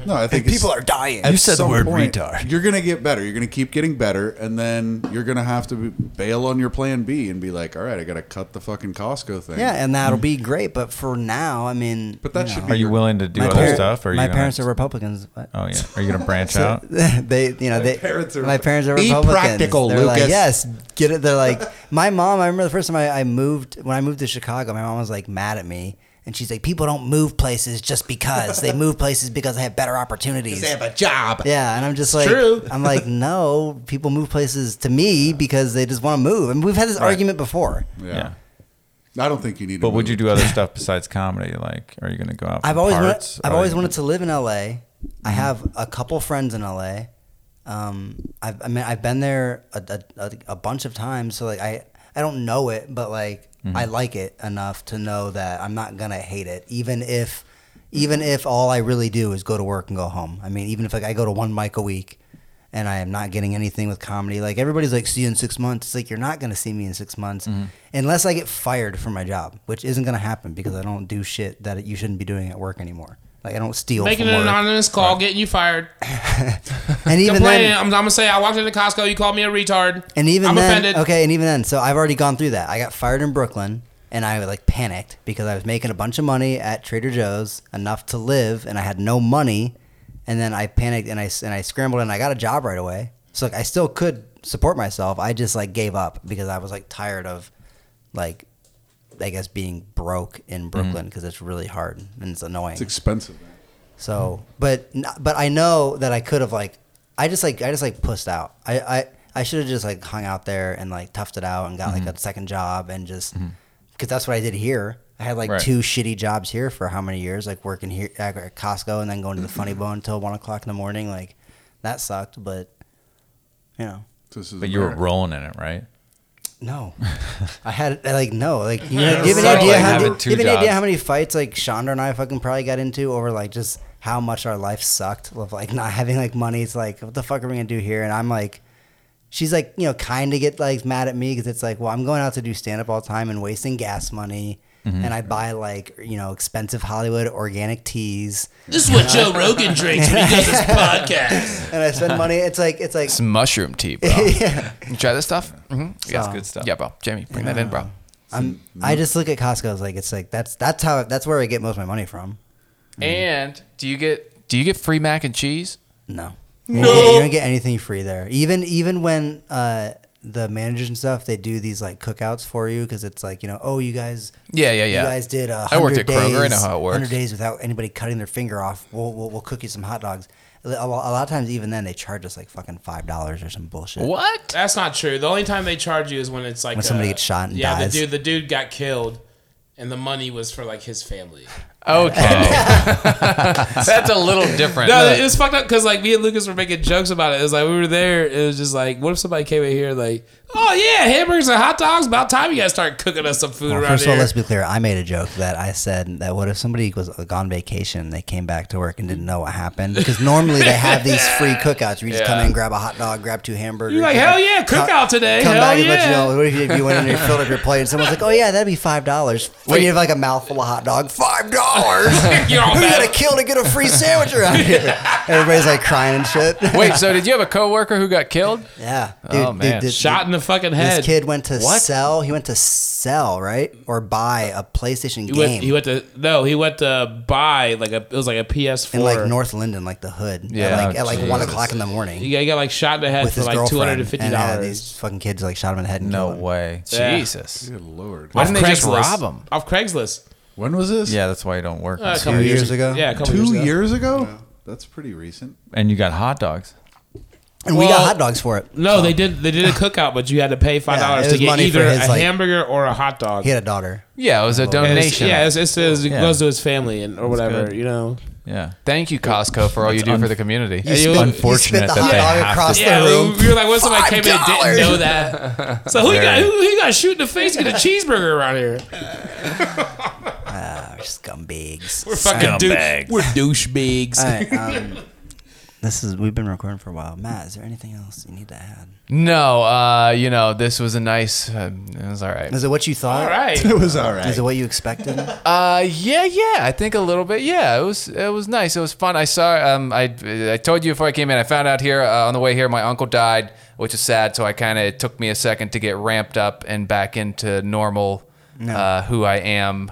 Speaker 4: no, I think it's-
Speaker 2: people are dying.
Speaker 4: at
Speaker 6: You said the
Speaker 4: some
Speaker 6: word retard.
Speaker 4: You're gonna get better. You're gonna keep getting better, and then you're gonna have to b- bail on your plan B and be like, "All right, I gotta cut the fucking Costco thing."
Speaker 2: yeah, and that'll be great. But for now, I mean,
Speaker 4: but that
Speaker 2: you
Speaker 4: should
Speaker 2: know,
Speaker 4: be.
Speaker 6: Are you
Speaker 4: your-
Speaker 6: willing to do
Speaker 2: my
Speaker 6: other
Speaker 2: par-
Speaker 6: stuff? Or are you
Speaker 2: my
Speaker 6: gonna-
Speaker 2: parents are Republicans. but-
Speaker 6: Oh yeah. Are you gonna branch out?
Speaker 2: (laughs) they, you know, they,
Speaker 4: parents are-
Speaker 2: my parents are
Speaker 4: Be
Speaker 2: Republicans.
Speaker 4: practical,
Speaker 2: They're
Speaker 4: Lucas.
Speaker 2: like, yes, get it. They're like, my mom. I remember the first time I, I moved when I moved to Chicago. My mom was like mad at me, and she's like, people don't move places just because they move places because they have better opportunities.
Speaker 4: a job.
Speaker 2: Yeah, and I'm just like,
Speaker 7: true.
Speaker 2: (laughs) I'm like, no, people move places to me because they just want to move. I mean, we've had this argument before.
Speaker 4: Yeah.
Speaker 6: Yeah.
Speaker 4: I don't think you need. to
Speaker 6: But would you
Speaker 4: move.
Speaker 6: do other stuff besides comedy? Like, are you going to go out? For
Speaker 2: I've always
Speaker 6: parts?
Speaker 2: wanted, I've
Speaker 6: Are
Speaker 2: always
Speaker 6: you-
Speaker 2: wanted to live in LA. I have a couple friends in LA. Um, I've, I mean, I've been there a, a, a- a bunch of times, so like I, I don't know it, but like I like it enough to know that I'm not gonna hate it, even if, even if all I really do is go to work and go home. I mean, even if like I go to one mic a week, and I am not getting anything with comedy. Like everybody's like, see you in six months. It's like you're not gonna see me in six months unless I get fired from my job, which isn't gonna happen because I don't do shit that you shouldn't be doing at work anymore. Like I don't steal
Speaker 7: Making
Speaker 2: from
Speaker 7: an
Speaker 2: work.
Speaker 7: anonymous call, getting you fired.
Speaker 2: and even
Speaker 7: Complaining.
Speaker 2: then,
Speaker 7: I'm, I'm gonna say I walked into Costco. You called me a retard.
Speaker 2: and even
Speaker 7: I'm
Speaker 2: then,
Speaker 7: offended.
Speaker 2: okay, and even then. So I've already gone through that. I got fired in Brooklyn, and I like panicked because I was making a bunch of money at Trader Joe's, enough to live, and I had no money. And then I panicked and I s- and I scrambled and I got a job right away. So like I still could support myself. I just like gave up because I was like tired of like I guess being broke in Brooklyn because it's really hard and it's annoying.
Speaker 4: It's expensive. man.
Speaker 2: So, but n- but I know that I could have like I just like I just like pussed out. I I, I should have just like hung out there and like toughed it out and got like a second job and just because that's what I did here. I had like
Speaker 6: Right.
Speaker 2: two shitty jobs here for how many years? Like working here at at Costco and then going to the Funny Bone until one o'clock in the morning. Like that sucked, but you know.
Speaker 4: This is
Speaker 2: (laughs)
Speaker 6: But you were
Speaker 4: America.
Speaker 6: rolling in it, right? (laughs)
Speaker 2: No, I had I, like no like you know, do you have
Speaker 6: Sucked,
Speaker 2: any idea
Speaker 6: like,
Speaker 2: how do
Speaker 6: having
Speaker 2: you
Speaker 6: two
Speaker 2: have any idea
Speaker 6: jobs.
Speaker 2: how many fights like Chandra and I fucking probably got into over like just how much our life sucked of like not having like money. It's like what the fuck are we gonna do here? And I'm like, she's like you know kind of get like mad at me because it's like well I'm going out to do stand up all the time and wasting gas money.
Speaker 6: Mm-hmm.
Speaker 2: And I buy like you know expensive Hollywood organic teas,
Speaker 7: This is what Joe Rogan drinks when he
Speaker 1: (laughs)
Speaker 7: does his podcast.
Speaker 2: and I spend
Speaker 6: (laughs)
Speaker 2: money. It's like it's like
Speaker 5: It's mushroom tea, bro.
Speaker 2: (laughs) yeah.
Speaker 5: You try this stuff? Mm-hmm. Yeah,
Speaker 2: So-
Speaker 6: good stuff.
Speaker 5: Yeah, bro. Jamie, bring that in, bro.
Speaker 2: I'm, I just look at Costco. It's like it's like that's that's how that's where I get most of my money from.
Speaker 5: And do you get do you get free mac and cheese?
Speaker 2: No. You don't, get, you don't get anything free there. Even even when uh, the managers and stuff they do these like cookouts for you because it's like you know oh you guys
Speaker 5: Yeah, yeah, yeah.
Speaker 2: you guys did a
Speaker 5: I worked
Speaker 2: hundred
Speaker 5: at Kroger, I
Speaker 2: days
Speaker 5: know how it works.
Speaker 2: hundred days without anybody cutting their finger off we'll we'll, we'll cook you some hot dogs. A lo- a lot of times even then they charge us like fucking five dollars or some bullshit.
Speaker 5: What?
Speaker 7: That's not true. The only time they charge you is when it's like
Speaker 2: When somebody
Speaker 7: uh,
Speaker 2: gets shot and
Speaker 7: yeah,
Speaker 2: dies.
Speaker 7: the dude, the dude got killed, and the money was for like
Speaker 5: (laughs)
Speaker 7: his family.
Speaker 6: Oh,
Speaker 5: Okay. (laughs) That's a little different.
Speaker 7: No, it was fucked up because like me and Lucas were making jokes about it. It was like we were there. It was just like, what if somebody came in here like, oh yeah, hamburgers and hot dogs. About time you guys start cooking us some food
Speaker 2: Well,
Speaker 7: around
Speaker 2: first of all,
Speaker 7: here.
Speaker 2: let's be clear. I made a joke that I said that what if somebody was like, on vacation, they came back to work and didn't know what happened? Because normally they have
Speaker 7: (laughs)
Speaker 2: these free cookouts where you just come in, grab a hot dog, grab two hamburgers.
Speaker 7: You're like,
Speaker 2: you know,
Speaker 7: hell yeah,
Speaker 2: co-
Speaker 7: cookout today.
Speaker 2: Come
Speaker 7: hell
Speaker 2: back
Speaker 7: yeah.
Speaker 2: and let you know. What if you, if you went in and you filled up
Speaker 7: (laughs)
Speaker 2: your plate and someone's like, oh yeah, that'd be five dollars. When
Speaker 5: Wait.
Speaker 2: you have like a mouthful of hot dog, five dollars.
Speaker 7: (laughs) You're all
Speaker 2: Who you
Speaker 7: bad.
Speaker 2: gotta kill to get a free sandwich around
Speaker 7: (laughs)
Speaker 2: here? Everybody's like crying and shit.
Speaker 5: Wait, so did you have a coworker who got killed?
Speaker 2: (laughs) yeah, dude,
Speaker 5: Oh, man.
Speaker 2: dude, this-
Speaker 7: Shot in the fucking head.
Speaker 2: This kid went to sell. He went to sell, right, or buy a PlayStation
Speaker 7: He
Speaker 2: game.
Speaker 7: went, he went to no. He went to buy like a. It was like a PS4.
Speaker 2: in like North Linden, like the hood.
Speaker 5: Yeah,
Speaker 2: Yeah, at like, at
Speaker 4: Oh,
Speaker 2: like one
Speaker 5: Jesus.
Speaker 2: o'clock in the morning
Speaker 7: He got, he got like shot in the head
Speaker 2: with
Speaker 7: for
Speaker 2: his
Speaker 7: like two
Speaker 2: girlfriend.
Speaker 7: hundred and fifty
Speaker 2: and uh, these
Speaker 7: dollars.
Speaker 2: fucking kids like shot him in the head. And
Speaker 6: No
Speaker 2: killed him.
Speaker 6: way.
Speaker 7: Yeah.
Speaker 5: Jesus.
Speaker 4: Good lord.
Speaker 5: Why didn't they just rob him?
Speaker 7: Off Craigslist.
Speaker 4: When was this?
Speaker 6: Yeah, that's why you don't work.
Speaker 7: Uh, a
Speaker 2: Two
Speaker 7: couple
Speaker 2: years, ago.
Speaker 7: Yeah, a couple
Speaker 4: Two
Speaker 7: years ago.
Speaker 4: years, ago. That's pretty recent.
Speaker 6: and you got hot dogs.
Speaker 2: and we got
Speaker 7: Well-
Speaker 2: hot dogs for it.
Speaker 7: No, they did. They did (laughs) a cookout, but you had to pay five dollars
Speaker 2: it
Speaker 7: to
Speaker 2: was
Speaker 7: get
Speaker 2: money
Speaker 7: either
Speaker 2: for
Speaker 7: a
Speaker 2: his, like-
Speaker 7: hamburger or a hot dog.
Speaker 2: He had a daughter.
Speaker 5: Yeah, it was a
Speaker 7: And it's-
Speaker 5: donation.
Speaker 7: Yeah, it's, it's, it's, it
Speaker 6: Yeah.
Speaker 7: goes to his family and or whatever.
Speaker 6: good.
Speaker 7: You know.
Speaker 6: Yeah.
Speaker 5: Thank you, Costco, for all you do for the community.
Speaker 2: You
Speaker 7: you-
Speaker 2: spit- you
Speaker 6: Unfortunate
Speaker 2: spit the
Speaker 6: that
Speaker 2: hot
Speaker 6: they have
Speaker 2: dog
Speaker 6: to-
Speaker 2: across
Speaker 7: Yeah,
Speaker 2: the room.
Speaker 7: we, we were like, what somebody came in and didn't
Speaker 2: $5.
Speaker 7: know that? So who you got?
Speaker 6: Very-
Speaker 7: Who, who you got shooting the face? (laughs) Get a cheeseburger around here.
Speaker 2: Ah, scumbags.
Speaker 7: We're fucking douche. We're douchebags.
Speaker 2: All right, um, this is we've been recording for a while. Matt, is there anything else you need to add?
Speaker 5: No, uh, you know, this was a nice. Uh, it was all right.
Speaker 2: Is it what you thought?
Speaker 7: All right.
Speaker 4: It was all right.
Speaker 2: Is it what you expected?
Speaker 4: (laughs)
Speaker 5: Uh, yeah, yeah. I think a little bit. Yeah, it was. It was nice. It was fun. I saw. Um, I I told you before I came in. I found out here uh, on the way here my uncle died, which is sad. So I kind of took me a second to get ramped up and back into normal. Uh, who I am.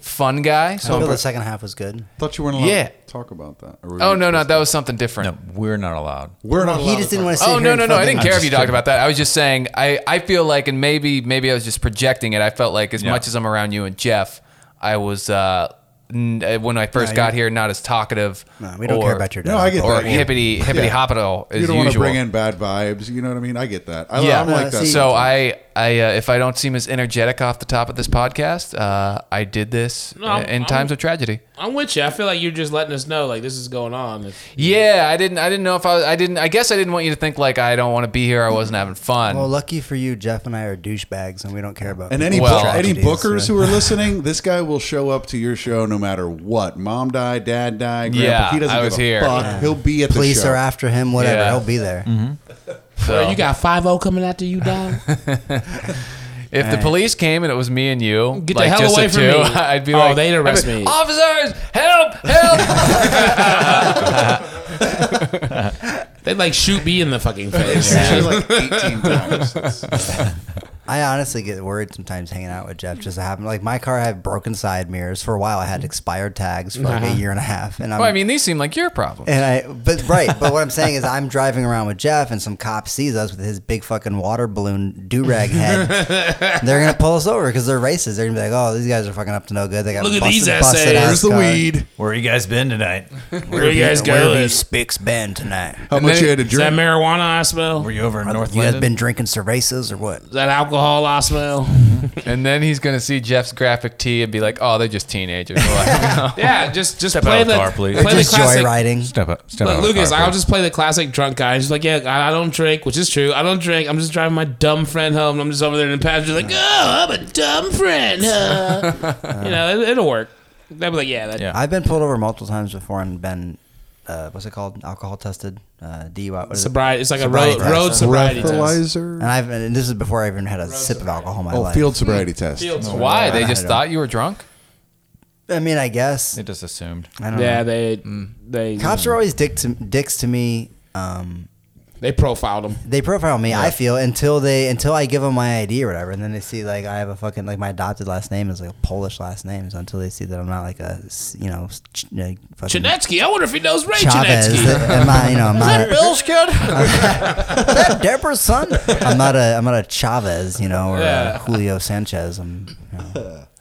Speaker 5: Fun guy. So.
Speaker 2: I
Speaker 5: I'm
Speaker 2: feel
Speaker 5: pre-
Speaker 2: the second half was good.
Speaker 4: Thought you weren't allowed
Speaker 5: Yeah.
Speaker 4: to talk about that. Or were
Speaker 5: oh
Speaker 4: you
Speaker 5: no, no,
Speaker 4: supposed
Speaker 5: that was something different.
Speaker 6: No, we're not allowed.
Speaker 4: to- We're not.
Speaker 2: He just didn't want to. sit
Speaker 5: Oh
Speaker 2: here
Speaker 5: no
Speaker 2: and
Speaker 5: no no! I
Speaker 2: fucking-
Speaker 5: didn't care if you
Speaker 6: just
Speaker 5: talked
Speaker 6: kidding.
Speaker 5: about that. I was just saying I, I feel like and maybe maybe I was just projecting it. I felt like as
Speaker 6: Yeah.
Speaker 5: much as I'm around you and Jeff, I was uh, n- uh, when I first got here not as talkative.
Speaker 2: No, we don't
Speaker 5: or,
Speaker 2: care about your dad.
Speaker 4: No, I get
Speaker 5: or
Speaker 4: that. yeah.
Speaker 5: hippity hippity
Speaker 4: Yeah.
Speaker 5: hoppity hoppity
Speaker 4: You
Speaker 5: as
Speaker 4: don't want to
Speaker 5: usual.
Speaker 2: Uh,
Speaker 4: bring in bad vibes. You know what I mean? I get that. I,
Speaker 5: yeah,
Speaker 4: I'm like that.
Speaker 5: so I I uh, if I don't seem as energetic off the top of this podcast, uh, I did this
Speaker 7: No, I'm-
Speaker 5: in
Speaker 7: I'm-
Speaker 5: times of tragedy.
Speaker 7: (laughs) I'm with you. I feel like you're just letting us know like this is going on. If-
Speaker 5: Yeah, I didn't. I didn't know if I. was- I didn't. I guess I didn't want you to think like I don't want to be here. I wasn't having fun.
Speaker 2: Well, lucky for you, Jeff and I are douchebags, and we don't care about
Speaker 4: And any
Speaker 5: Well-
Speaker 4: book, any
Speaker 2: tragedies,
Speaker 4: bookers
Speaker 2: so-
Speaker 4: who are listening, this guy will show up to your show no matter what. Mom died, dad died, grandpa.
Speaker 5: Yeah,
Speaker 4: he doesn't
Speaker 5: I was
Speaker 4: give a
Speaker 5: here.
Speaker 4: fuck. He'll be at the
Speaker 2: police
Speaker 4: show. (laughs)
Speaker 2: are after him, whatever,
Speaker 5: Yeah.
Speaker 2: he'll be there.
Speaker 5: so,
Speaker 7: you got five zero coming after you, (laughs) dog.
Speaker 5: if the police came and it was me and you,
Speaker 7: Get the
Speaker 5: like
Speaker 7: hell
Speaker 5: just
Speaker 7: away
Speaker 5: the
Speaker 7: from
Speaker 5: two,
Speaker 7: me.
Speaker 5: (laughs) I'd be
Speaker 7: Oh,
Speaker 5: like,
Speaker 7: they'd arrest
Speaker 5: I'd be,
Speaker 7: me.
Speaker 5: Officers, help! Help! (laughs)
Speaker 7: They'd like shoot me in the fucking face.
Speaker 4: Actually, like 18 times.
Speaker 5: (laughs)
Speaker 4: It's-
Speaker 2: I honestly get worried sometimes hanging out with Jeff. Just to happen, like my car had broken side mirrors for a while. I had expired tags for like a year and a half, and I'm,
Speaker 5: well, I mean, these seem like your problem.
Speaker 2: and I, but right, but what I'm saying is, I'm driving around with Jeff, and some cop sees us with his big fucking water balloon do rag head. They're gonna pull us over because they're racist. They're gonna be like, "Oh, these guys are fucking up to no good. They got
Speaker 7: Look at
Speaker 2: busted,
Speaker 7: these
Speaker 2: busted
Speaker 7: essays.
Speaker 2: ass
Speaker 4: There's the
Speaker 2: car.
Speaker 4: weed.
Speaker 6: Where you guys been tonight?
Speaker 7: (laughs) Where you guys
Speaker 2: Where have
Speaker 7: going?
Speaker 2: you
Speaker 7: Is
Speaker 2: spicks been tonight?
Speaker 4: How much
Speaker 5: then-
Speaker 4: you had to
Speaker 7: that
Speaker 4: drink?
Speaker 7: marijuana I smell?
Speaker 6: Were
Speaker 7: Is
Speaker 6: you over in North
Speaker 2: You guys
Speaker 6: London?
Speaker 2: been drinking cervezas or what?
Speaker 7: that alcohol I smell?
Speaker 5: and then he's gonna see Jeff's graphic tee and be like, "Oh, they're just teenagers." (laughs) We're
Speaker 7: (laughs)
Speaker 5: like, "No."
Speaker 7: yeah, just just
Speaker 6: Step out
Speaker 7: play
Speaker 6: of
Speaker 7: the
Speaker 6: the car, please.
Speaker 7: Play
Speaker 2: Just
Speaker 7: the classic.
Speaker 2: joyriding.
Speaker 6: Step up, step
Speaker 7: Look,
Speaker 6: out.
Speaker 7: Lucas,
Speaker 6: Parker.
Speaker 7: I'll just play the classic drunk guy. He's like, yeah, I I don't drink, which is true. I don't drink. I'm just driving my dumb friend home. And I'm just over there in the passenger, like, oh, I'm a dumb friend. huh?" you know, it, it'll work. They'll be like, yeah, that,
Speaker 6: Yeah.
Speaker 2: I've been pulled over multiple times before and been, uh, what's it called? Alcohol tested, uh, DUI. what is it?
Speaker 7: sobriety. It's like
Speaker 2: Sobriety
Speaker 7: a road,
Speaker 2: test.
Speaker 7: road sobriety test.
Speaker 4: Breathalyzer?
Speaker 2: And I've and this is before I even had a sip of alcohol in my
Speaker 4: Oh,
Speaker 2: life.
Speaker 4: field sobriety test.
Speaker 7: Field sobriety.
Speaker 5: Why? They
Speaker 2: I
Speaker 5: just
Speaker 2: don't-
Speaker 5: thought you were drunk.
Speaker 2: I mean, I guess.
Speaker 6: They just assumed.
Speaker 2: I don't
Speaker 7: Yeah,
Speaker 2: know.
Speaker 7: they they
Speaker 2: Cops are always dick to, dicks to me. Um,
Speaker 7: they profiled him.
Speaker 2: they profile me. I feel until they until I give them my ID or whatever, and then they see like I have a fucking like my adopted last name is like a Polish last name. So until they see that I'm not like a s- you know s- ch- like, fucking
Speaker 7: Chinetsky. I wonder if he knows Ray
Speaker 2: Chavez,
Speaker 7: Chinetsky.
Speaker 2: am I you know I'm not a,
Speaker 5: Bill's
Speaker 2: (laughs)
Speaker 5: kid.
Speaker 2: is that Deborah's son? I'm not a I'm not a Chavez, you know, or
Speaker 7: Yeah.
Speaker 2: a Julio Sanchez. I'm you know.
Speaker 7: (laughs)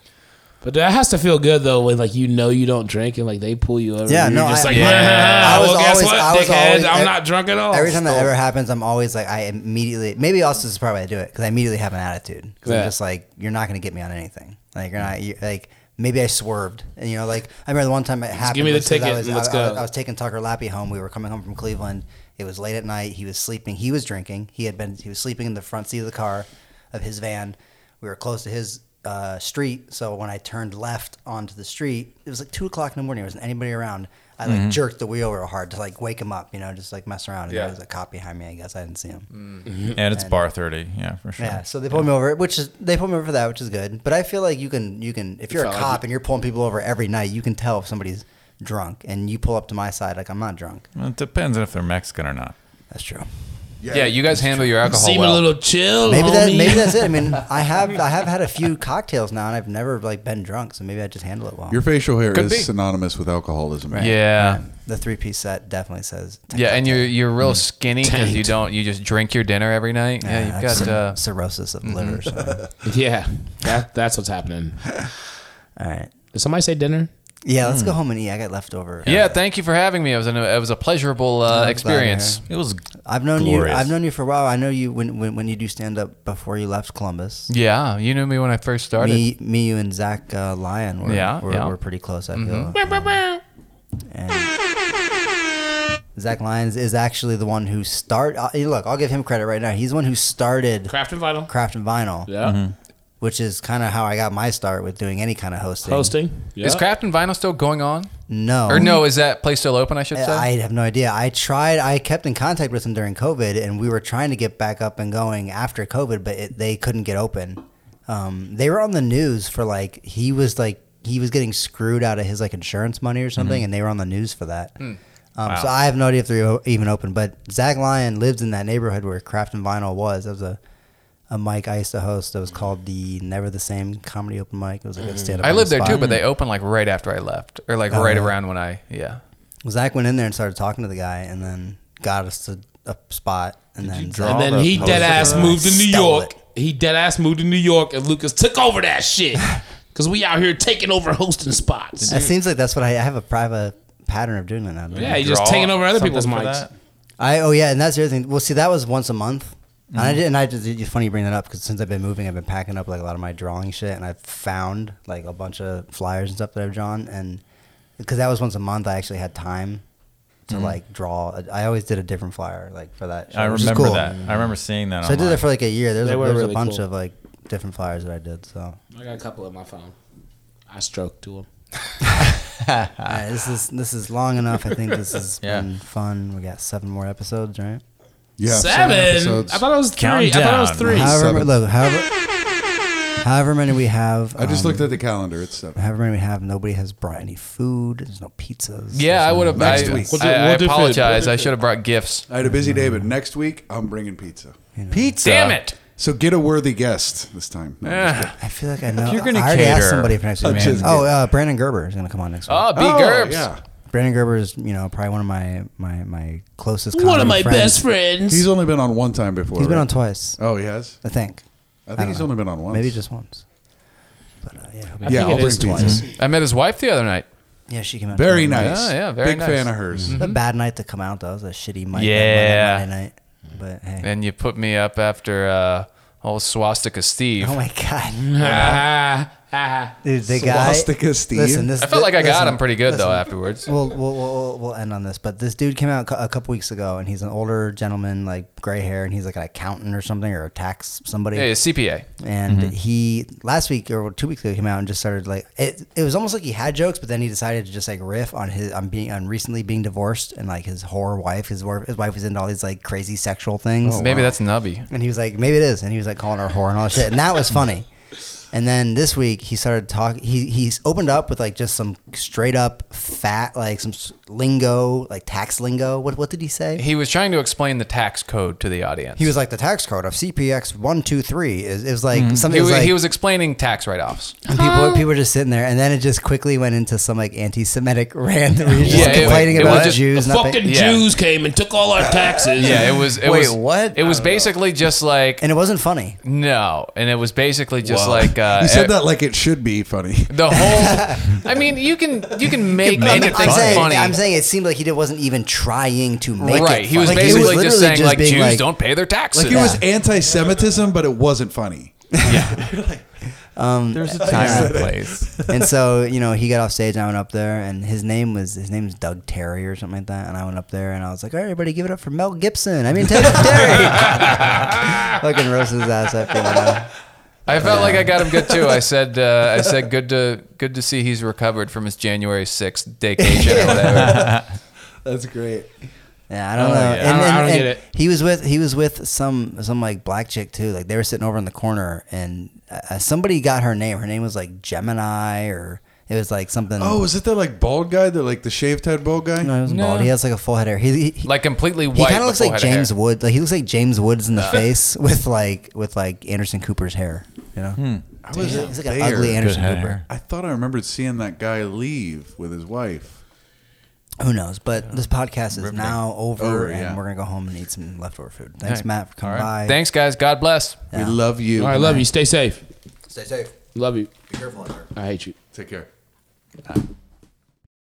Speaker 7: But that has to feel good though, when like you know you don't drink and like they pull you over.
Speaker 2: Yeah,
Speaker 7: and
Speaker 2: no,
Speaker 7: you're just
Speaker 2: I-
Speaker 7: like,
Speaker 2: yeah.
Speaker 7: (laughs) "Ah,
Speaker 2: I was
Speaker 7: well, guess
Speaker 2: always-
Speaker 7: what,
Speaker 2: I was
Speaker 7: dickhead?
Speaker 2: always-
Speaker 7: I'm
Speaker 2: ev-
Speaker 7: not drunk at all.
Speaker 2: Every time that ever happens, I'm always like, I immediately, maybe also this is probably why I do it because I immediately have an attitude. 'Cause
Speaker 7: Yeah.
Speaker 2: I'm just like, you're not going to get me on anything. Like, you're not, you like, maybe I swerved. And, you know, like, I remember the one time it happened.
Speaker 7: give me the
Speaker 2: was 'cause
Speaker 7: ticket
Speaker 2: I was,
Speaker 7: and let's
Speaker 2: I, I was-
Speaker 7: go.
Speaker 2: I was taking Tucker Lappy home. We were coming home from Cleveland. It was late at night. He was sleeping. He was drinking. He had been, he was sleeping in the front seat of the car of his van. We were close to his uh, street. So when I turned left onto the street, it was like two o'clock in the morning. There wasn't anybody around. I like jerked the wheel real hard to like wake him up, you know, just like mess around. And
Speaker 5: Yeah.
Speaker 2: there was a cop behind me. I guess I didn't see him.
Speaker 6: And it's bar 30. Yeah, for sure.
Speaker 2: Yeah, so they pulled me over, which is they pulled me over for that, which is good. But I feel like you can you can if you're a
Speaker 7: felt like
Speaker 2: cop
Speaker 7: you-
Speaker 2: and you're pulling people over every night, you can tell if somebody's drunk. And you pull up to my side like I'm not drunk.
Speaker 6: Well, It depends on if they're Mexican or not.
Speaker 2: That's true.
Speaker 5: Yeah, you guys handle your alcohol
Speaker 7: seem
Speaker 5: well.
Speaker 7: a little chill.
Speaker 2: Maybe that
Speaker 7: homie.
Speaker 2: maybe that's it. I mean, I have I have had a few cocktails now, and I've never like been drunk, so maybe I just handle it well.
Speaker 4: Your facial hair
Speaker 5: Could
Speaker 4: is
Speaker 5: be.
Speaker 4: synonymous with alcoholism.
Speaker 5: yeah.
Speaker 2: the three piece set definitely says
Speaker 5: Yeah, and you're you're real
Speaker 7: Mm.
Speaker 5: skinny because you
Speaker 7: Tanked.
Speaker 5: don't you just drink your dinner every night. Yeah,
Speaker 2: like
Speaker 5: you've got
Speaker 2: cir-
Speaker 5: uh,
Speaker 2: cirrhosis of the liver. So.
Speaker 7: Yeah, that, that's what's happening.
Speaker 2: All right.
Speaker 7: Did somebody say dinner?
Speaker 2: Yeah, let's go home and eat. I got leftover.
Speaker 5: yeah. Thank you for having me. It was an, it was a pleasurable uh,
Speaker 2: glad
Speaker 5: experience.
Speaker 6: It was
Speaker 2: I've known
Speaker 6: Glorious.
Speaker 2: you. I've known you for a while. I know you when when, when you do stand up before you left Columbus.
Speaker 5: Yeah, you knew me when I first started.
Speaker 2: Me, me, you, and Zach uh, Lyon were,
Speaker 5: Yeah,
Speaker 2: were,
Speaker 5: yeah.
Speaker 2: were pretty close. I feel. And Zach Lyons is actually the one who started. Look, I'll give him credit right now. He's the one who started
Speaker 7: Craft and vital.
Speaker 2: Craft and Vinyl,
Speaker 7: Yeah,
Speaker 2: which is kind of how I got my start with doing any kind of hosting.
Speaker 7: hosting. Yeah.
Speaker 5: Is Craft and Vinyl still going on?
Speaker 2: No,
Speaker 5: Or no, is that place still open? I should say.
Speaker 2: I have no idea. I tried. I kept in contact with them during COVID, and we were trying to get back up and going after COVID, but it, they couldn't get open. Um, they were on the news for like he was like he was getting screwed out of his like insurance money or
Speaker 5: Mm-hmm.
Speaker 2: something, and they were on the news for that.
Speaker 5: Hmm.
Speaker 2: Um, So I have no idea if they're o- even open. But Zach Lyon lived in that neighborhood where Craft and Vinyl was. That was a a mic I used to host that was called the Never the Same Comedy Open Mic. It was like a stand up.
Speaker 5: Mm-hmm. I lived there too, but they opened like right after I left, or like
Speaker 2: Oh,
Speaker 5: right
Speaker 2: yeah.
Speaker 5: around when I yeah.
Speaker 2: Zach went in there and started talking to the guy, and then got us to a spot, and then Zach-
Speaker 7: and then
Speaker 6: the
Speaker 7: he dead ass
Speaker 6: posters.
Speaker 7: moved to New
Speaker 2: Stole
Speaker 7: York. He dead ass moved to New York, and Lucas took over that shit. Cause we out here taking over hosting spots.
Speaker 2: It seems like that's what I, I have a private pattern of doing that now. don't I?
Speaker 7: Yeah, you're just taking over other people's mics.
Speaker 2: I oh yeah, and that's the other thing. Well, see, that was once a month. And I did, and I just it's funny you bring that up because since I've been moving, I've been packing up like a lot of my drawing shit, and I've found like a bunch of flyers and stuff that I've drawn, and because that was once a month, I actually had time to like draw. I always did a different flyer like for that.
Speaker 6: I
Speaker 2: show, which is
Speaker 6: remember
Speaker 2: cool.
Speaker 6: that. I remember seeing that.
Speaker 2: So I did
Speaker 6: online.
Speaker 2: it for like a year. There's
Speaker 7: They
Speaker 2: a,
Speaker 7: were
Speaker 2: there's
Speaker 7: really
Speaker 2: a bunch
Speaker 7: cool.
Speaker 2: of like different flyers that I did. So
Speaker 7: I got a couple of my phone. I stroked to him.
Speaker 2: Alright, this is this is long enough. I think this has
Speaker 6: Yeah.
Speaker 2: been fun. We got seven more episodes, right?
Speaker 4: Yeah,
Speaker 7: Seven. I thought it was three. I thought it was
Speaker 6: Countdown.
Speaker 7: three.
Speaker 2: However,
Speaker 4: seven.
Speaker 2: look, however, however many we have.
Speaker 4: I just
Speaker 2: um,
Speaker 4: looked at the calendar. It's seven.
Speaker 2: However many we have, nobody has brought any food. There's no pizzas.
Speaker 5: Yeah, I
Speaker 2: There's no-
Speaker 5: would have. I,
Speaker 4: Next week.
Speaker 5: I-
Speaker 7: We'll do-
Speaker 5: I
Speaker 7: we'll do food.
Speaker 5: apologize.
Speaker 7: We'll do
Speaker 5: I should have brought gifts.
Speaker 4: I had a busy day, but next week I'm bringing pizza.
Speaker 6: pizza.
Speaker 5: Damn it!
Speaker 4: So get a worthy guest this time. No, I'm just kidding.
Speaker 2: I feel like I know.
Speaker 6: you're gonna
Speaker 2: I already asked
Speaker 6: cater,
Speaker 2: somebody for next week.
Speaker 4: I'll just
Speaker 2: Oh,
Speaker 4: get-
Speaker 2: uh, Brandon Gerber is gonna come on next week.
Speaker 5: Oh, B
Speaker 4: Oh,
Speaker 5: Gerbs.
Speaker 4: Yeah.
Speaker 2: Brandon Gerber is, you know, probably one of my my my closest.
Speaker 7: One of
Speaker 2: comedy
Speaker 7: my
Speaker 2: friends.
Speaker 7: best friends.
Speaker 4: He's only been on one time before.
Speaker 2: He's been
Speaker 4: right?
Speaker 2: on twice,
Speaker 4: Oh, he has.
Speaker 2: I think.
Speaker 4: I think
Speaker 2: don't
Speaker 4: he's
Speaker 2: know.
Speaker 4: only been on once.
Speaker 2: Maybe just once. But uh, yeah,
Speaker 4: Yeah,
Speaker 7: I think
Speaker 4: I'll
Speaker 7: it
Speaker 4: bring
Speaker 7: is
Speaker 4: pizza.
Speaker 5: I met his wife the other night.
Speaker 2: yeah, she came out.
Speaker 4: Very
Speaker 2: to-
Speaker 4: nice.
Speaker 5: Mm-hmm. Yeah, yeah, very
Speaker 4: Big
Speaker 5: nice. Mm-hmm.
Speaker 4: fan of hers.
Speaker 2: A bad night to come out though. It was a shitty mic.
Speaker 5: Yeah.
Speaker 2: Monday night. But hey.
Speaker 5: And you put me up after uh, old swastika Steve.
Speaker 2: Oh my god,
Speaker 5: (laughs)
Speaker 2: (laughs) dude! The guy.
Speaker 4: Swastika Steve.
Speaker 2: Listen, this.
Speaker 5: I felt like I got
Speaker 2: listen,
Speaker 5: him pretty good though
Speaker 2: listen.
Speaker 5: afterwards.
Speaker 2: We'll, we'll, we'll, we'll end on this, but this dude came out cou- a couple weeks ago, and he's an older gentleman, like gray hair, and he's like an accountant or something, or a tax somebody.
Speaker 5: Yeah, he's CPA.
Speaker 2: and
Speaker 5: Mm-hmm.
Speaker 2: he last week or two weeks ago came out and just started like it. It was almost like he had jokes, but then he decided to just like riff on his on being on recently being divorced and like his horror wife. His wife, his wife was into all these like crazy sexual things.
Speaker 5: Oh, Maybe that's Nubby.
Speaker 2: And he was like, maybe it is. And he was like calling her a whore and all that shit. And that
Speaker 5: (laughs)
Speaker 2: was funny. And then this week he started talking. He he's opened up with like just some straight up fat like some s- lingo like tax lingo. What what did he say?
Speaker 5: He was trying to explain the tax code to the audience.
Speaker 2: He was like the tax code of CPX one two three is it was like something.
Speaker 5: Mm-hmm. He,
Speaker 2: it was
Speaker 5: wa-
Speaker 2: like,
Speaker 5: he was explaining tax write-offs.
Speaker 2: and people people were just sitting there, and then it just quickly went into some like anti-Semitic (laughs) rant. Where you're just
Speaker 5: Yeah, it-
Speaker 2: complaining
Speaker 5: it was
Speaker 2: about
Speaker 5: just
Speaker 2: Jews.
Speaker 7: The
Speaker 2: not pay-
Speaker 7: fucking
Speaker 5: Yeah.
Speaker 7: Jews came and
Speaker 2: (laughs)
Speaker 7: took all our taxes.
Speaker 5: Yeah, it was. It
Speaker 6: Wait,
Speaker 5: was,
Speaker 6: what?
Speaker 5: It was basically just like
Speaker 2: Oh. and it wasn't funny.
Speaker 5: no, and it was basically just like uh,
Speaker 4: you
Speaker 5: e-
Speaker 4: said that like it should be funny.
Speaker 5: (laughs)
Speaker 4: (laughs)
Speaker 5: The
Speaker 2: (laughs)
Speaker 5: whole. I mean, you can you can make
Speaker 6: make it
Speaker 5: anything
Speaker 2: I'm saying,
Speaker 5: funny.
Speaker 2: I'm saying it seemed like he did, wasn't even trying to make
Speaker 5: right.
Speaker 2: it.
Speaker 5: He was
Speaker 2: funny. Like, it
Speaker 5: basically just
Speaker 2: literally
Speaker 5: saying like
Speaker 2: being
Speaker 5: Jews
Speaker 2: like,
Speaker 5: don't pay their taxes.
Speaker 4: Like it was anti-Semitism, but it wasn't funny.
Speaker 6: There's a time and place.
Speaker 2: (laughs) and so you know he got off stage and i went up there and his name was his name's doug terry or something like that and i went up there and i was like all right everybody give it up for mel gibson (laughs) i mean Ted
Speaker 5: (laughs)
Speaker 2: terry fucking roasted his ass after that
Speaker 5: I felt like I got him good too. I said uh,
Speaker 2: (laughs)
Speaker 5: I said good to good to see he's recovered from his January sixth vacation
Speaker 2: (laughs)
Speaker 5: or whatever.
Speaker 4: That's great.
Speaker 2: yeah i don't know
Speaker 6: yeah.
Speaker 7: I don't- I don't get it.
Speaker 2: he was with he was with some some like black chick too like they were sitting over in the corner and uh, somebody got her name her name was like gemini or it was like something
Speaker 4: Oh, is it that like bald guy? That like the shaved head bald guy?
Speaker 2: no, he wasn't bald. He has like a full head of hair. He, he,
Speaker 5: Like completely white.
Speaker 2: He kind of
Speaker 5: with
Speaker 2: looks
Speaker 5: full
Speaker 2: like
Speaker 5: head of
Speaker 2: James
Speaker 5: hair.
Speaker 2: Woods. Like he looks like James Woods in the face (laughs) with like with like Anderson Cooper's hair. You know,
Speaker 4: I was
Speaker 2: he's like an
Speaker 4: there.
Speaker 2: ugly Anderson
Speaker 6: hair.
Speaker 2: Cooper.
Speaker 4: I thought I remembered seeing that guy leave with his wife.
Speaker 2: Who knows? But this podcast is now over,
Speaker 4: Over,
Speaker 2: and
Speaker 4: yeah.
Speaker 2: we're gonna go home and eat some leftover food. Thanks, Matt, for
Speaker 5: All
Speaker 2: coming
Speaker 5: right.
Speaker 2: by.
Speaker 5: Thanks, guys. God bless.
Speaker 4: We love you.
Speaker 7: All right, love you. Stay safe.
Speaker 2: Stay safe.
Speaker 7: Love you.
Speaker 2: Be careful out there.
Speaker 7: I hate you.
Speaker 4: Take care.